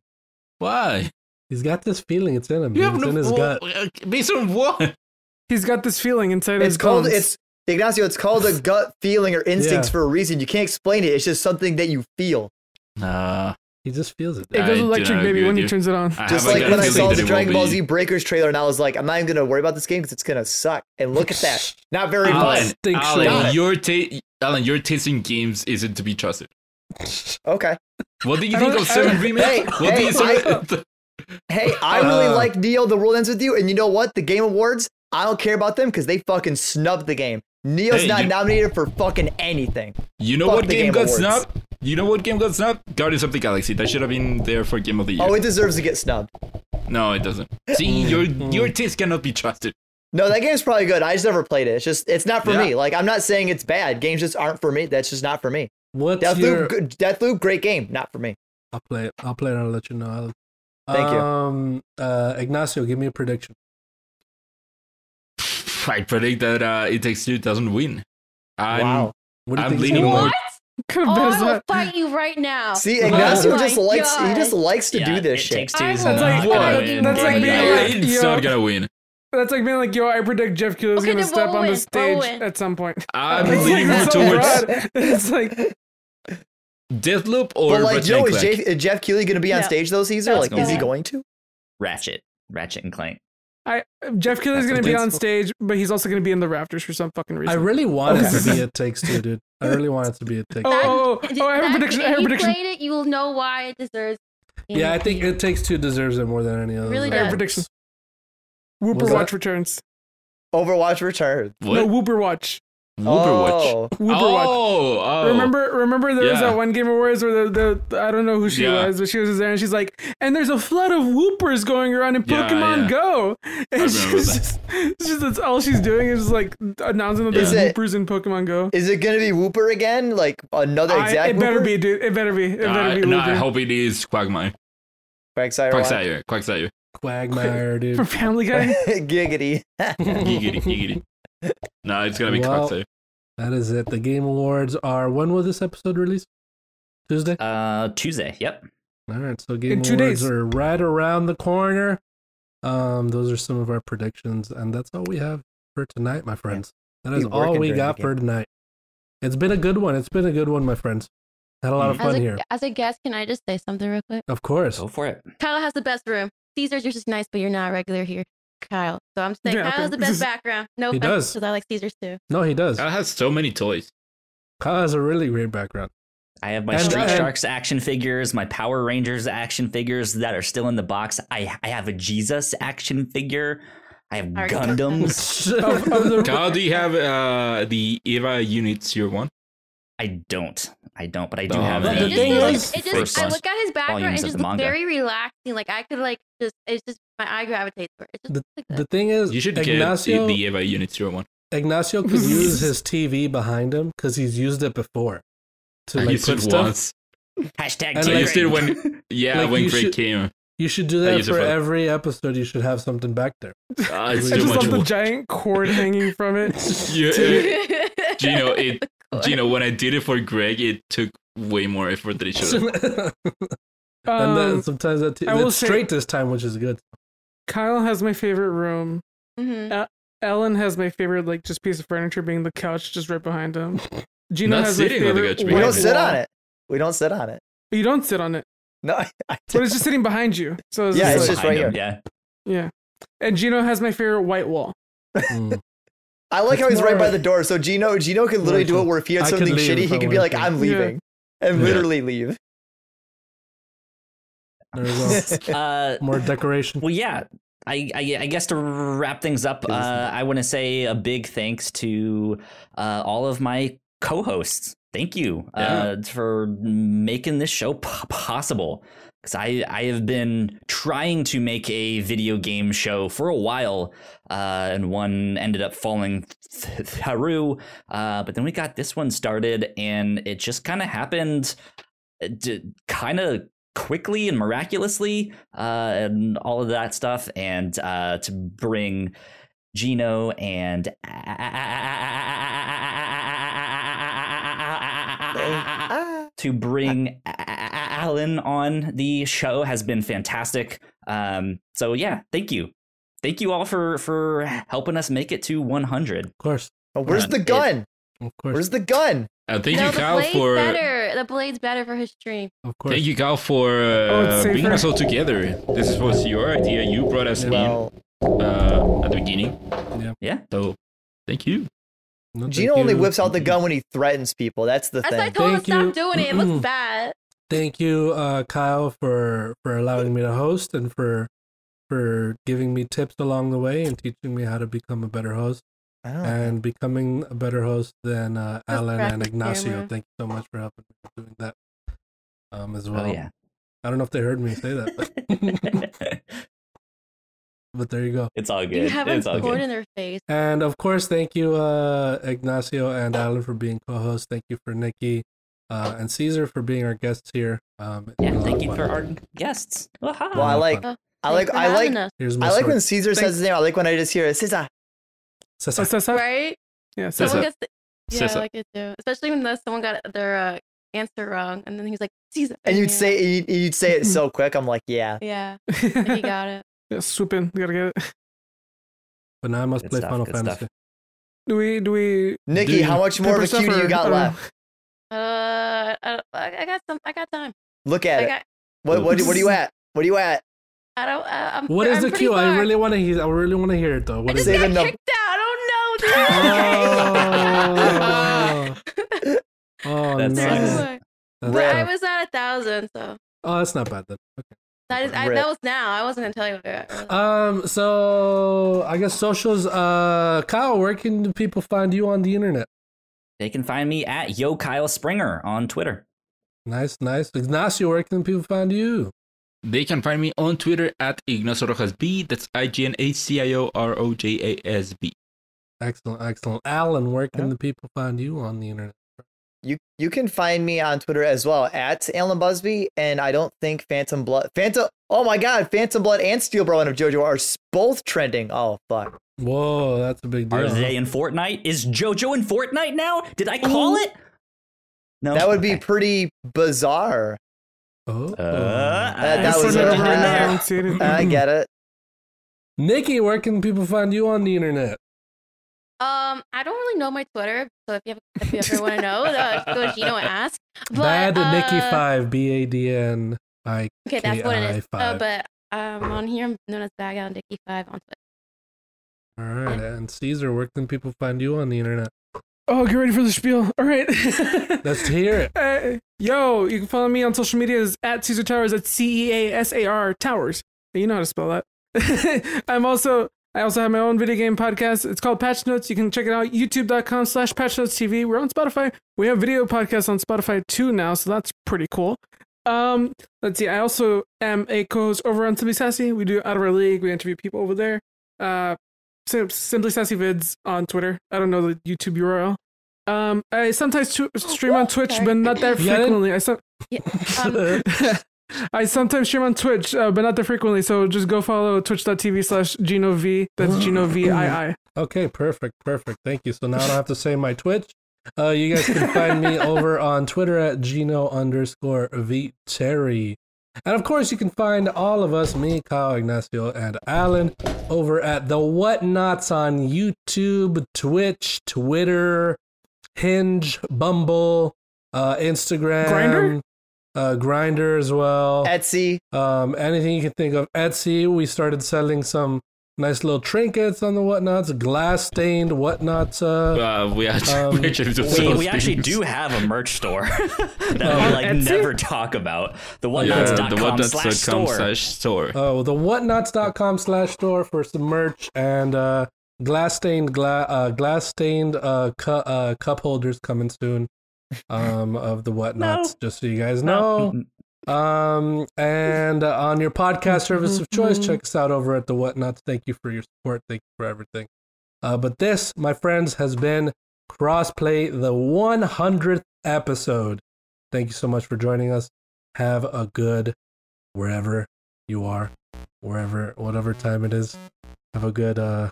[SPEAKER 2] Why?
[SPEAKER 1] [LAUGHS] He's got this feeling. It's in him. dude. it's in his gut.
[SPEAKER 2] uh, Based on what?
[SPEAKER 5] He's got this feeling inside his
[SPEAKER 4] It's called
[SPEAKER 5] bones.
[SPEAKER 4] it's Ignacio, it's called a gut feeling or instincts
[SPEAKER 1] Yeah.
[SPEAKER 4] for a reason. You can't explain it. It's just something that you feel.
[SPEAKER 2] Nah.
[SPEAKER 1] He just feels it.
[SPEAKER 5] it
[SPEAKER 2] I
[SPEAKER 5] goes
[SPEAKER 2] do
[SPEAKER 5] electric
[SPEAKER 2] not agree
[SPEAKER 5] baby
[SPEAKER 2] with
[SPEAKER 5] when he
[SPEAKER 2] you.
[SPEAKER 5] turns it on.
[SPEAKER 2] Uh, I have
[SPEAKER 4] Just
[SPEAKER 2] a
[SPEAKER 4] like
[SPEAKER 2] gut
[SPEAKER 4] when I
[SPEAKER 2] feeling
[SPEAKER 4] saw
[SPEAKER 2] that
[SPEAKER 4] the
[SPEAKER 2] it
[SPEAKER 4] Dragon
[SPEAKER 2] will
[SPEAKER 4] Ball
[SPEAKER 2] be-
[SPEAKER 4] Z Breakers trailer and I was like, I'm not even gonna worry about this game because it's gonna suck. And look at that. Not very
[SPEAKER 2] Alan,
[SPEAKER 4] fun.
[SPEAKER 1] Think so.
[SPEAKER 2] Alan,
[SPEAKER 4] Got it.
[SPEAKER 2] your ta- Alan, your taste in games isn't to be trusted.
[SPEAKER 4] Okay.
[SPEAKER 2] What do you
[SPEAKER 5] I
[SPEAKER 2] think
[SPEAKER 5] don't-
[SPEAKER 2] of
[SPEAKER 5] I
[SPEAKER 2] Seven
[SPEAKER 5] don't-
[SPEAKER 2] Remake?
[SPEAKER 4] Hey,
[SPEAKER 2] what do
[SPEAKER 4] hey,
[SPEAKER 2] you think?
[SPEAKER 4] Hey, I really
[SPEAKER 1] Uh.
[SPEAKER 4] like Neo. The world ends with you, and you know what? The Game Awards, I don't care about them because they fucking snubbed the game. Neo's
[SPEAKER 2] Hey,
[SPEAKER 4] not
[SPEAKER 2] you-
[SPEAKER 4] nominated for fucking anything.
[SPEAKER 2] you know
[SPEAKER 4] fuck
[SPEAKER 2] what
[SPEAKER 4] the
[SPEAKER 2] game
[SPEAKER 4] Game
[SPEAKER 2] got
[SPEAKER 4] Awards.
[SPEAKER 2] snubbed? You know what game got snubbed? Guardians of the Galaxy. That should have been there for Game of the Year.
[SPEAKER 4] Oh, Mm. it deserves to get snubbed.
[SPEAKER 2] no, it doesn't. See, your your taste cannot be trusted.
[SPEAKER 4] No, that game's probably good. I just never played it. It's just it's not for
[SPEAKER 2] Yeah.
[SPEAKER 4] me. Like I'm not saying it's bad. Games just aren't for me. That's just not for me.
[SPEAKER 1] What's
[SPEAKER 4] Deathloop,
[SPEAKER 1] your?
[SPEAKER 4] good, Deathloop, great game, not for me.
[SPEAKER 1] I'll play it. I'll play it. and I'll let you know. I'll...
[SPEAKER 4] Thank you.
[SPEAKER 1] Um, uh, Ignacio, give me a prediction.
[SPEAKER 2] I predict that uh, it takes two doesn't win. I'm,
[SPEAKER 4] wow.
[SPEAKER 1] What do you
[SPEAKER 2] I'm
[SPEAKER 1] think?
[SPEAKER 2] leaning more-
[SPEAKER 6] What?
[SPEAKER 5] [LAUGHS] Kind
[SPEAKER 6] Oh,
[SPEAKER 5] of bad is
[SPEAKER 6] I will
[SPEAKER 5] that?
[SPEAKER 6] fight you right now.
[SPEAKER 4] See,
[SPEAKER 1] Oh
[SPEAKER 4] Ignacio
[SPEAKER 1] my
[SPEAKER 4] just likes he
[SPEAKER 6] God.
[SPEAKER 4] just likes to
[SPEAKER 3] Yeah,
[SPEAKER 4] do this
[SPEAKER 3] it
[SPEAKER 4] shit.
[SPEAKER 3] Takes two
[SPEAKER 6] I
[SPEAKER 3] is
[SPEAKER 6] will
[SPEAKER 5] That's
[SPEAKER 3] not
[SPEAKER 5] like-
[SPEAKER 3] gonna
[SPEAKER 2] What?
[SPEAKER 3] win
[SPEAKER 5] That's
[SPEAKER 3] Game
[SPEAKER 5] like
[SPEAKER 3] of the
[SPEAKER 5] being
[SPEAKER 3] Year.
[SPEAKER 5] like-
[SPEAKER 2] it's
[SPEAKER 5] yo.
[SPEAKER 2] not gonna win.
[SPEAKER 5] That's like being like, yo, I predict Jeff Keel's
[SPEAKER 6] Okay,
[SPEAKER 5] gonna
[SPEAKER 6] then
[SPEAKER 5] step
[SPEAKER 6] we'll
[SPEAKER 5] on the
[SPEAKER 6] win. We'll
[SPEAKER 5] stage
[SPEAKER 6] win.
[SPEAKER 5] at some point.
[SPEAKER 2] I'm
[SPEAKER 5] [LAUGHS] It's like,
[SPEAKER 2] leaning more
[SPEAKER 5] it's so
[SPEAKER 2] towards
[SPEAKER 5] broad. It's like,
[SPEAKER 2] Deathloop or
[SPEAKER 4] But like,
[SPEAKER 2] Ratchet
[SPEAKER 4] yo,
[SPEAKER 2] and
[SPEAKER 4] is
[SPEAKER 2] Clank.
[SPEAKER 4] Jeff, is Jeff Keighley gonna be on
[SPEAKER 6] No.
[SPEAKER 4] stage though, Caesar?
[SPEAKER 6] That's
[SPEAKER 4] Like,
[SPEAKER 6] gonna
[SPEAKER 4] is he
[SPEAKER 6] be-
[SPEAKER 4] going to?
[SPEAKER 3] Ratchet, Ratchet and Clank.
[SPEAKER 5] I Jeff Keel's
[SPEAKER 3] That's
[SPEAKER 5] gonna be
[SPEAKER 3] intense.
[SPEAKER 5] on stage, but he's also gonna be in the rafters for some fucking
[SPEAKER 1] I
[SPEAKER 5] reason.
[SPEAKER 1] really want it to
[SPEAKER 5] Okay.
[SPEAKER 1] be It Takes Two, dude. I really want it to be It
[SPEAKER 6] [LAUGHS]
[SPEAKER 1] Takes.
[SPEAKER 5] oh,
[SPEAKER 1] Two.
[SPEAKER 5] oh, oh,
[SPEAKER 6] That-
[SPEAKER 5] oh, I have a
[SPEAKER 6] that-
[SPEAKER 5] prediction. I
[SPEAKER 6] If
[SPEAKER 5] have a
[SPEAKER 6] you
[SPEAKER 5] prediction.
[SPEAKER 6] played it, you will know why it deserves.
[SPEAKER 1] Yeah, I think It Takes Two deserves it more than any other.
[SPEAKER 6] Really
[SPEAKER 1] awards.
[SPEAKER 6] does.
[SPEAKER 5] I have a prediction.
[SPEAKER 1] Was
[SPEAKER 5] Whooper
[SPEAKER 1] that-
[SPEAKER 5] Watch returns.
[SPEAKER 4] Overwatch returns.
[SPEAKER 2] What?
[SPEAKER 5] No, Whooper Watch.
[SPEAKER 2] Overwatch.
[SPEAKER 4] Oh,
[SPEAKER 5] Wooperwatch.
[SPEAKER 2] Oh, oh.
[SPEAKER 5] Remember, remember, there was
[SPEAKER 2] Yeah.
[SPEAKER 5] that one Game Awards where the, the, I don't know who she
[SPEAKER 2] Yeah.
[SPEAKER 5] was, but she was there and she's like, and there's a flood of whoopers going around in
[SPEAKER 2] Yeah,
[SPEAKER 5] Pokemon
[SPEAKER 2] yeah.
[SPEAKER 5] Go, [LAUGHS] and
[SPEAKER 2] remember
[SPEAKER 5] she's
[SPEAKER 2] that.
[SPEAKER 5] just, it's just that's all she's doing is just like announcing that
[SPEAKER 4] Is
[SPEAKER 5] there's
[SPEAKER 4] it-
[SPEAKER 5] whoopers in Pokemon Go.
[SPEAKER 4] is it gonna be Whooper again? Like another
[SPEAKER 5] I-
[SPEAKER 4] exact?
[SPEAKER 5] it better
[SPEAKER 4] Whooper?
[SPEAKER 5] be, dude. It better be. It better
[SPEAKER 2] I,
[SPEAKER 5] be.
[SPEAKER 2] no, I
[SPEAKER 5] Whooper.
[SPEAKER 2] hope it is Quagmire.
[SPEAKER 4] Quagsire. one.
[SPEAKER 2] Quagsire. Quagsire.
[SPEAKER 1] Quagmire,
[SPEAKER 5] for
[SPEAKER 1] dude.
[SPEAKER 5] Family Guy.
[SPEAKER 4] [LAUGHS] Giggity.
[SPEAKER 2] [LAUGHS]
[SPEAKER 6] [LAUGHS]
[SPEAKER 2] Giggity, giggity. No, it's gonna be
[SPEAKER 1] Well-
[SPEAKER 2] Quagsire.
[SPEAKER 1] That is it. The Game Awards are. When will this episode release? Tuesday.
[SPEAKER 3] Uh, Tuesday. Yep.
[SPEAKER 1] All right, so Game
[SPEAKER 5] In two
[SPEAKER 1] Awards
[SPEAKER 5] days.
[SPEAKER 1] are right around the corner. Um, those are some of our predictions, and that's all we have for tonight, my friends. That
[SPEAKER 4] Be
[SPEAKER 1] is all
[SPEAKER 4] working
[SPEAKER 1] we
[SPEAKER 4] during the
[SPEAKER 1] got
[SPEAKER 4] game.
[SPEAKER 1] for tonight. It's been a good one. It's been a good one, my friends. Had a lot of
[SPEAKER 6] As
[SPEAKER 1] fun
[SPEAKER 6] a,
[SPEAKER 1] here,
[SPEAKER 6] as a guest, can I just say something real quick?
[SPEAKER 1] of course.
[SPEAKER 3] Go for it.
[SPEAKER 6] Kyle has the best room. Caesars, you're just nice, but you're not a regular here. Kyle. So I'm saying
[SPEAKER 5] Yeah,
[SPEAKER 6] Kyle
[SPEAKER 5] okay.
[SPEAKER 6] has the best background. No
[SPEAKER 1] He
[SPEAKER 6] offense,
[SPEAKER 1] does.
[SPEAKER 6] because I like Caesars too.
[SPEAKER 1] No, he does.
[SPEAKER 2] That has so
[SPEAKER 1] [LAUGHS]
[SPEAKER 2] many toys.
[SPEAKER 1] Kyle has a really great
[SPEAKER 2] [LAUGHS]
[SPEAKER 1] background. [LAUGHS]
[SPEAKER 3] I have my
[SPEAKER 1] And-
[SPEAKER 3] Street
[SPEAKER 1] and-
[SPEAKER 3] Sharks action figures, my Power Rangers action figures that are still in the box. I I have a Jesus action figure. I have
[SPEAKER 6] Alright.
[SPEAKER 3] Gundams.
[SPEAKER 6] [LAUGHS]
[SPEAKER 1] Of- of the-
[SPEAKER 2] Kyle, do you have uh, the Eva units year one?
[SPEAKER 3] I don't. I don't, but I do
[SPEAKER 2] Oh,
[SPEAKER 3] have
[SPEAKER 2] man.
[SPEAKER 3] the
[SPEAKER 2] The
[SPEAKER 6] It
[SPEAKER 1] thing
[SPEAKER 6] just,
[SPEAKER 1] is-
[SPEAKER 6] it just I look at his background,
[SPEAKER 3] volumes
[SPEAKER 6] it
[SPEAKER 3] of
[SPEAKER 6] just
[SPEAKER 3] the
[SPEAKER 6] looks
[SPEAKER 3] manga.
[SPEAKER 6] very relaxing. Like I could like just it's just my eye gravitates for it. It's just like that.
[SPEAKER 1] the thing is,
[SPEAKER 2] You should
[SPEAKER 1] Ignacio,
[SPEAKER 2] get the, the Eva units year one.
[SPEAKER 1] Ignacio
[SPEAKER 5] [LAUGHS]
[SPEAKER 1] could use his TV behind him because he's used it before to
[SPEAKER 2] I
[SPEAKER 1] like
[SPEAKER 2] used
[SPEAKER 1] put
[SPEAKER 2] it
[SPEAKER 1] stuff.
[SPEAKER 2] once.
[SPEAKER 1] And
[SPEAKER 3] Hashtag
[SPEAKER 2] I
[SPEAKER 1] like-
[SPEAKER 2] used it
[SPEAKER 3] Tigran.
[SPEAKER 1] [LAUGHS]
[SPEAKER 2] when, yeah,
[SPEAKER 1] Like,
[SPEAKER 2] when
[SPEAKER 1] you
[SPEAKER 2] Greg
[SPEAKER 1] should- [LAUGHS]
[SPEAKER 2] came.
[SPEAKER 1] You should do
[SPEAKER 2] I
[SPEAKER 1] that
[SPEAKER 2] use it
[SPEAKER 1] for
[SPEAKER 2] for-
[SPEAKER 1] every episode. You should have something back there.
[SPEAKER 2] Uh,
[SPEAKER 1] I
[SPEAKER 2] it's
[SPEAKER 5] I
[SPEAKER 2] too
[SPEAKER 5] just
[SPEAKER 2] much
[SPEAKER 5] love the
[SPEAKER 2] work.
[SPEAKER 5] giant cord hanging from it.
[SPEAKER 2] [LAUGHS] You-
[SPEAKER 1] [LAUGHS]
[SPEAKER 2] uh, Gino, it, Gino, when I did it for Greg, it took way more effort than it should [LAUGHS] have.
[SPEAKER 1] [LAUGHS] and then
[SPEAKER 5] Um,
[SPEAKER 1] sometimes that t-
[SPEAKER 5] I will
[SPEAKER 1] it's
[SPEAKER 5] say-
[SPEAKER 1] straight this time, which is good.
[SPEAKER 5] Kyle has my favorite room.
[SPEAKER 6] Mhm.
[SPEAKER 5] Ellen has my favorite, like, just piece of furniture being the couch just right behind him. Gino
[SPEAKER 2] Not
[SPEAKER 5] has my
[SPEAKER 2] sitting on the
[SPEAKER 5] favorite
[SPEAKER 2] couch,
[SPEAKER 5] white
[SPEAKER 2] man.
[SPEAKER 4] We don't sit
[SPEAKER 5] wall.
[SPEAKER 4] on it. We don't sit on it.
[SPEAKER 5] You don't sit on it,
[SPEAKER 4] No, [LAUGHS] I, I
[SPEAKER 5] but it's just sitting behind you. So it's
[SPEAKER 4] Yeah,
[SPEAKER 5] just
[SPEAKER 4] it's
[SPEAKER 5] like-
[SPEAKER 4] just right
[SPEAKER 3] Behind
[SPEAKER 4] here.
[SPEAKER 3] him,
[SPEAKER 5] yeah. And Gino has my favorite white wall.
[SPEAKER 1] Mm.
[SPEAKER 4] I like
[SPEAKER 1] It's
[SPEAKER 4] how he's right
[SPEAKER 1] more-
[SPEAKER 4] by the door. So Gino, Gino could literally do it. Where if he had
[SPEAKER 1] I could
[SPEAKER 4] something
[SPEAKER 1] leave
[SPEAKER 4] shitty,
[SPEAKER 1] if I
[SPEAKER 4] he could be like,
[SPEAKER 1] wanted to.
[SPEAKER 4] "I'm
[SPEAKER 5] Yeah.
[SPEAKER 4] leaving," and
[SPEAKER 2] Yeah.
[SPEAKER 4] literally leave.
[SPEAKER 1] There we go. [LAUGHS]
[SPEAKER 3] Yeah. Uh,
[SPEAKER 6] [LAUGHS]
[SPEAKER 1] More decoration.
[SPEAKER 3] Well, yeah. I, I, I guess to wrap things up, uh,
[SPEAKER 1] Give us
[SPEAKER 3] I want to say a big thanks to uh, all of my co hosts. Thank you uh, for making this show p- possible. Because I, I have been trying to make a video game show for a while, uh, and one ended up falling th- through. Uh, but then we got this one started, and it just kind of happened kind of quickly and miraculously uh, and all of that stuff and uh, to bring Gino and
[SPEAKER 4] [LAUGHS] Ah.
[SPEAKER 3] to bring A- A- A- Alan on the show has been fantastic. Um, so yeah, thank you, thank you all for for helping us make it to 100.
[SPEAKER 1] Of course.
[SPEAKER 4] Oh, where's the gun?
[SPEAKER 1] Of course.
[SPEAKER 4] Where's the gun?
[SPEAKER 2] Uh, thank
[SPEAKER 6] no,
[SPEAKER 2] you,
[SPEAKER 6] the
[SPEAKER 2] Kyle,
[SPEAKER 6] blade's
[SPEAKER 2] for
[SPEAKER 6] better. The blade's better for his stream.
[SPEAKER 1] of course.
[SPEAKER 2] thank you, Kyle, for
[SPEAKER 5] it's
[SPEAKER 2] uh,
[SPEAKER 5] safer.
[SPEAKER 2] bringing us all together. This was your idea. You brought us
[SPEAKER 4] Well,
[SPEAKER 2] in uh, at the beginning,
[SPEAKER 3] Yeah,
[SPEAKER 2] so thank you.
[SPEAKER 1] No, thank
[SPEAKER 4] Gino only
[SPEAKER 1] you.
[SPEAKER 4] whips out the gun when he threatens people. That's the
[SPEAKER 6] That's why I
[SPEAKER 4] thing.
[SPEAKER 6] told him
[SPEAKER 1] Thank
[SPEAKER 6] stop
[SPEAKER 1] you.
[SPEAKER 6] doing it. It looks bad.
[SPEAKER 1] Thank you, uh, Kyle, for for allowing me to host and for for giving me tips along the way and teaching me how to become a better host
[SPEAKER 4] Oh.
[SPEAKER 1] and becoming a better host than uh,
[SPEAKER 6] Just
[SPEAKER 1] Alan and
[SPEAKER 6] practice
[SPEAKER 1] Ignacio.
[SPEAKER 6] camera.
[SPEAKER 1] Thank you so much for helping me doing that um, as well.
[SPEAKER 3] oh yeah.
[SPEAKER 1] I don't know if they heard me say that, but, but there you go.
[SPEAKER 3] it's all good.
[SPEAKER 6] You have a
[SPEAKER 3] it's all
[SPEAKER 6] sword
[SPEAKER 3] good.
[SPEAKER 6] in their face.
[SPEAKER 1] And of course, thank you, uh, Ignacio and Alan, for being co hosts. Thank you for Nikki uh, and Caesar for being our guests here. Um, it's been a
[SPEAKER 3] Yeah,
[SPEAKER 1] lot
[SPEAKER 3] thank
[SPEAKER 1] of
[SPEAKER 3] you
[SPEAKER 1] fun.
[SPEAKER 3] for our guests. Aha.
[SPEAKER 4] Well, I like,
[SPEAKER 6] Oh,
[SPEAKER 4] I like,
[SPEAKER 6] Thanks for
[SPEAKER 4] I like,
[SPEAKER 6] having us,
[SPEAKER 1] Here's my
[SPEAKER 4] I like
[SPEAKER 1] sword.
[SPEAKER 4] when Caesar says his name. I like when I just hear it. Caesar.
[SPEAKER 1] Sasa.
[SPEAKER 5] So, so, so-
[SPEAKER 6] right.
[SPEAKER 5] Yeah, so,
[SPEAKER 2] That's
[SPEAKER 6] Someone
[SPEAKER 2] it.
[SPEAKER 6] gets the, yeah,
[SPEAKER 2] Sissa.
[SPEAKER 6] I like it too. Especially when the, someone got their uh, answer wrong, and then he's like, "Caesar."
[SPEAKER 4] And you'd
[SPEAKER 6] yeah.
[SPEAKER 4] say, you'd, you'd say it so quick. I'm like, yeah.
[SPEAKER 1] [LAUGHS]
[SPEAKER 6] "Yeah, and he
[SPEAKER 5] [LAUGHS] yeah,
[SPEAKER 6] got it."
[SPEAKER 5] swoop in. Gotta get it.
[SPEAKER 1] But now I must
[SPEAKER 3] Good
[SPEAKER 1] play
[SPEAKER 3] stuff,
[SPEAKER 1] Final
[SPEAKER 3] good stuff.
[SPEAKER 1] Fantasy.
[SPEAKER 5] Do we, do we,
[SPEAKER 4] Nikki,
[SPEAKER 1] Dude,
[SPEAKER 4] how much more of a
[SPEAKER 5] pepper
[SPEAKER 4] cutie
[SPEAKER 5] stuff
[SPEAKER 4] you
[SPEAKER 5] or-
[SPEAKER 4] got
[SPEAKER 5] I don't know.
[SPEAKER 4] left?
[SPEAKER 6] Uh, I, I got some. I got time.
[SPEAKER 4] Look
[SPEAKER 6] I
[SPEAKER 4] at it.
[SPEAKER 6] got.
[SPEAKER 4] What, what, what are you at? What are you at?
[SPEAKER 6] I don't. I, I'm.
[SPEAKER 1] What is
[SPEAKER 6] I'm
[SPEAKER 1] the
[SPEAKER 6] pretty
[SPEAKER 1] cue? I
[SPEAKER 6] far.
[SPEAKER 1] really want to hear. I really want to hear it though.
[SPEAKER 6] I
[SPEAKER 1] What is
[SPEAKER 6] just
[SPEAKER 4] Say [LAUGHS]
[SPEAKER 1] it?
[SPEAKER 4] the
[SPEAKER 6] got
[SPEAKER 4] num-
[SPEAKER 6] kicked out. I don't
[SPEAKER 3] [LAUGHS]
[SPEAKER 6] [LAUGHS] know.
[SPEAKER 1] Oh, [LAUGHS]
[SPEAKER 6] dude.
[SPEAKER 1] oh
[SPEAKER 3] That
[SPEAKER 1] no! That's
[SPEAKER 3] sucks.
[SPEAKER 6] There's
[SPEAKER 1] tough.
[SPEAKER 6] more. But I was at a thousand, so
[SPEAKER 1] oh, that's not bad then. Okay.
[SPEAKER 6] that is. I,
[SPEAKER 4] Rip.
[SPEAKER 6] that was now. I wasn't gonna tell you. Where I was.
[SPEAKER 1] Um. So I guess socials. Uh, Kyle, where can people find you on the internet?
[SPEAKER 3] They can find me at Yo Kyle Springer on Twitter.
[SPEAKER 1] Nice, nice. Ignacio, where can people find you?
[SPEAKER 2] They can find me on Twitter at Ignacio Rojas B. That's I G N A C I O R O J A S B.
[SPEAKER 1] Excellent, excellent. Alan, where can the people find you on the internet?
[SPEAKER 4] You you can find me on Twitter as well at Alan Busby, and I don't think Phantom Blood, Phantom, oh my God, Phantom Blood and Steel Bro and of JoJo are s- both trending. Oh fuck,
[SPEAKER 1] Whoa, that's a big deal.
[SPEAKER 3] Are they in Fortnite? Is JoJo in Fortnite now? Did I call it? No.
[SPEAKER 4] that would be
[SPEAKER 3] Okay.
[SPEAKER 4] pretty bizarre.
[SPEAKER 1] Oh.
[SPEAKER 3] Uh, I
[SPEAKER 4] that
[SPEAKER 5] I
[SPEAKER 3] see
[SPEAKER 4] was
[SPEAKER 3] what
[SPEAKER 5] still
[SPEAKER 3] you
[SPEAKER 5] never
[SPEAKER 3] did
[SPEAKER 4] it.
[SPEAKER 5] heard that. I
[SPEAKER 3] there.
[SPEAKER 5] don't see anything.
[SPEAKER 4] I get it.
[SPEAKER 1] Nikki, where can people find you on the internet?
[SPEAKER 6] Um, I don't really know my Twitter, so if you, have, if you ever want to know, uh, go to Gino and
[SPEAKER 1] [LAUGHS]
[SPEAKER 6] ask.
[SPEAKER 1] Bad
[SPEAKER 6] But,
[SPEAKER 1] Nikki
[SPEAKER 6] uh,
[SPEAKER 1] five B A D N I.
[SPEAKER 6] Okay, that's what it is.
[SPEAKER 1] KI5.
[SPEAKER 6] Uh, but um, on here, I'm known as Bag Out Dicky Five on Twitter.
[SPEAKER 1] All right, and Caesar, where can people find you on the internet?
[SPEAKER 5] Oh, get ready for the spiel. All right.
[SPEAKER 1] [LAUGHS] Let's hear it.
[SPEAKER 5] Uh, yo, you can follow me on social media is at Caesar Towers at C E A S A R Towers. You know how to spell that. [LAUGHS] I'm also I also have my own video game podcast. It's called Patch Notes. You can check it out, youtube.com slash patch notes TV. We're on Spotify. We have video podcasts on Spotify too now, so that's pretty cool. Um, let's see. I also am a co-host over on Simply Sassy. We do out of our league, we interview people over there. Uh Sim- Simply Sassy Vids on Twitter. I don't know the YouTube URL. Um, I sometimes tw- stream on Twitch,
[SPEAKER 6] Sorry.
[SPEAKER 5] but not that
[SPEAKER 1] Yeah, I didn't-
[SPEAKER 5] frequently. I, so-
[SPEAKER 6] Um,
[SPEAKER 5] I sometimes stream on Twitch, uh, but not that frequently. So just go follow twitch.tv slash Gino V. That's
[SPEAKER 1] Oh,
[SPEAKER 5] Gino V I I.
[SPEAKER 1] Okay, perfect, perfect. Thank you. So now I don't have to say my Twitch. Uh, you guys can find me over on Twitter at Gino underscore V Terry. And of course, you can find all of us, me, Kyle, Ignacio, and Alan, over at the Whatnots on YouTube, Twitch, Twitter, Hinge, Bumble, uh, Instagram,
[SPEAKER 5] Grindr?
[SPEAKER 1] uh, Grinder as well
[SPEAKER 4] Etsy,
[SPEAKER 1] um, anything you can think of. Etsy, we started selling some nice little trinkets on the whatnots, glass stained whatnots. Uh,
[SPEAKER 2] Uh, we actually, [LAUGHS]
[SPEAKER 1] Um,
[SPEAKER 2] we actually do
[SPEAKER 3] We,
[SPEAKER 2] those
[SPEAKER 3] we actually
[SPEAKER 2] things.
[SPEAKER 3] do have a merch store [LAUGHS] that we like
[SPEAKER 5] Etsy?
[SPEAKER 3] never talk about. The
[SPEAKER 2] Yeah,
[SPEAKER 3] whatnots.com
[SPEAKER 2] the whatnots dot
[SPEAKER 3] slash
[SPEAKER 2] com
[SPEAKER 3] store.
[SPEAKER 2] slash store.
[SPEAKER 1] oh, the whatnots.com slash store for some merch and uh, glass stained gla- uh, glass stained uh, cu- uh, cup holders coming soon um, of the whatnots, just so you guys know. Um, and uh, on your podcast service of choice, check us out over at the Whatnots. Thank you for your support. Thank you for everything. Uh, but this, my friends, has been Crossplay, the 100th episode. Thank you so much for joining us. Have a good wherever you are, wherever, whatever time it is. Have a good, uh,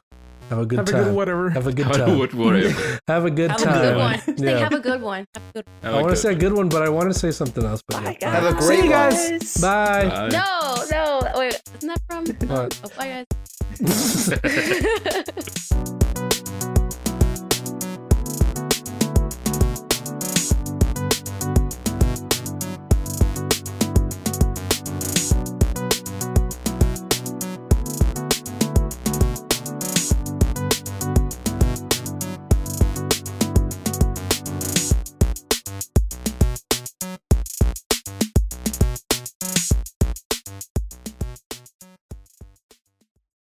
[SPEAKER 1] have a good
[SPEAKER 5] Have a
[SPEAKER 1] time.
[SPEAKER 5] good whatever.
[SPEAKER 1] have a good time.
[SPEAKER 2] [LAUGHS] What- whatever.
[SPEAKER 1] Have a good
[SPEAKER 6] have
[SPEAKER 1] time.
[SPEAKER 6] a good one.
[SPEAKER 1] [LAUGHS]
[SPEAKER 6] [LAUGHS] Say,
[SPEAKER 1] Yeah.
[SPEAKER 6] have a good one. Have a good
[SPEAKER 1] [LAUGHS] I want to say a good one, but I want to say something else.
[SPEAKER 6] Oh
[SPEAKER 1] But yeah.
[SPEAKER 4] have a great
[SPEAKER 5] See
[SPEAKER 4] one.
[SPEAKER 5] you guys.
[SPEAKER 1] Bye.
[SPEAKER 2] Bye.
[SPEAKER 6] one. No, no. Wait, isn't that from? No.
[SPEAKER 1] What?
[SPEAKER 6] Oh, bye, guys.